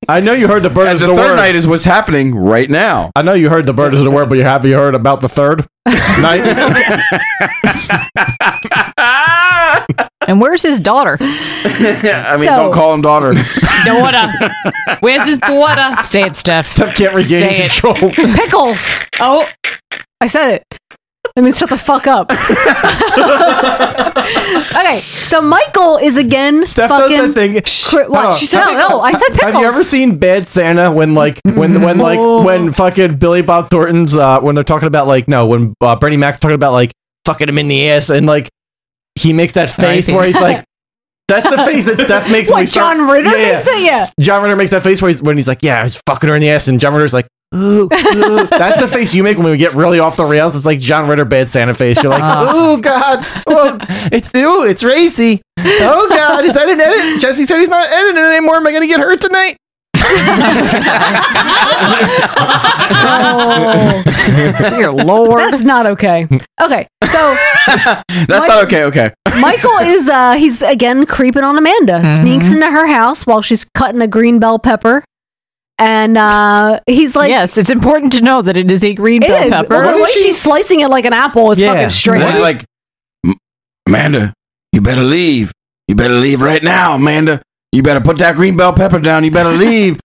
Speaker 5: I know you heard the bird is
Speaker 13: the
Speaker 5: the
Speaker 13: third
Speaker 5: word.
Speaker 13: night is what's happening right now.
Speaker 5: I know you heard the bird is the word, but you have you heard about the third night?
Speaker 15: And where's his daughter?
Speaker 13: I mean,
Speaker 15: So-
Speaker 13: don't call him daughter.
Speaker 15: Daughter.
Speaker 6: Where's his daughter?
Speaker 15: Say it, Steph.
Speaker 5: Steph can't regain
Speaker 15: Say it.
Speaker 5: control.
Speaker 2: Pickles.
Speaker 6: Oh,
Speaker 2: I said it. I mean, shut the fuck up. okay, so Michael is again
Speaker 5: Steph
Speaker 2: fucking.
Speaker 5: does that thing.
Speaker 2: Cri- what?
Speaker 5: Hold on.
Speaker 2: She said
Speaker 5: Have-
Speaker 2: no, no, I said pickles.
Speaker 5: Have you ever seen Bad Santa when like when when like when fucking Billy Bob Thornton's uh when they're talking about like no when uh, Bernie Mac's talking about like fucking him in the ass and like he makes that face
Speaker 16: R.I.P.
Speaker 5: where he's like that's the face that Steph makes when
Speaker 2: What,
Speaker 5: we start-
Speaker 2: John Ritter makes it? Yeah.
Speaker 5: John Ritter makes that face where he's when he's like yeah I was fucking her in the ass and John Ritter's like ooh, ooh. That's the face you make when we get really off the rails. It's like John Ritter bad Santa face. You're like,
Speaker 2: Uh-huh.
Speaker 5: oh god, oh, it's ooh, it's racy. Oh god, is that an edit? Jesse said he's not editing anymore. Am I gonna get hurt tonight?
Speaker 2: Oh.
Speaker 15: Dear Lord.
Speaker 2: That's not okay.
Speaker 15: Okay, so
Speaker 13: That's not okay. Okay.
Speaker 2: Michael is uh he's again creeping on Amanda.
Speaker 5: Mm-hmm.
Speaker 2: Sneaks into her house while she's cutting a green bell pepper. And uh he's like
Speaker 15: yes, it's important to know that it is a green
Speaker 2: It
Speaker 15: bell
Speaker 2: is.
Speaker 15: pepper.
Speaker 2: Well, the way she's slicing it like an apple is fucking straight.
Speaker 8: He's like, "M- Amanda, you better leave. You better leave right now, Amanda. You better put that green bell pepper down. You better leave.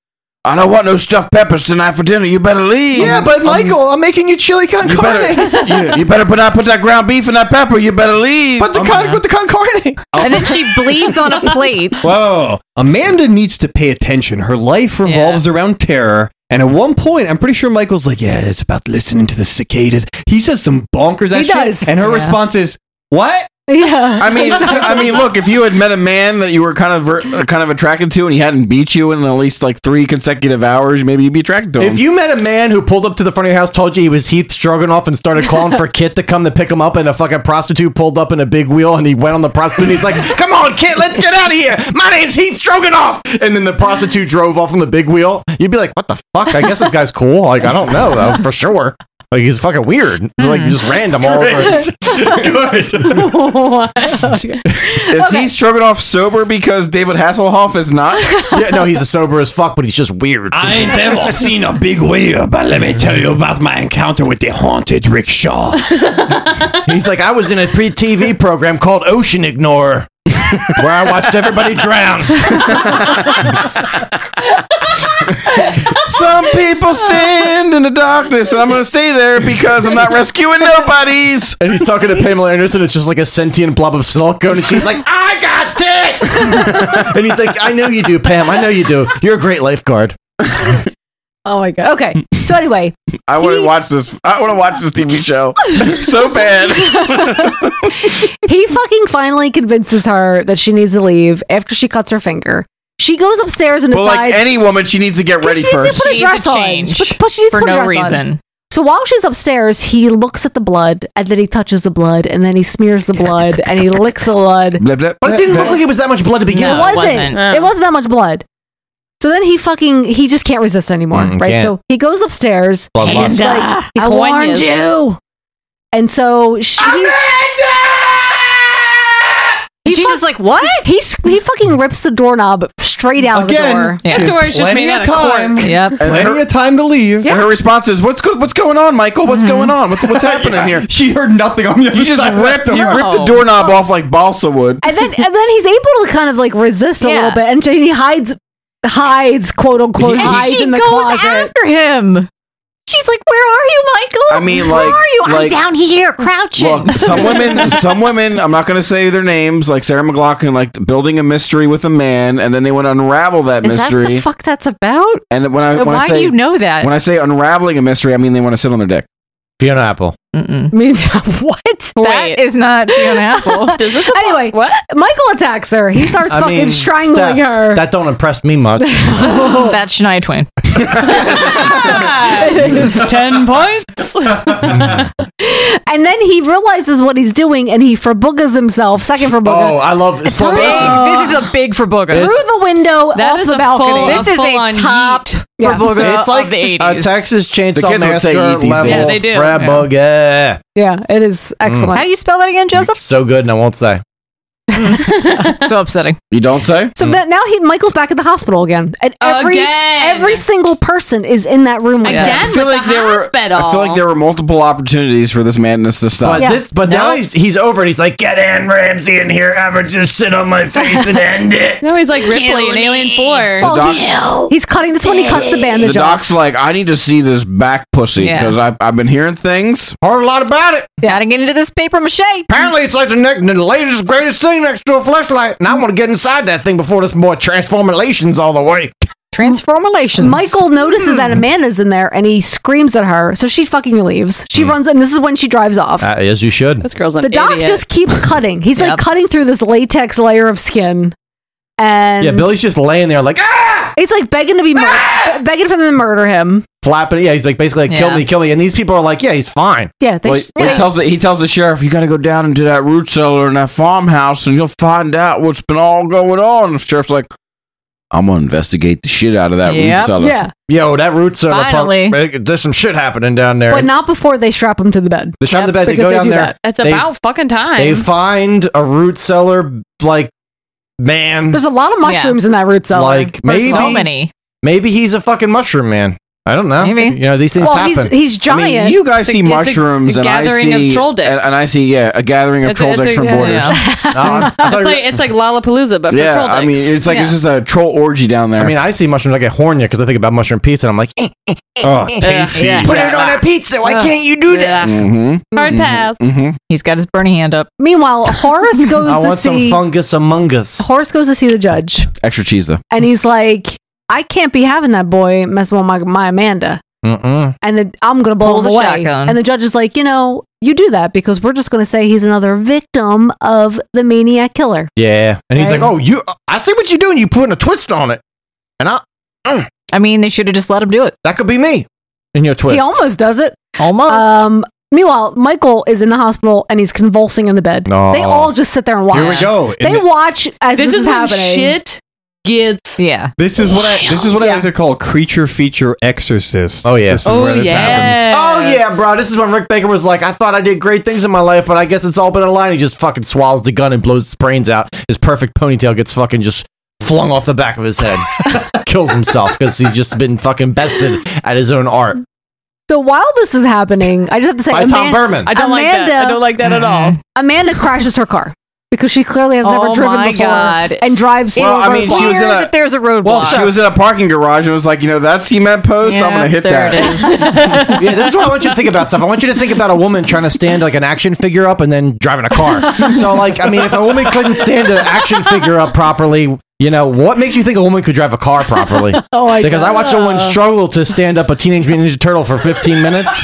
Speaker 8: I don't want no stuffed peppers tonight for dinner. You better leave. Um,
Speaker 5: Yeah, but Michael, I'm making you chili con
Speaker 8: You
Speaker 5: carne.
Speaker 8: better, you, you better put that put that ground beef and that pepper. You better leave.
Speaker 5: Put the con, put the con carne.
Speaker 15: and then she bleeds on a plate.
Speaker 14: Whoa. Amanda needs to pay attention. Her life revolves around terror. And at one point, I'm pretty sure Michael's like, yeah, it's about listening to the cicadas. He says some bonkers
Speaker 13: He
Speaker 14: ass shit,
Speaker 13: does.
Speaker 14: And her
Speaker 13: Yeah.
Speaker 14: response is, what?
Speaker 2: Yeah.
Speaker 13: I mean, I mean, look, if you had met a man that you were kind of ver- uh, kind of attracted to, and he hadn't beat you in at least like three consecutive hours, maybe you'd be attracted to him.
Speaker 5: If you met a man who pulled up to the front of your house, told you he was Heath Stroganoff, and started calling for Kit to come to pick him up, and a fucking prostitute pulled up in a big wheel, and he went on the prostitute, and he's like, "Come on, Kit, let's get out of here. My name's Heath Stroganoff." And then the prostitute drove off on the big wheel. You'd be like, "What the fuck? I guess this guy's cool. Like, I don't know though for sure. Like, he's fucking weird. It's like
Speaker 2: Mm.
Speaker 5: just random all over."
Speaker 13: Is he struggling off sober because David Hasselhoff is not?
Speaker 5: yeah, no, he's a sober as fuck, but he's just weird.
Speaker 12: I ain't ever seen a big wheel, but let me tell you about my encounter with the haunted rickshaw.
Speaker 5: He's like, I was in a pre TV program called Ocean Ignorer, where I watched everybody drown.
Speaker 13: Some people stand in the darkness, and I'm going to stay there because I'm not rescuing nobodies.
Speaker 5: And he's talking to Pamela Anderson. It's just like a sentient blob of silk cone, and she's like,
Speaker 13: I got dick.
Speaker 5: and he's like, I know you do, Pam. I know you do. You're a great lifeguard.
Speaker 2: Oh my god. Okay. So anyway,
Speaker 13: I want to watch this. I want to watch this TV show so bad.
Speaker 2: he fucking finally convinces her that she needs to leave after she cuts her finger. She goes upstairs and
Speaker 13: But like
Speaker 2: decides
Speaker 13: any woman, she needs to get ready
Speaker 2: she needs
Speaker 13: first.
Speaker 2: to put a dress on. But, but she needs
Speaker 15: for
Speaker 2: to put a
Speaker 15: no
Speaker 2: dress on.
Speaker 15: reason.
Speaker 2: So while she's upstairs, he looks at the blood and then he touches the blood and then he smears the blood and he licks the blood.
Speaker 5: But it didn't look like it was that much blood to begin
Speaker 2: it
Speaker 5: with.
Speaker 2: wasn't. It wasn't, that much blood. So then he fucking he just can't resist anymore,
Speaker 5: Mm,
Speaker 2: right?
Speaker 5: can't.
Speaker 2: So he goes upstairs.
Speaker 5: Blood
Speaker 2: and he's
Speaker 5: lust.
Speaker 2: like, he's
Speaker 15: I warned
Speaker 2: warns-
Speaker 15: you.
Speaker 2: And so she. He
Speaker 15: She's just like, what?
Speaker 2: He s- he fucking rips the doorknob straight out
Speaker 14: Again,
Speaker 2: of the door.
Speaker 14: she had plenty time.
Speaker 15: Yep.
Speaker 14: Plenty of time to leave.
Speaker 13: And her response is, "What's go- what's going on, Michael? What's
Speaker 2: Mm-hmm.
Speaker 13: going on? What's what's happening here?"
Speaker 14: She heard nothing on the other
Speaker 13: You just
Speaker 14: side of that
Speaker 13: ripped you
Speaker 14: door.
Speaker 13: ripped the doorknob off like balsa wood.
Speaker 2: And then and then he's able to kind of like resist a little bit, and he hides hides quote unquote
Speaker 15: And
Speaker 2: hides
Speaker 15: she
Speaker 2: in the
Speaker 15: goes
Speaker 2: closet.
Speaker 15: after him. She's like, where are you, Michael?
Speaker 13: I mean,
Speaker 15: where
Speaker 13: like-
Speaker 15: are you? I'm
Speaker 13: like-
Speaker 15: down here, crouching.
Speaker 13: Look, some women, some women. I'm not going to say their names, like Sarah McLaughlin, like building a mystery with a man, and then they want to unravel that
Speaker 15: Is that
Speaker 13: mystery.
Speaker 15: the fuck that's about?
Speaker 13: and when I
Speaker 15: And
Speaker 13: when
Speaker 15: why
Speaker 13: I
Speaker 15: do
Speaker 13: say
Speaker 15: you know that?
Speaker 13: When I say unraveling a mystery, I mean they want to sit on their dick.
Speaker 5: Fiona Apple.
Speaker 15: Mm-mm.
Speaker 2: what?
Speaker 15: That is not Fiona Apple. Does this
Speaker 2: anyway, what? Michael attacks her. He starts fucking strangling
Speaker 5: Steph,
Speaker 2: her.
Speaker 5: That don't impress me much.
Speaker 15: That's Shania Twain. it's 10 points.
Speaker 2: and then he realizes what he's doing and he forboogas himself. Second forbooga.
Speaker 5: Oh, I love
Speaker 15: Big. This is a big for booger.
Speaker 2: through the window
Speaker 15: That
Speaker 2: off
Speaker 15: is
Speaker 2: the
Speaker 15: a
Speaker 2: balcony.
Speaker 15: full-
Speaker 2: this
Speaker 15: a
Speaker 2: is
Speaker 15: full-on
Speaker 2: a top
Speaker 15: yeet.
Speaker 2: yeah.
Speaker 15: For booger.
Speaker 5: It's like
Speaker 15: Of the
Speaker 5: a
Speaker 15: 80s.
Speaker 5: Uh, Texas
Speaker 13: The
Speaker 5: Chainsaw
Speaker 13: kids would say
Speaker 5: Massacre
Speaker 13: eat these
Speaker 5: level
Speaker 13: days. Yeah, they
Speaker 15: do.
Speaker 5: Frat booger.
Speaker 2: Yeah, it is excellent.
Speaker 5: Mm.
Speaker 15: How do you spell that again, Joseph?
Speaker 5: So good, and I won't say.
Speaker 15: so upsetting.
Speaker 13: You don't say.
Speaker 15: Hmm.
Speaker 2: So that now he Michael's back at the hospital again. And every
Speaker 15: Again.
Speaker 2: every single person is in that room with
Speaker 15: Again
Speaker 2: him.
Speaker 15: I feel with like the
Speaker 2: they
Speaker 15: there were- hospital.
Speaker 13: I feel like there were multiple opportunities for this madness to stop.
Speaker 5: But this, but now he's he's over, and he's like, "Get Ann Ramsey in here. I'm gonna just sit on my face and end it."
Speaker 6: No, he's like Ripley in Alien 4.
Speaker 13: The docs-
Speaker 2: he's cutting this when he cuts the bandage
Speaker 13: the
Speaker 2: off.
Speaker 13: doc's like, I need to see this back pussy
Speaker 2: Yeah.
Speaker 13: because I've, I've been hearing things.
Speaker 5: Heard a lot about it.
Speaker 15: Gotta get into this paper mache.
Speaker 5: Apparently, it's like the, next, the latest, greatest thing next to a flashlight, and I want to get inside that thing before this more transformations all the way.
Speaker 15: Transformation.
Speaker 2: Michael notices that Amanda's in there and he screams at her, so she fucking leaves. She
Speaker 5: Hmm.
Speaker 2: runs, and this is when she drives off.
Speaker 5: Uh, as you should.
Speaker 6: This girl's
Speaker 2: the doc just keeps cutting. He's
Speaker 6: Yep.
Speaker 2: like cutting through this latex layer of skin, and
Speaker 5: yeah, Billy's just laying there like, ah!
Speaker 2: he's like begging to be mur- begging for them to murder him.
Speaker 5: flapping. Yeah, he's like basically like, kill
Speaker 15: Yeah.
Speaker 5: me, kill me. And these people are like, yeah, he's fine.
Speaker 2: Yeah,
Speaker 5: they
Speaker 8: Well,
Speaker 5: just-
Speaker 8: he,
Speaker 5: yeah.
Speaker 8: tells the, he tells the sheriff, "You got to go down into that root cellar in that farmhouse, and you'll find out what's been all going on." The sheriff's like, "I'm gonna investigate the shit out of that root
Speaker 2: Yep.
Speaker 8: cellar."
Speaker 2: Yeah.
Speaker 5: Yo, that root cellar.
Speaker 2: Finally.
Speaker 5: Pump, there's some shit happening down there.
Speaker 2: But not before they strap him to the bed.
Speaker 5: They strap him to the bed, they
Speaker 2: because
Speaker 5: go down
Speaker 2: do
Speaker 5: there,
Speaker 2: that.
Speaker 5: It's They- about
Speaker 6: fucking time.
Speaker 5: they find a root cellar, like man.
Speaker 2: There's a lot of mushrooms in that root cellar.
Speaker 5: Like maybe Maybe he's a fucking mushroom man. I don't know.
Speaker 2: Maybe.
Speaker 5: you know these things
Speaker 2: Well, he's-
Speaker 5: happen.
Speaker 2: he's
Speaker 8: I mean, you guys see
Speaker 5: It's a- it's a
Speaker 8: mushrooms, and I
Speaker 6: gathering of
Speaker 8: see
Speaker 6: troll dicks.
Speaker 8: And, and I see yeah, a gathering of
Speaker 6: It's a-
Speaker 8: troll
Speaker 6: it's a-
Speaker 8: dicks from
Speaker 6: yeah,
Speaker 8: borders.
Speaker 6: yeah.
Speaker 5: No, I thought
Speaker 6: it's
Speaker 5: you-
Speaker 6: like it's like Lollapalooza, but for
Speaker 8: Yeah,
Speaker 6: troll dicks.
Speaker 8: I mean, it's like it's
Speaker 6: Yeah.
Speaker 8: just a troll orgy down there.
Speaker 5: I mean, I see mushrooms. I get horny because I think about mushroom pizza, and I'm like, eh, eh, eh,
Speaker 8: Oh,
Speaker 5: eh,
Speaker 8: tasty.
Speaker 5: eh. Put it on a pizza. Why can't you do
Speaker 6: uh,
Speaker 5: that?
Speaker 8: Mm-hmm.
Speaker 2: Hard pass.
Speaker 8: Mm-hmm.
Speaker 15: He's got his Bernie hand up.
Speaker 2: Meanwhile, Horace goes
Speaker 5: I
Speaker 2: to
Speaker 5: want some
Speaker 2: see
Speaker 5: fungus among us.
Speaker 2: Horace goes to see the judge,
Speaker 8: Extra cheese though.
Speaker 2: and he's like, "I can't be having that boy messing with my, my Amanda."
Speaker 5: Mm-mm.
Speaker 2: And the, I'm gonna blow
Speaker 15: Pulls
Speaker 2: him
Speaker 15: a
Speaker 2: away.
Speaker 15: shotgun.
Speaker 2: And the judge is like, you know, you do that because we're just gonna say he's another victim of the maniac killer.
Speaker 5: Yeah, and he's
Speaker 2: Right.
Speaker 5: like, oh, you. I see what you're doing. You're putting a twist on it, and I. mm.
Speaker 15: I mean, they should have just let him do it.
Speaker 5: That could be me. In your twist.
Speaker 2: He almost does it.
Speaker 15: Almost.
Speaker 2: Um, meanwhile, Michael is in the hospital and he's convulsing in the bed.
Speaker 5: No.
Speaker 2: They all just sit there and watch.
Speaker 14: Here we go.
Speaker 2: They
Speaker 14: And-
Speaker 2: watch as this,
Speaker 6: This
Speaker 2: is,
Speaker 6: is when
Speaker 2: happening.
Speaker 6: shit gets
Speaker 15: yeah.
Speaker 14: This is what I this is what I like to call creature feature exorcist. Oh
Speaker 5: yeah.
Speaker 14: This is where this happens.
Speaker 5: Oh yeah, bro. This is when Rick Baker was like, I thought I did great things in my life, but I guess it's all been a lie. And He just fucking swallows the gun and blows his brains out. His perfect ponytail gets fucking just flung off the back of his head. Kills himself because he's just been fucking bested at his own art.
Speaker 2: So while this is happening, I just have to say,
Speaker 5: By Tom Berman. I
Speaker 6: don't like that.
Speaker 2: Amanda- Mm-hmm.
Speaker 6: I don't like that at all.
Speaker 2: Amanda crashes her car because she clearly has never
Speaker 6: Oh
Speaker 2: driven
Speaker 6: my
Speaker 2: before
Speaker 6: God.
Speaker 2: and drives.
Speaker 8: Well, I
Speaker 2: through
Speaker 8: mean, she was
Speaker 2: roadblocks.
Speaker 8: in a.
Speaker 15: There's a roadblock.
Speaker 8: Well, she was in a parking garage and was like, you know, that cement post, I'm gonna hit that.
Speaker 5: yeah, this is what I want you to think about stuff. I want you to think about a woman trying to stand like an action figure up and then driving a car. So, like, I mean, if a woman couldn't stand an action figure up properly, you know, what makes you think a woman could drive a car properly?
Speaker 2: Oh, I
Speaker 5: because I watched someone
Speaker 2: know.
Speaker 5: struggle to stand up a Teenage Mutant Ninja Turtle for 15 minutes,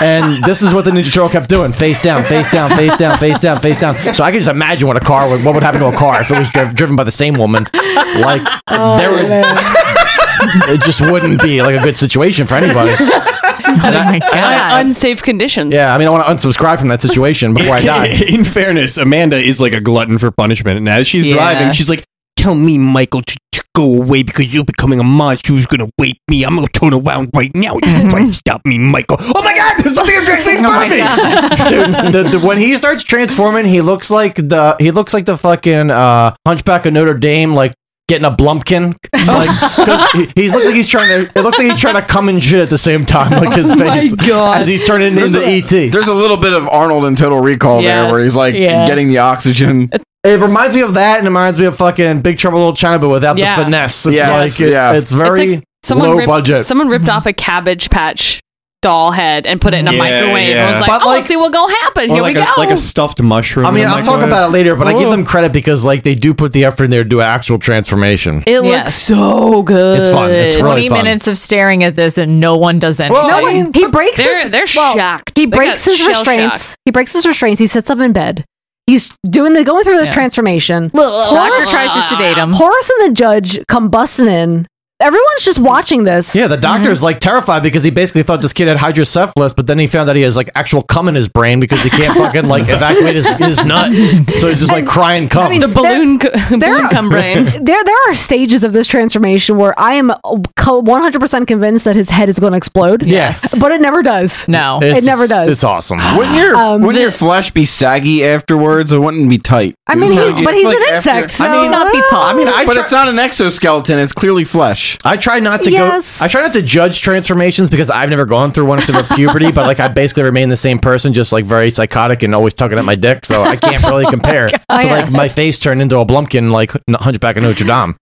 Speaker 5: and this is what the Ninja Turtle kept doing: face down, face down, face down, face down, face down. So I can just imagine what a car would, what would happen to a car if it was driv- driven by the same woman. Like,
Speaker 6: Oh,
Speaker 5: there would, it just wouldn't be like a good situation for anybody.
Speaker 2: Oh
Speaker 6: Un- uh, unsafe conditions.
Speaker 5: Yeah, I mean, I want to unsubscribe from that situation before I die.
Speaker 14: In fairness, Amanda is like a glutton for punishment, and as she's
Speaker 12: Yeah.
Speaker 14: driving, she's like,
Speaker 12: Tell Oh, me, Michael, to, to go away because you're becoming a monster who's gonna wait me. I'm gonna turn around right now. You try to stop me, Michael. Oh my god, there's something directly
Speaker 15: Oh
Speaker 12: in front of me!
Speaker 5: Dude, the, the, when he starts transforming, he looks like the he looks like the fucking uh, Hunchback of Notre Dame, like getting a blumpkin. Like 'cause he, he looks like he's trying to. It looks like he's trying to come and shit at the same time, like his
Speaker 8: Oh my
Speaker 5: face
Speaker 8: God.
Speaker 5: as he's turning
Speaker 8: There's
Speaker 5: into E
Speaker 8: a-
Speaker 5: ET.
Speaker 8: There's a little bit of Arnold in Total Recall there,
Speaker 5: Yes,
Speaker 8: where he's like
Speaker 5: yeah.
Speaker 8: getting the oxygen.
Speaker 5: It reminds me of that, and it reminds me of fucking Big Trouble in Little China, but without
Speaker 6: Yeah.
Speaker 5: the finesse. It's
Speaker 8: Yes,
Speaker 5: like it-
Speaker 8: yeah.
Speaker 5: it's very
Speaker 6: It's like someone
Speaker 5: low
Speaker 6: ripped,
Speaker 5: budget.
Speaker 6: Someone ripped off a cabbage patch doll head and put it in a
Speaker 14: Yeah,
Speaker 6: microwave and
Speaker 14: yeah.
Speaker 6: was like,
Speaker 14: But
Speaker 6: "Oh,
Speaker 14: like-
Speaker 6: let's see what gonna happen.
Speaker 14: or
Speaker 6: Here
Speaker 14: like
Speaker 6: we
Speaker 14: a,
Speaker 6: go."
Speaker 14: like a stuffed mushroom.
Speaker 5: I mean,
Speaker 14: in a
Speaker 5: I'll talk
Speaker 14: microwave.
Speaker 5: about it later, but I give them credit because like they do put the effort in there to do an actual transformation.
Speaker 6: it
Speaker 15: looks
Speaker 6: so good.
Speaker 5: It's fun. It's really
Speaker 15: 20
Speaker 5: fun.
Speaker 15: minutes of staring at this and no one does anything.
Speaker 2: Well, No I one- mean, he breaks
Speaker 6: They're
Speaker 2: his-
Speaker 6: they're
Speaker 2: well,
Speaker 6: shocked.
Speaker 2: He
Speaker 6: They
Speaker 2: breaks
Speaker 6: got
Speaker 2: his
Speaker 6: shell
Speaker 2: restraints.
Speaker 6: shocked.
Speaker 2: He breaks his restraints. He sits up in bed. He's doing the going through this transformation.
Speaker 15: Doctor tries to sedate him.
Speaker 2: Horace and the judge come busting in. Everyone's just watching this.
Speaker 5: Yeah, the doctor is like terrified because he basically thought this kid had hydrocephalus, but then he found out he has like actual cum in his brain because he can't fucking like evacuate his, his nut. So he's just like crying cum.
Speaker 2: I mean, balloon,
Speaker 6: balloon cum brain.
Speaker 2: There, there are stages of this transformation where I am co- 100% convinced that his head is going to explode.
Speaker 5: Yes.
Speaker 2: But it never does.
Speaker 15: No.
Speaker 2: it never does.
Speaker 5: It's awesome.
Speaker 8: Wouldn't your
Speaker 2: Um,
Speaker 8: wouldn't your
Speaker 2: the-
Speaker 8: flesh be saggy afterwards? It wouldn't be tight.
Speaker 2: I mean,
Speaker 8: It's
Speaker 2: he- but he's an
Speaker 8: after-
Speaker 2: insect, so
Speaker 8: I mean,
Speaker 2: not be tall.
Speaker 8: I mean,
Speaker 2: I
Speaker 8: but
Speaker 2: try-
Speaker 8: it's not an exoskeleton. It's clearly flesh.
Speaker 5: I try not to
Speaker 2: Yes.
Speaker 5: go. I try not to judge transformations because I've never gone through one except for puberty. But like, I basically remain the same person, just like very psychotic and always tugging at my dick. So I can't really
Speaker 2: Oh,
Speaker 5: compare
Speaker 2: God.
Speaker 5: to
Speaker 2: Yes.
Speaker 5: like my face turned into a blumpkin, like n- Hunchback of Notre Dame.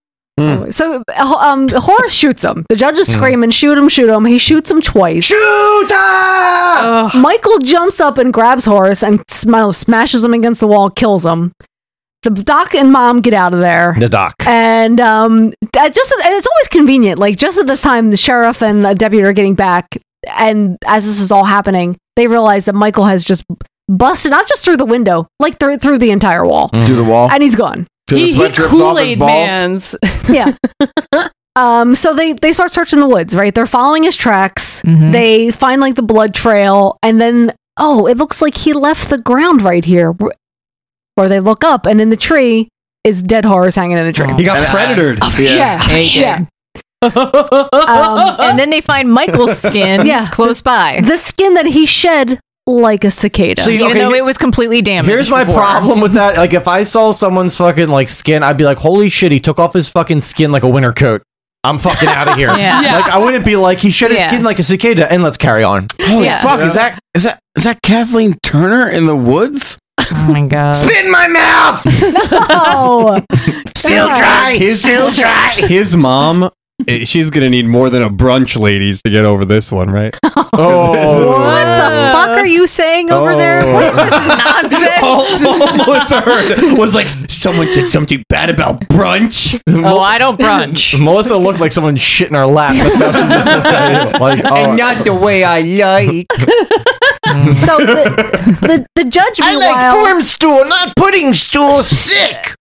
Speaker 2: So um, Horace shoots him. The judge is
Speaker 5: Mhm.
Speaker 2: screaming, "Shoot him! Shoot him!" He shoots him twice.
Speaker 5: Shoot
Speaker 2: Michael jumps up and grabs Horace and sm- smashes him against the wall, kills him. The doc and mom get out of there.
Speaker 5: The doc.
Speaker 2: And um, at just and it's always convenient. Like just at this time, the sheriff and the deputy are getting back, and as this is all happening, they realize that Michael has just busted not just through the window, like through through the entire wall,
Speaker 8: Do the wall.
Speaker 2: and he's gone.
Speaker 8: Till the He- he sweat drips off his Kool-Aid balls?
Speaker 2: man's. Yeah. Um, so they they start searching the woods, right? They're following his tracks.
Speaker 15: Mm-hmm.
Speaker 2: They find like the blood trail, and then oh, it looks like he left the ground right here. Wh- Or they look up, and in the tree is dead horse hanging in the tree.
Speaker 14: He
Speaker 15: Oh.
Speaker 14: got predatored.
Speaker 2: Yeah, yeah.
Speaker 15: Um, and then they find Michael's skin
Speaker 2: Yeah.
Speaker 15: close by.
Speaker 2: The skin that he shed like a cicada,
Speaker 5: See,
Speaker 15: even
Speaker 5: okay,
Speaker 15: though
Speaker 5: here-
Speaker 15: it was completely damaged.
Speaker 5: Here's my
Speaker 15: before.
Speaker 5: problem with that. Like, if I saw someone's fucking like skin, I'd be like, "Holy shit, he took off his fucking skin like a winter coat." I'm fucking out of here.
Speaker 15: Yeah. Yeah.
Speaker 5: Like, I wouldn't be like, "He shed his
Speaker 15: Yeah.
Speaker 5: skin like a cicada," and let's carry on.
Speaker 13: Holy
Speaker 15: Yeah.
Speaker 13: fuck! Is that is that is that Kathleen Turner in the woods?
Speaker 15: Oh my god!
Speaker 13: Spit in my mouth.
Speaker 2: Oh,
Speaker 13: Still dry. still dry.
Speaker 14: His mom, eh, she's gonna need more than a brunch, ladies, to get over this one, right?
Speaker 5: Oh.
Speaker 15: What the fuck are you saying over there? What is this nonsense?
Speaker 12: Oh,
Speaker 14: Almost heard was like someone said something bad about brunch.
Speaker 5: Oh,
Speaker 15: I don't brunch.
Speaker 5: Melissa looked like someone shit in her lap. But that's just the thing. like, oh,
Speaker 12: not the way I like.
Speaker 2: so the, the, the judge
Speaker 12: I
Speaker 2: meanwhile,
Speaker 12: like form stool, not pudding stool. Sick.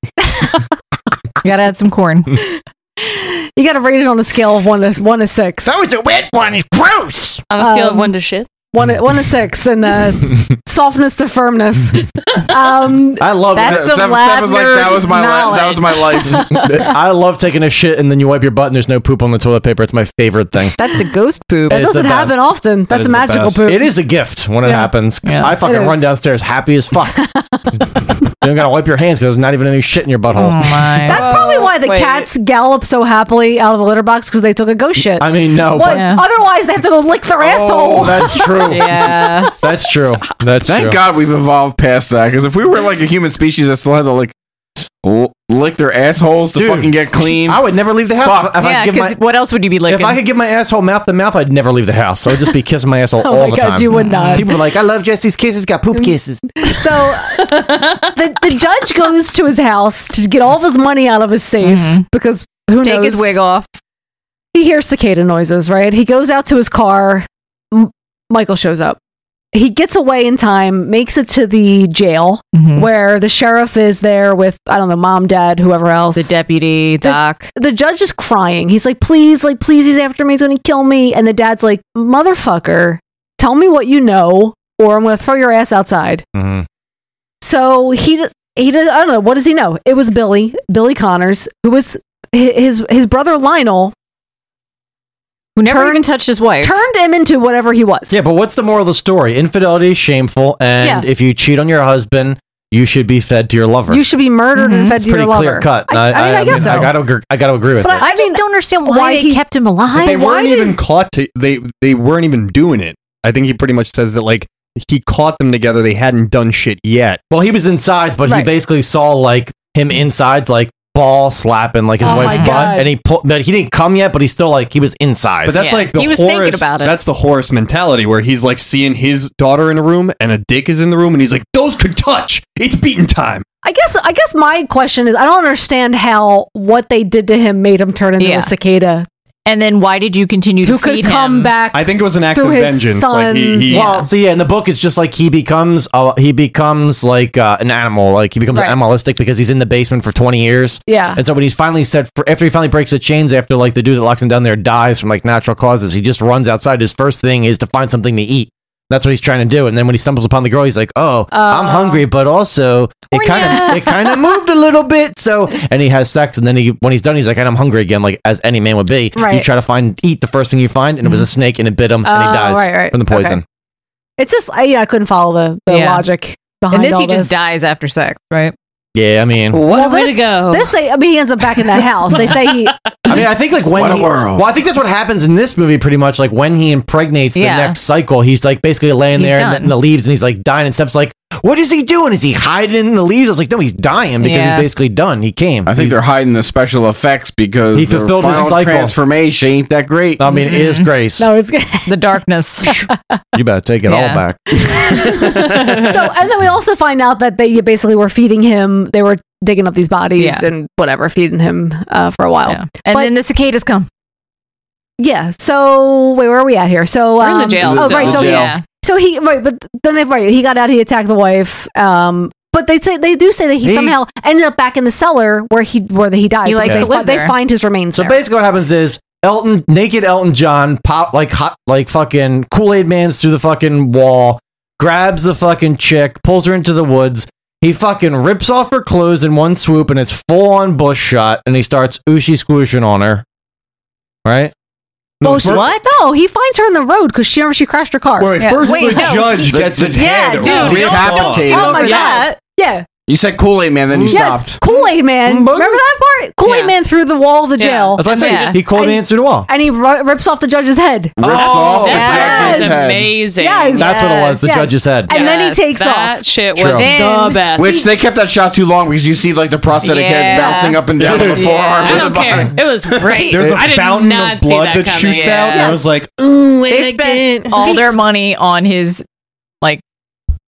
Speaker 15: You gotta add some corn.
Speaker 2: you got to rate it on a scale of one to one to six.
Speaker 12: That was a wet one. It's gross.
Speaker 6: On a scale of
Speaker 2: Um,
Speaker 6: one to shit.
Speaker 2: One one to six and uh, softness to firmness. Um,
Speaker 5: I love that.
Speaker 2: That's some That was like- lab
Speaker 13: that was my
Speaker 2: nerd
Speaker 13: li- that was my life.
Speaker 5: I love taking a shit and then you wipe your butt and there's no poop on the toilet paper. It's my favorite thing.
Speaker 15: That's a ghost poop.
Speaker 2: that
Speaker 5: It's the
Speaker 2: doesn't happen
Speaker 5: best.
Speaker 2: often. That's a magical poop.
Speaker 5: It is a gift when it happens. I fucking
Speaker 2: It is.
Speaker 5: run downstairs happy as fuck. you don't gotta wipe your hands because there's not even any shit in your butthole.
Speaker 2: Oh That's probably why the
Speaker 6: wait.
Speaker 2: cats gallop so happily out of the litter box because they took a ghost shit.
Speaker 5: I mean, no,
Speaker 2: What?
Speaker 5: but
Speaker 2: Otherwise, they have to go lick their asshole.
Speaker 5: oh, that's true.
Speaker 15: Yeah.
Speaker 5: that's true. That's
Speaker 13: Thank
Speaker 5: true.
Speaker 13: God we've evolved past that. Because if we were like a human species that still had to like l- lick their assholes to
Speaker 5: Dude,
Speaker 13: fucking get clean,
Speaker 5: I would never leave the house
Speaker 13: Fuck.
Speaker 5: if I
Speaker 15: yeah,
Speaker 5: could give
Speaker 15: because
Speaker 5: my
Speaker 15: what else would you be
Speaker 5: if
Speaker 15: licking?
Speaker 5: I could give my asshole mouth to mouth, I'd never leave the house. I would just be kissing my asshole
Speaker 2: Oh
Speaker 5: all
Speaker 2: my
Speaker 5: the
Speaker 2: God,
Speaker 5: time.
Speaker 2: you would not.
Speaker 5: Mm-hmm. People are like, I love Jesse's kisses. Got poop kisses.
Speaker 2: So the, the judge goes to his house to get all of his money out of his safe because who knows?
Speaker 15: Mm-hmm. Take his wig off.
Speaker 2: He hears cicada noises, right? He goes out to his car. M- Michael shows up. He gets away in time, makes it to the jail
Speaker 15: Mm-hmm.
Speaker 2: where the sheriff is there with, I don't know, mom, dad, whoever else.
Speaker 15: The deputy, doc.
Speaker 2: The judge is crying. He's like, please, like, please, he's after me. He's going to kill me. And the dad's like, motherfucker, tell me what you know, or I'm going to throw your ass outside.
Speaker 5: Mm-hmm.
Speaker 2: So he d- he does. I don't know. What does he know? It was Billy Billy Connors who was hi- his his brother Lionel
Speaker 15: Who never even touched his wife.
Speaker 2: turned him into whatever he was.
Speaker 5: Yeah, but what's the moral of the story? Infidelity is shameful, and
Speaker 2: Yeah.
Speaker 5: if you cheat on your husband, you should be fed to your lover.
Speaker 2: You should be murdered
Speaker 15: Mm-hmm.
Speaker 2: and fed
Speaker 5: it's
Speaker 2: to your
Speaker 5: pretty
Speaker 2: lover.
Speaker 5: clear cut.
Speaker 2: I, I mean, I, guess so.
Speaker 5: I gotta, agree- I gotta agree with
Speaker 2: But
Speaker 5: it.
Speaker 2: I, just
Speaker 15: don't understand why,
Speaker 2: why
Speaker 15: they
Speaker 2: he-
Speaker 15: kept him alive.
Speaker 14: But they
Speaker 15: why
Speaker 14: weren't
Speaker 15: did-
Speaker 14: even caught. To, they they weren't even doing it. I think he pretty much says that like he caught them together. They hadn't done shit yet.
Speaker 5: well, he was inside, but he
Speaker 14: Right.
Speaker 5: basically saw like him insides, like ball slapping like his
Speaker 14: Oh
Speaker 5: wife's
Speaker 14: my
Speaker 5: butt,
Speaker 14: God.
Speaker 5: and he pulled. But he didn't come yet, but he's still like he was inside.
Speaker 14: But that's like the Horace. That's the Horace mentality where he's like seeing his daughter in a room and a dick is in the room, and he's like, "Those could touch. It's beating time."
Speaker 2: I guess I guess my question is I don't understand how what they did to him made him turn into
Speaker 15: Yeah.
Speaker 2: a cicada
Speaker 15: And then why did you continue to
Speaker 2: who could
Speaker 15: feed
Speaker 2: come
Speaker 15: him?
Speaker 2: back.
Speaker 14: I think it was an act
Speaker 2: Through
Speaker 14: of
Speaker 2: his
Speaker 14: vengeance. Like he,
Speaker 2: son.
Speaker 14: he
Speaker 5: Well, so yeah, in the book, it's just like he becomes uh, he becomes like uh, an animal, like he becomes
Speaker 2: Right.
Speaker 5: animalistic because he's in the basement for twenty years.
Speaker 2: Yeah.
Speaker 5: and so when he's finally set for after he finally breaks the chains, after like the dude that locks him down there dies from like natural causes, he just runs outside. His first thing is to find something to eat. That's what he's trying to do. And then when he stumbles upon the girl, he's like, "Oh, I'm hungry, but also it
Speaker 2: Oh,
Speaker 5: kind of it kind of moved a little bit." So and he has sex, and then he when he's done, he's like, "And I'm hungry again," like as any man would be. You
Speaker 2: Right. Mm-hmm.
Speaker 5: try to find eat the first thing you find, and it was a snake, and it bit him, and
Speaker 2: Oh,
Speaker 5: he dies
Speaker 2: right, right.
Speaker 5: from the
Speaker 2: Okay.
Speaker 5: poison.
Speaker 2: It's just I, yeah, I couldn't follow the, the
Speaker 15: Yeah.
Speaker 2: logic
Speaker 15: And
Speaker 2: behind
Speaker 15: this,
Speaker 2: all
Speaker 15: he
Speaker 2: this.
Speaker 15: just dies after sex, right?
Speaker 5: Yeah, I mean,
Speaker 15: What
Speaker 2: Well, this, This they, I mean, he ends up back in that house. They say he
Speaker 5: I mean, I think like when
Speaker 13: What a
Speaker 5: he-
Speaker 13: world.
Speaker 5: well, I think that's what happens in this movie pretty much. Like when he impregnates the
Speaker 2: Yeah.
Speaker 5: next cycle, he's like basically laying
Speaker 2: He's
Speaker 5: there in the,
Speaker 2: done.
Speaker 5: in the leaves and he's like dying. And Steph's like, "What is he doing? Is he hiding in the leaves?" I was like, "No, he's dying because
Speaker 13: Yeah.
Speaker 5: he's basically done. He came."
Speaker 13: I think they're hiding the special effects because
Speaker 5: He
Speaker 13: their
Speaker 5: fulfilled his
Speaker 13: final
Speaker 5: cycle.
Speaker 13: Transformation ain't that great.
Speaker 5: I mean, it
Speaker 6: Mm-hmm.
Speaker 5: is grace.
Speaker 2: no, it's
Speaker 15: the darkness.
Speaker 5: You better take it
Speaker 15: Yeah.
Speaker 5: all back.
Speaker 2: so and then we also find out that they basically were feeding him they were digging up these bodies
Speaker 15: Yeah.
Speaker 2: and whatever feeding him uh, for a while
Speaker 15: And then the cicadas come.
Speaker 2: yeah so wait where are we at here so
Speaker 15: We're in the
Speaker 2: um,
Speaker 15: jail
Speaker 2: oh
Speaker 15: still.
Speaker 2: right
Speaker 15: The
Speaker 2: so
Speaker 15: jail.
Speaker 2: so he right but then they right he got out he attacked the wife um but But they say they do say that he,
Speaker 5: He-
Speaker 2: somehow ended up back in the cellar where he where he dies.
Speaker 5: He
Speaker 2: because
Speaker 5: likes
Speaker 2: they,
Speaker 5: to live
Speaker 2: fi- they
Speaker 5: there.
Speaker 2: find his remains.
Speaker 5: So
Speaker 2: there.
Speaker 5: basically, what happens is Elton, naked Elton John, pop like hot, like fucking Kool Aid Man's through the fucking wall, grabs the fucking chick, pulls her into the woods. He fucking rips off her clothes in one swoop, and it's full on bush shot, and he starts ooshy squooshing on her. Right?
Speaker 2: oh, she, what? No, he finds her in the road because she remember she crashed her car.
Speaker 14: Wait, first Wait, the no, judge he- gets his
Speaker 2: yeah,
Speaker 14: head
Speaker 2: dude,
Speaker 14: around
Speaker 2: don't-
Speaker 14: his
Speaker 2: don't
Speaker 14: decapitated.
Speaker 2: stop
Speaker 14: over
Speaker 2: on
Speaker 14: that.
Speaker 2: that. Oh Yeah.
Speaker 13: You said Kool Aid Man, then you
Speaker 2: yes.
Speaker 13: stopped.
Speaker 2: Kool Aid Man. Remember that part? Kool Aid Man through the wall of the jail.
Speaker 5: That's what Mm-hmm. I said.
Speaker 2: And-
Speaker 5: He called
Speaker 2: and-
Speaker 5: me in through the wall.
Speaker 2: And he ri- rips off the judge's head.
Speaker 5: Rips off the
Speaker 2: yes.
Speaker 5: judge's head.
Speaker 6: amazing.
Speaker 2: Yes.
Speaker 5: That's what it was, the
Speaker 2: Yes.
Speaker 5: judge's head.
Speaker 2: And then he
Speaker 6: Yes,
Speaker 2: takes
Speaker 6: that
Speaker 2: off.
Speaker 6: shit was
Speaker 13: True.
Speaker 6: the best.
Speaker 13: Which they kept that shot too long because you see like the prosthetic head
Speaker 6: Yeah.
Speaker 13: bouncing up and down on the
Speaker 6: Yeah.
Speaker 13: forearm.
Speaker 6: I
Speaker 13: and
Speaker 6: don't
Speaker 13: the
Speaker 6: care.
Speaker 13: bottom.
Speaker 6: It was great.
Speaker 14: There's a
Speaker 6: I did
Speaker 14: fountain
Speaker 6: not
Speaker 14: of
Speaker 6: see
Speaker 14: blood that,
Speaker 6: coming.
Speaker 14: shoots out, and I was like,
Speaker 15: they spent all their money on his like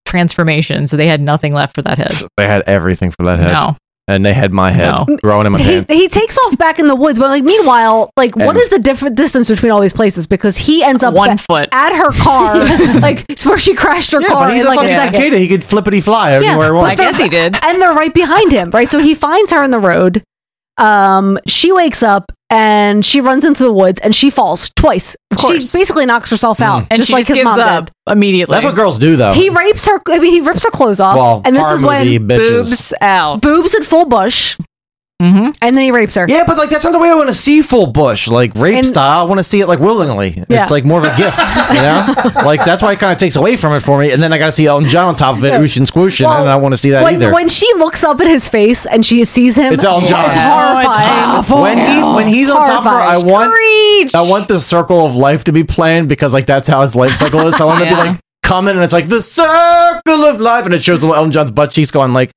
Speaker 15: transformation, so they had nothing left for that head.
Speaker 5: They had everything for that head.
Speaker 15: No.
Speaker 5: And they had my head thrown in my
Speaker 2: He,
Speaker 5: hand.
Speaker 2: he takes off back in the woods, but like meanwhile, like what
Speaker 5: And-
Speaker 2: is the different distance between all these places? Because he ends up
Speaker 15: One
Speaker 2: ba-
Speaker 15: foot.
Speaker 2: at her car, like it's where she crashed her
Speaker 5: Yeah,
Speaker 2: car.
Speaker 5: but he's
Speaker 2: in,
Speaker 5: a
Speaker 2: like,
Speaker 5: fucking
Speaker 2: second.
Speaker 5: cicada. He could flippity fly everywhere he
Speaker 2: but
Speaker 5: wants.
Speaker 2: they're- And they're right behind him, right? So he finds her in the road. Um, she wakes up and she runs into the woods and she falls twice. She basically knocks herself out,
Speaker 15: And
Speaker 2: just
Speaker 15: Mm. she
Speaker 2: like
Speaker 15: just
Speaker 2: his
Speaker 15: gives
Speaker 2: mom
Speaker 15: up
Speaker 2: did.
Speaker 15: immediately.
Speaker 5: That's what girls do, though.
Speaker 2: He rapes her. I mean, he rips her clothes off,
Speaker 5: Well,
Speaker 2: and this
Speaker 5: horror
Speaker 2: is when
Speaker 5: movie bitches. Boobs
Speaker 15: out,
Speaker 2: boobs in full bush,
Speaker 15: mm-hmm.
Speaker 2: and then he rapes her.
Speaker 5: Yeah, but like that's not the way I want to see full bush, like rape
Speaker 2: And-
Speaker 5: style. I want to see it like willingly.
Speaker 2: Yeah.
Speaker 5: It's like more of a gift, you know. like that's why it kind of takes away from it for me. And then I got to see Elton John on top of it,
Speaker 2: Yeah.
Speaker 5: oosh and squoosh, and I don't want to see that
Speaker 2: when,
Speaker 5: either.
Speaker 2: when she looks up at his face and she sees him,
Speaker 5: It's Elton
Speaker 15: Oh,
Speaker 5: John.
Speaker 2: It's
Speaker 5: Yeah.
Speaker 2: horrifying.
Speaker 5: when he when he's on top of her, I want I want the circle of life to be playing because like that's how his life cycle is. So I want to
Speaker 2: Yeah.
Speaker 5: be like coming, and it's like the circle of life, and it shows little Elton John's butt cheeks going like,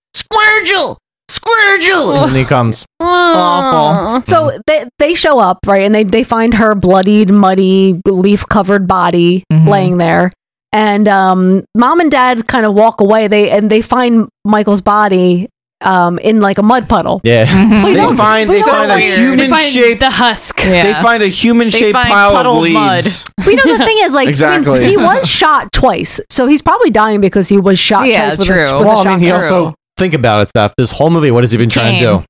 Speaker 5: and
Speaker 2: Squirgel,
Speaker 5: then
Speaker 2: Squirgel.
Speaker 5: he comes.
Speaker 2: Awful. So they they show up right, and they they find her bloodied, muddy, leaf covered body
Speaker 5: Mm-hmm.
Speaker 2: laying there. And um, mom and dad kind of walk away. They and they find Michael's body um, in like a mud puddle.
Speaker 5: Yeah,
Speaker 2: We
Speaker 13: they
Speaker 2: don't-
Speaker 13: find
Speaker 2: we
Speaker 13: they
Speaker 2: don't
Speaker 13: find a
Speaker 2: like-
Speaker 13: human shape.
Speaker 6: the husk.
Speaker 13: They find a human shaped pile of leaves.
Speaker 2: We know the thing is, like, I mean,
Speaker 13: Exactly.
Speaker 2: he was shot twice, so he's probably dying because he was shot twice. With A, with
Speaker 5: well,
Speaker 2: a
Speaker 5: I mean, he
Speaker 2: shotgun.
Speaker 5: also think about it, stuff. This whole movie, what has he been trying to
Speaker 2: Came.
Speaker 5: do?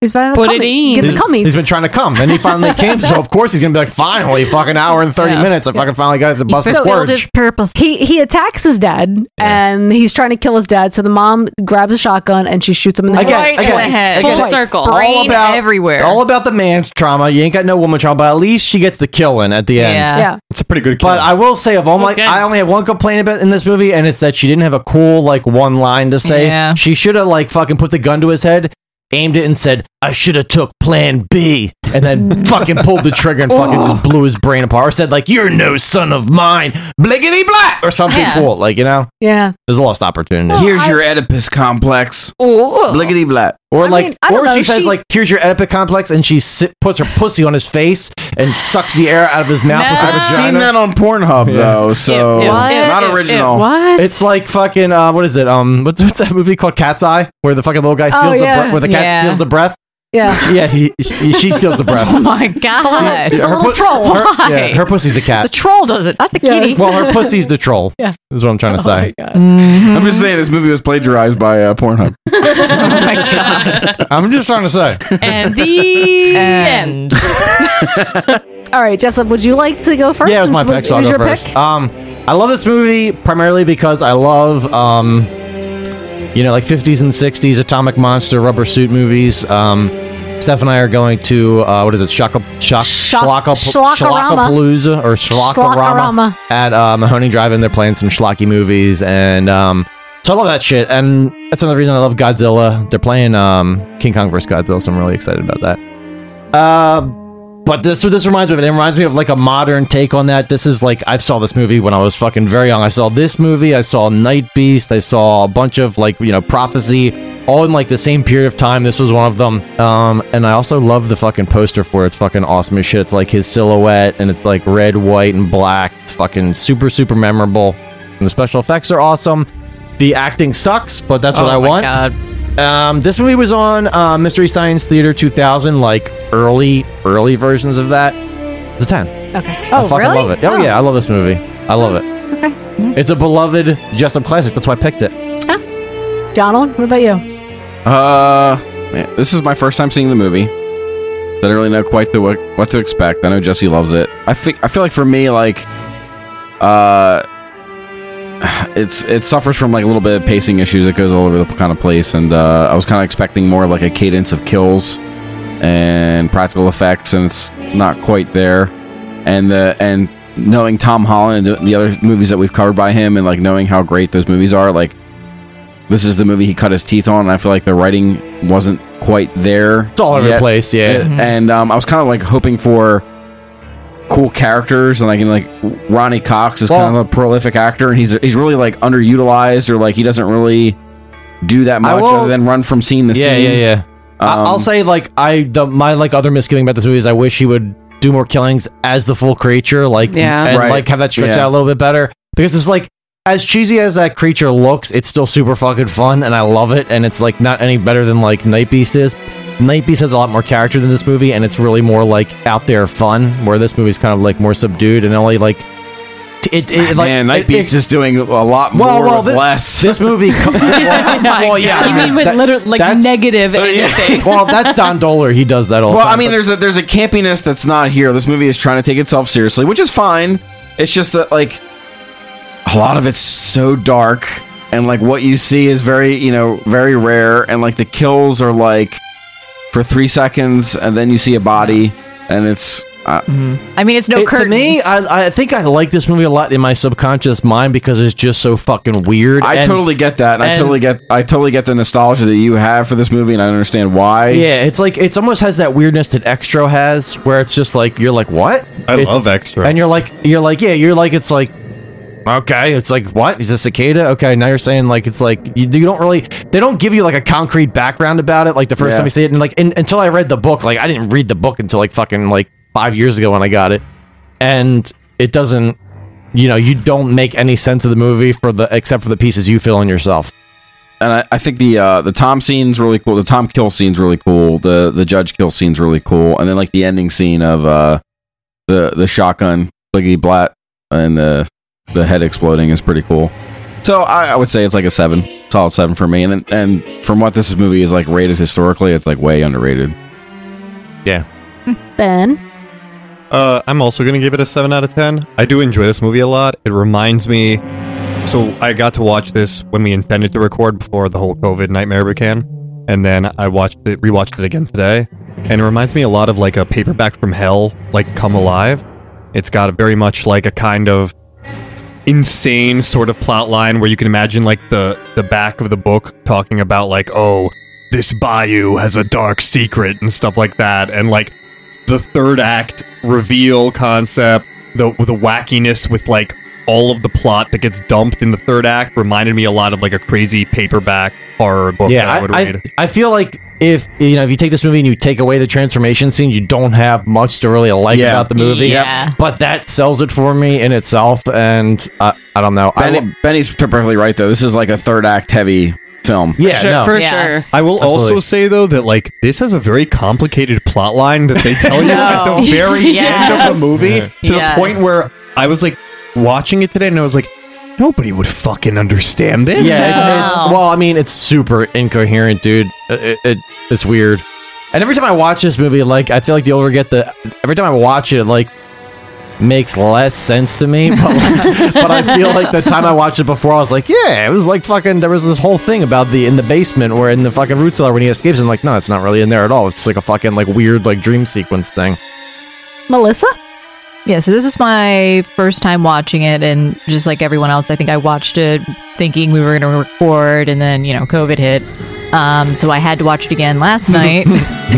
Speaker 2: he's been
Speaker 6: Put it in.
Speaker 2: Get the
Speaker 5: He's-
Speaker 2: cummies.
Speaker 5: He's been trying to come, and he finally came. So of course he's gonna be like, finally, fucking hour and thirty
Speaker 2: Yeah.
Speaker 5: minutes. I fucking finally got the bus to squirge.
Speaker 2: purpose. He he attacks his dad, and he's trying to kill his dad. So the mom grabs a shotgun and she shoots him in the
Speaker 5: Again,
Speaker 2: head.
Speaker 5: again, again,
Speaker 2: Twice.
Speaker 5: All about All about the man's trauma. You ain't got no woman trauma, but at least she gets the killing at the end.
Speaker 2: Yeah. Yeah.
Speaker 14: It's a pretty good.
Speaker 5: But I will say, of all my, I only have one complaint about in this movie, and it's that she didn't have a cool like one line to say.
Speaker 15: Yeah.
Speaker 5: She should have like fucking put the gun to his head, aimed it, and said, "I should have took Plan B," and then fucking pulled the trigger and fucking just blew his brain apart, or said like, "You're no son of mine, blickety black," or something
Speaker 2: Yeah.
Speaker 5: cool, like you know.
Speaker 2: Yeah.
Speaker 5: There's a lost opportunity.
Speaker 13: Here's your Oedipus complex.
Speaker 2: Oh.
Speaker 13: Bliggity blat.
Speaker 5: Or like,
Speaker 2: mean, I don't
Speaker 5: or
Speaker 2: know,
Speaker 5: she says
Speaker 2: she-
Speaker 5: like, "Here's your Oedipus complex," and she sit, puts her pussy on his face and sucks the air out of his mouth. with her
Speaker 13: I've
Speaker 5: vagina.
Speaker 13: seen that on Pornhub though, so
Speaker 5: Ew, ew,
Speaker 13: not
Speaker 5: ew,
Speaker 13: original.
Speaker 2: What?
Speaker 5: It's like fucking uh, what is it? Um, what's, what's that movie called? Cat's Eye, where the fucking little guy
Speaker 2: Oh,
Speaker 5: steals the
Speaker 2: yeah.
Speaker 5: breath, where the cat
Speaker 2: Yeah.
Speaker 5: steals the breath.
Speaker 2: Yeah.
Speaker 5: yeah, he, she, she steals the breath.
Speaker 15: Oh my god!
Speaker 5: Yeah,
Speaker 15: the little
Speaker 5: pu-
Speaker 15: troll.
Speaker 5: her-
Speaker 15: Why?
Speaker 5: yeah, her pussy's the
Speaker 15: the
Speaker 5: cat.
Speaker 15: troll does it, not the kitty.
Speaker 5: well, her pussy's the troll.
Speaker 15: Yeah.
Speaker 5: is what I'm
Speaker 2: Oh
Speaker 5: trying to say.
Speaker 6: Mm-hmm.
Speaker 13: I'm just saying this movie was plagiarized by uh, Pornhub.
Speaker 6: Oh
Speaker 5: I'm just trying to say.
Speaker 6: And the end.
Speaker 2: All right, Jessup, would you like to go first?
Speaker 5: Yeah, it was
Speaker 2: since
Speaker 5: my pick. So I'll
Speaker 2: was
Speaker 5: go
Speaker 2: your
Speaker 5: first.
Speaker 2: pick?
Speaker 5: Um, I love this movie primarily because I love um, you know, like 50s and 60s Atomic Monster, Rubber Suit movies. Um, Steph and I are going to uh, what is it? Shaka, shock, Shlocka,
Speaker 2: Schlockarama.
Speaker 5: Shlockalooza or
Speaker 2: Schlockarama.
Speaker 5: Shlockarama at uh, Mahoney Drive-In. They're playing some schlocky movies, and um, so I love that shit. And that's another reason I love Godzilla. They're playing um, King Kong vs. Godzilla, so I'm really excited about that. Uh, but this this reminds me of it. It reminds me of like a modern take on that. This is like I saw this movie when I was fucking very young. I saw this movie. I saw Night Beast. I saw a bunch of like you know prophecy, all in like the same period of time. This was one of them. Um, and I also love the fucking poster for it. It's fucking awesome as shit. It's like his silhouette, and it's like red, white, and black. It's fucking super super memorable. And the special effects are awesome. The acting sucks, but that's what
Speaker 6: Oh
Speaker 5: I
Speaker 6: my
Speaker 5: want.
Speaker 6: God.
Speaker 5: Um, this movie was on uh, Mystery Science Theater 2000, like early, early versions of that. It's a 10. I
Speaker 2: Okay. Oh,
Speaker 5: fucking
Speaker 2: really?
Speaker 5: love it. Oh, yeah, I love this movie. I love it. Okay. It's a beloved Jessup classic. That's why I picked it.
Speaker 2: Donald, what about you?
Speaker 13: Uh, man, this is my first time seeing the movie. I don't really know quite the what, what to expect. I know Jesse loves it. I think I feel like for me, like, uh, it's it suffers from like a little bit of pacing issues. It goes all over the kind of place, and uh, I was kind of expecting more like a cadence of kills and practical effects, and it's not quite there. And the and knowing Tom Holland and the other movies that we've covered by him, and like knowing how great those movies are, like this is the movie he cut his teeth on, and I feel like the writing wasn't quite there. It's
Speaker 5: all over the place, yeah.
Speaker 13: And, and, um, I was kind of like hoping for cool characters, and like, and, like Ronnie Cox is kind of a prolific actor, and he's he's really like underutilized, or like he doesn't really do that
Speaker 5: I
Speaker 13: much
Speaker 5: will-
Speaker 13: other than run from scene to
Speaker 5: yeah,
Speaker 13: scene.
Speaker 5: yeah, yeah. I-
Speaker 13: Um,
Speaker 5: I'll say like I the my like other misgiving about this movie is I wish he would do more killings as the full creature, like
Speaker 6: Yeah.
Speaker 5: and
Speaker 6: Right.
Speaker 5: like have that stretched
Speaker 6: Yeah.
Speaker 5: out a little bit better because it's like as cheesy as that creature looks, it's still super fucking fun and I love it and it's like not any better than like Night Beast is. Night Beast has a lot more character than this movie and it's really more like out there fun where this movie's kind of like more subdued and only like t- it, it, like
Speaker 13: Man, Night
Speaker 5: it-
Speaker 13: Beast
Speaker 5: it-
Speaker 13: is doing a lot more
Speaker 5: Well, well,
Speaker 13: with
Speaker 5: thi-
Speaker 13: less.
Speaker 5: This movie, well, yeah,
Speaker 6: Oh You mean with
Speaker 5: that-
Speaker 6: liter- like
Speaker 5: that's-
Speaker 6: negative anything?
Speaker 5: well, that's Don Doler. He does that all. the
Speaker 13: Well,
Speaker 5: time,
Speaker 13: I mean,
Speaker 5: but-
Speaker 13: there's a there's a campiness that's not here. This movie is trying to take itself seriously, which is fine. It's just that like a lot of it's so dark, and like what you see is very you know very rare, and like the kills are like for three seconds, and then you see a body, and it's. Uh,
Speaker 15: Mm-hmm. I mean, it's no
Speaker 5: It- to me,
Speaker 15: curtains.
Speaker 5: I, I think I like this movie a lot in my subconscious mind because it's just so fucking weird.
Speaker 13: I
Speaker 5: and-
Speaker 13: totally get that, and, I
Speaker 5: and-
Speaker 13: totally get I totally get the nostalgia that you have for this movie, and I understand why.
Speaker 5: Yeah, it's like it's almost has that weirdness that Extra has, where it's just like you're like, what?
Speaker 14: I
Speaker 5: It's-
Speaker 14: love Extra.
Speaker 5: and you're like, you're like, yeah, you're like, it's like, okay, it's like, what is this cicada? Okay, now you're saying like it's like you, you don't really, they don't give you like a concrete background about it. Like the first
Speaker 13: Yeah.
Speaker 5: time you see it, and like in, until I read the book, like I didn't read the book until like fucking like five years ago when I got it, and it doesn't, you know, you don't make any sense of the movie for the except for the pieces you fill in yourself.
Speaker 13: and I, I think the uh, the Tom scene's really cool. The Tom kill scene's really cool. The the judge kill scene's really cool. And then like the ending scene of uh, the the shotgun bliggity blat and the the head exploding is pretty cool. So I, I would say it's like a seven, solid seven for me. And then, and from what this movie is like rated historically, it's like way underrated.
Speaker 5: Yeah.
Speaker 2: Ben.
Speaker 14: Uh, I'm also going to give it a 7 out of 10. I do enjoy this movie a lot. It reminds me. So I got to watch this when we intended to record before the whole COVID nightmare began. And then I watched it, rewatched it again today. And it reminds me a lot of like a paperback from hell, like Come Alive. It's got a very much like a kind of insane sort of plot line where you can imagine like the the back of the book talking about like oh this bayou has a dark secret and stuff like that and like the third act reveal concept the the wackiness with like all of the plot that gets dumped in the third act reminded me a lot of like a crazy paperback horror book
Speaker 5: yeah,
Speaker 14: that I would
Speaker 5: I,
Speaker 14: read.
Speaker 5: I, I feel like if you know if you take this movie and you take away the transformation scene, you don't have much to really like
Speaker 13: Yeah.
Speaker 5: about the movie.
Speaker 13: Yeah.
Speaker 5: But that sells it for me in itself, and I, I don't know. I
Speaker 13: Benny,
Speaker 5: lo-
Speaker 13: Benny's perfectly right though. This is like a third act heavy film.
Speaker 5: Yeah, Sure, no. for Yes. sure.
Speaker 14: I will also
Speaker 5: Absolutely.
Speaker 14: say though that like this has a very complicated plot line that they tell you at
Speaker 12: No.
Speaker 14: the very end of
Speaker 12: Yes.
Speaker 14: the movie to
Speaker 12: Yes.
Speaker 14: the point where I was like watching it today and I was like nobody would fucking understand this.
Speaker 5: yeah, it- it's, well, I mean, it's super incoherent, dude. Uh, It, it- it's weird. And every time I watch this movie, like I feel like the older I get, the every time I watch it, it, like makes less sense to me. But, like, but I feel like the time I watched it before, I was like, yeah, it was like fucking. There was this whole thing about the in the basement where in the fucking root cellar when he escapes. I'm like, no, it's not really in there at all. It's like a fucking like weird like dream sequence thing.
Speaker 15: Melissa? Yeah, so this is my first time watching it, and just like everyone else, I think I watched it thinking we were going to record, and then you know COVID hit, um, so I had to watch it again last night.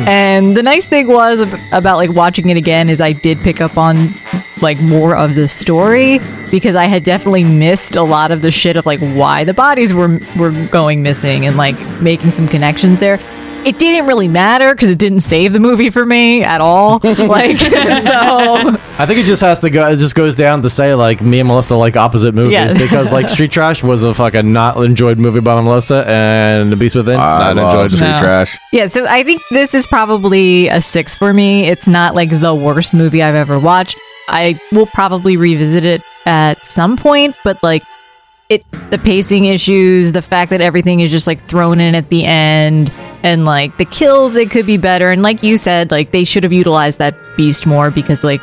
Speaker 15: and the nice thing was ab- about like watching it again is I did pick up on like more of the story because I had definitely missed a lot of the shit of like why the bodies were were going missing and like making some connections there it didn't really matter because it didn't save the movie for me at all. Like, so
Speaker 5: I think it just has to go. It just goes down to say like me and Melissa like opposite movies
Speaker 15: Yes.
Speaker 5: because like Street Trash was a fucking not enjoyed movie by Melissa and The Beast Within
Speaker 13: I
Speaker 5: not
Speaker 13: love
Speaker 5: enjoyed
Speaker 13: Street No. Trash.
Speaker 15: yeah, so I think this is probably a six for me. It's not like the worst movie I've ever watched. I will probably revisit it at some point, but like it the pacing issues, the fact that everything is just like thrown in at the end, and like the kills it could be better. And like you said, like they should have utilized that beast more because like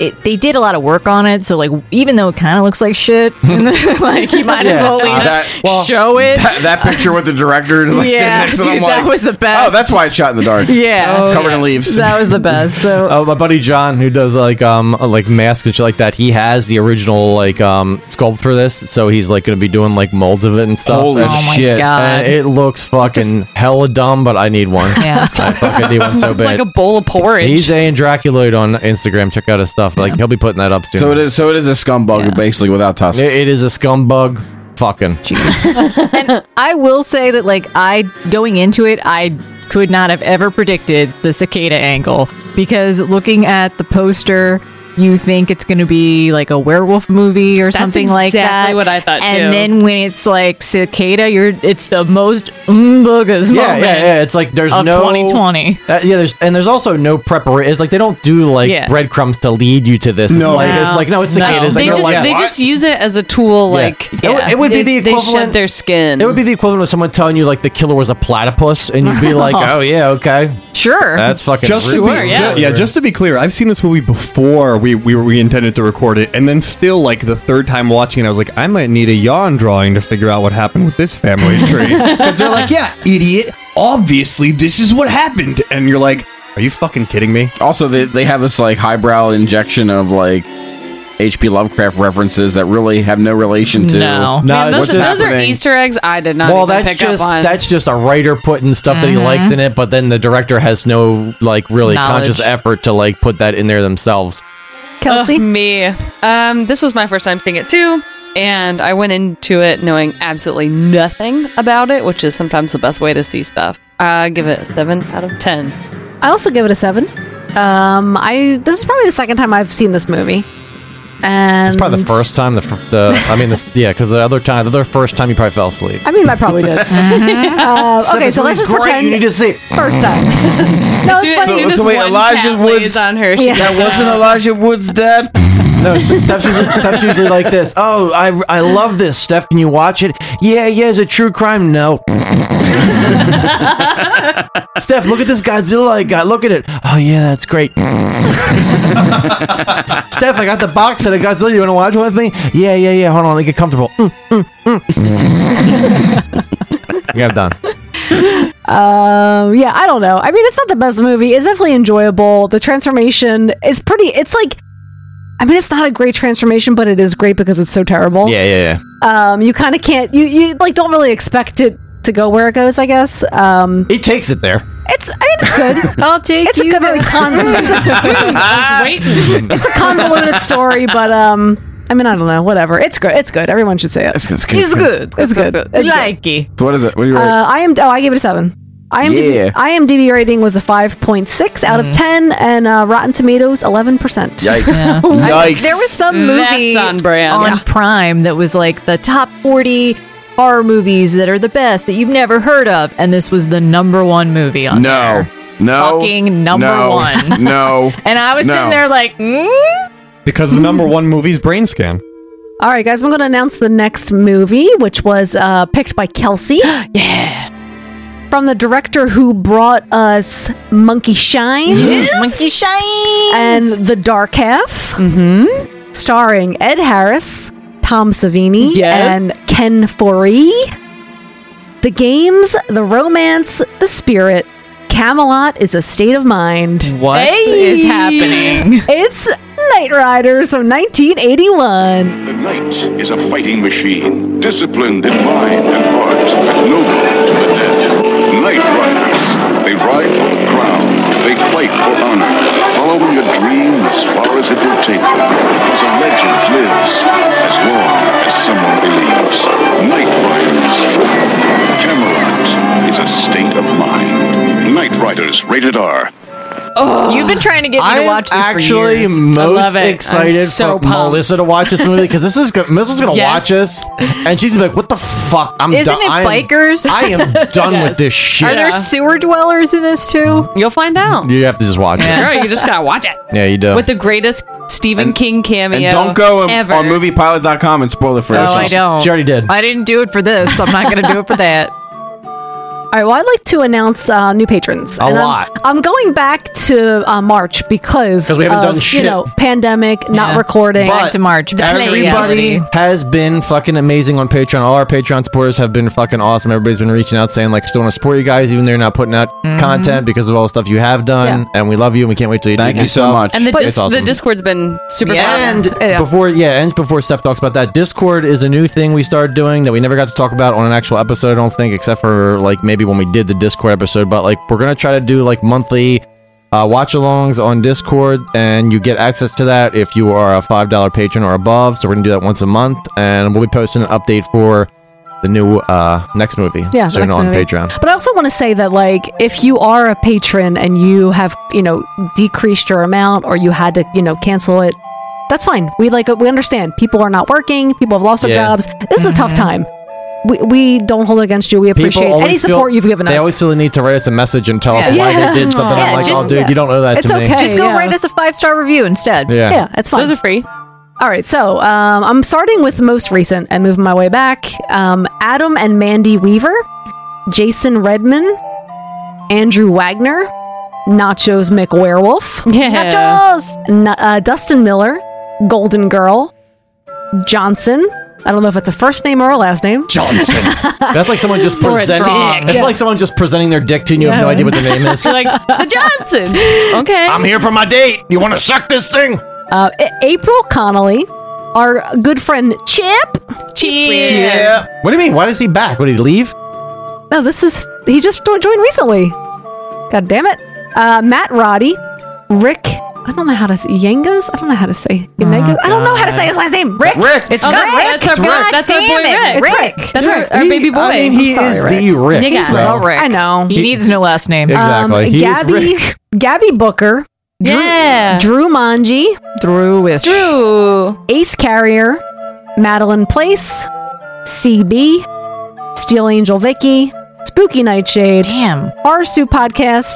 Speaker 15: it they did a lot of work on it. So like even though it kind of looks like shit, like you might as
Speaker 13: Yeah.
Speaker 15: well at least
Speaker 13: Uh, That-
Speaker 15: show it.
Speaker 13: That, that picture with the director like,
Speaker 15: Yeah,
Speaker 13: sitting next to him,
Speaker 15: dude,
Speaker 13: like,
Speaker 15: that was the best.
Speaker 13: Oh, that's why it's shot in the dark.
Speaker 15: Yeah. Oh,
Speaker 13: covered in
Speaker 15: yes.
Speaker 13: leaves.
Speaker 15: That was the best. So
Speaker 5: Uh, my buddy John, who does like um like masks and shit like that, he has the original like um sculpt for this, so he's like gonna be doing like molds of it and stuff.
Speaker 13: Holy
Speaker 5: and
Speaker 13: Oh my God.
Speaker 5: And it looks fucking hella dumb, but I need one.
Speaker 15: Yeah.
Speaker 5: I fucking need one so
Speaker 6: it's
Speaker 5: bad.
Speaker 6: like a bowl of porridge.
Speaker 5: He's a Draculoid on Instagram. Check out his stuff. Like he'll be putting that up soon.
Speaker 13: So it is. So it is a scumbug, basically without tusks.
Speaker 5: It- it is a scumbug. Fucking.
Speaker 15: and I will say that, like, I going into it, I could not have ever predicted the cicada angle because looking at the poster, you think it's going to be like a werewolf movie or
Speaker 6: That's
Speaker 15: something like that.
Speaker 6: exactly what I thought,
Speaker 15: And
Speaker 6: too.
Speaker 15: then when it's like cicada, you're it's the most umbugas
Speaker 5: Yeah,
Speaker 15: moment.
Speaker 5: yeah, yeah. It's like there's
Speaker 15: of
Speaker 5: no
Speaker 15: 2020.
Speaker 5: Uh, yeah, there's and there's also no preparation. It's like they don't do like
Speaker 6: Yeah.
Speaker 5: breadcrumbs to lead you to this. It's
Speaker 6: No.
Speaker 5: like,
Speaker 6: No.
Speaker 5: it's like no, it's
Speaker 6: No.
Speaker 5: cicadas.
Speaker 6: They
Speaker 5: Like, they're
Speaker 6: just
Speaker 5: like,
Speaker 6: they
Speaker 5: "What?"
Speaker 6: just use it as a tool.
Speaker 5: Yeah.
Speaker 6: Like
Speaker 5: It would- it would be the
Speaker 6: they shed
Speaker 5: equivalent-
Speaker 6: their skin.
Speaker 5: It would be the equivalent of someone telling you like the killer was a platypus, and you'd be like, "Oh yeah, okay,
Speaker 15: sure,
Speaker 5: that's fucking
Speaker 14: just to
Speaker 5: rude.
Speaker 14: be, ju- yeah. just to be clear, I've seen this movie before we, we we intended to record it, and then still like the third time watching, it, I was like, I might need a yawn drawing to figure out what happened with this family tree because they're like, yeah, idiot. Obviously, this is what happened, and you're like, are you fucking kidding me?
Speaker 13: Also, they they have this like highbrow injection of like H.P. Lovecraft references that really have no relation to
Speaker 6: no. Man, those,
Speaker 13: what's
Speaker 6: are- those are
Speaker 13: happening.
Speaker 6: Easter eggs. I did not.
Speaker 5: well,
Speaker 6: even
Speaker 5: that's
Speaker 6: pick
Speaker 5: just
Speaker 6: up on.
Speaker 5: that's just a writer putting stuff that he
Speaker 6: Mhm.
Speaker 5: likes in it, but then the director has no like really conscious
Speaker 6: Knowledge.
Speaker 5: effort to like put that in there themselves.
Speaker 6: Kelsey? me. Um, this was my first time seeing it too, and I went into it knowing absolutely nothing about it, which is sometimes the best way to see stuff. I give it a seven out of ten.
Speaker 2: I also give it a seven. Um, I this is probably the second time I've seen this movie, and
Speaker 5: It's probably the
Speaker 6: Mm-hmm.
Speaker 5: first time the fir- the I mean this yeah because the other time the other first time you probably fell asleep.
Speaker 2: I mean, I probably did. Uh,
Speaker 5: Said
Speaker 2: okay,
Speaker 5: this
Speaker 2: so
Speaker 5: movie's
Speaker 2: let's just
Speaker 5: great,
Speaker 2: pretend
Speaker 5: you need to see
Speaker 2: first time. no, it's funny.
Speaker 13: so, so wait, Elijah Woods
Speaker 6: on her.
Speaker 2: she
Speaker 13: That
Speaker 2: goes,
Speaker 13: wasn't
Speaker 2: uh,
Speaker 13: Elijah Woods' dad.
Speaker 5: No, Steph- Steph's usually, Steph's usually like this. Oh, I, I love this. Steph, can you watch it? Yeah, yeah, is it true crime? No. Steph, look at this Godzilla I got. Look at it. Oh, yeah, that's great. Steph, I got the box set of Godzilla. You want to watch one with me? Yeah, yeah, yeah. Hold on. Let me get comfortable. Mm, mm, mm. yeah, I'm done.
Speaker 2: Um, yeah, I don't know. I mean, it's not the best movie. It's definitely enjoyable. The transformation is pretty. It's like, I mean, it's not a great transformation, but it is great because it's so terrible.
Speaker 5: Yeah, yeah, yeah.
Speaker 2: Um, you kind of can't. You you like don't really expect it to go where it goes. I guess. Um,
Speaker 5: He takes it there.
Speaker 2: it's I mean, it's good. I'll take it's you. A good, very con- it's a convoluted story, but um. I mean, I don't know. Whatever. It's good. It's good. Everyone should say it.
Speaker 13: It's good, it's good, it's good.
Speaker 2: It's good. It's good.
Speaker 13: So what is it? What do you rate?
Speaker 2: Uh, I am. Oh, I gave it a seven. IMDb,
Speaker 13: Yeah.
Speaker 2: IMDb rating was a 5.6 out
Speaker 15: Mm-hmm.
Speaker 2: of 10, and uh, Rotten Tomatoes 11%.
Speaker 13: Yikes.
Speaker 15: Yeah. I- there was some
Speaker 6: That's
Speaker 15: movie
Speaker 6: on brand.
Speaker 15: on
Speaker 6: Yeah.
Speaker 15: Prime that was like the top 40 horror movies that are the best that you've never heard of, and this was the number one movie on
Speaker 13: No.
Speaker 15: there.
Speaker 13: No.
Speaker 15: fucking number
Speaker 14: No.
Speaker 15: one.
Speaker 13: No.
Speaker 15: and I was sitting
Speaker 14: No.
Speaker 15: there like, mm?
Speaker 14: because the number one movie's brain scan.
Speaker 2: All right, guys, I'm going to announce the next movie, which was uh, picked by Kelsey. yeah. From the director who brought us Monkey Shine.
Speaker 17: Monkey Shine.
Speaker 2: and The Dark Half. Mm-hmm. Starring Ed Harris, Tom Savini,
Speaker 17: Yes.
Speaker 2: and Ken Foree. The games, the romance, the spirit. Camelot is a state of mind.
Speaker 15: What
Speaker 2: What is
Speaker 15: is happening?
Speaker 2: It's Knight Riders from 1981.
Speaker 3: The knight is a fighting machine, disciplined in mind and heart, and noble to the dead. Knight riders, they ride for the crown, they fight for honor, following a dream as far as it will take them. As a legend lives, as long as someone believes. Knight riders. Camelot is a state of mind. Knight riders, rated R.
Speaker 17: You've been trying to get me to
Speaker 5: I'm
Speaker 17: watch this for
Speaker 5: actually
Speaker 17: years.
Speaker 5: most excited for
Speaker 17: pumped.
Speaker 5: Melissa to watch this movie because this is gonna, Melissa's gonna
Speaker 17: Yes.
Speaker 5: watch this and she's like, "What the fuck? I'm
Speaker 17: Isn't
Speaker 5: done.
Speaker 17: it
Speaker 5: I am-
Speaker 17: bikers?
Speaker 5: I am done with this shit."
Speaker 17: Are there sewer dwellers in this too?
Speaker 6: You'll find out.
Speaker 5: you have to just watch it.
Speaker 6: Girl, you just gotta watch it.
Speaker 5: Yeah, you do.
Speaker 6: With the greatest Stephen King cameo.
Speaker 13: And don't go on,
Speaker 6: ever.
Speaker 13: on moviepilot.com and spoil it for
Speaker 6: No,
Speaker 13: yourself.
Speaker 6: I don't. She already
Speaker 5: did.
Speaker 17: I didn't do it for this. so I'm not going to do it for that.
Speaker 2: All right. Well, I'd like to announce uh, new patrons.
Speaker 17: A
Speaker 2: I'm-
Speaker 17: lot.
Speaker 2: I'm, going back to uh, March because
Speaker 5: 'Cause we haven't
Speaker 2: of,
Speaker 5: done shit.
Speaker 2: You know, pandemic, not recording.
Speaker 5: But Everybody has been fucking amazing on Patreon. All our Patreon supporters have been fucking awesome. Everybody's been reaching out saying like, still want to support you guys, even though you're not putting out
Speaker 17: Mm-hmm.
Speaker 5: content because of all the stuff you have done. And we love you, and we can't wait till you
Speaker 13: Thank
Speaker 5: do
Speaker 13: you
Speaker 5: new
Speaker 13: so
Speaker 5: stuff.
Speaker 13: much.
Speaker 6: And the,
Speaker 5: It's
Speaker 6: dis- the
Speaker 5: awesome.
Speaker 6: Discord's been super fun.
Speaker 5: Before yeah, and before Steph talks about that, Discord is a new thing we started doing that we never got to talk about on an actual episode, I don't think, except for like maybe when we did the Discord episode. But like we're gonna try to do like monthly uh, watch alongs on Discord, and you get access to that if you are a five dollar patron or above. So we're gonna do that once a month, and we'll be posting an update for the new uh, next movie
Speaker 2: Yeah, the
Speaker 5: soon
Speaker 2: next
Speaker 5: on
Speaker 2: movie.
Speaker 5: Patreon.
Speaker 2: But I also want to say that, like, if you are a patron and you have, you know, decreased your amount or you had to, you know, cancel it, that's fine. We like we understand. People are not working. People have lost their
Speaker 5: Yeah.
Speaker 2: jobs. This is a
Speaker 17: Mm-hmm.
Speaker 2: tough time. We, we don't hold it against you. We appreciate
Speaker 5: always
Speaker 2: any support
Speaker 5: feel,
Speaker 2: you've given us.
Speaker 5: They always feel the need to write us a message and tell us
Speaker 2: Yeah.
Speaker 5: why
Speaker 2: Yeah.
Speaker 5: they did something.
Speaker 2: Yeah,
Speaker 5: I'm like,
Speaker 2: just-
Speaker 5: oh, dude, you don't owe that
Speaker 2: It's
Speaker 5: to me.
Speaker 2: okay.
Speaker 17: Just go
Speaker 2: yeah.
Speaker 17: write us a five star review instead.
Speaker 5: Yeah.
Speaker 2: yeah, it's fine.
Speaker 6: Those are free.
Speaker 2: All right, so um, I'm starting with most recent and moving my way back. Um, Adam and Mandy Weaver, Jason Redman, Andrew Wagner, Nachos McWerewolf,
Speaker 6: Yeah.
Speaker 2: Nachos, Na- uh, Dustin Miller, Golden Girl, Johnson. I don't know if it's a first name or a last name.
Speaker 5: Johnson. That's like someone just
Speaker 2: Or a
Speaker 5: presenting.
Speaker 2: dick.
Speaker 5: It's like someone just presenting their dick to you. and You have no idea what their name is.
Speaker 2: You're like Johnson. Okay.
Speaker 5: I'm here for my date. You want to suck this thing?
Speaker 2: Uh, A- April Connolly, our good friend Chip. Chip.
Speaker 5: What do you mean? Why is he back? What did he leave?
Speaker 2: No, this is he just jo- joined recently. God damn it. Uh, Matt Roddy, Rick. I don't know how to say Yangas. I don't know how to say Yangas. I don't know how to say his last name. Rick. Rick.
Speaker 6: It's Oh, Rick. Rick. That's our boy-
Speaker 2: God
Speaker 6: that's our
Speaker 2: damn
Speaker 6: boy
Speaker 2: it,
Speaker 6: Rick.
Speaker 2: Rick.
Speaker 6: That's our- our He- baby boy. I mean,
Speaker 2: I'm
Speaker 6: he
Speaker 2: sorry,
Speaker 6: is the Rick,
Speaker 2: He's
Speaker 6: so-
Speaker 2: like, I know.
Speaker 15: He needs no last name.
Speaker 2: Um, Gabby, Gabby Booker.
Speaker 6: Yeah.
Speaker 2: Drew, Drew Manji.
Speaker 15: Drew is
Speaker 6: Drew.
Speaker 2: Ace Carrier. Madeline Place. CB. Steel Angel Vicky. Spooky Nightshade.
Speaker 15: Damn.
Speaker 2: Arsu Podcast.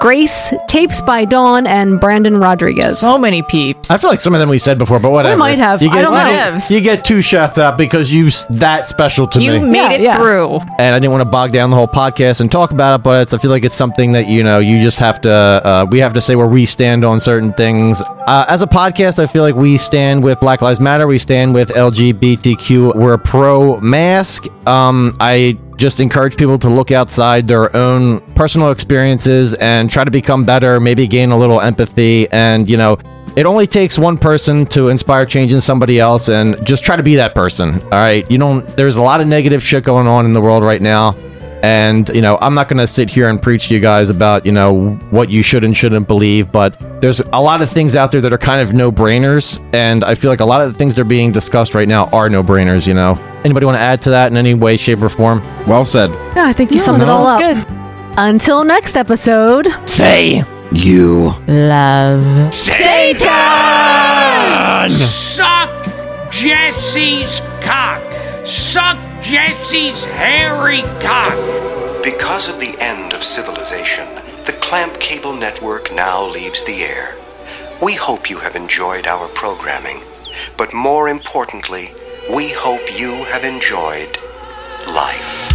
Speaker 2: Grace. Tapes by Dawn. And Brandon Rodriguez.
Speaker 15: So many peeps.
Speaker 5: I feel like some of them we said before, but whatever.
Speaker 2: might have. I don't know.
Speaker 5: You, you get two shots out because you s- that special to
Speaker 15: You
Speaker 5: me.
Speaker 15: made it
Speaker 2: yeah.
Speaker 15: through.
Speaker 5: and I didn't want to bog down the whole podcast and talk about it, but it's, I feel like it's something that you know you just have to uh, we have to say where we stand on certain things. Uh, as a podcast, I feel like we stand with Black Lives Matter, we stand with LGBTQ, we're pro mask. Um, I just encourage people to look outside their own personal experiences and try to become better, maybe gain a little empathy, and you know. It only takes one person to inspire change in somebody else, and just try to be that person. All right, you don't. There's a lot of negative shit going on in the world right now, and you know I'm not gonna sit here and preach to you guys about you know what you should and shouldn't believe, but there's a lot of things out there that are kind of no-brainers, and I feel like a lot of the things that are being discussed right now are no-brainers. You know, anybody want to add to that in any way, shape, or form?
Speaker 13: Well said.
Speaker 2: Yeah, I think you
Speaker 5: No,
Speaker 2: summed it
Speaker 5: no,
Speaker 2: all up.
Speaker 5: it's
Speaker 2: Until next episode.
Speaker 5: Say you
Speaker 15: love
Speaker 12: Satan!
Speaker 25: Suck Jesse's cock. Suck Jesse's hairy cock.
Speaker 18: Because of the end of civilization, the Clamp Cable Network now leaves the air. We hope you have enjoyed our programming, but more importantly, we hope you have enjoyed life.